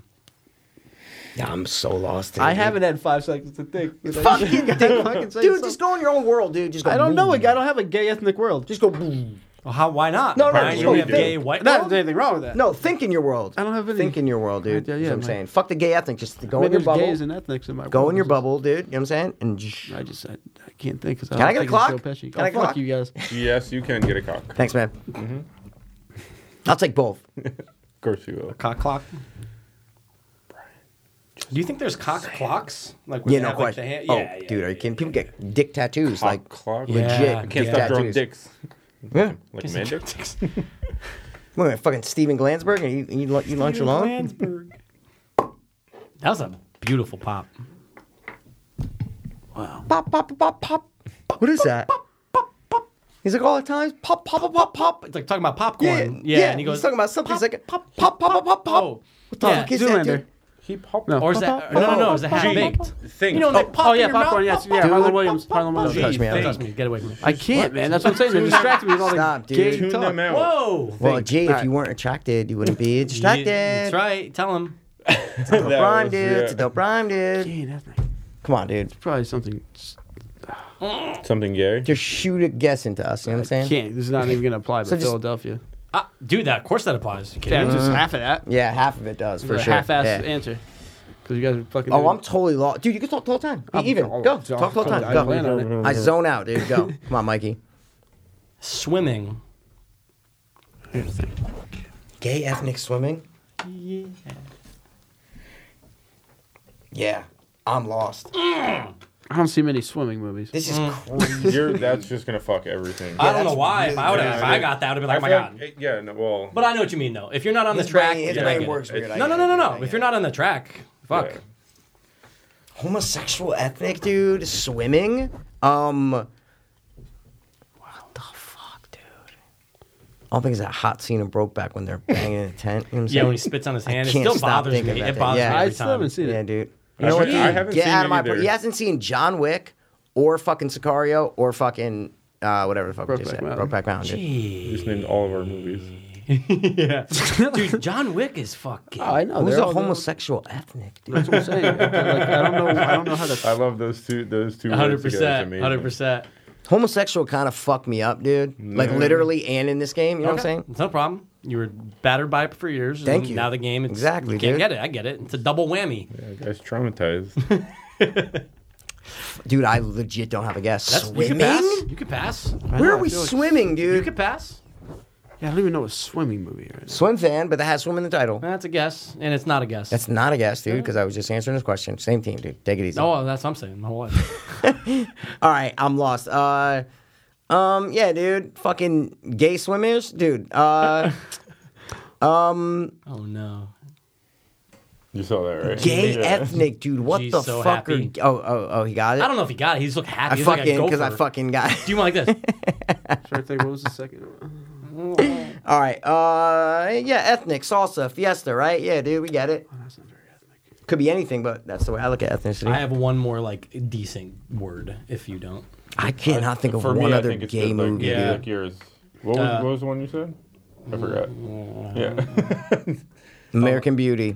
B: Yeah, I'm so lost.
G: I
B: dude.
G: haven't had five seconds to think. Like, (laughs)
B: Fucking
G: you gotta fucking say
B: dude.
G: something.
B: Just go in your own world, dude. Just go.
G: I don't know.
B: boom.
G: Like, I don't have a gay ethnic world.
B: Just go. boom.
A: Well, how? Why not?
B: No, no,
A: Brian,
B: just
A: you only
B: go
A: have
B: big.
A: gay white.
G: Not that there's anything wrong with that.
B: No, think in your world.
G: I don't have any-
B: Think in your world, dude.
G: Yeah,
B: Yeah,
G: yeah,
B: yeah, I'm
G: man.
B: saying. Fuck the gay ethnic. Just go
G: I mean,
B: in your
G: there's
B: bubble.
G: gays and ethnics in my
B: Go
G: world.
B: in your bubble, dude. You know what I'm saying? And sh-
G: I just, I, I can't think. 'cause I
B: Can I
G: don't
B: get a
G: think it's
B: clock?
G: Joe Pesci.
B: Can
G: oh,
B: I get a
G: fuck
B: clock?
G: you guys.
C: Yes, you can get a cock. Of
B: thanks, man.
G: Mm-hmm.
B: I'll take both.
C: course you will.
A: Cock clock. Do you think there's cock clocks? Like
B: Yeah,
A: they
B: no
A: have, like, the
B: question.
A: hand-
B: oh,
A: yeah, yeah, (laughs)
B: dude, are
A: yeah,
B: you kidding? People get dick tattoos,
C: Cock
B: like
C: clock.
A: Yeah.
B: legit.
A: I
C: Can't
B: dick
C: stop drawing
B: tattoos.
C: dicks.
B: Yeah.
C: Like man dicks.
B: Wait, wait, fucking Steven Glansberg, and you, you, lu- you lunch alone?
A: That was a beautiful pop. Wow.
B: Pop, pop, pop, pop. What is that? He's like all the times, pop, pop, pop, pop, pop.
A: It's like talking about popcorn. Yeah, and he goes
B: he's talking about something.
A: pop,
B: He's like, pop, pop, pop, pop, pop.
A: Oh,
B: What the
A: yeah.
B: fuck is that,
D: Zoolander.
B: dude?
C: He popped.
D: No.
A: Or is that? No, no, no. Is that half (laughs) baked?
C: Think.
A: You know, when they pop
D: Oh
A: in
D: yeah,
A: your mouth,
D: popcorn. Yes, yeah. Harlan Williams. Harlan
A: Don't
D: Williams.
B: Jeez. touch me,
A: Don't
B: Adam.
A: touch me. Get away from me.
D: I can't, man. That's what I'm saying. They're distracting me with all the
B: Stop, dude.
D: gay
C: Tune
D: talk.
C: them out.
A: Whoa.
B: Well, gee,
D: All
B: if you weren't attracted, you wouldn't
A: (laughs)
B: be
A: Yeah,
B: distracted.
A: That's right. Tell him.
B: It's a dope
C: That
B: rhyme,
C: was-
B: dude.
C: yeah.
B: It's a dope rhyme, dude.
D: Gay and ethnic.
B: Come on, dude.
D: Probably something.
C: Something gay.
B: (laughs) Just shoot a guess into us. You know what I'm saying?
D: Can't. This is not even gonna apply. But
B: So just-
D: Philadelphia.
A: Ah, dude, that. Of course that applies. You kidding
D: Yeah,
A: me?
D: just half of that.
B: Yeah, half of it does for
D: a
B: sure.
D: half-assed
B: Yeah.
D: answer. Because you guys are fucking.
B: Oh,
D: doing-
B: I'm totally lost, dude. You can talk the whole time. Be
D: I'm-
B: even
D: oh,
B: go
D: so-
B: talk the whole
D: so-
B: time.
D: I plan
B: Go.
D: on it.
B: I zone out, dude. Go. Come on, Mikey.
A: Swimming.
B: Gay ethnic swimming.
A: Yeah.
B: Yeah, I'm lost.
D: I don't see many swimming movies.
B: This is
A: Mm.
B: crazy.
C: You're, that's just gonna fuck everything.
A: I don't know why. If I would
C: Yeah,
A: have, if
C: I
A: I
C: mean,
A: got that, I would have been
C: I
A: like, oh my
C: feel
A: god.
C: like- yeah. No, well.
A: But I know what you mean, though. If you're not on the
B: His
A: track,
B: brain, his
A: yeah, I
B: brain
A: get it.
B: works weird. I
A: No, no,
B: get
A: no,
B: it.
A: no,
B: I
A: no.
B: get
A: If
B: it.
A: you're not on the track, fuck.
C: Yeah.
B: homosexual ethnic, dude, swimming. Um, what the fuck, dude? All because that hot scene in Brokeback when they're banging in a tent. You know what I'm
A: Yeah,
B: saying?
A: when he spits on his hand, it
B: can't
A: still
B: stop
A: bothers
B: thinking
A: me.
B: about
A: It
B: that.
A: bothers
B: Yeah.
A: me
D: I
A: every
D: still haven't
A: time.
D: seen
B: yeah,
D: it.
B: dude.
C: You know what, I
B: Dude,
C: haven't
B: get
C: seen
B: out
C: it
B: of my.
C: either.
B: He hasn't seen John Wick or fucking Sicario or fucking uh, whatever the fuck we just said.
D: Brokeback Mountain.
B: Brokeback Mountain. Dude.
C: We
A: Gee.
C: just named all of our movies.
A: yeah.
D: (laughs)
A: Dude, John Wick is fucking.
D: Oh, I know.
B: Who's
D: they're
B: a
D: all-
B: homosexual ethnic? Dude?
D: That's what I'm saying. Like, I don't know. I don't know how
B: (laughs)
D: to.
C: I love those two. Those two.
A: Hundred
C: words together. It's
A: percent,
C: amazing.
A: hundred percent.
B: Homosexual kind of fucked me up, dude. Like literally, and in this game, you know what I'm saying?
A: It's no problem. You were battered by it for years. and
B: Thank you.
A: Now the game, it's,
B: Exactly,
A: You can't
B: dude.
A: get it. I get it. It's a double whammy.
C: That guy's traumatized.
B: Dude, I legit don't have a guess.
A: That's you could
B: swimming?
A: pass. You could pass.
B: Where
D: know,
B: are
D: I
B: we
D: feel like-
B: swimming,
A: You
B: dude?
A: could pass.
D: Yeah, I don't even know a swimming movie. Right now.
B: Swim fan, but that has swim in the title.
A: That's a guess, and it's not a guess.
B: That's not a guess, dude, because I was just answering this question. Same team, dude. Take it easy.
A: oh, that's what I'm saying. My whole life.
B: All right, I'm lost. Uh, um, yeah, dude. Fucking gay swimmers, dude.
A: (laughs)
B: Uh,
A: (laughs) Oh no.
C: You saw that, right?
B: gay
C: Yeah.
B: ethnic, dude. What
A: He's
B: the
A: so
B: fuck? Are,
A: happy.
B: oh, oh, oh, he got it.
A: I don't know if he got it. He just looked happy.
B: I
A: He looked like a
B: fucking because I
A: gopher.
B: fucking got. it. (laughs)
A: Do you want like this?
D: Trying to think. What was the second?
B: All right. Uh, yeah, ethnic salsa fiesta, right? Yeah, dude, we get it.
D: Oh, That's not very ethnic.
B: Could be anything, but that's the way I look at ethnicity.
A: I
B: I,
A: have one more like decent word. If you don't, uh,
B: cannot think of
C: For
B: one
C: me, I
B: other
C: think it's
B: gay
C: just like,
B: movie.
A: Yeah.
B: dude.
C: Like yours. What was,
A: Uh,
C: what was the one you said? I forgot. Yeah. Oh,
B: American Beauty.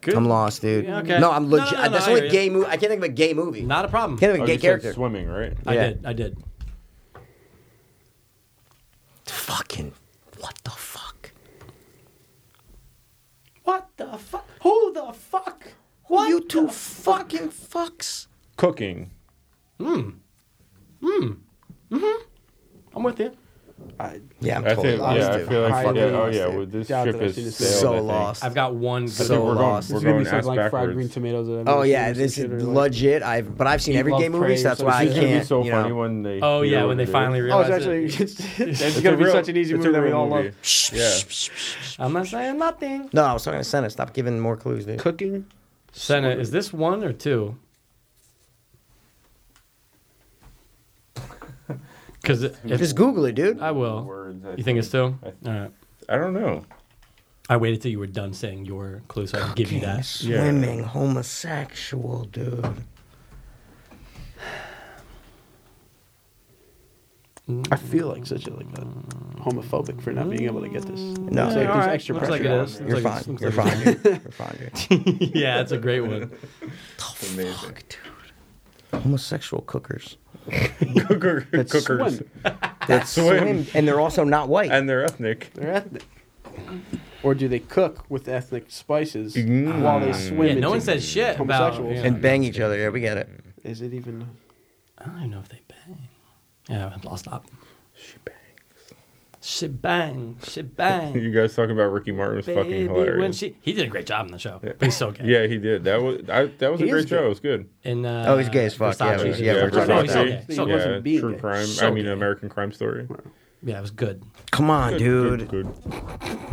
A: Good.
B: I'm lost, dude.
A: Yeah, okay.
B: No, I'm
A: No, no,
B: legit. uh,
A: no, no,
B: that's
A: I
B: the only
A: hear
B: gay movie. I can't think of a gay movie.
A: Not a problem.
B: can't think
C: Oh,
B: of a
C: you
B: gay
C: said
B: character.
C: Swimming, right?
A: I
B: yeah.
A: did. I did.
B: Fucking what the fuck?
A: What the fuck? Who the fuck? What
B: you two fucking fucks.
C: Cooking.
A: I'm with you.
G: I
B: Yeah, I'm
C: I
B: totally
C: think,
B: lost.
C: yeah, I
B: dude.
C: feel like,
G: highly
C: yeah, oh yeah,
G: lost it.
C: well, this
G: Doubt
C: ship
G: that I've seen it
C: is
G: since.
C: sailed,
B: so
C: I think.
B: lost.
A: I've got one.
C: I
A: good-
C: think we're going,
B: lost.
C: we're
G: It's gonna be
C: going
G: something
C: ass
G: like fried green
C: backwards.
G: tomatoes. that I've
B: Oh
G: never
B: yeah,
G: seen or some
B: this
G: shit, or
B: is
G: like-
B: legit. I've but I've seen
G: Eat,
B: every
G: Love,
B: game movie,
G: Pray
B: so
G: or
B: that's
G: some
B: why I
G: shit.
C: It's gonna be
B: can't.
C: so
B: you
C: funny
B: know.
C: when they.
A: Oh
C: hear
A: yeah,
C: what
A: when they
C: it is.
A: finally
G: Oh,
A: realize
G: it's
A: it.
G: actually
D: (laughs)
G: it's,
C: It's
G: gonna
C: a
G: be
C: real-
G: such an
C: it's
G: easy
C: a
G: movie that we
C: real
G: all
C: movie.
G: love.
C: Yeah.
A: I'm not saying nothing.
B: No, I was talking to Senna. Stop giving more clues, dude.
G: Cooking.
A: Senna, is this one or (laughs) two? Because if
B: Just Google it, dude.
A: I will,
C: Words, I
A: you think it's two? All right.
C: I don't know.
A: I waited till you were done saying your clue, so I could give you that.
C: Yeah.
B: Swimming, homosexual, dude.
G: I feel like such a like a homophobic for not being able to get this.
B: No,
G: It's like
A: all
G: there's
A: right.
G: extra
A: Looks like
G: pressure
A: it
G: on
A: is. Looks
G: it.
B: you're
A: like
B: fine.
A: it's- looks
B: You're
A: like
B: fine, dude. You're fine,
A: (laughs)
B: dude.
A: yeah, that's a great
B: (laughs)
A: one.
C: It's amazing. (laughs)
B: Homosexual cookers.
C: Cooker,
G: That's
C: cookers,
G: swim.
B: That
C: swim.
B: swim, and they're also not white.
C: and they're ethnic.
G: They're ethnic. Or do they cook with ethnic spices
C: Mm.
G: while they swim?
A: Yeah, no
G: into-
A: one says shit about.
G: Homosexuals.
A: yeah.
B: and bang each other. Yeah, we get it.
G: Is it even?
A: I don't even know if they bang. Yeah, I lost up. She bang. She bang.
B: (laughs)
A: She bang.
C: You guys talking about Ricky Martin was fucking
A: Baby,
C: hilarious.
A: when she he did a great job in the show. He's so gay.
C: yeah, he did. That was I, that was
G: He
C: a
G: is
C: great show.
G: good.
C: It was good.
A: In, uh,
B: Oh, he's gay as fuck, yeah,
A: Versace. yeah,
B: yeah, Versace.
A: Versace.
C: Versace.
A: Oh, he's so gay.
G: He
A: So good.
G: was-
C: yeah,
G: wasn't being
C: true
G: gay.
C: crime.
A: So
C: I mean,
A: gay.
C: American Crime Story.
A: Yeah, it was good.
B: Come on, dude.
C: Good, good.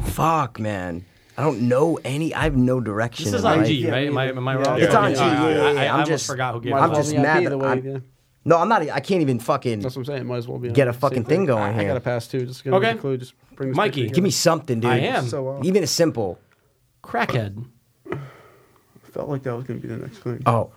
B: Fuck, man. I don't know any. I have no direction.
A: This is
B: in
A: on
B: life.
A: G,
G: yeah,
A: right? Am I, am I wrong?
G: yeah. It's
B: on
A: Okay,
B: G,
A: all right,
B: yeah,
A: all right.
B: yeah, yeah.
A: I, I
B: I'm
A: almost
B: just-
A: forgot who gave
B: I'm
A: it.
B: just
G: Might as well
B: mad
G: be
B: that
G: the way,
B: I'm-
G: yeah.
B: No, I'm not. I can't even fucking
G: That's what I'm saying. Might as well be on
B: Get a
G: the same
B: fucking thing going
G: I, I
B: here.
G: gotta pass too. Just gonna
A: Okay.
G: okay. clue. Just bring this
A: Mikey,
G: picture
B: give me
G: together.
B: something, dude.
A: I am.
G: So
C: uh,
G: off.
B: Even a simple. (laughs)
A: Crackhead.
G: Felt like that was gonna be the next clue.
B: Oh,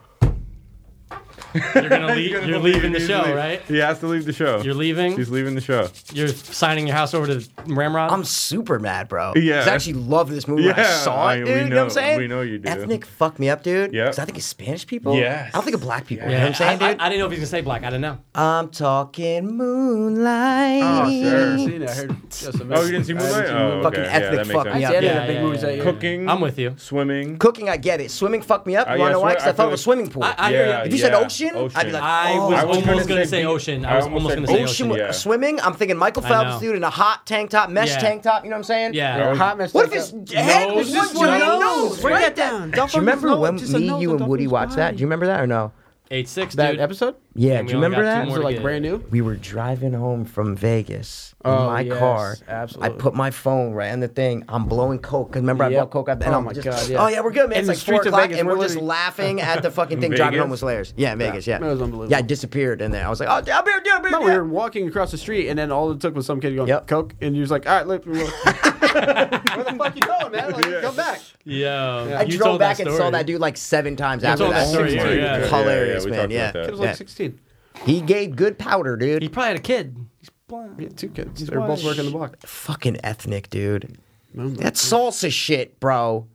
A: You're gonna leave. you're leaving the show, right?
C: He has to leave the show.
A: You're leaving.
C: He's leaving the show.
A: You're signing your house over to Ramrod.
B: I'm super mad, bro.
C: Yeah.
B: 'Cause I actually love this movie. when I
C: Yeah,
B: saw
C: I-
B: it,
C: we
B: dude. you know what
C: know-
B: I'm saying?
C: we know you do.
B: Ethnic fuck me up, dude.
C: Yep.
B: Because I think it's Spanish people.
C: Yes.
B: I don't think of black people. You
A: yeah,
B: know what I'm saying,
A: I,
B: dude?
A: I, I didn't know if he was gonna say black. I didn't know.
B: I, am talking moonlight.
C: Oh, sure.
G: seen it. I heard just a
C: Oh, you didn't see Moonlight? Oh,
B: Fucking
C: okay. Yeah,
B: ethnic
C: that makes
B: fuck
C: sense.
B: me
G: I
B: up.
G: said
B: Yeah.
G: it. big movies that year.
C: Cooking.
A: I'm with you.
C: Swimming.
B: Cooking, I get it. Swimming, fuck me up.
C: Uh,
B: you wanna
C: yeah,
B: know why?
C: swim-
B: Because
C: I
B: I, thought
C: feel
B: it was
C: like-
B: swimming pool.
A: I, I hear
C: Yeah,
A: you.
B: if you said
C: yeah.
B: ocean, I'd be
C: Ocean.
B: like,
A: I
B: oh,
A: was
C: I was
A: almost
C: gonna
A: gonna,
C: say
A: say
C: beach.
A: ocean.
C: I
A: I was
C: almost
A: almost
C: said
A: gonna say
B: ocean
A: ocean.
C: Yeah.
B: swimming. I'm thinking Michael
A: I
B: Phelps,
A: know.
B: dude, in a hot tank top, mesh
A: Yeah.
B: tank top. You know what I'm saying?
A: Yeah.
G: Hot mess.
B: What if
G: like
B: his
G: that.
B: head was
A: Nose,
B: just
A: just a
B: nose?
A: nose,
B: Where did that-
G: down.
B: Do you remember when me, you, and Woody watched that? Do you remember that or no?
A: Eight six,
G: that
A: dude.
G: episode?
B: Yeah,
A: And
B: do
A: we
B: you
A: only
B: remember
A: got two more
B: that?
G: Was
A: to
G: it like
A: get.
G: brand new?
B: We were driving home from Vegas in
G: Oh,
B: my
G: yes,
B: car. I
G: absolutely.
B: put my phone right on the thing. I'm blowing coke because remember I
G: Yep.
B: bought coke at the
G: Oh
B: and I'm
G: my
B: just,
G: God, yeah.
B: Oh yeah, we're good, man.
G: In
B: it's
G: the
B: like four
G: streets of
B: o'clock,
G: Vegas,
B: and we're
G: we're
B: just
G: literally-
B: laughing at
G: (laughs)
B: the fucking thing driving
C: Vegas?
B: home with Slayers. Yeah, in Vegas. Yeah,
G: That was unbelievable.
B: Yeah, I disappeared in there. I was like, oh, I'll be here, dude, I'll be here.
G: No, we
B: yeah.
G: were walking across the street, and then all it took was some kid going
B: Yep.
G: Coke, and he was like, "All right,
A: (laughs)
G: look, where the fuck you going, man? Like, come back."
A: Yo,
B: I
A: you
B: drove
A: told that
B: back and saw
A: story.
B: that dude like seven times
A: You
B: after
A: told that
B: that.
A: story, yeah,
B: Sixteen.
A: yeah. Yeah,
B: Hilarious,
C: yeah, we
B: man.
C: talked
B: Yeah.
C: about that.
G: It was like
B: Yeah.
G: 16.
B: He gave good powder, dude.
A: He probably had a kid. He's blind.
G: Yeah, two kids. They're
A: white.
G: both working the block.
B: Fucking ethnic, dude.
G: Moonlight.
B: That salsa shit, bro.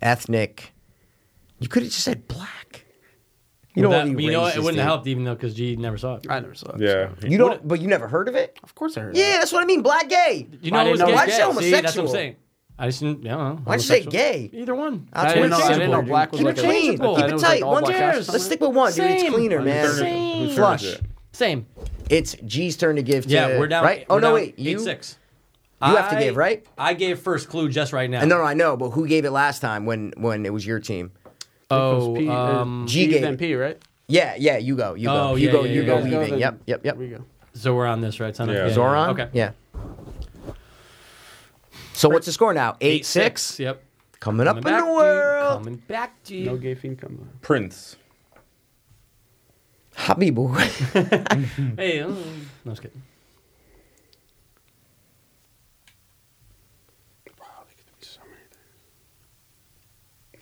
B: Ethnic. You could have just said black. You
A: Well,
B: don't
A: that-
B: want to be
A: you know what? It
B: racist,
A: wouldn't
B: dude.
A: have helped even though because G never saw it.
G: I never saw it.
C: Yeah.
B: You don't, but you never heard of it?
G: Of course I heard.
B: Yeah, that's what I mean. Black gay.
A: You
G: Why
A: know, it was
G: didn't
A: gay.
G: know-
B: Why'd you
A: See,
B: say
A: that's what
B: homosexual?
A: I'm saying. I just didn't. I don't know.
B: Why'd you say
A: Homosexual?
B: gay?
A: Either one.
B: That's
A: I didn't know. I
B: interchangeable,
A: didn't know
B: dude.
A: black was
B: Keep
A: like
B: it
A: a-
B: clean.
A: like
B: Keep
A: a-
B: it
G: was
B: tight.
G: like all
B: one
G: black
B: turn.
G: guys.
B: Let's stick with one, dude. It's
A: Same.
B: cleaner, man.
C: Whose turn is it? Whose turn is
B: Flush.
C: it?
A: Same.
B: It's G's turn to give to.
A: Yeah, we're down.
B: Right? Oh
A: we're
B: no,
A: down
B: wait. You
A: Eight six.
B: you have to give, right?
A: I gave first clue just right now.
B: Uh, No, no, I know, but who gave it last time when when it was your team?
A: Oh,
G: P, uh,
A: um,
B: G gate.
G: then P, right?
B: Yeah, yeah. You go. You go.
A: Oh,
B: you
A: yeah,
B: go.
A: yeah,
B: you
A: yeah,
B: go.
A: yeah.
B: Leaving.
G: Then
B: Yep. Yep. Yep.
G: Here we go.
A: so we're on this, right? Son?
C: Yeah.
B: Zoran.
A: Okay.
B: Yeah. So what's the score now? Eight, six.
A: Yep.
B: Coming up
A: Coming
B: in
A: back,
B: the
A: dude.
B: world.
A: Coming back to you.
G: No gay fiend come.
C: Prince.
B: Habibu. (laughs)
A: Hey, uh, no, I was kidding.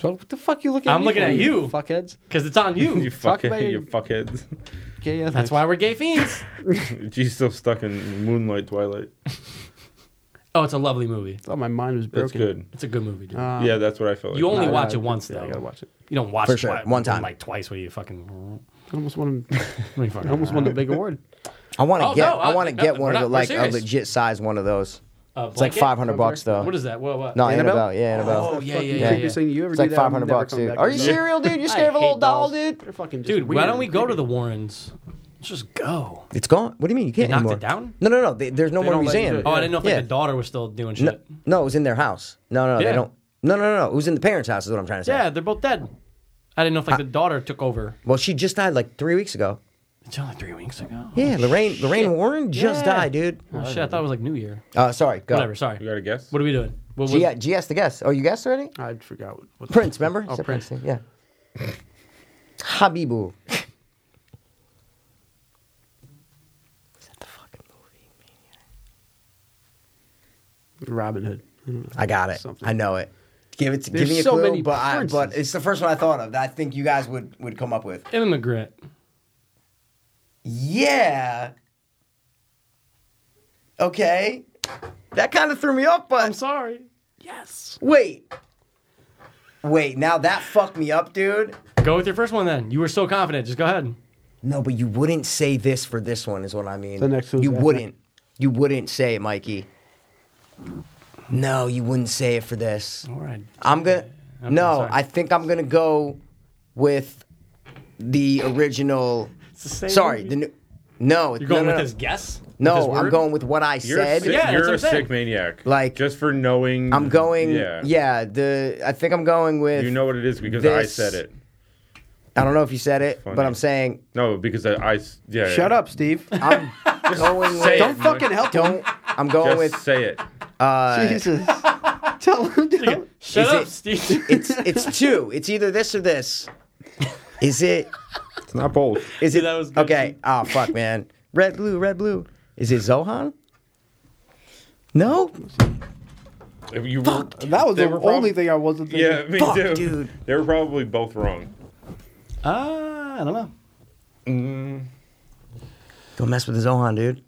G: So what the fuck you looking?
A: I'm
G: at me
A: looking
G: for,
A: at you.
G: fuckheads.
A: Because it's on
B: (laughs)
A: you.
C: You
G: Fuck
C: (laughs) fuckhead.
G: my-
C: You fuckheads.
G: Gay ethnic.
A: That's why we're gay fiends.
C: She's still stuck in Moonlight Twilight.
A: Oh, it's a lovely movie.
G: I thought my mind was broken.
C: That's good.
A: It's a good movie, dude.
G: Uh,
C: yeah, that's what I felt
A: Um,
C: like.
A: you only
G: no,
A: watch
G: no,
A: it once,
G: yeah,
A: though.
G: I gotta watch it.
A: You don't watch
B: For
A: it
B: sure.
A: twi-
B: One time.
A: like twice. What are you fucking? (laughs)
G: I almost won.
A: What are you fucking-
G: I almost won the big award.
B: I want to
A: Oh,
B: get.
A: no,
B: I,
A: I-
B: want to
A: no,
B: get one
A: we're
B: of the
A: not- we're
B: like a
A: serious.
B: legit size one of those.
A: Uh,
B: It's like
A: blanket?
B: five hundred bucks though.
A: What is that? What? what?
B: No,
A: I
B: Annabelle.
G: Annabelle?
B: Yeah, Annabelle.
A: Oh, yeah, yeah,
G: Fucking
A: yeah.
G: creepy
A: yeah.
G: thing. You ever
B: It's
G: do
B: like
G: that, I'll
B: five hundred
G: never
B: bucks,
G: come
B: dude.
G: back
B: Are
G: to
B: you
G: that.
B: serial, dude? You're scared of a
A: hate
B: little doll,
A: dolls.
B: dude.
G: They're fucking just
A: dude,
G: weird
A: why don't
G: and
A: we go to
G: creepy.
A: the Warrens? Let's just go.
B: It's gone. What do you mean you can't
A: They knocked
B: anymore?
A: it down?
B: No, no, no. They, there's no
D: They
B: more
D: don't let you
B: museum.
D: do it.
A: Oh, I didn't know if like,
B: Yeah.
A: the daughter was still doing shit.
B: No, no, it was in their house. No, no,
A: Yeah.
B: they don't. No, no, no, no. It was in the parents' house. Is what I'm trying to say.
A: Yeah, they're both dead. I didn't know if like the daughter took over.
B: Well, she just died like three weeks ago.
A: It's only three weeks ago.
B: Yeah, Lorraine. Lorraine Warren just
A: Yeah.
B: died, dude.
A: Oh, shit, I thought it was like New Year.
B: Uh, sorry. Go.
A: Whatever. Sorry.
C: You got a guess?
A: What are we doing? What was,
B: G- GS the guess. Oh, you guessed already?
G: I forgot what. what the-
B: Prince, remember?
G: Oh,
B: Is that
G: Prince.
B: thing? Yeah. Habibu. Is that the fucking movie?
G: Robin Hood.
B: I got it.
G: Something.
B: I know it. Give it. To, give
G: There's
B: me a
G: so
B: clue,
G: many
B: but I,
G: princes.
B: but it's the first one I thought of that I think you guys would would come up with.
A: Immigrant.
B: Yeah. Okay. That kind of threw me off, but
A: I'm sorry.
B: wait. Wait, now that fucked me up, dude.
A: Go with your first one then. You were so confident. Just go ahead.
B: No, but you wouldn't say this for this one, is what I mean.
G: The next one's
B: you
G: ethnic.
B: wouldn't. You wouldn't say it, Mikey. No, you wouldn't say it for this.
A: All right.
B: I'm gonna.
A: Okay,
B: no,
A: sorry.
B: I think I'm gonna go with the original.
A: It's the same
B: Sorry,
A: movie.
B: the new. No,
A: You're going
B: no,
A: with
B: no, no.
A: his guess? With his
B: No, I'm
A: word?
B: going with what I
C: You're a
B: said.
C: sick,
A: Yeah, that's
C: you're
A: what I'm
C: a
A: saying.
C: sick maniac.
B: Like-
C: just for knowing.
B: I'm going.
C: Yeah.
B: Yeah. the I think I'm going with.
C: You know what it is because I
B: This-
C: said it.
B: I don't know if you said it,
C: Funny.
B: but I'm saying
C: No, because I. I s- yeah.
G: Shut up, Steve.
C: (laughs)
B: I'm going
C: Say
B: with.
C: it,
G: Don't fucking help him.
B: Don't. I'm going
C: Just
B: with.
C: say it.
G: (laughs)
B: Uh,
G: Jesus. Tell him. Don't.
A: Shut
B: Is
A: up,
B: it-
A: Steve.
B: (laughs) It's it's two. It's either this or this. Is it?
C: It's not bold.
B: Is it?
A: that was good.
B: okay. Oh fuck, man. Red blue, red blue. Is it Zohan? No.
C: If you were,
G: That was
C: they
G: the
C: were prob-
G: only thing I wasn't thinking.
C: Yeah, me
B: Fuck,
C: too.
B: dude.
C: (laughs) They were probably both wrong.
A: Ah, I don't know.
B: Don't mess with the Zohan, dude.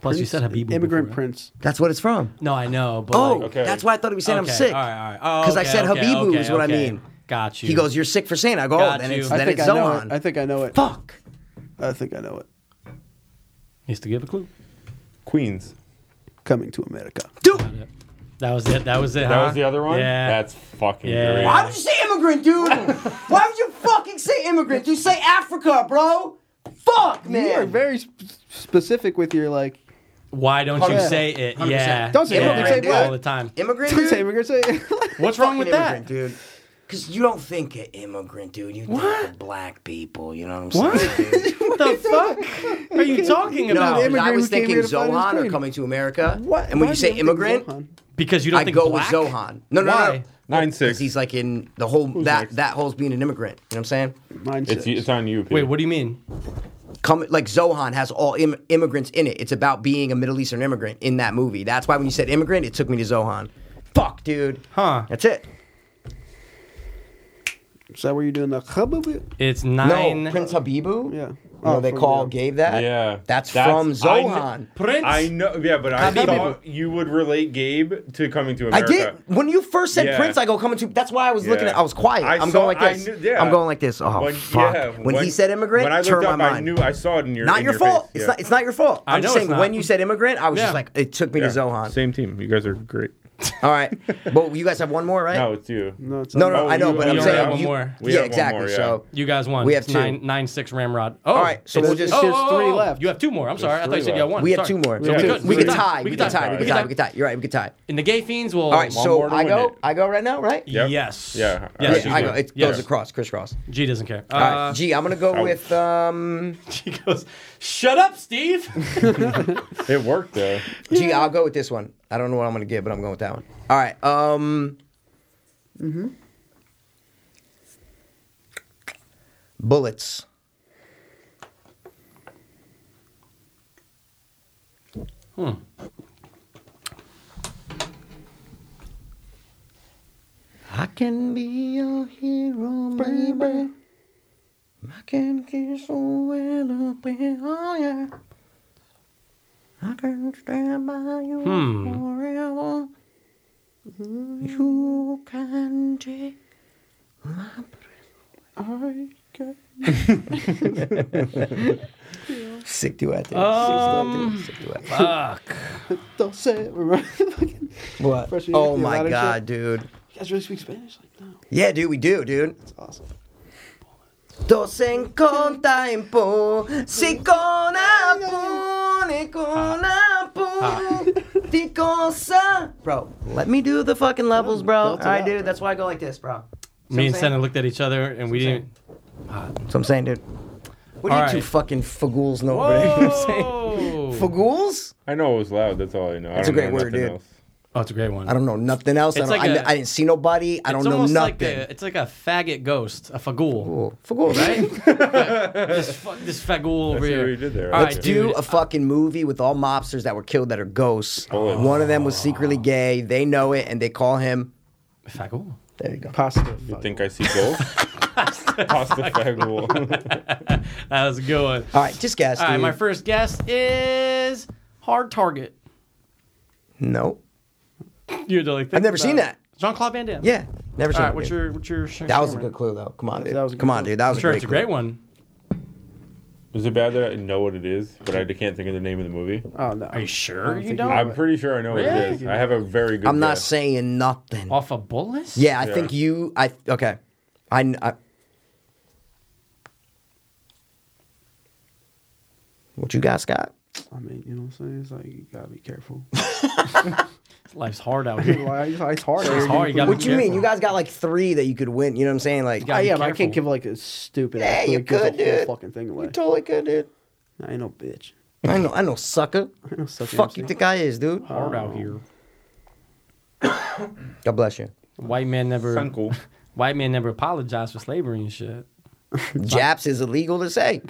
A: Plus, you said Habib.
G: Immigrant Prince.
B: That's what it's from.
A: No, I know, but.
B: Oh,
A: like,
C: Okay.
B: that's why I thought he was saying
A: okay,
B: I'm sick.
A: All right, Oh, all right.
B: 'Cause I said Habibu is what I mean.
A: Got you.
B: He goes, "You're sick for saying." I go, oh,
A: Got
B: "Then
A: you.
B: it's
A: I
B: then
G: think
B: it's
G: I know it.
B: Zohan."
G: I think I know it.
B: Fuck.
G: I think I know it.
A: Needs to give a clue.
C: Queens.
G: Coming to America.
B: Dude,
A: That was it. That was it.
C: That
A: huh?
C: was the other
A: Uh-huh.
C: one.
A: Yeah.
C: That's fucking.
A: Yeah.
C: great.
B: why would you say immigrant, dude?
G: (laughs)
B: why would you fucking say immigrant? You say Africa, bro. Fuck, man.
G: You are very sp- specific with
B: (laughs)
G: your like.
A: Why don't you
G: Yeah.
A: say it? Yeah.
G: Don't say
A: yeah.
B: immigrant, dude.
A: all the time.
B: immigrant.
G: Don't
B: Dude?
G: say (laughs) immigrant. Say.
A: What's wrong with
B: fucking
A: that?
B: immigrant, dude. Because you don't think of immigrant, dude. You think of black people. You know what I'm
A: What?
B: saying? dude?
A: What the fuck are you talking
B: (laughs) No,
A: about?
B: because I
G: immigrant
B: was
G: who came
B: thinking
G: here to find his
B: Zohan or
G: dream.
B: coming to America.
G: What?
B: And when
G: why
B: you
G: do
B: say
G: think
B: immigrant,
G: Zohan?
A: because you don't
B: I
A: think
B: go
A: black?
B: with Zohan. No, no, no,
A: Why?
B: no.
C: Nine six.
B: Because he's like in the whole that that whole's being an immigrant. You know what I'm saying?
G: Mine
C: It's
G: says.
C: it's on you. Pete.
A: Wait, what do you mean?
B: Come like Zohan has all Im- immigrants in it. It's about being a Middle Eastern immigrant in that movie. That's why when you said immigrant, it took me to Zohan. Fuck, dude.
A: Huh?
B: That's it.
G: Is that where you're doing the?
A: It's
B: No,
A: nine.
B: Prince Habibu.
G: Yeah.
B: You
G: Oh,
B: know, they
G: from
B: call
G: the-
B: gave that.
C: Yeah.
B: That's,
C: That's-
B: from
C: I kn-
B: Zohan.
A: Prince.
C: I know, yeah, but I
B: Habibu.
C: thought you would relate Gabe to coming to
B: I
C: America.
B: did. When you first said
C: Yeah.
B: Prince, I go coming to. That's why I was looking
C: Yeah.
B: at. I was quiet.
C: I
B: I am
C: saw-
B: going like
C: I
B: this.
C: knew- yeah.
B: I'm going like this. Oh
C: When,
B: fuck!
C: yeah,
B: when, he said immigrant,
C: when I
B: turned
C: looked
B: my
C: up,
B: mind.
C: I knew I saw it in your.
B: not
C: in
B: your, fault.
C: face.
B: It's
C: Yeah.
B: not. It's not your fault.
A: I
B: I'm just
A: know
B: saying
A: it's not.
B: when you said immigrant, I was
A: Yeah.
B: just like, it took me to
C: Yeah.
B: Zohan.
C: Same team. You guys are great.
B: All right, but you guys have one more, right?
C: No, it's you.
G: No, it's
B: no, no.
C: Oh,
B: I know,
C: you-
B: but I'm
C: we only
B: saying
A: have one
B: you-
A: more.
C: We
B: yeah,
C: have one
B: exactly.
C: more, yeah.
B: So
A: you guys won.
B: We have
A: It's
B: two.
A: Nine, nine six Ramrod. Oh,
B: All right, so we'll
A: It's
B: just-
A: oh,
G: there's
A: oh, oh,
G: three
A: oh,
G: left.
A: You have two more. I'm sorry. I thought
C: three
A: you said you had
C: left.
A: one.
B: we had
A: Sorry.
B: two more.
A: So
C: Yeah,
A: we
C: two.
A: could,
B: we
A: could
B: could tie. We could tie. We could tie.
C: Alright.
B: We could tie. You're right. We could tie.
A: In the gay fiends, will
B: All right.
C: One
B: So
C: more to
B: I
C: win
B: go.
C: it.
B: I go right now, right?
C: Yep.
A: Yes.
C: Yeah.
A: Yes.
C: Alright,
B: Yeah,
C: you
B: I
C: do.
B: go. It
A: Yes.
B: goes across. Crisscross.
A: G doesn't care.
B: All right.
A: Uh,
B: G. I'm gonna go
C: ouch.
B: with um.
A: She goes, shut up,
B: (laughs)
A: Steve.
C: It worked though.
B: Gee, I'll go with this one. I don't know what I'm gonna give, but I'm going with that one. All right. Um. Mm-hmm. Bullets. I can be your hero, baby. I can kiss away the pain, oh yeah. I can stand by you
A: Hmm.
B: forever. You can take my breath away. I can. Sick duet. dude.
G: Oh.
A: Um,
B: Sick duet.
A: Fuck.
G: Don't say it. Remember, (laughs) fucking,
B: What?
G: Freshman year,
B: Oh
G: the
B: my
G: erotic
B: god, dude.
G: you guys really speak Spanish? Like, no,
B: Yeah, dude, we do, dude.
G: it's awesome.
B: Dos en con tiempo, si con apune, con apune, di cosa. Bro, let me do the fucking levels, bro.
G: Belt it
B: I
G: out,
B: do.
G: bro.
B: That's why I go like this, bro.
A: Me and
B: That's what
A: Senna
B: I'm
A: looked at each other and we didn't.
B: That's what I'm saying, dude. What are you
A: All
B: two
A: right.
B: fucking fagools know over
A: (laughs)
B: there? (laughs) You know what I'm saying?
A: Whoa.
B: Fagools?
C: I know it was loud. That's all I know.
B: That's
C: I
B: a
C: don't
B: great
C: know
B: word,
C: nothing
B: dude.
C: Else.
A: Oh, it's a great one.
B: I don't know nothing else. I,
A: It's
B: don't,
A: like
B: I
A: a-
B: I didn't see nobody. I don't
A: it's
B: know
A: almost like
B: nothing.
A: a, it's like a faggot ghost, a (laughs) fagool.
B: Fagool. Fagool, right?
A: this fuck, this fagool over
C: see
A: here.
C: what you did there.
A: All
C: Let's
A: right,
B: do
A: dude.
B: a fucking movie with all mobsters that were killed that are ghosts.
C: Oh.
B: One of them was secretly gay. They know it and they call him.
A: Fagool.
B: There you go.
G: Pasta.
C: You think I see gold? Pasta fagul.
A: That was a good one.
B: All right, just guess.
A: All right,
B: dude.
A: my first guess is Hard Target.
B: no,
A: You had to like. think
B: I've never seen
A: about it.
B: that.
A: Jean Claude Van Damme.
B: Yeah, never
A: All
B: seen
A: right.
B: it,
A: What's
B: dude.
A: your what's your? sh-
B: That was a
A: camera?
B: good clue, though. Come on, dude.
G: That was a good
B: Come on,
G: clue.
B: dude. That was
A: I'm sure
B: a great
A: it's a great
B: clue.
A: one.
C: (laughs) Is it bad that I know what it is, but I can't think of the name of the movie?
G: Oh no.
A: Are you sure you
G: think
A: don't?
G: you-
C: I'm pretty sure I know what it is. I have a very good.
B: I'm not
C: guess.
B: saying nothing.
A: Off a bullet? list?
B: Yeah, I
C: Yeah.
B: think you. I okay. I. I what you got, Scott?
G: I mean, you know what I'm saying? It's like you gotta be careful.
A: Life's hard out here.
G: Why? (laughs) It's it's hard.
A: It's hard. You gotta
B: What
A: be
B: you mean?
A: careful.
B: You guys got like three that you could win. You know what I'm saying? Like,
A: gotta
G: Oh,
A: be
G: yeah, but I
A: careful.
G: can't give like a stupid.
B: Yeah,
G: ass, but
B: you
G: it gives
B: could,
G: the whole
B: dude.
G: Fucking thing away.
B: you totally could, dude.
G: I ain't no bitch.
B: I know, I know, sucker.
G: I know such
B: Fuck you think I is, dude?
A: Hard out (laughs) here.
B: God bless you.
A: White man never.
C: Uncle.
A: White man never apologized for slavery and shit.
B: Japs is illegal to say.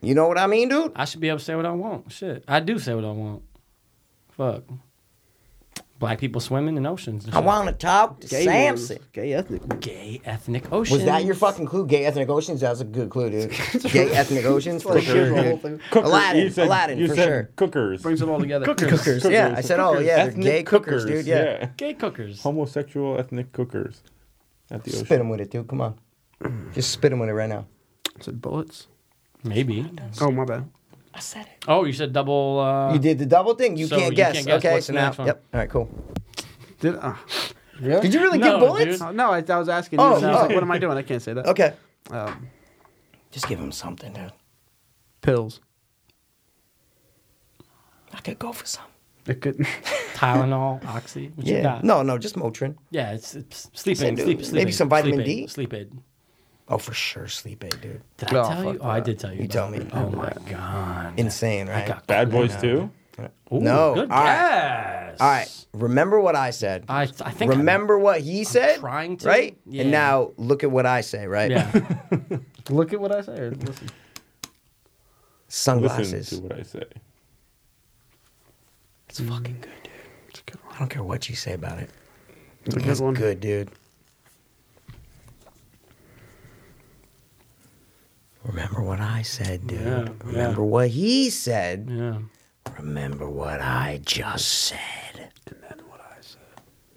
B: You know what I mean, dude?
A: I should be able to say what I want. Shit, I do say what I want. Fuck. Black people swimming in oceans. And
B: I
A: shit.
B: want to talk to
G: Gay
B: Samson.
G: ones. Gay ethnic. ones.
A: gay ethnic oceans.
B: Was that your fucking clue? Gay ethnic oceans? That was a good clue,
C: (laughs)
B: dude. Gay ethnic oceans? For
G: Like,
B: sure,
G: gives the whole
B: dude.
G: thing.
C: Cooker.
B: Aladdin,
C: You said-
B: Aladdin,
C: you
B: for
C: said
B: sure.
C: Cookers.
G: Brings it all together.
A: cookers?
B: Cookers, yeah. I said, oh, yeah, they're
C: Ethnic
B: gay cookers, dude. Yeah.
A: Gay cookers.
C: Homosexual ethnic cookers at the
B: Spit
C: ocean.
B: them with it, dude.
A: (clears throat)
B: Come on. Just spit them with it right now.
G: Is it bullets?
A: Maybe.
G: Oh my bad.
A: Oh, you said double. Uh,
B: You did the double thing. You
A: so
B: can't
A: you
B: guess.
A: can't guess.
B: Okay,
A: What's
B: so
A: the
B: now.
A: next one?
B: Yep. All right, cool.
G: Did uh,
B: Did you really
A: No,
B: get bullets?
A: dude.
G: oh, no? I, I was asking.
B: Oh,
G: you, and I was like,
B: no.
G: what am I doing? I can't say that.
B: Okay.
G: Um,
B: Just give him something, dude.
G: pills.
B: I could go for some.
G: It could.
A: Tylenol, Oxy. What you
B: Yeah.
A: got?
B: No, no, just Motrin.
A: Yeah, it's, it's
B: Say,
A: sleeping.
B: dude,
A: Sleep, sleep
B: maybe
A: aid,
B: some vitamin
A: sleep aid,
B: D?
A: Sleep aid.
B: Oh, for sure, sleep aid, dude.
A: Did
G: Oh,
A: I tell you?
G: fuck
A: Oh, I
G: that.
A: did tell you.
B: You
A: about
B: tell me.
A: it. Oh my god.
B: Insane, right?
A: got-
C: Bad Boys
B: know.
C: 2?
A: Ooh,
B: No.
A: Good
B: All right.
A: guess.
B: All right. Remember what I said.
A: I, I think. I-
B: Remember what he said.
A: trying to.
B: Right.
A: Yeah.
B: And now look at what I say. Right.
A: yeah.
G: (laughs) Look at what I say. Or listen.
B: Sunglasses.
C: Listen to what I say.
B: It's fucking good, dude.
G: It's a good one.
B: I don't care what you say about it.
G: It's a good
B: It's
G: one.
B: good, dude. Remember what I said, dude.
A: Yeah, yeah.
B: Remember what he said.
A: Yeah.
B: Remember what I just said.
G: And then what I said.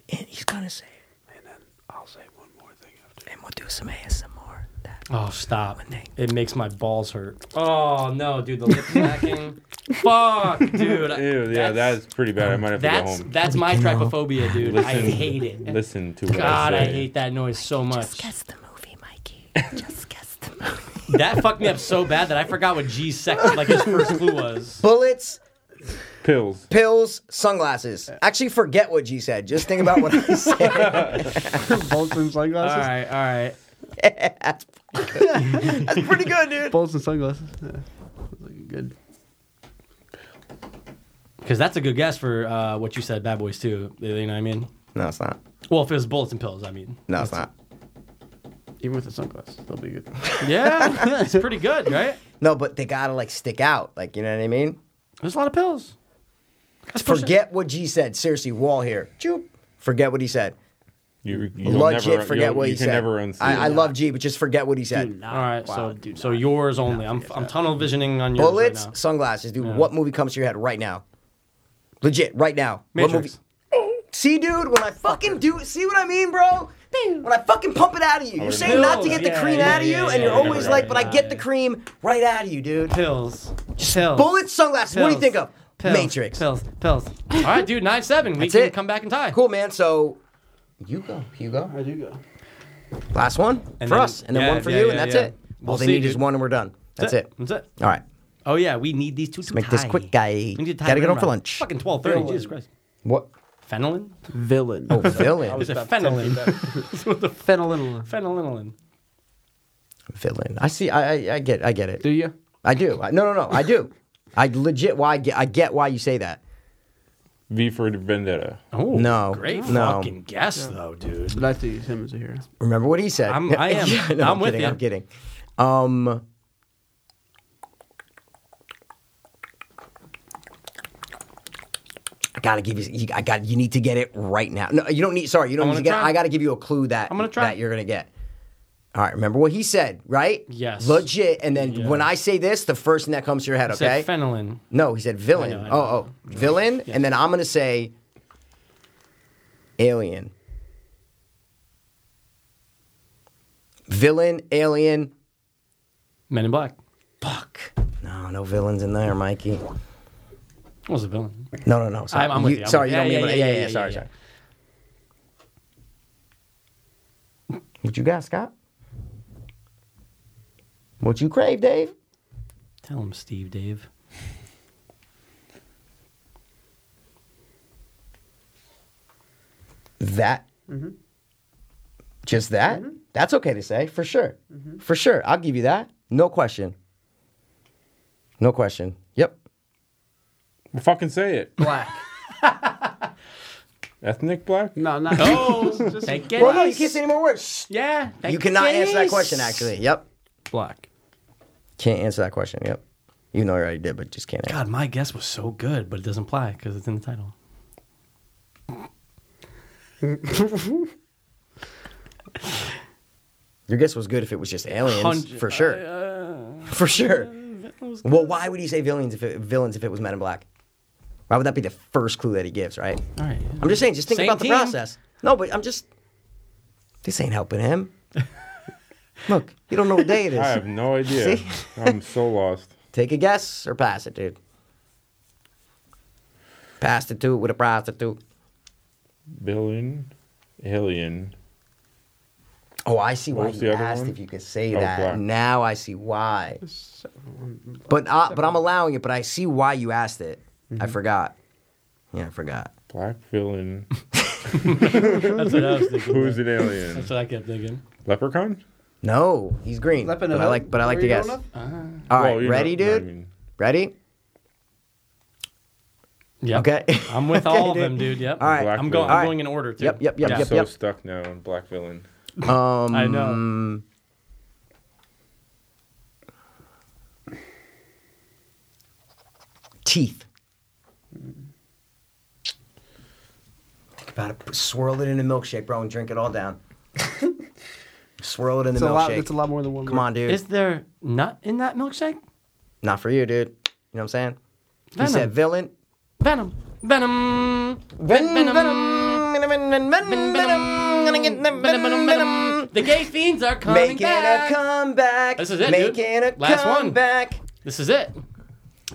B: And he's gonna say it.
G: And then I'll say one more thing after.
B: And we'll do some ASMR. That
A: Oh, stop.
B: they-
A: It makes my balls hurt. Oh, no, dude. The lip
B: (laughs)
A: smacking. Fuck, dude.
C: Ew, yeah, that's pretty bad. I might have to go
A: That's
C: home.
A: that's my trypophobia, dude. I
C: Listen.
A: hate it.
C: Listen to what
A: God,
C: I
A: I
C: say.
A: hate that noise so much.
J: guess the movie,
A: (laughs)
J: Mikey. Just guess the movie.
A: That fucked me up so bad that I forgot what G's second, like his first clue (laughs) was.
B: bullets,
C: Pills.
B: pills, sunglasses. Actually, forget what G said. Just think about what
G: (laughs)
B: I said.
G: Bolts and
A: All
G: sunglasses.
A: right, all right.
B: That's pretty good, dude.
G: Bolts and sunglasses. Yeah. Like good.
A: Because that's a good guess for uh, what you said, Bad Boys too. You know what I mean?
B: No, it's not.
A: Well, if it was bullets and pills, I (laughs) mean.
B: No, it's not.
G: Even with the sunglasses, they'll be good.
A: Yeah, it's pretty good, right?
B: No, but they gotta like stick out. Like, you know what I mean?
A: There's a lot of pills. That's for sure.
B: Forget what G said. Seriously, wall here. Choop. Forget what he said.
C: You, you'll
B: Legit,
C: never,
B: forget
C: you'll-
B: what
C: you
B: he
C: can
B: said.
C: never unsee
B: I, I
C: it.
B: love G, but just forget what he said.
A: All right, so so yours only. I'm I'm tunnel visioning on yours
B: Bullets,
A: right now.
B: sunglasses, dude.
A: Yeah.
B: What movie comes to your head right now? Legit, right now. What movie?
A: Matrix.
B: See, dude, when I fucking do, see what I mean, bro? When I fucking pump it out of you, you say not to get the
A: Yeah,
B: cream
A: yeah,
B: out of you,
A: yeah,
B: and you're
A: yeah,
B: always
A: yeah,
B: like, but I
A: yeah,
B: get the
A: yeah.
B: cream right out of you, dude.
A: Pills. Pills.
B: Bullets, sunglasses. What do you think of?
A: Pills.
B: Matrix.
A: Pills. Pills. All right, dude. Nine seven. We
B: That's
A: can
B: it.
A: come back and tie.
B: Cool, man. So, you go, Hugo.
G: I do go.
B: Last one
A: And
B: for
A: then-
B: us, and then
A: yeah,
B: one for
A: yeah,
B: you,
A: yeah,
B: and that's
A: yeah.
B: it. All they
A: see,
B: need is
A: dude.
B: one and we're done. That's,
A: That's
B: it.
A: it. That's it.
B: All right.
A: Oh yeah, we need these two. Let's
B: make this quick, guy.
A: We need to tie
B: Gotta get
A: them
B: home for
A: around.
B: lunch.
A: Fucking twelve thirty. Jesus Christ. (laughs)
B: What?
A: Fenelin?
D: Villain.
B: Oh, villain.
A: Is it fenelin?
D: Fenolin.
A: Fenelin.
B: villain. I see. I, I I get. I get it.
D: Do you?
B: I do. I, no, no, no.
A: (laughs)
B: I do. I legit. Why? I get, I get why you say that.
C: V for Vendetta.
A: Oh
B: No.
A: Great
B: No.
A: fucking guess though, dude.
D: But I have to use him as a hero.
B: Remember what he said. (laughs)
A: I'm- I am.
B: no,
A: I'm
B: I'm
A: with
B: kidding,
A: you.
B: I'm kidding. Um. I gotta give you, you. I got. You need to get it right now. No, you don't need. Sorry, you don't
A: I'm
B: need to
A: gonna
B: get.
A: try.
B: I gotta give you a clue that
A: I'm gonna try.
B: that you're gonna get. All right. Remember what he said, right?
A: Yes.
B: Legit. And then when I say this, the first thing that comes to your head.
A: I said
B: Okay.
A: fenelin.
B: No, he said villain.
A: I know, I know.
B: Oh, oh, villain, and then I'm gonna say alien. Villain, alien.
A: Men in Black.
B: Fuck. No, no villains in there, Mikey.
A: What was a villain?
B: No, no, no. Sorry,
A: I'm- I'm with you, I'm
B: sorry,
A: with
B: you don't
A: you.
B: mean
A: Yeah,
B: yeah,
A: yeah,
B: yeah,
A: yeah,
B: yeah,
A: yeah,
B: Sorry,
A: yeah.
B: sorry. What you got, Scott? What you crave, Dave?
A: Tell him, Steve, Dave.
B: That. Just that? That's okay to say, for sure. For sure. I'll give you that. No question. No question. Yep.
C: Well, fucking say it.
D: Black.
C: (laughs) Ethnic black.
D: No, not. (laughs)
A: Oh, thank you.
B: Well, no, you can't say any more words. Shh.
A: Yeah, thank
B: You cannot answer that
A: goodness.
B: question, actually. Yep.
D: Black.
B: Can't answer that question. Yep. You know I already did, but just can't answer.
A: God, my guess was so good, but it doesn't apply because it's in the title.
B: Your guess was good if it was just aliens,
A: Hundred- uh,
B: for sure. for sure. Well, why would he say villains if it, villains if it was Men in Black? Why would that be the first clue that he gives, right?
A: All right. yeah.
B: I'm just saying, just think
A: Same
B: about
A: team.
B: the process. No, but I'm just. This ain't
A: (laughs)
B: helping him. Look, you don't know what day it
C: I
B: is.
C: have no idea.
B: See?
C: I'm so lost.
B: Take a guess or pass it, dude. Prostitute with a prostitute.
C: Villain, alien.
B: Oh, I see why
C: was
B: you
C: the other
B: asked
C: one?
B: if you could say
C: Oh,
B: that.
C: black.
B: Now I see why. But I, but I'm allowing it. But I see why you asked it. I
C: Mm-hmm.
B: forgot. Yeah, I forgot.
C: Black villain.
A: That's what I was thinking.
C: Who's
B: (laughs)
C: an alien?
A: That's what I kept thinking.
C: Leprechaun?
B: No, he's green. But I like. But I like the guess. All right,
C: Well, you know-
B: ready,
C: no, I
B: dude.
C: mean-
B: Ready?
A: Yeah.
B: Okay.
A: I'm with
B: (laughs) Okay,
A: all of
B: dude.
A: them, dude. Yep.
B: All right.
C: Black
A: I'm going.
C: villain.
A: I'm going in order too.
B: Yep, yep, yep,
A: Yeah.
B: yep.
C: so stuck now on black villain.
B: Um,
A: I know.
B: Teeth. Think about it. Swirl it in a milkshake, bro, and drink it
A: (laughs)
B: all down. Swirl it in the
D: It's a
B: milkshake.
D: lot. It's a lot more than one.
B: Come on, dude.
A: Is there nut in that milkshake?
B: Not for you, dude. You know what I'm saying? You
A: Venom.
B: said villain.
A: Venom. Venom.
B: Venom.
A: Venom.
B: Venom. Venom. Venom. Venom. Gonna get them
A: Venom, venom, venom. The gay fiends are coming
B: Making
A: back.
B: a comeback.
A: This is it, dude.
B: Making a
A: Last one.
B: comeback.
A: this is it.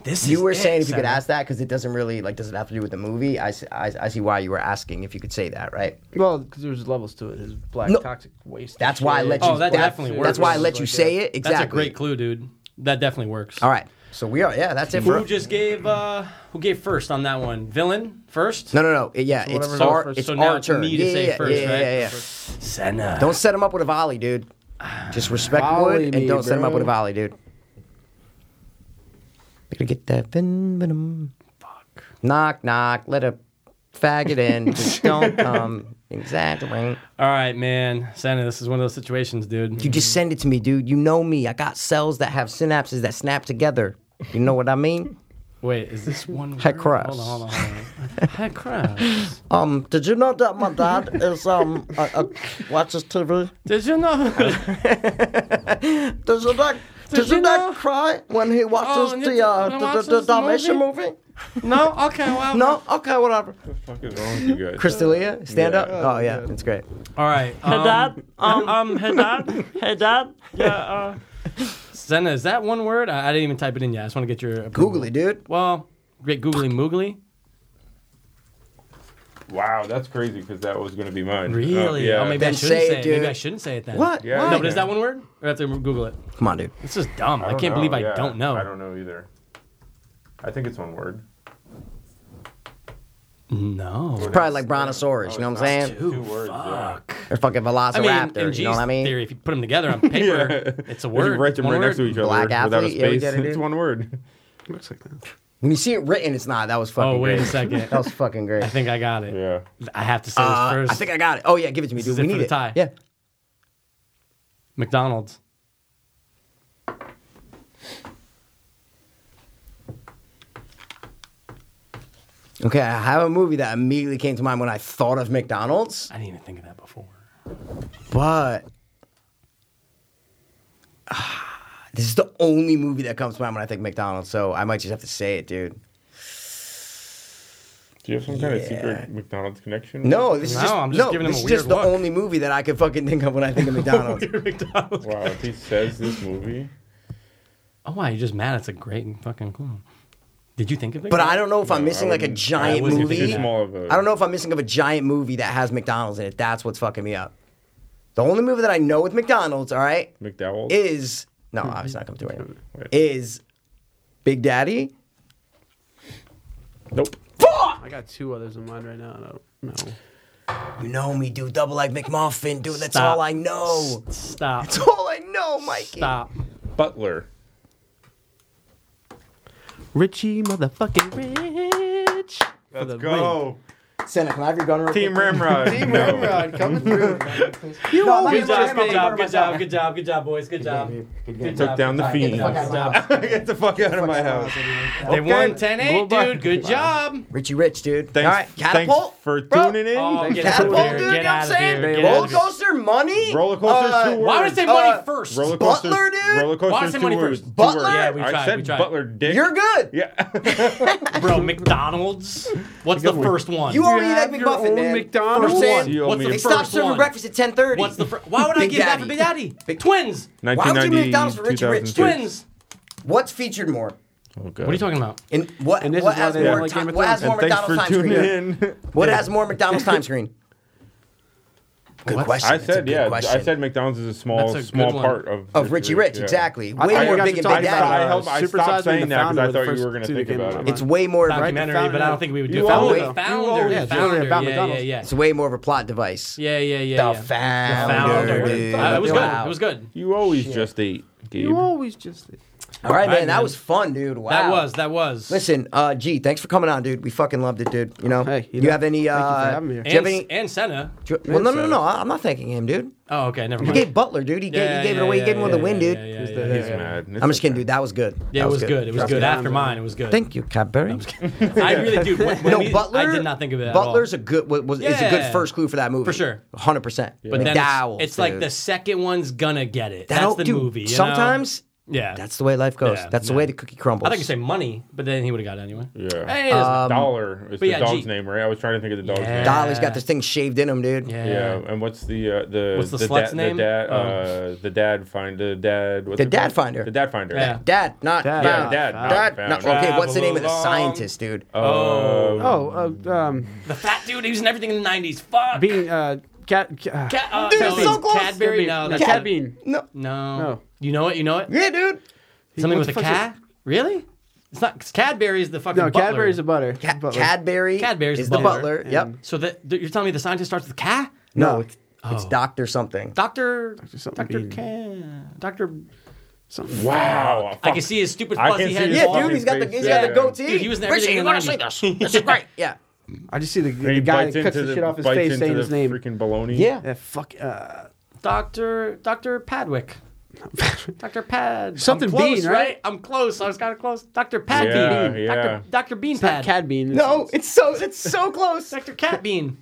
A: This
B: You
A: is
B: were
A: it,
B: saying if you could
A: Sarah.
B: ask that because it doesn't really like does it have to do with the movie? I, see- I, I see why you were asking if you could say that, right?
D: Well, because there's levels to it. There's black
B: No.
D: toxic waste.
B: That's why I let you.
A: Oh, that definitely
B: That's
A: works. uh,
B: why I let you say it exactly.
A: That's a great clue, dude. That definitely works.
B: All right, so we are. Yeah, that's it for.
A: Who just gave? uh Who gave first on that one? Villain first.
B: No, no, no. It- yeah, it's
A: So-
B: our.
A: so
B: It's
A: now
B: our
A: it's me
B: turn.
A: to
B: yeah,
A: say
B: yeah,
A: first,
B: yeah,
A: right?
B: yeah, yeah.
A: Senna.
B: Don't set him up with a volley, dude. Just respect
D: Volley
B: Wood and
D: me,
B: don't set him up
D: bro.
B: with a volley, dude. Gotta get that ven- venom. Knock, knock. Let a
A: (laughs)
B: faggot in. Just don't come exaggerating.
A: All right, man. Senna, this is one of those situations, dude.
B: You just send it to me, dude. You know me. I got cells that have synapses that snap together. You know what I mean?
A: Wait, is (laughs) this one?
B: Head
A: word?
B: crush.
A: Hold on, hold on, hold on. Head crush.
B: Um, did you know that my dad is um a, a, watches (laughs) TV?
A: (laughs) Did you know?
B: Does your dad, does
A: you
B: your dad
A: know- Oh,
B: cry when he watches
A: when he
B: the, uh,
A: d-
B: the,
A: watches
B: the, the
A: the
B: Dalmatian movie?
A: (laughs) no. Okay. Well.
B: No? Okay, whatever.
C: What the fuck is wrong with you guys?
B: Crystalia, stand
C: Yeah.
B: up. Oh, yeah, it's great.
A: All right. Um, hey, Dad. (laughs) Um, um, hey, Dad. Hey, Dad. Yeah. Uh, Senna, is that one word? I, I didn't even type it in yet. I just want to get your approval.
B: Google it, dude.
A: Well, great googly moogly.
C: Wow, that's crazy because that was going to be mine.
A: Really?
C: Uh, yeah.
A: Oh, maybe I shouldn't say, it. Maybe I shouldn't say it then.
C: What? Yeah,
A: No,
C: you
A: but is
C: can.
A: that one word? Or I have to Google it.
B: Come on, dude.
A: This is dumb. I,
C: don't
A: can't
C: know,
A: believe I
C: yeah.
A: don't know.
C: I don't know either. I think it's one word.
A: No.
B: It's probably like brontosaurus. you know what I'm saying?
C: Two words. (laughs) yeah.
B: Or fucking
A: I mean, in
B: velociraptor. you know
A: G's
B: what I mean?
A: theory, if you put them together on
C: (laughs)
A: paper, it's a
C: If
A: word.
C: you write them
A: one
C: right next
A: word.
C: to each other
B: Black
C: without a
B: athlete, yeah, we
C: space,
B: get it,
C: it's
B: dude.
C: one word.
G: Looks like that.
B: When you see it written, it's not. That was fucking.
A: Oh, wait a
B: great.
A: second.
B: (laughs) That was fucking great.
A: I think I got it.
C: Yeah.
A: I have to say this
B: Uh,
A: first.
B: I think I got it. Oh yeah, give it to me,
A: This is
B: dude.
A: it
B: We
A: for
B: need
A: the
B: it.
A: tie.
B: Yeah.
A: McDonald's.
B: Okay, I have a movie that immediately came to mind when I thought of McDonald's,
A: I didn't even think of that before.
B: but (sighs) Ah, this is the only movie that comes to mind when I think McDonald's. So I might just have to say it, dude.
C: Do you have some kind of secret McDonald's connection?
B: No, this is
A: No,
B: just
A: I'm just
B: no.
A: giving him
B: this
A: a
B: is just
A: weird
B: the
A: look.
B: only movie that I could fucking think of when I think
A: (laughs)
B: of McDonald's.
A: (laughs) McDonald's.
C: Wow, if he says this movie.
A: Oh, wow. You're just mad. It's a great and fucking clue. Did you think of it?
B: but I don't know if I'm
C: No,
B: missing
C: I
B: like a
C: wouldn't- I
B: giant
A: wouldn't
C: It's too
B: movie.
A: that.
C: small of a.
B: I don't know if I'm missing of a giant movie that has McDonald's in it. That's what's fucking me up. The only movie that I know with McDonald's, all right,
C: McDowell.
B: is no, obviously not coming through right now.
C: Wait.
B: Is Big Daddy?
C: nope.
G: I got two others in mind right now. and I don't know.
B: You know me, dude. Double egg McMuffin, dude. That's
A: Stop.
B: all I know.
A: S- Stop.
B: (laughs) That's all I know, Mikey.
A: Stop.
C: Butler.
D: Richie motherfucking Rich.
C: Let's
D: the
C: go.
B: Santa, can I have your gun real
C: Team
B: quick?
C: Ramrod.
G: Team
C: No.
G: Ramrod coming through.
B: You no,
A: Good job. Good job. Good job. Good job. Good job, boys. Good job. Good
C: Took
A: job,
C: down
A: good
C: the
A: job,
C: fiend.
A: Good job, good job.
C: Get the fuck out of my house.
A: They won
C: Okay.
A: 10 8, dude. Good job.
B: Richie Rich, dude.
C: Thanks,
B: all right, catapult.
C: thanks for
B: bro.
C: tuning in.
A: Oh,
C: Thanks
A: get
C: for
A: out of
B: Catapult,
A: here.
B: dude. you
A: Get
B: know what
A: out
B: I'm
A: of here.
B: saying?
A: Get out
B: Roller
A: of here.
B: coaster money.
C: Roller coaster's two
A: Why would I
C: words.
A: say money
B: Uh,
A: first?
C: Roller coaster.
B: Butler, dude?
C: Roller
A: Why
C: coaster.
A: say
C: Two
A: money
C: words.
A: first?
C: Two
B: Butler?
C: words.
B: Yeah,
A: we
C: I
A: tried,
C: said
A: we tried.
C: Butler.
B: (laughs)
C: Dick.
B: You're good.
C: yeah.
A: Bro, McDonald's. What's the first one?
B: You already
G: have
B: like
G: your
B: McMuffin,
G: own
B: man.
G: McDonald's.
B: First in.
C: You owe
A: What's
C: me
A: the
C: a
B: They
A: first
B: stopped serving
A: one?
B: breakfast at ten thirty.
A: What's the first? Why would I
B: Big
A: give that for
B: Daddy.
A: Big Daddy?
B: Big-
A: Twins.
B: Why would you
C: 1990,
B: make McDonald's for Richie Rich?
C: 2006.
A: Twins.
B: What's featured more?
C: Oh, God.
A: What are you talking about?
B: And what?
G: And this
B: what
G: is why
B: has
G: they
B: more?
G: don't like
B: ti-
G: Game of
B: what has
G: Thrones.
B: more
C: And thanks
B: McDonald's
C: for
B: time
C: tuning
B: screen?
C: (laughs) in.
B: What has more
A: (laughs)
B: McDonald's time screen? Good question.
C: I
B: That's a
C: said
B: good
C: yeah.
B: question.
C: I said McDonald's is a small,
A: That's a good
C: small
A: one.
C: part of
B: Of Richie Rich, exactly. Way
C: I
B: more
C: got
B: big
C: you
B: and Big
C: talking about- I,
B: Daddy.
C: helped- I
G: Super
C: stopped
G: Size Me
C: saying
G: and The
C: that because I
G: Founder were
C: thought
G: the
C: you were going
G: first
C: to
G: two
C: think
G: that came to
C: about
G: my
C: it.
G: mind.
B: It's way more. Of
G: Right?
B: a,
G: The
A: Documentary, but I don't think we would do
G: You
A: founder.
B: own it.
A: Founder,
B: You
G: own it.
A: founder,
G: Yeah, documentary about
A: yeah, yeah,
G: McDonald's.
A: yeah.
B: it's way more of a plot device.
A: Yeah, yeah, yeah.
B: The
A: yeah.
B: founder.
A: Founder.
B: dude.
A: Uh, it was good.
B: Wow.
A: It was good.
C: You always just ate, Gabe.
G: You always just.
B: All right,
A: Alright,
B: man. That
A: man.
B: was fun, dude. Wow.
A: That was. That was.
B: Listen, uh, G, thanks for coming on, dude. We fucking loved it, dude. You know,
G: Hey, you
B: you,
G: know,
B: have any? Uh,
G: thank you for having me here.
B: Do you have
A: And,
B: any?
A: and Senna.
B: do you- well, no, no, no,
G: Vince,
B: no. I- I'm not thanking him, dude.
A: Oh, okay. Never
B: He
A: mind.
B: gave Butler, dude. He gave,
A: Yeah,
B: he gave
A: yeah,
B: it away.
A: yeah,
B: he gave him
A: yeah,
B: with a win,
A: yeah,
B: dude.
A: yeah, yeah, yeah,
C: He's
A: yeah.
C: mad. It's
B: I'm just kidding,
C: okay.
B: dude. That was good.
A: Yeah,
B: That
A: it was good. It was good. After mine, it was good.
B: Thank you, Cadbury.
A: I really do. When, when
B: No,
A: we-
B: Butler.
A: I did not think of it. At
B: Butler's
A: all.
B: a good was, was is a good
A: Yeah.
B: first clue for that movie
A: For sure.
B: hundred percent.
A: But then
B: McDowell's,
A: it's, it's like
B: dude.
A: the second one's gonna get it.
B: That'll-
A: That's the
B: dude,
A: movie. you know?
B: sometimes
A: Yeah.
B: that's the way life goes.
A: Yeah,
B: that's the
A: yeah.
B: way the cookie crumbles.
A: I thought you say money, but then he would have got it anyway.
C: Yeah. Um,
A: Hey, it is-
C: Dollar is the
A: yeah,
C: dog's
A: G-
C: name, right? I was trying to think of the dog's
A: Yeah.
C: name.
B: Dolly's got this thing shaved in him, dude.
A: yeah.
C: Yeah, and what's the uh, the
A: What's the slut's
C: dad,
A: name?
C: The dad,
A: Oh.
C: uh, the dad find the dad. What's
B: The
C: it
B: dad
C: called?
B: finder.
C: The dad finder. Um,
A: Yeah.
B: Dad, not
G: Dad,
B: found.
C: yeah, dad, not
B: Dad, not-
C: found.
B: okay, what's the name of the
C: Travel
B: scientist, dude?
C: Oh,
G: Oh, uh, um,
A: The fat dude. He was in everything in the '90s. Fuck.
G: being uh, cat. ca- uh,
A: Cat, uh,
B: Dude,
A: no,
B: it's so close.
A: Cadbury. No, that's
G: cat
A: it.
G: bean.
B: no,
A: No.
G: No.
A: You know it. You know it.
B: yeah, dude.
A: Something
G: What
A: with
G: the
A: a
G: fuck's
A: cat. Really? It's not. 'cause Cadbury is the fucking.
G: No,
A: butler.
G: Cadbury's a butter.
B: Ca-
G: Butler.
B: Cadbury.
A: Cadbury's
B: is
A: the
B: the
A: butler.
B: butler. Yep.
G: And-
A: So that th- you're telling me the scientist starts with cat?
B: No, it's, it's
A: Oh.
B: Doctor something.
A: Doctor.
G: something
A: Doctor.
G: Bean.
A: Can. Doctor.
G: Something.
C: wow!
A: I can see his stupid
C: I can
A: fuzzy
C: see
A: head.
C: his
B: Yeah,
A: walking.
B: dude, he's got the he's
C: Yeah.
B: got the goatee.
A: Dude, he was in
B: Richie,
A: everything
B: you
A: in
B: wanna
A: the
B: see
A: 90s.
B: this? This is
A: (laughs)
B: great. Yeah.
G: I just see the,
C: And
G: the
C: he
G: guy
C: bites
G: that cuts
C: into
G: the shit off his
C: bites
G: face
C: into
G: saying
C: the
G: his name.
C: Freaking baloney.
B: Yeah.
G: Yeah, fuck. Uh,
A: Doctor. Doctor
G: (laughs)
A: Padwick. Doctor Pad.
G: Something
A: I'm close,
G: Bean, right?
A: I'm close. I was kind of close. Doctor Pad
C: Yeah,
A: Bean.
C: yeah.
A: Doctor, Doctor Bean
G: Pat
A: Pad.
G: Cad Bean.
B: No, it's so it's so close. (laughs)
A: Doctor Cat Bean.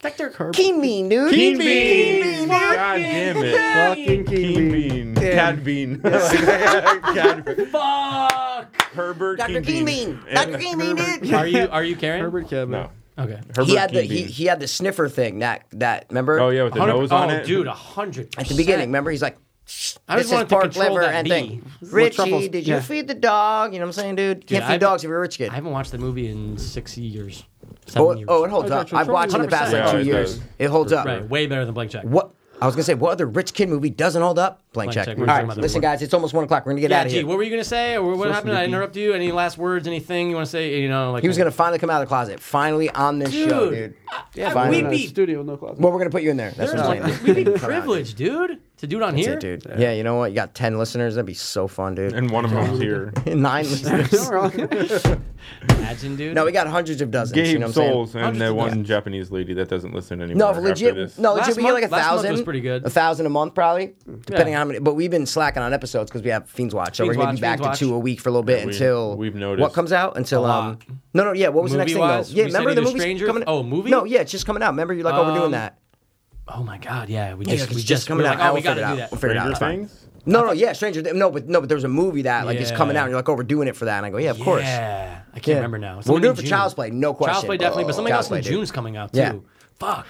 A: Doctor
B: Keen bean, dude.
C: Keen bean. God damn it!
G: Fucking
C: Keen
G: Keen
C: bean.
G: Bean.
C: Cad bean. Cad-
A: Fuck.
C: (laughs) Herbert.
B: Dr. Keen bean. Dr. Keen bean, dude.
A: Are you are you Karen?
G: (laughs) Herbert Cad Bean.
C: No.
A: Okay.
C: Herbert
B: He had the
C: Keen
B: he,
C: bean.
B: he had the sniffer thing that that remember
C: Oh yeah, with the
A: 100
C: nose on
A: oh,
C: it.
A: dude, a hundred.
B: at the beginning. Remember he's like, "Shh,
A: I
B: this
A: just
B: is
A: wanted to
B: pork
A: control
B: liver
A: that
B: and
A: bee.
B: thing.
A: This is what
B: Richie,
G: truffles-
B: did you
G: yeah.
B: feed the dog? You know what I'm saying, dude? Can't
A: Dude,
B: feed
A: I've-
B: dogs if you're a rich kid.
A: I haven't watched the movie in six years.
B: Oh,
A: Seven
B: it-
A: years.
B: oh, it holds
A: Oh,
B: up.
A: Dr.
B: I've watched it in the
A: 100%.
B: past like
A: Yeah,
B: two
A: it
B: years.
A: does.
B: It holds up.
A: Right, way better than Blank Check.
B: What I was gonna say, what other rich kid movie doesn't hold up? Blank,
A: Blank
B: check.
A: Check. We
B: All
A: were talking
B: right,
A: about that
B: listen,
A: before.
B: guys, it's almost one o'clock. We're gonna get
A: yeah,
B: out of
A: gee,
B: here.
A: what were you gonna say? Or what happened? Did I interrupt you? Any last words? Anything you want to say? You know, like
B: he was gonna finally come out of the closet. Finally on this show,
A: Dude,
B: dude.
A: I- I-
B: finally.
A: we'd be
G: Studio, no closet.
B: Well, we're gonna put you in there. That's
A: There's
B: what I'm
A: one-
B: saying.
A: We'd be
B: (laughs) Come on, dude.
A: privileged, dude, to do it on
B: That's
A: here.
B: it, dude. Yeah. you know what? You got ten listeners. That'd be so fun, dude.
C: And one of them's here.
B: Nine listeners.
A: Imagine, dude.
B: No, we got hundreds of dozens. you
C: Gabe
B: know what I'm saying?
C: Souls and
A: Hundreds
C: that
A: of
C: one
A: dollars.
C: Japanese lady that doesn't listen anymore.
B: No, if
C: after this.
B: legit. No, legit.
A: Last
B: we get
A: month-
B: like
A: last
B: a
A: month was
B: thousand.
A: pretty good.
B: A thousand a month, probably, depending
A: Yeah.
B: on how many. But we've been slacking on episodes because we have Fiends Watch, so
A: Fiends
B: we're gonna
A: Watch,
B: be back
A: Fiends
B: to two
A: Watch.
B: a week for a little bit
C: we-
B: until
C: we've
B: what
C: noticed
B: comes out. Until
A: a
B: um,
A: lot.
B: no, no, yeah. What was the next thing though?
A: Movie-wise,
B: Yeah,
A: we said
B: remember the
A: either
B: movie
A: Stranger-
B: coming?
A: oh, movie?
B: No, yeah, it's just coming out. Remember you're like overdoing
A: Um,
B: that.
A: Oh my God, yeah, we
B: Yeah,
A: just
B: it's
A: we
B: just
A: just we
B: coming
A: were
B: out.
A: like, oh,
B: I'll
A: we got to
B: figure
A: do
B: it out.
A: that.
B: We'll figure it out.
C: Stranger
B: It's fine.
C: Things.
B: No, no, yeah, Stranger. Thi- No, but no, but there was a movie that like it's coming
A: Yeah.
B: out. and You're like overdoing it for that, and I go, yeah, of course.
A: Yeah, I can't
B: Yeah.
A: remember now.
B: We're doing
A: Something
B: it for
A: in
B: Child's
A: June.
B: Play, no question.
A: Child's Play definitely, but something
B: Child's
A: else
B: Play,
A: in
B: dude.
A: June's coming out too.
B: Yeah.
A: Fuck.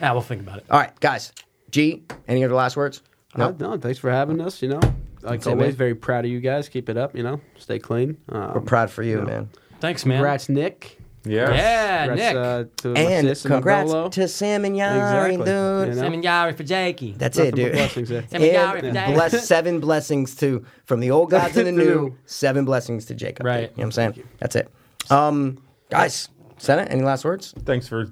A: Yeah, we'll think about it.
B: All right, guys. G, any other last words?
D: No, no, thanks for having us. You know, like
B: That's it,
D: always,
B: man.
D: very proud of you guys. Keep it up. You know, stay clean. Um,
B: We're proud for you, man.
A: Thanks, man.
D: Congrats, Nick.
C: Yeah.
A: Yeah,
D: Congrats,
A: Nick.
D: Uh, to my
B: And
D: sis and my brolo.
B: congrats to Sam and Yari,
D: Exactly.
B: dude.
D: You know?
A: Simon Yari for Jakey.
B: That's
D: Nothing
B: it,
D: but
B: dude.
D: blessings there.
A: Seven yards
B: and
A: a day.
B: bless seven blessings to from the old gods and the
D: (laughs) To the
B: new.
D: new.
B: Seven blessings to Jacob. dude.
A: Right.
B: You know what I'm saying? That's it. Um, guys, Senna, any last words?
C: Thanks for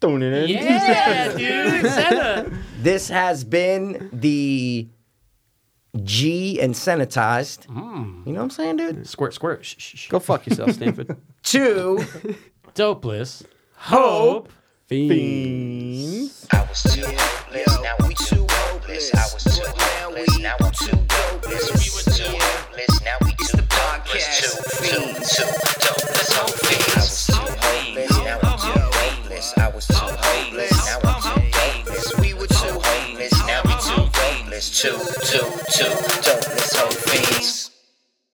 C: tuning in.
A: Yeah, dude. Senna.
B: This has been the G and sanitized. You know what I'm saying, dude?
A: Hmm. Squirt, squirt. Shh, shh, shh.
D: Go fuck yourself, Stanford.
B: Two.
A: Dopeless. Hope.
E: I was too hopeless, now we too hopeless. I was too hopeless, now I'm too dopeless. We were